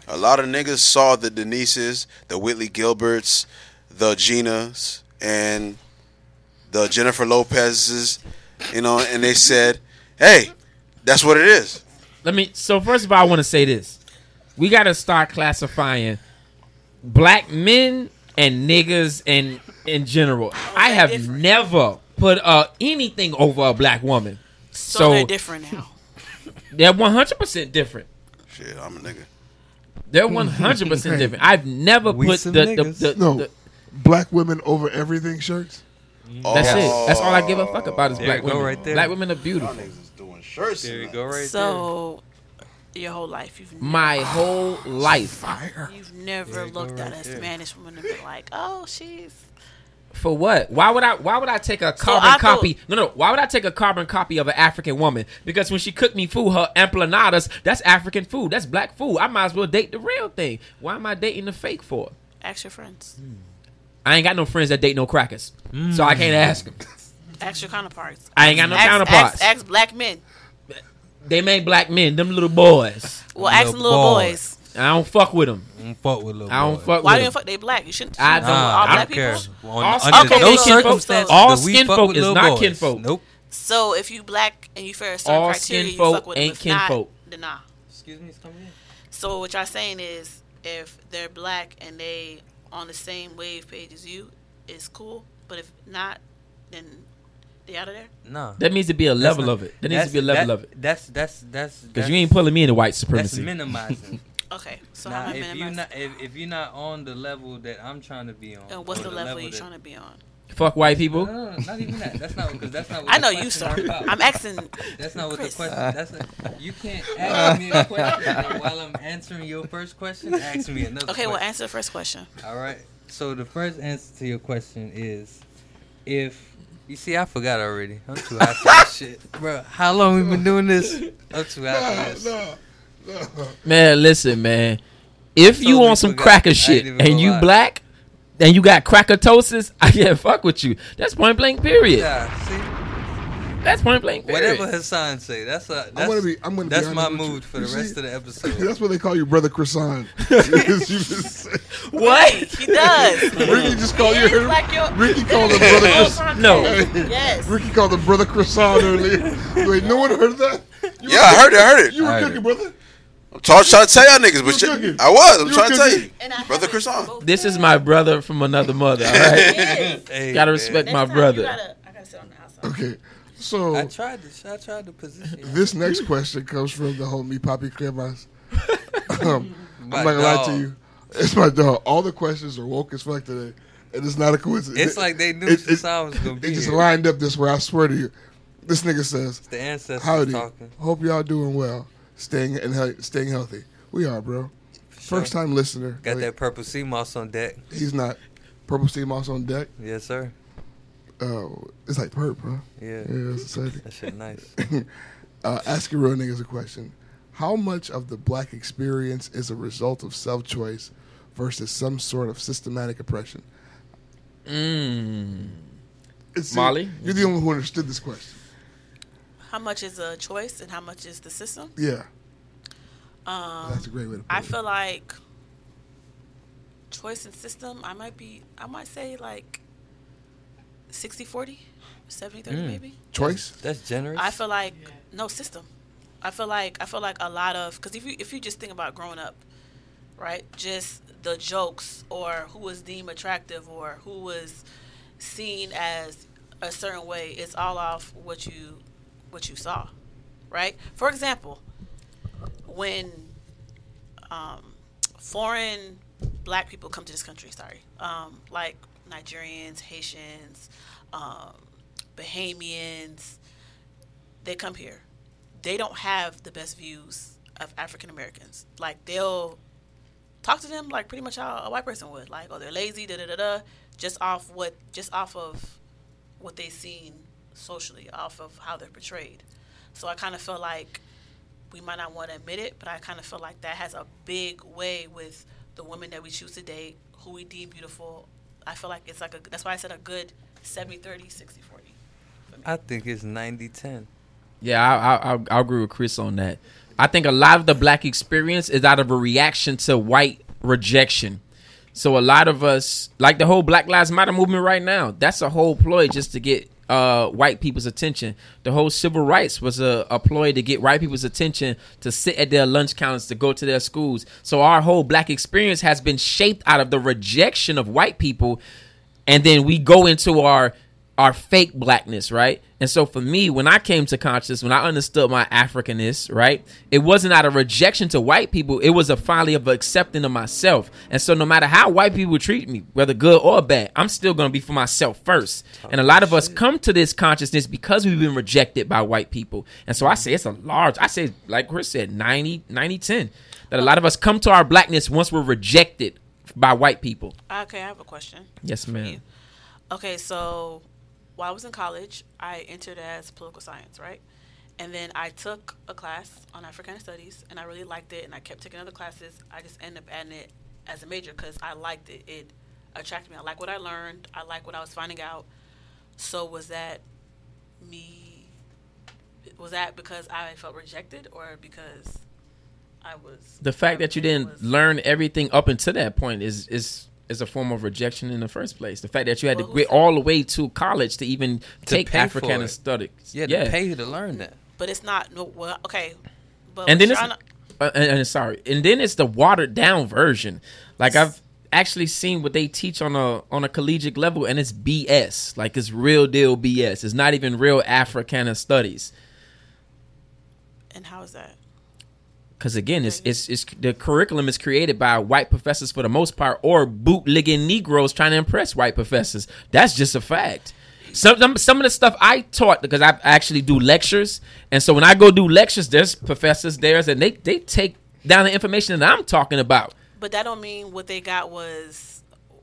Speaker 4: A lot of niggas saw the Denises, the Whitley Gilberts, the Ginas, and the Jennifer Lopez's, you know, and they said, hey, that's what it is.
Speaker 7: Let me. So first of all, I want to say this: we got to start classifying black men and niggas and in general. I have never put uh, anything over a black woman.
Speaker 1: So,
Speaker 7: So,
Speaker 1: they're different now.
Speaker 7: They're one hundred percent different.
Speaker 4: Shit, I'm a nigga.
Speaker 2: *laughs*
Speaker 7: They're one hundred percent different. I've never
Speaker 4: We
Speaker 7: put the
Speaker 4: some
Speaker 7: the,
Speaker 4: niggas.
Speaker 7: the,
Speaker 2: no,
Speaker 7: the-
Speaker 2: black women over everything shirts.
Speaker 7: Mm-hmm. that's it. That's all I give a fuck about is
Speaker 3: Oh. There
Speaker 7: black
Speaker 3: you go
Speaker 7: women.
Speaker 3: right there.
Speaker 7: Black women are beautiful.
Speaker 4: There
Speaker 3: you go right
Speaker 1: so your whole life you've
Speaker 7: My
Speaker 1: never-
Speaker 7: whole life.
Speaker 1: You've never looked at a Spanish woman and been like, "Oh, she's."
Speaker 7: For what? Why would I? Why would I take a carbon
Speaker 1: I thought-
Speaker 7: copy? No, no. Why would I take a carbon copy of an African woman? Because when she cooked me food, her empanadas, that's African food. That's black food. I might as well date the real thing. Why am I dating the fake for?
Speaker 1: Ask your friends.
Speaker 7: I ain't got no friends that date no crackers, so I
Speaker 3: Mm.
Speaker 7: can't ask them.
Speaker 1: Ask your counterparts.
Speaker 7: I ain't got no
Speaker 1: Ask-
Speaker 7: counterparts.
Speaker 1: Ask, ask black men.
Speaker 7: They make black men, them little boys.
Speaker 1: Well, ask them little boys.
Speaker 7: I don't fuck with them.
Speaker 3: I don't fuck with little
Speaker 7: I don't
Speaker 3: boys.
Speaker 7: fuck
Speaker 1: Why do
Speaker 7: with
Speaker 1: you
Speaker 7: them.
Speaker 1: fuck? They black. You shouldn't.
Speaker 7: I
Speaker 1: shouldn't
Speaker 7: don't.
Speaker 1: all
Speaker 7: I
Speaker 1: black
Speaker 7: don't care.
Speaker 1: people?
Speaker 3: On-
Speaker 7: All
Speaker 3: under
Speaker 7: skin-
Speaker 3: no
Speaker 7: all skin folk-
Speaker 3: circumstances
Speaker 7: all
Speaker 3: do we
Speaker 7: skin
Speaker 3: fuck
Speaker 7: folk
Speaker 3: with
Speaker 7: is
Speaker 3: little
Speaker 7: not
Speaker 3: boys.
Speaker 7: kinfolk.
Speaker 3: Nope.
Speaker 1: So if you black and you fair a certain
Speaker 7: All
Speaker 1: criteria,
Speaker 7: skin
Speaker 1: you
Speaker 7: folk
Speaker 1: fuck with them.
Speaker 7: ain't
Speaker 1: If not,
Speaker 7: kinfolk.
Speaker 1: then nah.
Speaker 3: Excuse me, it's coming in.
Speaker 1: So what y'all saying is, if they're black and they on the same wave page as you, it's cool. But if not, then they out of there.
Speaker 3: No.
Speaker 7: That needs to be a
Speaker 3: That's
Speaker 7: level
Speaker 3: not-
Speaker 7: of it. There
Speaker 3: that's-
Speaker 7: needs to be a level
Speaker 3: that-
Speaker 7: of it.
Speaker 3: That's that's that's
Speaker 7: Because
Speaker 3: that's-
Speaker 7: you ain't pulling me into white
Speaker 3: That's
Speaker 7: supremacy.
Speaker 3: minimizing.
Speaker 1: Okay, *laughs* so
Speaker 3: Nah,
Speaker 1: how many
Speaker 3: if
Speaker 1: men
Speaker 3: you
Speaker 1: am I?
Speaker 3: not if, if you're not on the level that I'm trying to be on,
Speaker 1: And what's
Speaker 3: or
Speaker 1: the level you
Speaker 3: that-
Speaker 1: trying to be on?
Speaker 7: Fuck white people.
Speaker 3: No, no, no, not even that. That's not because
Speaker 1: *laughs*
Speaker 3: that's not. What
Speaker 1: I
Speaker 3: the
Speaker 1: know you,
Speaker 3: questions
Speaker 1: sir.
Speaker 3: are about.
Speaker 1: I'm asking.
Speaker 3: That's not what
Speaker 1: Chris.
Speaker 3: the question. That's not, you
Speaker 2: *laughs*
Speaker 3: can't ask me a question and while I'm answering your first question. Ask me
Speaker 1: Okay,
Speaker 3: another. question.
Speaker 1: well, answer the first
Speaker 3: *laughs*
Speaker 1: question.
Speaker 3: All right. So the first answer to your question is, if you see, I forgot already. I'm too high for this shit, bro. How long we been doing this? I'm too high for this.
Speaker 7: Man, listen, man. If you
Speaker 3: Totally
Speaker 7: on some
Speaker 3: forgot. I
Speaker 7: cracker
Speaker 3: ain't
Speaker 7: shit
Speaker 3: even
Speaker 7: and
Speaker 3: gonna
Speaker 7: you
Speaker 3: lie.
Speaker 7: black and you got crackertosis, *laughs* I can't fuck with you. That's point blank period.
Speaker 3: Yeah. See.
Speaker 7: That's point blank period.
Speaker 3: Whatever Hassan say, that's a, that's,
Speaker 2: I'm gonna be. I'm gonna be
Speaker 3: that's my
Speaker 2: honest with you.
Speaker 3: mood for the
Speaker 2: You
Speaker 3: rest
Speaker 2: see,
Speaker 3: of the
Speaker 2: *laughs*
Speaker 3: episode.
Speaker 2: *laughs* That's what they call you, brother
Speaker 3: *laughs*
Speaker 2: croissant. *laughs* Yes, you just-
Speaker 1: What he does?
Speaker 3: *laughs*
Speaker 2: Ricky just
Speaker 3: Oh,
Speaker 2: called
Speaker 1: He
Speaker 2: you.
Speaker 1: is like your-
Speaker 2: Ricky called
Speaker 1: That
Speaker 2: him
Speaker 1: is your
Speaker 2: brother croissant.
Speaker 7: No.
Speaker 1: Yes.
Speaker 2: Ricky called him brother croissant earlier. Wait, no one heard that. You
Speaker 4: Yeah, I heard it. I heard it.
Speaker 2: You were
Speaker 4: I heard
Speaker 2: cooking, brother.
Speaker 4: I'm try- trying to tell y'all niggas, but
Speaker 2: You
Speaker 4: shit,
Speaker 2: cooking.
Speaker 4: I was. I'm
Speaker 2: You
Speaker 4: trying to tell you,
Speaker 2: cooking.
Speaker 1: And I
Speaker 4: brother
Speaker 1: haven't
Speaker 4: Croissant.
Speaker 1: spoken.
Speaker 7: This is my brother from another
Speaker 3: *laughs*
Speaker 7: mother. All right,
Speaker 1: Yes.
Speaker 3: Hey,
Speaker 7: gotta
Speaker 3: man.
Speaker 7: respect
Speaker 1: Next
Speaker 7: my
Speaker 1: time you
Speaker 7: brother.
Speaker 1: gotta- I gotta sit on the outside.
Speaker 2: Okay, so
Speaker 3: I tried to. I tried to position. you.
Speaker 2: This next question comes from the homie Poppy
Speaker 3: *laughs*
Speaker 2: Clemas. um, I'm
Speaker 3: My
Speaker 2: not gonna lie to
Speaker 3: dog.
Speaker 2: you. It's my dog. All the questions are woke as fuck today, and it's not a coincidence.
Speaker 3: It's like they knew Hassan was gonna
Speaker 2: It
Speaker 3: be
Speaker 2: just
Speaker 3: here.
Speaker 2: lined up this way. I swear to you. This nigga says,
Speaker 3: the ancestors
Speaker 2: "Howdy,
Speaker 3: talking.
Speaker 2: hope y'all doing well, staying and he- staying healthy. We are, bro. First time listener.
Speaker 3: Got
Speaker 2: Wait,
Speaker 3: that purple sea moss on deck.
Speaker 2: He's not. Purple Sea Moss on deck.
Speaker 3: Yes, sir.
Speaker 2: Oh, it's like perp, huh?
Speaker 3: Yeah.
Speaker 2: Yeah, it's exciting.
Speaker 3: That shit nice.
Speaker 2: *laughs* uh, asking real niggas a question. How much of the black experience is a result of self choice versus some sort of systematic oppression?
Speaker 7: Mm.
Speaker 2: It's,
Speaker 7: Molly?
Speaker 2: You're the only one who understood this question.
Speaker 1: How much is a choice and how much is the system?
Speaker 2: Yeah.
Speaker 1: Um,
Speaker 2: That's a great way to put
Speaker 1: I
Speaker 2: it.
Speaker 1: feel like choice and system, I might be, I might say like 60 40, 70 30
Speaker 3: Mm.
Speaker 1: maybe.
Speaker 2: Choice?
Speaker 3: That's generous.
Speaker 1: I feel like no system. I feel like I feel like a lot of because if you if you just think about growing up, right? Just the jokes or who was deemed attractive or who was seen as a certain way. It's all off what you what you saw, right? For example, when um, foreign black people come to this country, sorry, um, like Nigerians, Haitians, um, Bahamians, they come here. They don't have the best views of African Americans. Like they'll talk to them like pretty much how a white person would. Like, oh, they're lazy, da da da da. Just off what, just off of what they've seen socially, off of how they're portrayed. So I kind of feel like we might not want to admit it, but I kind of feel like that has a big way with the women that we choose to date, who we deem beautiful. I feel like it's like a, that's why I said a good 70 30, 60 40.
Speaker 3: I think it's 90-10.
Speaker 7: Yeah, I, I, I, I agree with Chris on that. I think a lot of the black experience is out of a reaction to white rejection. So a lot of us, like the whole Black Lives Matter movement right now, that's a whole ploy just to get uh, white people's attention. The whole civil rights was a, a ploy to get white people's attention to sit at their lunch counters, to go to their schools. So our whole black experience has been shaped out of the rejection of white people, and then we go into our our fake blackness, right? And so for me, when I came to consciousness, when I understood my Africanness, right, it wasn't out of rejection to white people. It was a finally of accepting of myself. And so no matter how white people treat me, whether good or bad, I'm still gonna be for myself first. And a lot of us come to this consciousness because we've been rejected by white people. And so I say it's a large, I say, like Chris said, 90, 90, 10. That a lot of us come to our blackness once we're rejected by white people.
Speaker 1: Okay, I have a question.
Speaker 7: Yes, ma'am.
Speaker 1: Okay, so while I was in college, I entered as political science, right? And then I took a class on Africana Studies, and I really liked it, and I kept taking other classes. I just ended up adding it as a major because I liked it. It attracted me. I like what I learned. I like what I was finding out. So was that me? Was that because I felt rejected, or because I was?
Speaker 7: The fact that you didn't learn everything up until that point is is is a form of rejection in the first place. The fact that you had to get all the way to college to even take
Speaker 3: pay for
Speaker 7: Africana
Speaker 3: it.
Speaker 7: studies.
Speaker 3: Yeah, to pay to learn that.
Speaker 1: But it's not. No, well, okay. But
Speaker 7: and then
Speaker 1: what
Speaker 7: it's
Speaker 1: y'all
Speaker 7: uh, and, and sorry, and then it's the watered down version. Like I've actually seen what they teach on a on a collegiate level, and it's BS. Like it's real deal BS. It's not even real Africana studies.
Speaker 1: And how is that?
Speaker 7: Because again, it's, it's it's the curriculum is created by white professors for the most part, or bootlegging Negroes trying to impress white professors. That's just a fact. Some some, some of the stuff I taught because I actually do lectures, and so when I go do lectures, there's professors there, and they they take down the information that I'm talking about.
Speaker 1: But that don't mean what they got was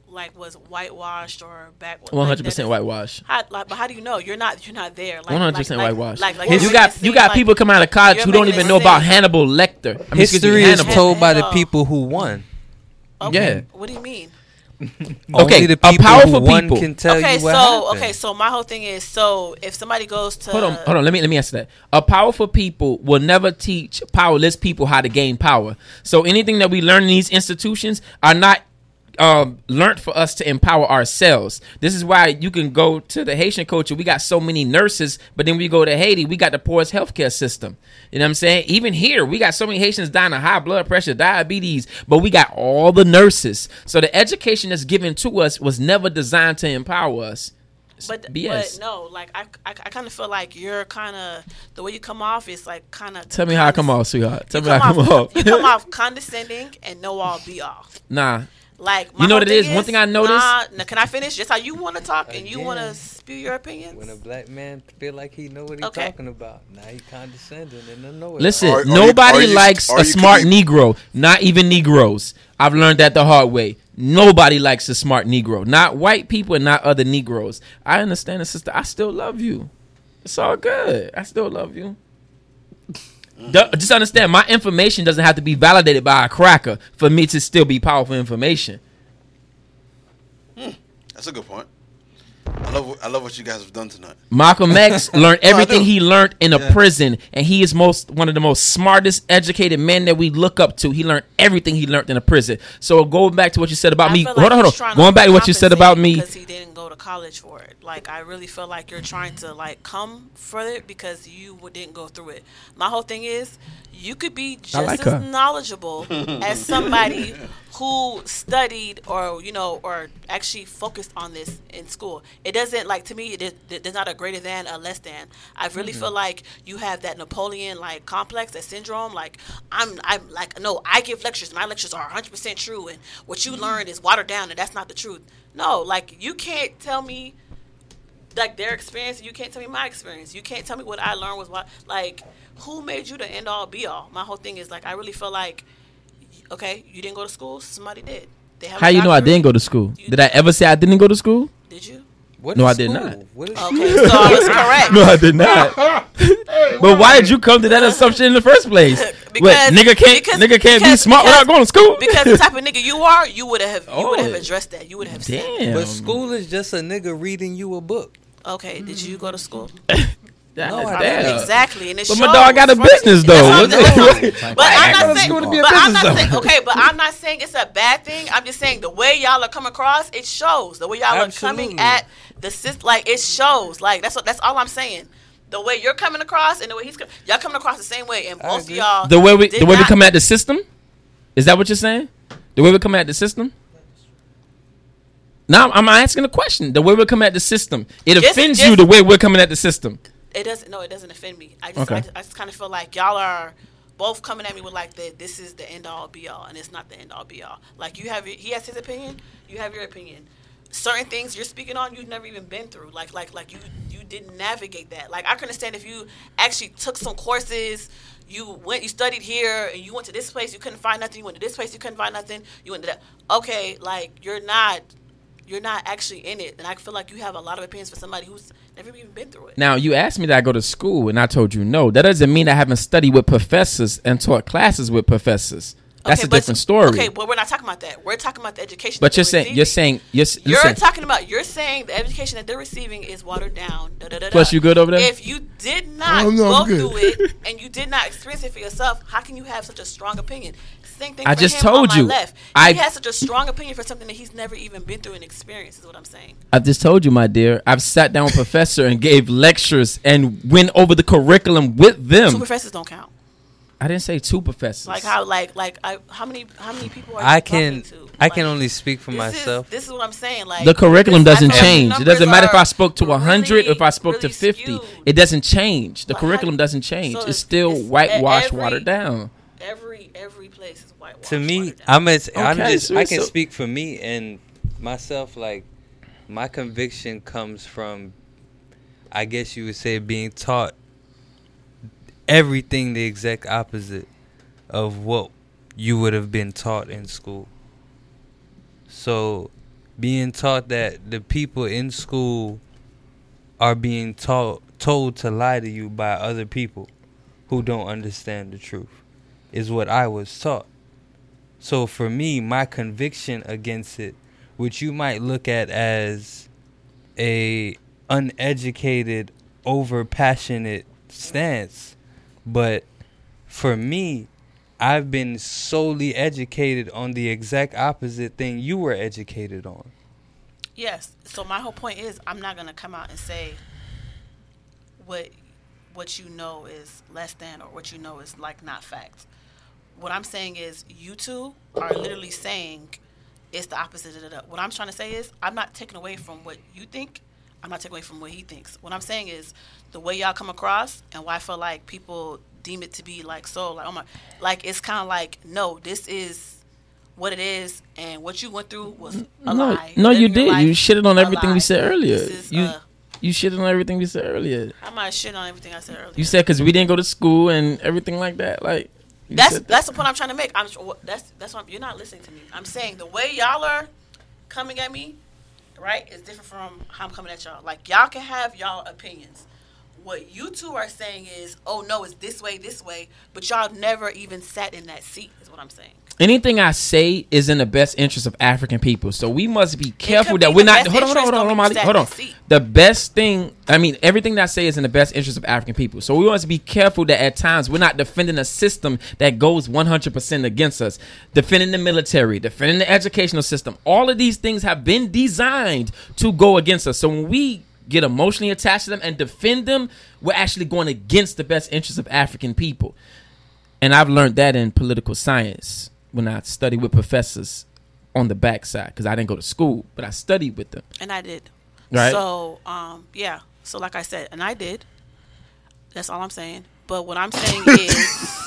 Speaker 1: like was whitewashed or back. like, that
Speaker 7: 100%
Speaker 1: is-
Speaker 7: whitewash.
Speaker 1: How, like, but how do you know? You're not. You're not there. Like,
Speaker 7: One hundred percent
Speaker 1: like-
Speaker 7: whitewash.
Speaker 1: Like, like,
Speaker 7: you
Speaker 1: you're making
Speaker 7: got
Speaker 1: it
Speaker 7: you
Speaker 1: seem
Speaker 7: got
Speaker 1: like
Speaker 7: people coming out of college
Speaker 1: you're
Speaker 7: who don't
Speaker 1: making
Speaker 7: even
Speaker 1: it
Speaker 7: know about
Speaker 1: seem-
Speaker 7: Hannibal Lecter. I mean, excuse me,
Speaker 3: History is
Speaker 7: Hannibal.
Speaker 3: told by the people who won.
Speaker 7: Yeah.
Speaker 1: What do you mean?
Speaker 3: Only the people who won can tell
Speaker 1: okay,
Speaker 3: you what
Speaker 1: so
Speaker 3: happened.
Speaker 1: okay, so my whole thing is so if somebody goes to
Speaker 7: Hold on, hold on. Let me let me answer that. A powerful people will never teach powerless people how to gain power. So anything that we learn in these institutions are not um, learned for us to empower ourselves. This is why you can go to the Haitian culture. We got so many nurses, but then we go to Haiti, we got the poorest healthcare system. You know what I'm saying? Even here, we got so many Haitians dying of high blood pressure, diabetes, but we got all the nurses. So the education that's given to us was never designed to empower us. It's
Speaker 1: But,
Speaker 7: BS.
Speaker 1: but no, like I, I, I kind of feel like you're kind of the way you come off is like kind of.
Speaker 7: Tell me how I come off, sweetheart. Tell me how
Speaker 1: come
Speaker 7: I come
Speaker 1: off,
Speaker 7: off.
Speaker 1: you come off condescending and know all be all.
Speaker 7: *laughs* Nah.
Speaker 1: Like
Speaker 7: You know
Speaker 1: whole
Speaker 7: what it is? One thing I noticed-
Speaker 1: Nah, nah, can I finish? Just how you want to talk and you want to spew your opinions.
Speaker 3: When a black man feel like he know what he's
Speaker 1: Okay.
Speaker 3: talking about, now he condescending and don't know it.
Speaker 7: Listen,
Speaker 3: Are- are you-
Speaker 7: nobody
Speaker 3: are you-
Speaker 7: likes
Speaker 3: are
Speaker 7: a
Speaker 3: you
Speaker 7: smart
Speaker 3: connect-
Speaker 7: Negro, not even Negroes. I've learned that the hard way. Nobody likes a smart Negro, not white people and not other Negroes. I understand it, sister. I still love you. It's all good. I still love you.
Speaker 3: Mm.
Speaker 7: Du- Just understand, my information doesn't have to be validated by a cracker for me to still be powerful information.
Speaker 4: That's a good point. I love I love what you guys have done tonight. *laughs*
Speaker 7: Malcolm X learned
Speaker 4: No, I
Speaker 7: everything
Speaker 4: do.
Speaker 7: he learned in a
Speaker 4: Yeah.
Speaker 7: prison, and he is most one of the most smartest, educated men that we look up to. He learned everything he learned in a prison. So going back to what you said about me,
Speaker 1: feel like
Speaker 7: hold on,
Speaker 1: he's
Speaker 7: hold
Speaker 1: trying
Speaker 7: on.
Speaker 1: to
Speaker 7: Going back to what you said about me,
Speaker 1: because he didn't go to college for it. Like I really feel like you're trying to like come for it because you w- didn't go through it. My whole thing is you could be just
Speaker 7: like
Speaker 1: as
Speaker 7: her.
Speaker 1: knowledgeable as somebody who studied or you know or actually focused on this in school. It doesn't like to me. It, it, there's not a greater than, a less than. I really
Speaker 11: Mhm.
Speaker 1: feel like you have that Napoleon like complex, that syndrome. Like I'm, I'm like no, I give lectures. My lectures are 100 percent true, and what you learned is watered down, and that's not the truth. No, like you can't tell me like their experience. You can't tell me my experience. You can't tell me what I learned was what. Like who made you the end all be all? My whole thing is like I really feel like okay, you didn't go to school. Somebody did. They have a
Speaker 7: how you know I
Speaker 1: doctorate.
Speaker 7: didn't go to school? Did I ever say I didn't go to school?
Speaker 1: Did you?
Speaker 7: no, I did not.
Speaker 1: Okay, so I
Speaker 7: *laughs*
Speaker 1: was correct.
Speaker 7: No, I
Speaker 1: *laughs*
Speaker 7: did not. *laughs* but why did you come to that assumption in the
Speaker 1: *laughs*
Speaker 7: first place? What, nigga can't nigga can't be smart without going to school.
Speaker 1: because the type of nigga you are, you would have you would
Speaker 7: Oh.
Speaker 1: have addressed that. You would have said,
Speaker 3: But school is just a nigga reading you a book.
Speaker 1: "Okay, did you go to school?"
Speaker 7: That-
Speaker 1: No, I
Speaker 7: that-
Speaker 1: don't.
Speaker 7: yeah.
Speaker 1: Exactly, and it
Speaker 7: But my
Speaker 1: shows
Speaker 7: dog got a
Speaker 1: first-
Speaker 7: business though.
Speaker 1: That's what
Speaker 7: *laughs*
Speaker 1: I'm
Speaker 7: What-
Speaker 1: saying.
Speaker 7: what-
Speaker 1: But I'm not
Speaker 7: It's
Speaker 1: saying,
Speaker 7: gonna be a
Speaker 1: but I'm
Speaker 7: business,
Speaker 1: not saying,
Speaker 7: though.
Speaker 1: okay, but I'm not saying it's a bad thing. I'm just saying the way y'all are coming across, it shows. The way y'all are coming
Speaker 3: Absolutely.
Speaker 1: at the system, like it shows. Like that's what, that's all I'm saying. The way you're coming across and the way he's coming, y'all coming across the same way, and most of y'all
Speaker 7: The way we
Speaker 1: Uh, did
Speaker 7: the way we
Speaker 1: not-
Speaker 7: come at the system? Is that what you're saying? The way we come at the system? Now I'm asking a question. The way we come at the system, it
Speaker 1: Just-
Speaker 7: offends
Speaker 1: just-
Speaker 7: you the way we're coming at the system.
Speaker 1: It doesn't. No, it doesn't offend me. I just, I
Speaker 7: Okay.
Speaker 1: just, I just kind of feel like y'all are both coming at me with like the this is the end all be all, and it's not the end all be all. Like you have, your- he has his opinion. You have your opinion. Certain things you're speaking on, you've never even been through. Like, like, like you, you didn't navigate that. Like, I can understand if you actually took some courses, you went, you studied here, and you went to this place, you couldn't find nothing. You went to this place, you couldn't find nothing. You went to that. Okay, like you're not, you're not actually in it, and I feel like you have a lot of opinions for somebody who's never even been through it.
Speaker 7: Now you asked me that I go to school and I told you no. That doesn't mean I haven't studied with professors and taught classes with professors. That's a
Speaker 1: but-
Speaker 7: different story.
Speaker 1: Okay, but we're not talking about that. We're talking about the education.
Speaker 7: But
Speaker 1: that
Speaker 7: you're
Speaker 1: they're
Speaker 7: saying you're saying you're, s-
Speaker 1: You're
Speaker 7: listen,
Speaker 1: talking about you're saying the education that they're receiving is watered down. Da, da, da, da.
Speaker 7: Plus, you good over there?
Speaker 1: If you did not
Speaker 7: Oh, no,
Speaker 1: go
Speaker 7: I'm good.
Speaker 1: through
Speaker 7: *laughs*
Speaker 1: it and you did not experience it for yourself, how can you have such a strong opinion? Same thing.
Speaker 7: I
Speaker 1: for
Speaker 7: just
Speaker 1: him on
Speaker 7: told
Speaker 1: my
Speaker 7: you.
Speaker 1: Left.
Speaker 7: I-
Speaker 1: he has such a strong opinion for something that he's never even been through and experienced. Is what I'm saying.
Speaker 7: I've just told you, my dear. I've sat down with professor and gave lectures and went over the curriculum with them.
Speaker 1: Two professors don't count.
Speaker 7: I didn't say two professors.
Speaker 1: Like how? Like like I, how many? How many people are you
Speaker 3: I
Speaker 1: talking
Speaker 3: can
Speaker 1: to?
Speaker 3: I can only speak for
Speaker 1: This is-
Speaker 3: myself.
Speaker 1: this is what I'm saying. Like
Speaker 7: the curriculum
Speaker 1: this- I
Speaker 7: doesn't
Speaker 1: feel like the
Speaker 7: change. It
Speaker 1: numbers
Speaker 7: doesn't matter if I
Speaker 1: are-
Speaker 7: spoke to 100 or if I spoke to 50. It doesn't change. The curriculum doesn't change.
Speaker 1: so e-,
Speaker 7: it's still whitewashed, watered down.
Speaker 1: Every every place is white.
Speaker 3: to me, I'm, it's, I'm
Speaker 7: Okay,
Speaker 3: just
Speaker 7: so
Speaker 3: I
Speaker 7: it's
Speaker 3: can
Speaker 7: a-
Speaker 3: speak for me and myself. Like my conviction comes from, I guess you would say, being taught everything the exact opposite of what you would have been taught in school. So, being taught that the people in school are being taught told to lie to you by other people who don't understand the truth is what I was taught. So for me, my conviction against it, which you might look at as a uneducated, over passionate stance, but for me, I've been solely educated on the exact opposite thing you were educated on.
Speaker 1: Yes. So my whole point is, I'm not gonna come out and say what what you know is less than or what you know is like not fact. What I'm saying is, you two are literally saying it's the opposite of that. What I'm trying to say is, I'm not taking away from what you think. I'm not taking away from what he thinks. What I'm saying is, the way y'all come across and why I feel like people deem it to be like so, like oh my, like it's kind of like no, this is what it is, and what you went through was a
Speaker 7: no,
Speaker 1: lie.
Speaker 7: no,
Speaker 1: Living
Speaker 7: you
Speaker 1: your
Speaker 7: did.
Speaker 1: life
Speaker 7: You shitted on
Speaker 1: a
Speaker 7: everything we
Speaker 1: lie.
Speaker 7: said earlier.
Speaker 1: This is,
Speaker 7: you
Speaker 1: uh,
Speaker 7: you shitted on everything we said earlier.
Speaker 1: I might shit on everything I said earlier.
Speaker 7: You said because we didn't go to school and everything like that. Like you
Speaker 1: that's
Speaker 7: said that.
Speaker 1: that's the point I'm trying to make. I'm wh- that's that's what I'm, you're not listening to me. I'm saying the way y'all are coming at me, right, is different from how I'm coming at y'all. Like y'all can have y'all opinions. What you two are saying is, oh no, it's this way, this way, but y'all never even sat in that seat. Is what I'm saying.
Speaker 7: anything I say is in the best interest of African people. So we must be careful
Speaker 1: could
Speaker 7: that
Speaker 1: be
Speaker 7: we're
Speaker 1: the
Speaker 7: not.
Speaker 1: best
Speaker 7: Hold on, hold on,
Speaker 1: interest,
Speaker 7: hold on,
Speaker 1: don't
Speaker 7: hold
Speaker 1: be
Speaker 7: on, Molly,
Speaker 1: sad
Speaker 7: hold
Speaker 1: to
Speaker 7: on.
Speaker 1: see.
Speaker 7: The best thing, I mean, everything that I say is in the best interest of African people. So we must be careful that at times we're not defending a system that goes 100% against us. Defending the military, defending the educational system. All of these things have been designed to go against us. So when we get emotionally attached to them and defend them, we're actually going against the best interest of African people. And I've learned that in political science when I studied with professors on the backside because I didn't go to school, but I studied with them.
Speaker 1: And I did.
Speaker 7: Right.
Speaker 1: So, um, yeah. So, like I said, and I did. That's all I'm saying. But what I'm
Speaker 7: *laughs*
Speaker 1: saying is,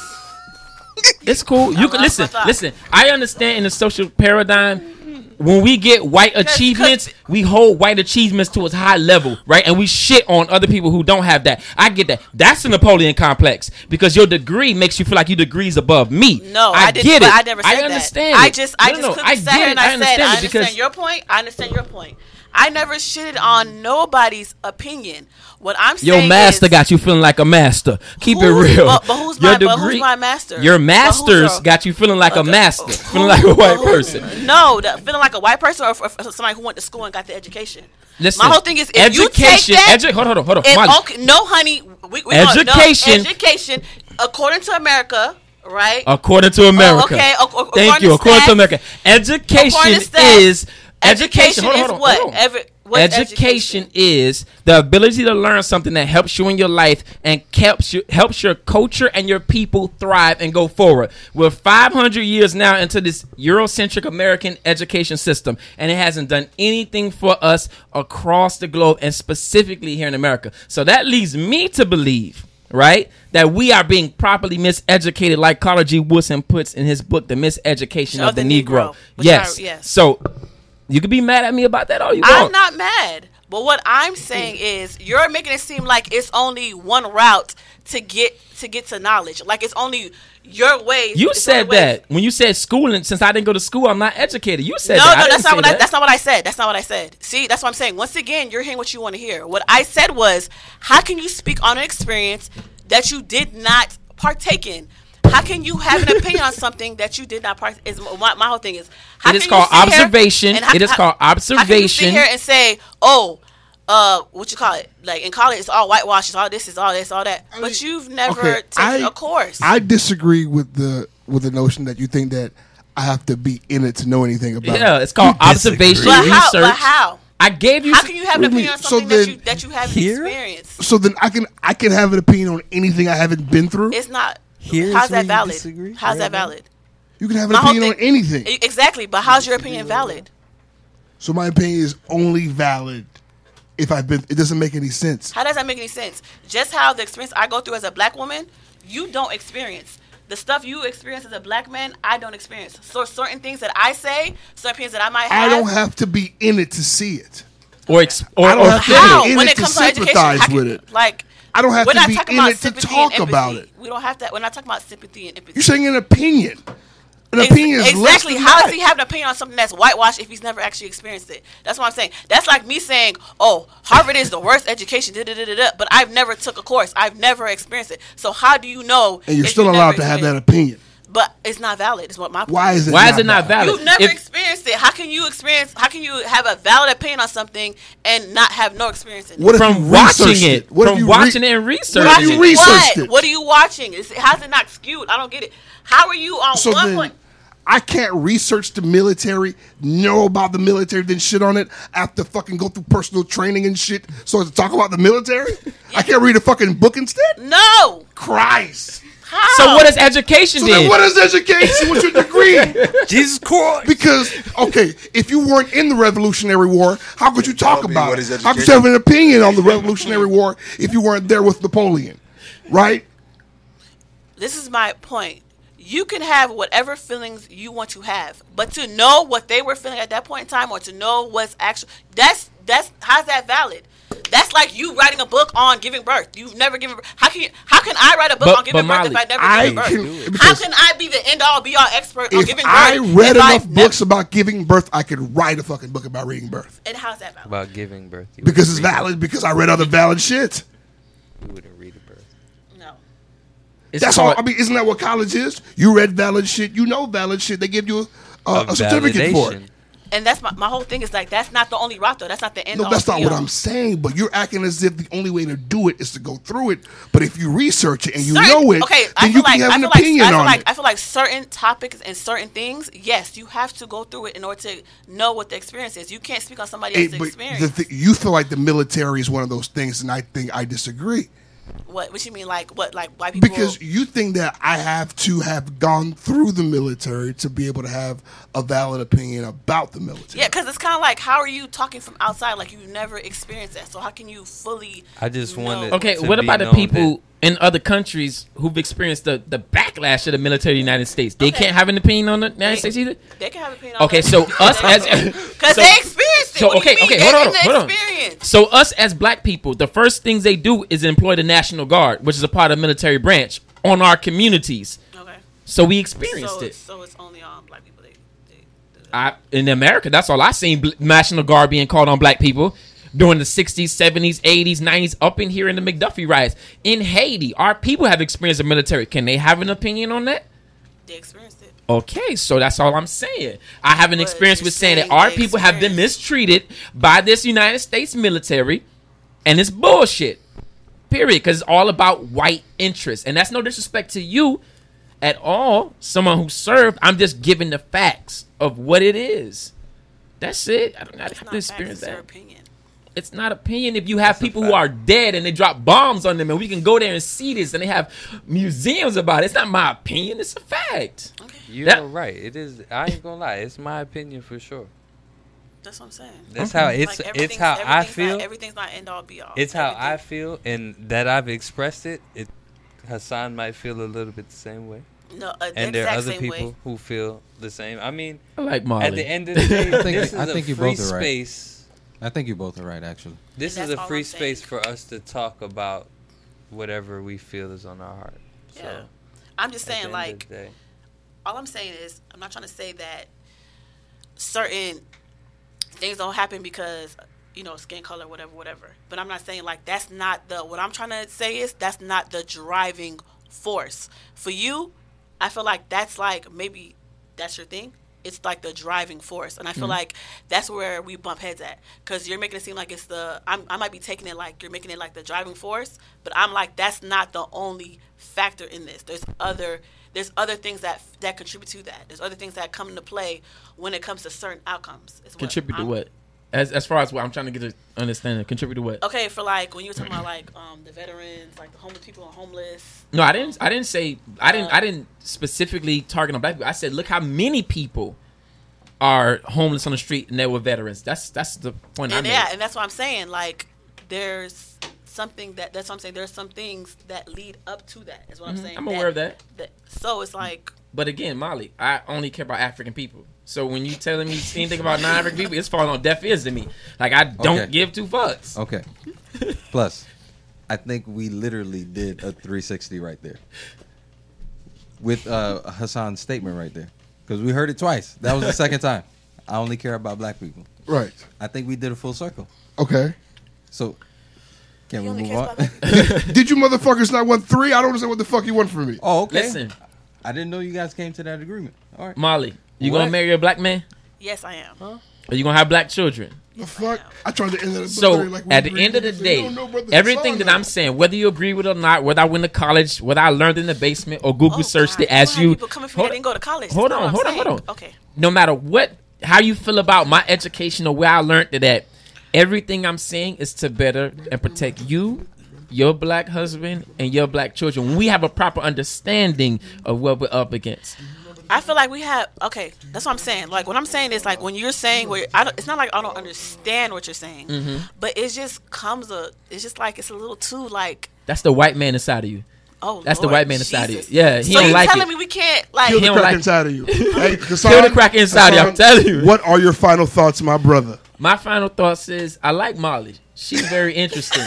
Speaker 7: It's cool.
Speaker 1: I
Speaker 7: You can
Speaker 1: lost my *laughs*
Speaker 7: listen.
Speaker 1: thought.
Speaker 7: Listen. I understand in the social paradigm. When we get white achievements, we hold white achievements to its high level, right? And we shit on other people who don't have that. I get that. That's the Napoleon complex because your degree makes you feel like your degree's above me.
Speaker 1: no, I, didn't.
Speaker 7: get
Speaker 1: but
Speaker 7: it.
Speaker 1: I never said
Speaker 7: I understand.
Speaker 1: that.
Speaker 7: it.
Speaker 1: I just, I
Speaker 7: No,
Speaker 1: just
Speaker 7: no, no,
Speaker 1: couldn't sat here
Speaker 7: get it.
Speaker 1: and I, said, I
Speaker 7: understand it
Speaker 1: understand
Speaker 7: because
Speaker 1: your point. I understand your point. I never shitted on nobody's opinion. What I'm saying
Speaker 7: Your master
Speaker 1: is,
Speaker 7: got you feeling like a master. Keep it
Speaker 1: Who's-
Speaker 7: real.
Speaker 1: but- but who's my- but who's my master?
Speaker 7: Your
Speaker 1: But who's
Speaker 7: masters
Speaker 1: a-
Speaker 7: got you feeling like
Speaker 1: *laughs*
Speaker 7: a master, feeling like a white person.
Speaker 1: No, the, feeling like a white person or, or somebody who went to school and got the education.
Speaker 7: Listen,
Speaker 1: my whole thing is if you take
Speaker 7: education.
Speaker 1: that,
Speaker 7: edu- hold on, hold on, hold on.
Speaker 1: If-
Speaker 7: Molly,
Speaker 1: okay, no, honey. We, we gonna- no,
Speaker 7: Oh, Education-
Speaker 1: education, according to America, right?
Speaker 7: According to
Speaker 1: Oh,
Speaker 7: America.
Speaker 1: okay. ac- ac-
Speaker 7: Thank you. According to
Speaker 1: stats-
Speaker 7: America, education
Speaker 1: according to stats,
Speaker 7: is education.
Speaker 1: Education
Speaker 7: Hold
Speaker 1: is
Speaker 7: on, hold on,
Speaker 1: what?
Speaker 7: hold on.
Speaker 1: Every, what
Speaker 7: education, is the ability to learn something that helps you in your life and helps you helps your culture and your people thrive and go forward. We're 500 years now into this Eurocentric American education system, and it hasn't done anything for us across the globe and specifically here in America. So that leads me to believe. Right, that we are being properly miseducated, like Carter G. Woodson puts in his book, "The Miseducation of, the, Negro."
Speaker 1: which
Speaker 7: Yes.
Speaker 1: I- yes.
Speaker 7: So you could be mad at me about that all you want.
Speaker 1: I'm not mad. But what I'm saying is you're making it seem like it's only one route to get to get to knowledge. Like it's only your way.
Speaker 7: You
Speaker 1: it's
Speaker 7: said
Speaker 1: only ways.
Speaker 7: that when you said schooling. Since I didn't go to school, I'm not educated. You said
Speaker 1: no,
Speaker 7: that.
Speaker 1: no,
Speaker 7: I didn't
Speaker 1: that's not
Speaker 7: say
Speaker 1: what I,
Speaker 7: that.
Speaker 1: that's not what I said. That's not what I said. See, that's what I'm saying. Once again, you're hearing what you want to hear. What I said was, how can you speak on an experience that you did not partake in? How can you have an opinion
Speaker 7: *laughs*
Speaker 1: on something that you did not part? Is my, my whole thing is. How
Speaker 7: It is
Speaker 1: can you
Speaker 7: called
Speaker 1: sit here
Speaker 7: observation.
Speaker 1: and how-
Speaker 7: It is
Speaker 1: how-
Speaker 7: called
Speaker 1: How can you sit
Speaker 7: observation.
Speaker 1: here and say, oh. Uh, what you call it? Like in college, it's all whitewash. It's all this. It's all this. All that. But you've never
Speaker 2: Okay,
Speaker 1: taken
Speaker 2: I-
Speaker 1: a course.
Speaker 2: I disagree with the with the notion that you think that I have to be in it to know anything about. it.
Speaker 7: Yeah, it's called
Speaker 2: You
Speaker 7: observation
Speaker 2: disagree.
Speaker 7: research.
Speaker 1: how- but how?
Speaker 7: I gave you.
Speaker 1: How can you have an
Speaker 2: Really?
Speaker 1: opinion on
Speaker 2: So
Speaker 1: something
Speaker 2: then
Speaker 1: that you that you haven't
Speaker 2: here?
Speaker 1: experienced?
Speaker 2: So then I can I can have an opinion on anything I haven't been through.
Speaker 1: It's not.
Speaker 2: Here
Speaker 1: how's that
Speaker 2: is where you
Speaker 1: valid?
Speaker 2: disagree,
Speaker 1: How's
Speaker 2: right
Speaker 1: that valid?
Speaker 2: You can have an
Speaker 1: My whole
Speaker 2: opinion on
Speaker 1: thing-
Speaker 2: anything.
Speaker 1: E- Exactly, but how's your opinion valid?
Speaker 2: So my opinion is only valid if I've been. It doesn't make any sense.
Speaker 1: How does that make any sense? Just how the experience I go through as a black woman, you don't experience. The stuff you experience as a black man, I don't experience. So certain things that I say, certain opinions that I might
Speaker 2: I
Speaker 1: have.
Speaker 2: don't have to be in it to see it.
Speaker 7: Or ex- or,
Speaker 2: I don't
Speaker 7: or
Speaker 2: have to
Speaker 1: how?
Speaker 2: be in
Speaker 1: When
Speaker 2: it,
Speaker 1: it comes
Speaker 2: to
Speaker 1: to education,
Speaker 2: sympathize
Speaker 1: how can-
Speaker 2: with it.
Speaker 1: like
Speaker 2: I don't have
Speaker 1: we're
Speaker 2: to
Speaker 1: not
Speaker 2: be
Speaker 1: talking
Speaker 2: in
Speaker 1: about
Speaker 2: it to
Speaker 1: sympathy and
Speaker 2: talk
Speaker 1: empathy.
Speaker 2: about it.
Speaker 1: We don't have that. We're not talking about sympathy and empathy.
Speaker 2: You're saying an opinion. An
Speaker 1: Ex-
Speaker 2: opinion is less
Speaker 1: exactly.
Speaker 2: than
Speaker 1: How does
Speaker 2: that.
Speaker 1: he have an opinion on something that's whitewashed if he's never actually experienced it? That's what I'm saying. That's like me saying, "Oh, Harvard is the worst education," da, da, da, da, da, but I've never took a course. I've never experienced it. So how do you know?
Speaker 2: And you're
Speaker 1: if
Speaker 2: still
Speaker 1: you never
Speaker 2: allowed to have that
Speaker 1: experienced
Speaker 2: opinion.
Speaker 1: it? But it's not valid. Is what my point
Speaker 2: Why is it?
Speaker 7: Why
Speaker 2: not
Speaker 7: is it not valid?
Speaker 1: You've never
Speaker 7: If-
Speaker 1: experienced it. How can you experience? How can you have a valid opinion on something and not have no experience in it?
Speaker 2: What if you
Speaker 7: *laughs* from watching
Speaker 2: researched
Speaker 7: it,
Speaker 2: What if
Speaker 7: from
Speaker 2: you re-
Speaker 7: watching it and researching.
Speaker 2: What if you
Speaker 7: it.
Speaker 2: researched
Speaker 1: what?
Speaker 2: it?
Speaker 1: What are you watching? Is, how's it not skewed? I don't get it. How are you on
Speaker 2: So
Speaker 1: one
Speaker 2: then,
Speaker 1: point?
Speaker 2: I can't research the military, know about the military, then shit on it. I have to fucking go through personal training and shit. So to talk about the military, I can't read a fucking book instead.
Speaker 1: No,
Speaker 2: Christ.
Speaker 7: So what is education
Speaker 2: So
Speaker 7: then?
Speaker 2: then, what is education? What's your degree?
Speaker 3: Jesus Christ.
Speaker 2: Because okay, if you weren't in the Revolutionary War, how could you talk
Speaker 4: Tell me
Speaker 2: about
Speaker 4: what
Speaker 2: it?
Speaker 4: is
Speaker 2: How could you have an opinion on the Revolutionary War if you weren't there with Napoleon, right?
Speaker 1: this is my point. You can have whatever feelings you want to have, but to know what they were feeling at that point in time, or to know what's actual that's that's how's that valid? That's like you writing a book on giving birth. You've never given. birth. How can you, how can I write a book
Speaker 7: But-
Speaker 1: on giving
Speaker 7: but
Speaker 1: birth if I
Speaker 7: Molly,
Speaker 1: never
Speaker 2: I
Speaker 1: gave
Speaker 2: can-
Speaker 1: birth? how
Speaker 2: because-
Speaker 1: can I be the end all be all expert on
Speaker 2: If
Speaker 1: giving birth?
Speaker 2: I read
Speaker 1: if
Speaker 2: enough
Speaker 1: I've never-
Speaker 2: books about giving birth, I could write a fucking book about reading birth
Speaker 1: and how's that valid?
Speaker 3: About giving birth. You
Speaker 2: because it's
Speaker 3: wouldn't read
Speaker 2: valid. Because I read other valid shit.
Speaker 3: it. You wouldn't read a birth.
Speaker 1: No.
Speaker 7: It's
Speaker 2: That's all.
Speaker 7: called-
Speaker 2: I mean, isn't that what college is? You read valid shit. You know valid shit. They give you a, a,
Speaker 3: A
Speaker 2: a certificate for it.
Speaker 3: validation.
Speaker 1: And that's my, my whole thing is like that's not the only route though. That's not the end.
Speaker 2: No,
Speaker 1: all,
Speaker 2: that's not
Speaker 1: be
Speaker 2: what
Speaker 1: all.
Speaker 2: I'm saying. But you're acting as if the only way to do it is to go through it. But if you research it and you
Speaker 1: Certain-
Speaker 2: know it,
Speaker 1: Okay, I
Speaker 2: then
Speaker 1: feel
Speaker 2: you
Speaker 1: like
Speaker 2: can have
Speaker 1: I
Speaker 2: an
Speaker 1: feel like
Speaker 2: opinion
Speaker 1: I feel
Speaker 2: on
Speaker 1: like
Speaker 2: it.
Speaker 1: I feel like certain topics and certain things. Yes, you have to go through it in order to know what the experience is. You can't speak on somebody
Speaker 2: Hey,
Speaker 1: else's
Speaker 2: but
Speaker 1: experience.
Speaker 2: the th- you feel like the military is one of those things, and I think I disagree
Speaker 1: what? What you mean? Like what? Like white people?
Speaker 2: because you think that I have to have gone through the military to be able to have a valid opinion about the military.
Speaker 1: yeah, because it's kind of like how are you talking from outside? Like you never experienced that, so how can you fully?
Speaker 3: I just
Speaker 1: know?
Speaker 3: wanted.
Speaker 7: Okay,
Speaker 3: to
Speaker 7: what
Speaker 3: be
Speaker 7: about the
Speaker 3: known
Speaker 7: people in other countries who've experienced the, the backlash of the military of the United States? They can't have an opinion on the United States either?
Speaker 1: They can have an opinion. on
Speaker 7: Okay,
Speaker 1: that. *laughs*
Speaker 7: so us as *laughs*
Speaker 1: because
Speaker 7: so-
Speaker 1: they experienced it.
Speaker 7: So
Speaker 1: What do you
Speaker 7: okay,
Speaker 1: mean?
Speaker 7: okay,
Speaker 1: They
Speaker 7: hold on,
Speaker 1: didn't
Speaker 7: hold on.
Speaker 1: experience.
Speaker 7: So us as black people, the first things they do is employ the National Guard, which is a part of the military branch, on our communities.
Speaker 1: Okay.
Speaker 7: So we experienced
Speaker 1: so,
Speaker 7: it.
Speaker 1: So it's only on black people. They, they do that.
Speaker 7: I in America, that's all I seen bl- National Guard being called on black people during the 60s, 70s, 80s, 90s, up in here in the McDuffie riots. In Haiti, our people have experienced the military. Can they have an opinion on that?
Speaker 1: They experienced it.
Speaker 7: Okay, so that's all I'm saying. I have an
Speaker 1: But
Speaker 7: experience
Speaker 1: you're
Speaker 7: with saying that
Speaker 1: saying
Speaker 7: our
Speaker 1: they
Speaker 7: people have been mistreated by this United States military, and it's bullshit. Period. Because it's all about white interests, and that's no disrespect to you at all. Someone who served, I'm just giving the facts of what it is. That's it. I don't I have to experience that. It's not opinion if you have people who are dead and they drop bombs on them, and we can go there and see this, and they have museums about it. It's not my opinion; it's a fact.
Speaker 3: You're
Speaker 7: That-
Speaker 3: right. It is. I ain't gonna lie. It's my opinion for sure.
Speaker 1: That's what I'm saying.
Speaker 3: That's how it's- it's
Speaker 1: everything's-
Speaker 3: how I
Speaker 1: everything's
Speaker 3: feel.
Speaker 1: Not, everything's not end all be all.
Speaker 3: It's how I feel, and that I've expressed it. It Hassan might feel a little bit the same way.
Speaker 1: No, uh, the
Speaker 3: and there are
Speaker 1: exact
Speaker 3: other
Speaker 1: same way.
Speaker 3: people who feel the same. I mean,
Speaker 7: I like
Speaker 3: At
Speaker 7: Molly.
Speaker 3: the
Speaker 9: *laughs*
Speaker 3: end of the
Speaker 7: *laughs*
Speaker 3: day,
Speaker 9: I think,
Speaker 3: this is
Speaker 9: I think
Speaker 3: a
Speaker 9: you
Speaker 3: free
Speaker 9: both are right.
Speaker 3: space.
Speaker 9: I think you both are right, actually.
Speaker 3: This
Speaker 1: And
Speaker 3: is
Speaker 1: that's
Speaker 3: a
Speaker 1: all
Speaker 3: free
Speaker 1: I'm saying.
Speaker 3: space for us to talk about whatever we feel is on our heart. So,
Speaker 1: Yeah. I'm just
Speaker 3: at the
Speaker 1: saying,
Speaker 3: end of
Speaker 1: like,
Speaker 3: the day-
Speaker 1: all I'm saying is, I'm not trying to say that certain things don't happen because you know skin color, whatever, whatever. But I'm not saying like that's not the. What I'm trying to say is that's not the driving force for you. I feel like that's like maybe that's your thing. It's like the driving force, and I feel
Speaker 7: Mm-hmm.
Speaker 11: Mhm.
Speaker 1: like that's where we bump heads at. Cause you're making it seem like it's the I'm, I might be taking it like you're making it like the driving force, but I'm like that's not the only factor in this. There's other there's other things that that contribute to that. There's other things that come into play when it comes to certain outcomes. Is what
Speaker 7: Contribute to
Speaker 1: I'm-
Speaker 7: what? As as far as what I'm trying to get to understanding, contribute to what?
Speaker 1: Okay, for like when you were talking about like um the veterans, like the homeless people and homeless.
Speaker 7: No, I didn't. I didn't say. I
Speaker 1: Uh,
Speaker 7: didn't. I didn't specifically target on black people. I said, look how many people are homeless on the street and they were veterans. That's that's the point I
Speaker 1: and
Speaker 7: made.
Speaker 1: yeah, and that's what I'm saying. Like, there's something that that's what I'm saying. There's some things that lead up to that. Is what
Speaker 7: Mhm,
Speaker 1: I'm saying.
Speaker 7: I'm aware of that.
Speaker 1: So it's like
Speaker 7: But again, Molly, I only care about African people. So when you telling me anything about non-African people, it's falling on deaf ears to me. Like I don't
Speaker 9: Okay.
Speaker 7: give two fucks.
Speaker 9: Okay. Plus, I think we literally did a 360 right there with uh, Hassan's statement right there because we heard it twice. That was the second time. I only care about black people.
Speaker 2: Right.
Speaker 9: I think we did a full circle.
Speaker 2: Okay.
Speaker 9: So, can we move
Speaker 2: cares
Speaker 9: on?
Speaker 2: Did you motherfuckers not want three? I don't understand what the fuck you want from me.
Speaker 9: *laughs* oh, okay.
Speaker 7: Listen.
Speaker 9: I didn't know you guys came to that agreement. All right.
Speaker 7: Molly, you gonna
Speaker 9: What?
Speaker 7: marry a black man?
Speaker 1: *laughs* yes, I am.
Speaker 7: Are you gonna have black children?
Speaker 2: The fuck? I tried to end that.
Speaker 7: So
Speaker 2: literally like we
Speaker 7: at the
Speaker 2: agreed.
Speaker 7: end of the
Speaker 2: You don't
Speaker 7: day,
Speaker 2: know brother
Speaker 7: everything
Speaker 2: Hassan
Speaker 7: that I'm saying, whether you agree with it or not, whether I went to college, whether I learned in the basement or
Speaker 1: Oh,
Speaker 7: Google searched it as you,
Speaker 1: People coming from here didn't go to college.
Speaker 7: hold
Speaker 1: That's all
Speaker 7: on,
Speaker 1: I'm
Speaker 7: hold on,
Speaker 1: saying.
Speaker 7: hold on.
Speaker 1: Okay.
Speaker 7: no matter what, how you feel about my education or where I learned it at, everything I'm saying is to better and protect you, your black husband, and your black children. When we have a proper understanding of what we're up against.
Speaker 1: I feel like we have okay. That's what I'm saying. Like what I'm saying is like when you're saying where I don't, it's not like I don't understand what you're saying,
Speaker 7: Mhm.
Speaker 1: but it just comes a. It's just like it's a little too like
Speaker 7: That's the white man inside of you.
Speaker 1: Oh,
Speaker 7: that's
Speaker 1: Lord
Speaker 7: the white man inside of you. Yeah, he
Speaker 1: so
Speaker 7: don't
Speaker 1: you
Speaker 7: like
Speaker 1: telling
Speaker 7: it.
Speaker 1: me we can't like
Speaker 2: Kill the
Speaker 7: He don't
Speaker 2: crack
Speaker 7: like-
Speaker 2: inside of you. hey,
Speaker 7: *laughs* Kill the crack inside of you, I'm
Speaker 2: Hassan,
Speaker 7: telling you.
Speaker 2: What are your final thoughts, my brother?
Speaker 7: My final thoughts is I like Molly. She's very interesting,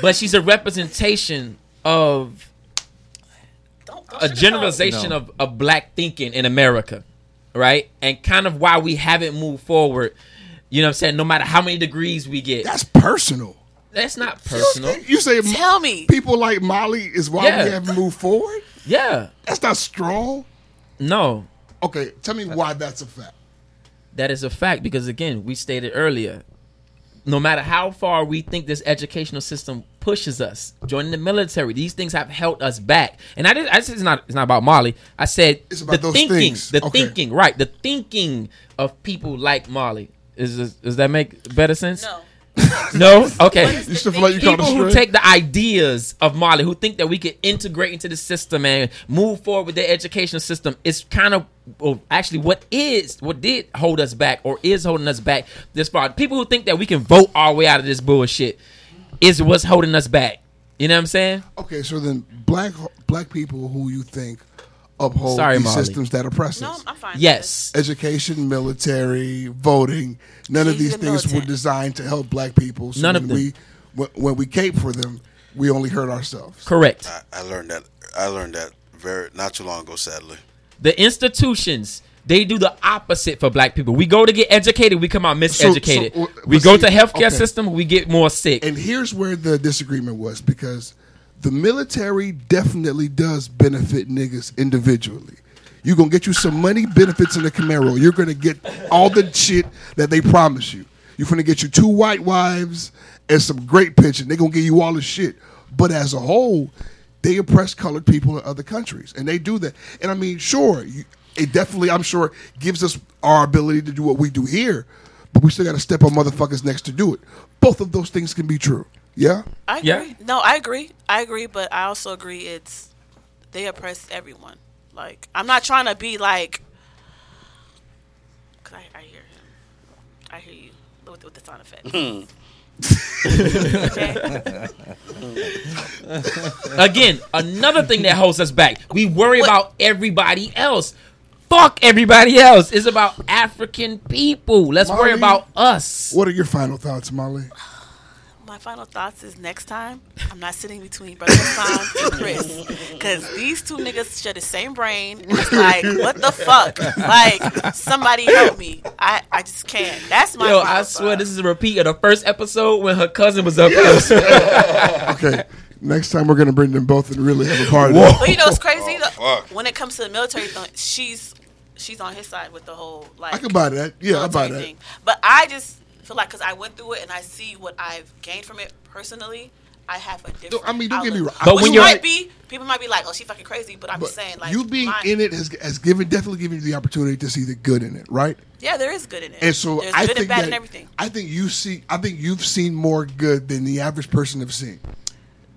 Speaker 7: but she's a representation of
Speaker 1: Oh,
Speaker 7: a generalization
Speaker 9: No.
Speaker 7: of, of black thinking in America, right? And kind of why we haven't moved forward. You know what I'm saying? No matter how many degrees we get, that's
Speaker 2: personal.
Speaker 7: That's not personal.
Speaker 2: You say
Speaker 1: tell me
Speaker 2: people like Molly is why
Speaker 7: Yeah.
Speaker 2: we haven't moved forward.
Speaker 7: Yeah,
Speaker 2: that's not strong.
Speaker 7: No,
Speaker 2: Okay, tell me why that's a fact.
Speaker 7: that is a fact because again, we stated earlier, no matter how far we think this educational system pushes us, joining the military, these things have held us back. And I did. I said it's not. It's not about Molly. I said
Speaker 2: It's about
Speaker 7: the
Speaker 2: those
Speaker 7: thinking.
Speaker 2: things.
Speaker 7: The
Speaker 2: Okay.
Speaker 7: thinking. Right. The thinking of people like Molly. Is this, does that make better sense? No. no. Okay.
Speaker 2: You still feel like you caught a
Speaker 7: people who
Speaker 2: stray?
Speaker 7: take the ideas of Molly, who think that we can integrate into the system and move forward with their educational system, is kind of well, actually what is what did hold us back or is holding us back this far. People who think that we can vote our way out of this bullshit is what's holding us back. You know what I'm saying?
Speaker 2: Okay, so then black black people who you think uphold
Speaker 7: Sorry,
Speaker 2: these
Speaker 7: Molly.
Speaker 2: systems that oppress us.
Speaker 1: No, I'm fine.
Speaker 7: Yes.
Speaker 2: Education, military, voting, none of
Speaker 1: She's
Speaker 2: these
Speaker 1: a
Speaker 2: things were
Speaker 1: militant.
Speaker 2: designed to help black people. So
Speaker 7: None
Speaker 2: when
Speaker 7: of them.
Speaker 2: We, when, when we cape for them, we only hurt ourselves.
Speaker 7: Correct.
Speaker 4: I, I learned that. I learned that very not too long ago. Sadly,
Speaker 7: The institutions They do the opposite for black people. We go to get educated, we come out
Speaker 2: So- so,
Speaker 7: miseducated.
Speaker 2: uh,
Speaker 7: we
Speaker 2: but
Speaker 7: go
Speaker 2: see,
Speaker 7: to healthcare
Speaker 2: okay.
Speaker 7: system, we get more sick.
Speaker 2: And here's where the disagreement was because the military definitely does benefit niggas individually. You're going to get you some money benefits in the Camaro. You're going to get all the shit that they promise you. You're going to get you two white wives and some great pension. They're going to give you all the shit. But as a whole, they oppress colored people in other countries. And they do that. And I mean, sure, you, it definitely, I'm sure, gives us our ability to do what we do here. But we still got to step on motherfuckers next to do it. Both of those things can be true. Yeah?
Speaker 1: I agree.
Speaker 2: Yeah.
Speaker 1: No, I agree. I agree, but I also agree it's they oppress everyone. Like I'm not trying to be like. 'Cause I, I hear him. I hear you with, with the sound effect. okay.
Speaker 7: Again, another thing that holds us back. We worry about everybody else. Fuck everybody else. It's about African people. Let's worry
Speaker 2: Molly,
Speaker 7: about us.
Speaker 2: What are your final thoughts, Molly?
Speaker 1: My final thoughts is next time I'm not sitting between Brother Hassan and Chris because these two niggas share the same brain. And it's like, what the fuck? Like, somebody help me. I, I just can't. That's my
Speaker 7: Yo,
Speaker 1: final
Speaker 7: I swear this is a repeat of the first episode when her cousin was up
Speaker 2: *laughs* okay. Next time we're going to bring them both and really have a party.
Speaker 1: But you know, it's crazy. though,
Speaker 4: fuck.
Speaker 1: when it comes to the military, thing, she's she's on his side with the whole like.
Speaker 2: I can buy that. Yeah, I buy that.
Speaker 1: thing. But I just feel like because I went through it and I see what I've gained from it personally, I have a different.
Speaker 2: I mean, don't get me wrong.
Speaker 1: But
Speaker 2: But
Speaker 1: when
Speaker 2: when
Speaker 1: you
Speaker 2: you're-
Speaker 1: might be, people might be like, "Oh, she fucking crazy," but I'm
Speaker 2: But
Speaker 1: just saying, like,
Speaker 2: you being
Speaker 1: my-
Speaker 2: in it has, has given definitely given you the opportunity to see the good in it, right?
Speaker 1: yeah, there is good in it.
Speaker 2: And so
Speaker 1: There's good
Speaker 2: I think
Speaker 1: and bad
Speaker 2: that,
Speaker 1: and everything.
Speaker 2: I think you see I think you've seen more good than the average person have seen.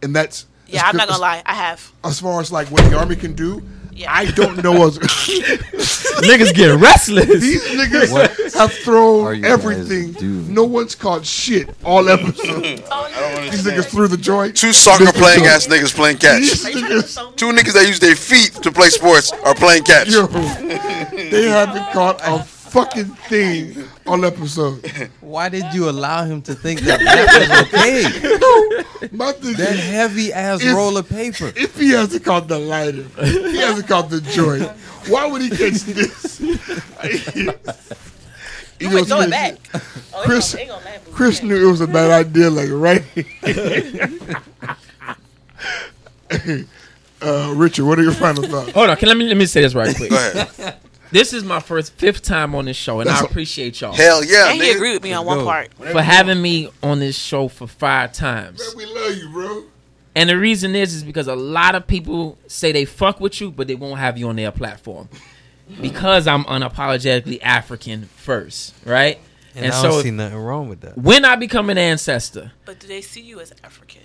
Speaker 2: And that's
Speaker 1: Yeah, I'm not gonna lie, I have.
Speaker 2: As far as like what the army can do,
Speaker 1: Yeah.
Speaker 2: I don't
Speaker 1: *laughs*
Speaker 2: know as *laughs*
Speaker 7: Niggas get restless.
Speaker 9: *laughs*
Speaker 2: These niggas have thrown
Speaker 9: you guys
Speaker 2: everything. No one's caught shit all episode. These niggas threw the joint.
Speaker 4: *laughs* Two soccer
Speaker 2: Missed the
Speaker 4: playing
Speaker 2: joint.
Speaker 4: ass niggas playing catch.
Speaker 2: These
Speaker 4: *laughs*
Speaker 2: niggas,
Speaker 4: Two niggas that use their feet to play sports are playing catch.
Speaker 2: yo, they haven't caught a fucking thing all episode.
Speaker 9: Why did *laughs* you allow him to think that that was okay?
Speaker 2: My thing
Speaker 9: That
Speaker 2: is,
Speaker 9: heavy ass
Speaker 2: If-
Speaker 9: roll of paper.
Speaker 2: if he hasn't caught the lighter, he hasn't caught the joint. Why would he catch this?
Speaker 1: *laughs* You
Speaker 2: know,
Speaker 1: would throw it
Speaker 2: Smith,
Speaker 1: back. Oh,
Speaker 2: Chris-
Speaker 1: they gonna, they gonna laugh.
Speaker 2: Chris knew it was a bad idea, like right. *laughs* uh, Richard, what are your final thoughts?
Speaker 7: Hold on, can let me let me say this right quick.
Speaker 4: Go ahead.
Speaker 7: This is my first fifth time on this show, and I
Speaker 4: That's-
Speaker 7: appreciate y'all.
Speaker 4: Hell yeah,
Speaker 1: and he
Speaker 4: nigga.
Speaker 1: agreed with me on one part.
Speaker 7: for having me on this show for five times.
Speaker 2: We love you, bro.
Speaker 7: And the reason is is because a lot of people say they fuck with you, but they won't have you on their platform because I'm unapologetically African first, right?
Speaker 3: And I don't see nothing wrong with that.
Speaker 7: When I become an ancestor,
Speaker 1: But do they see you as African?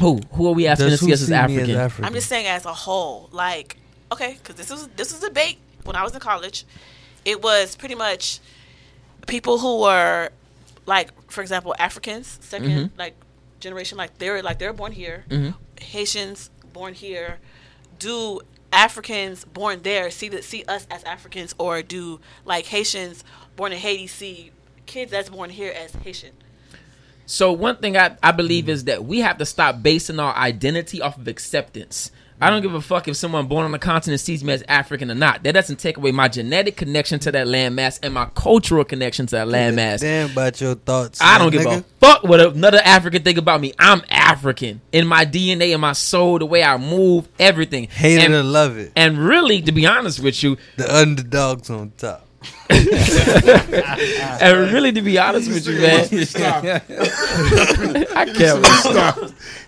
Speaker 7: who who are we asking
Speaker 3: Does
Speaker 7: to see
Speaker 3: who
Speaker 7: us as
Speaker 3: see me as
Speaker 7: African?
Speaker 3: African?
Speaker 1: I'm just saying as a whole, like okay, because this was this was a debate when I was in college. It was pretty much people who were like, for example, Africans, 2nd
Speaker 7: Mhm.
Speaker 1: like generation, like they were like they were born here,
Speaker 7: Mhm.
Speaker 1: Haitians born here. Do Africans born there see that see us as Africans, or do like Haitians born in Haiti see kids that's born here as Haitian?
Speaker 7: So one thing I, I believe is that we have to stop basing our identity off of acceptance. I don't give a fuck if someone born on the continent sees me as African or not. That doesn't take away my genetic connection to that landmass and my cultural connection to that landmass.
Speaker 3: Damn about your thoughts. my
Speaker 7: I don't give
Speaker 3: nigga.
Speaker 7: a fuck what another African think about me. I'm African in my DNA, in my soul, the way I move, everything.
Speaker 3: Hate
Speaker 7: and,
Speaker 3: it or love it.
Speaker 7: and really, to be honest with you,
Speaker 3: The underdogs on top.
Speaker 7: and really to be honest with you, man, *laughs* I can't.
Speaker 2: Stop.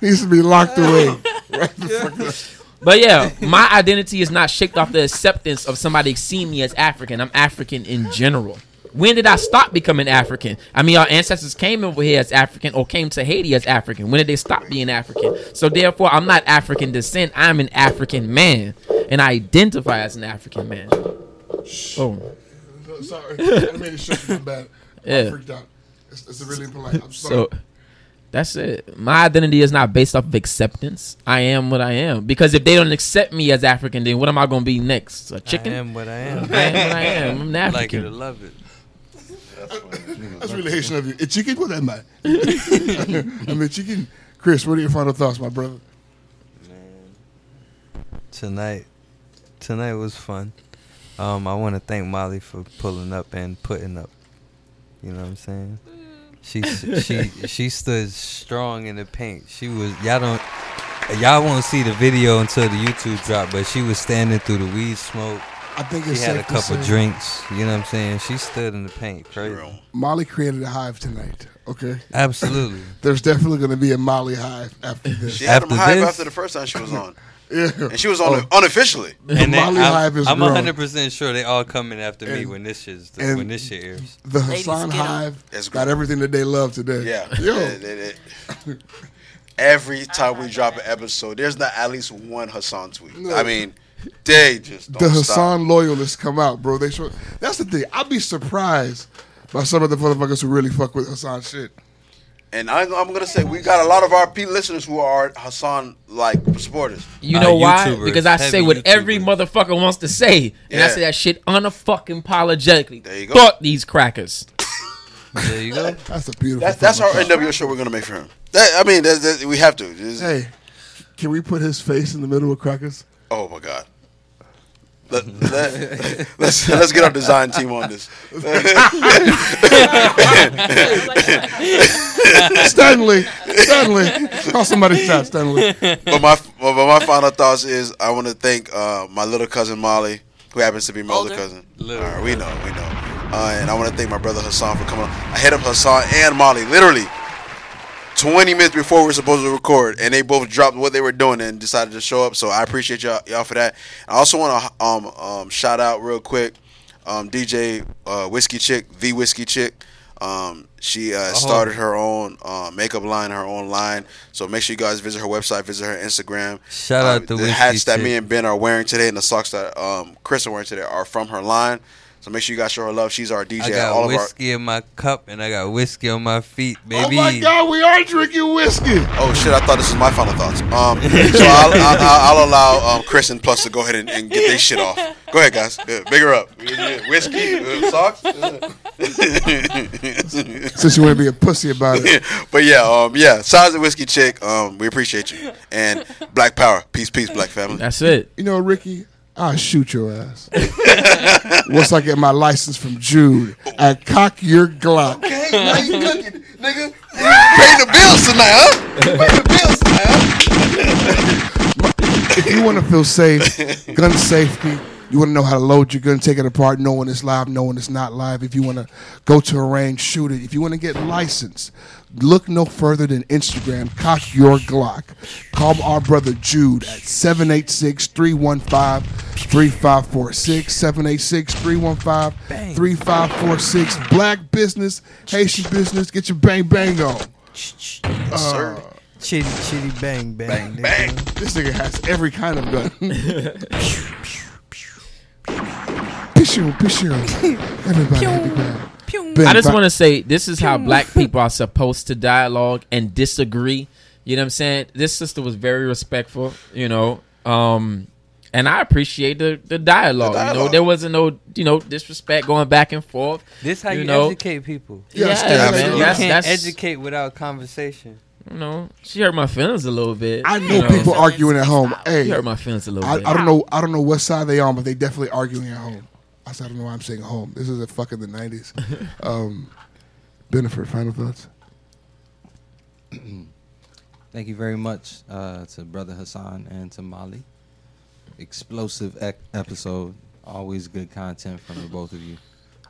Speaker 2: He needs to be locked away. Right the fuck up.
Speaker 7: But yeah, my identity is not shaped off the acceptance of somebody seeing me as African. I'm African in general. When did I stop becoming African? I mean, our ancestors came over here as African or came to Haiti as African. When did they stop being African? So therefore, I'm not African descent. I'm an African man, and I identify as an African man. Oh,
Speaker 2: No, sorry, I made it shit. My bad. I
Speaker 7: Yeah.
Speaker 2: freaked out. It's, it's really impolite. I'm sorry.
Speaker 7: so that's it. My identity is not based off of acceptance. I am what I am because if they don't accept me as African, then what am I going to be next? A chicken?
Speaker 3: I am what I am. *laughs*
Speaker 7: I am what I am. I'm an
Speaker 3: Like it
Speaker 7: African.
Speaker 3: or love it.
Speaker 2: That's really Haitian of you. It's chicken, what am I? *laughs* I mean, chicken. Chris, what are your final thoughts, my brother?
Speaker 3: Tonight, tonight was fun. Um, I want to thank Molly for pulling up and putting up. You know what I'm saying?
Speaker 2: *laughs*
Speaker 3: She she she stood strong in the paint. She was y'all don't y'all won't see the video until the YouTube drop, but she was standing through the weed smoke.
Speaker 2: I think
Speaker 3: she
Speaker 2: it's
Speaker 3: had a
Speaker 2: safe to
Speaker 3: couple
Speaker 2: say-
Speaker 3: drinks. You know what I'm saying? She stood in the paint, crazy.
Speaker 2: Molly created a hive tonight. Okay. *laughs*
Speaker 3: Absolutely.
Speaker 2: There's definitely going to be a Molly hive after this.
Speaker 4: She had them hype after the first time she was *laughs* on.
Speaker 2: Yeah.
Speaker 4: And she was on it unofficially.
Speaker 3: And they,
Speaker 2: Molly
Speaker 3: I'm,
Speaker 2: Hive is
Speaker 3: I'm
Speaker 2: grown.
Speaker 3: 100% sure they all coming after me
Speaker 2: And-
Speaker 3: when this shit's
Speaker 2: and
Speaker 3: when this shit airs.
Speaker 2: The Hassan hive got everything that they love today.
Speaker 4: *laughs* Yeah.
Speaker 2: Yo.
Speaker 4: They- they- they- Every time we drop an episode, there's not at least one Hassan tweet.
Speaker 2: No.
Speaker 4: I mean, they just don't
Speaker 2: the Hassan
Speaker 4: stop.
Speaker 2: loyalists come out, bro. They show. That's the thing. I'd be surprised by some of the motherfuckers who really fuck with Hassan shit.
Speaker 4: And I, I'm gonna say we got a lot of our P listeners who are Hassan like supporters.
Speaker 7: You know why? Because I say what every motherfucker wants to say, and I
Speaker 4: Yeah.
Speaker 7: say that shit unafucking apologetically.
Speaker 4: There you go.
Speaker 7: Fuck these crackers.
Speaker 3: There you go.
Speaker 2: That's a beautiful.
Speaker 4: That, that's our
Speaker 2: fucking-
Speaker 4: NWO show we're gonna make for him. That, I mean, that, that, we have to. This-
Speaker 2: Hey, can we put his face in the middle of crackers?
Speaker 4: Oh my god. Let, let, *laughs* let's let's get our design team on this.
Speaker 2: Stanley, Stanley, call somebody shot, Stanley.
Speaker 4: but my but my final thoughts is I want to thank uh, my little cousin Molly, who happens to be my older cousin. All right, we know, we know. Uh, and I want to thank my brother Hassan for coming. on. I hit up Hassan and Molly literally 20 minutes before we were supposed to record, and they both dropped what they were doing and decided to show up. So I appreciate y'all, y'all for that. I also want to um, um, shout out real quick um, DJ uh, Whiskey Chick, the Whiskey Chick. Um, she
Speaker 3: Uh-huh.
Speaker 4: uh, started her own uh, makeup line, her own line. So make sure you guys visit her website, visit her Instagram.
Speaker 3: Shout
Speaker 4: Um,
Speaker 3: out to
Speaker 4: the
Speaker 3: Whiskey
Speaker 4: hats that me
Speaker 3: Chick.
Speaker 4: and Ben are wearing today and the socks that um, Chris are wearing today are from her line. So make sure you guys show her love. She's our DJ.
Speaker 3: I
Speaker 4: at
Speaker 3: got
Speaker 4: all of our
Speaker 3: whiskey in my cup and I got whiskey on my feet, baby.
Speaker 2: Oh my God, we are drinking whiskey.
Speaker 4: Oh shit! I thought this was my final thoughts. Um, so I'll, I'll, I'll allow um, Chris and Plus to go ahead and, and get their shit off. Go ahead, guys. Yeah, big her up. Yeah, Whiskey, uh, socks. *laughs*
Speaker 2: Since you want to be a pussy about
Speaker 4: *laughs*
Speaker 2: it,
Speaker 4: but yeah, um, yeah. Size of whiskey chick. Um, we appreciate you and Black Power. Peace, peace, Black family.
Speaker 7: *laughs* That's it.
Speaker 2: you know, Ricky, I'll shoot your ass. Once I get my license from Jude, I cock your Glock.
Speaker 4: Okay, now you cooking, nigga. Pay the bills tonight, huh? Pay the bills tonight, huh?
Speaker 2: if you want to feel safe, gun safety, you want to know how to load your gun, take it apart, know when it's live, know when it's not live. If you want to go to a range, shoot it. If you want to get licensed, look no further than Instagram, Cock Your Glock. Call our brother Jude at 786 315 3546. 786 315 3546. Black business, Haitian business, get your bang bang on.
Speaker 4: sir.
Speaker 3: Chitty chitty bang bang. Bang
Speaker 2: This nigga has every kind of
Speaker 7: *laughs*
Speaker 2: gun. Pishu, pishu. Everybody hit the ground. Ben,
Speaker 7: I just
Speaker 2: bye.
Speaker 7: want to say this is how
Speaker 4: *laughs*
Speaker 7: black people are supposed to dialogue and disagree. You know what I'm saying? This sister was very respectful, you know. Um and I appreciate the, the dialogue. You know,
Speaker 4: dialogue.
Speaker 7: there wasn't no, you know, disrespect going back and forth.
Speaker 3: This how you, educate people.
Speaker 7: Yeah,
Speaker 2: Yes,
Speaker 7: man,
Speaker 2: man.
Speaker 3: You
Speaker 7: that's,
Speaker 3: can't
Speaker 7: that's,
Speaker 3: educate without conversation.
Speaker 7: you know, she hurt my feelings a little bit.
Speaker 2: I
Speaker 7: you
Speaker 2: know people arguing at home.
Speaker 7: She
Speaker 2: Hey, I,
Speaker 7: hurt my feelings a little
Speaker 2: I
Speaker 7: bit.
Speaker 2: don't know. I don't know what side they on, but they definitely arguing at home. I said, I don't know why I'm saying home. This is a fucking the
Speaker 7: *laughs*
Speaker 2: '90s. Um, Benefit. Final thoughts.
Speaker 9: Thank you very much uh, to Brother Hassan and to Molly. Explosive ec- episode. Always good content from the both of you.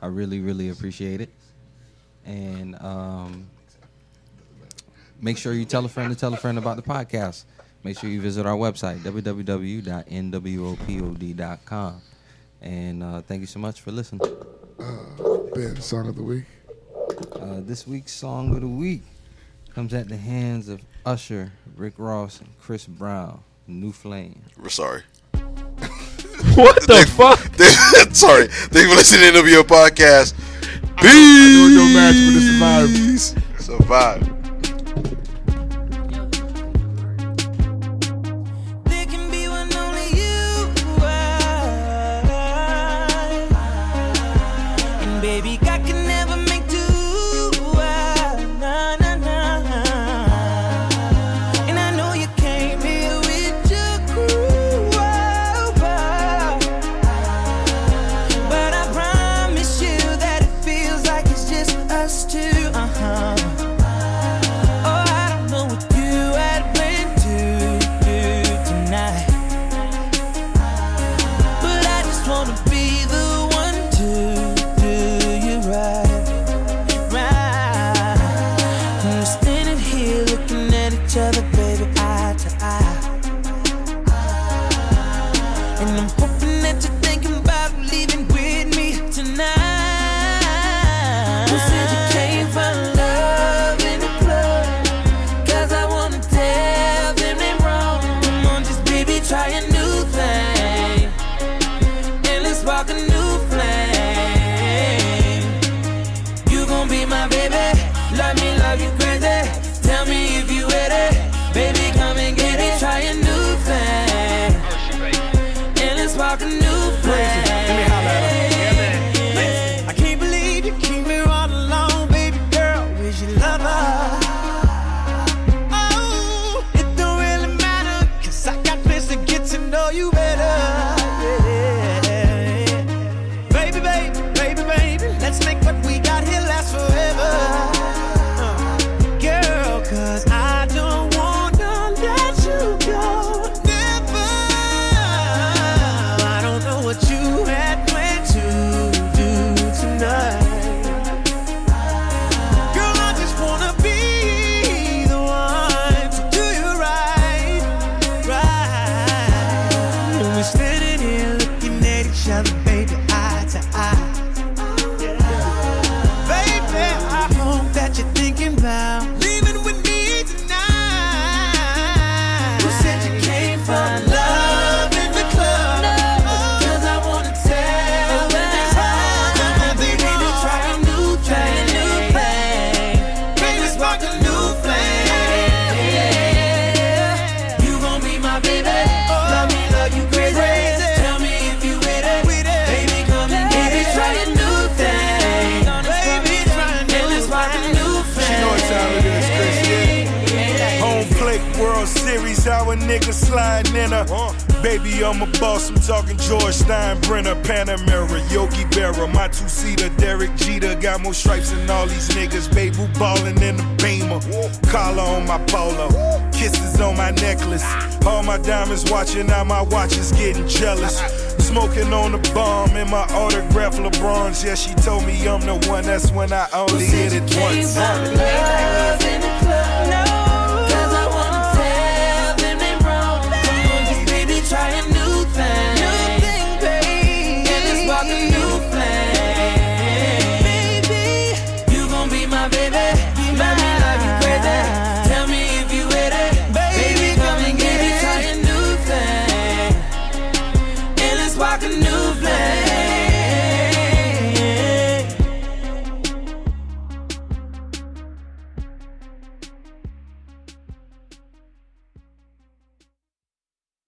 Speaker 9: I really, really appreciate it. And um, make sure you tell a friend to tell a friend about the podcast. Make sure you visit our website, www.nwopod.com. And uh, thank you so much for listening.
Speaker 2: Ben, song of the week.
Speaker 9: Uh, this week's song of the week comes at the hands of Usher, Rick Ross, and Chris Brown. New Flame.
Speaker 2: *laughs*
Speaker 4: We're sorry.
Speaker 7: what the fuck?
Speaker 4: They- sorry. *laughs* Thank you for listening to your podcast.
Speaker 2: Doing no match, but it's a vibe.
Speaker 4: Peace. Survive.
Speaker 6: There can be one only you are. And baby, I can never make two. Nah, nah, nah. And I know you came here with your crew. uh-huh.
Speaker 7: Oh,
Speaker 12: love you crazy. Tell me if you with it. Baby, come and get it. Try a new thing. And let's spark a new flame.
Speaker 7: I can't believe you keep me all alone, baby girl. Where's your lover? Oh, it don't really matter, 'cause I got plans to get to know you better. Yeah. Baby, baby, baby, baby, let's make what we got here last forever. Uh, girl, 'cause I don't wanna let you go. Never. I don't know what you had planned to do tonight. Girl, I just wanna be the one to do you right, right. When we're standing here looking at each other, baby, eye to eye. Baby, I hope that you're thinking about leaving with me tonight. You said you came for love in the club. Cause I wanna tell you that they need to try a new thing. Make me spark a new flame. You gon' be my baby. Love me, love you crazy. Tell me if you with it. Baby, come and get it. Try a new thing. Baby, try a new
Speaker 13: She know exactly what it's Chris, yeah. Home plate World Series, our niggas sliding in her. Baby, I'm a boss. I'm talking George Steinbrenner, Panamera, Yogi Berra, my two seater, Derek Jeter. Got more stripes than all these niggas. Babe, who ballin' in the beamer? Collar on my polo, kisses on my necklace. All my diamonds watching, now my watch is getting jealous. Smoking on the bomb in my autograph LeBron's. Yeah, she told me I'm the one. That's when I only hit it once.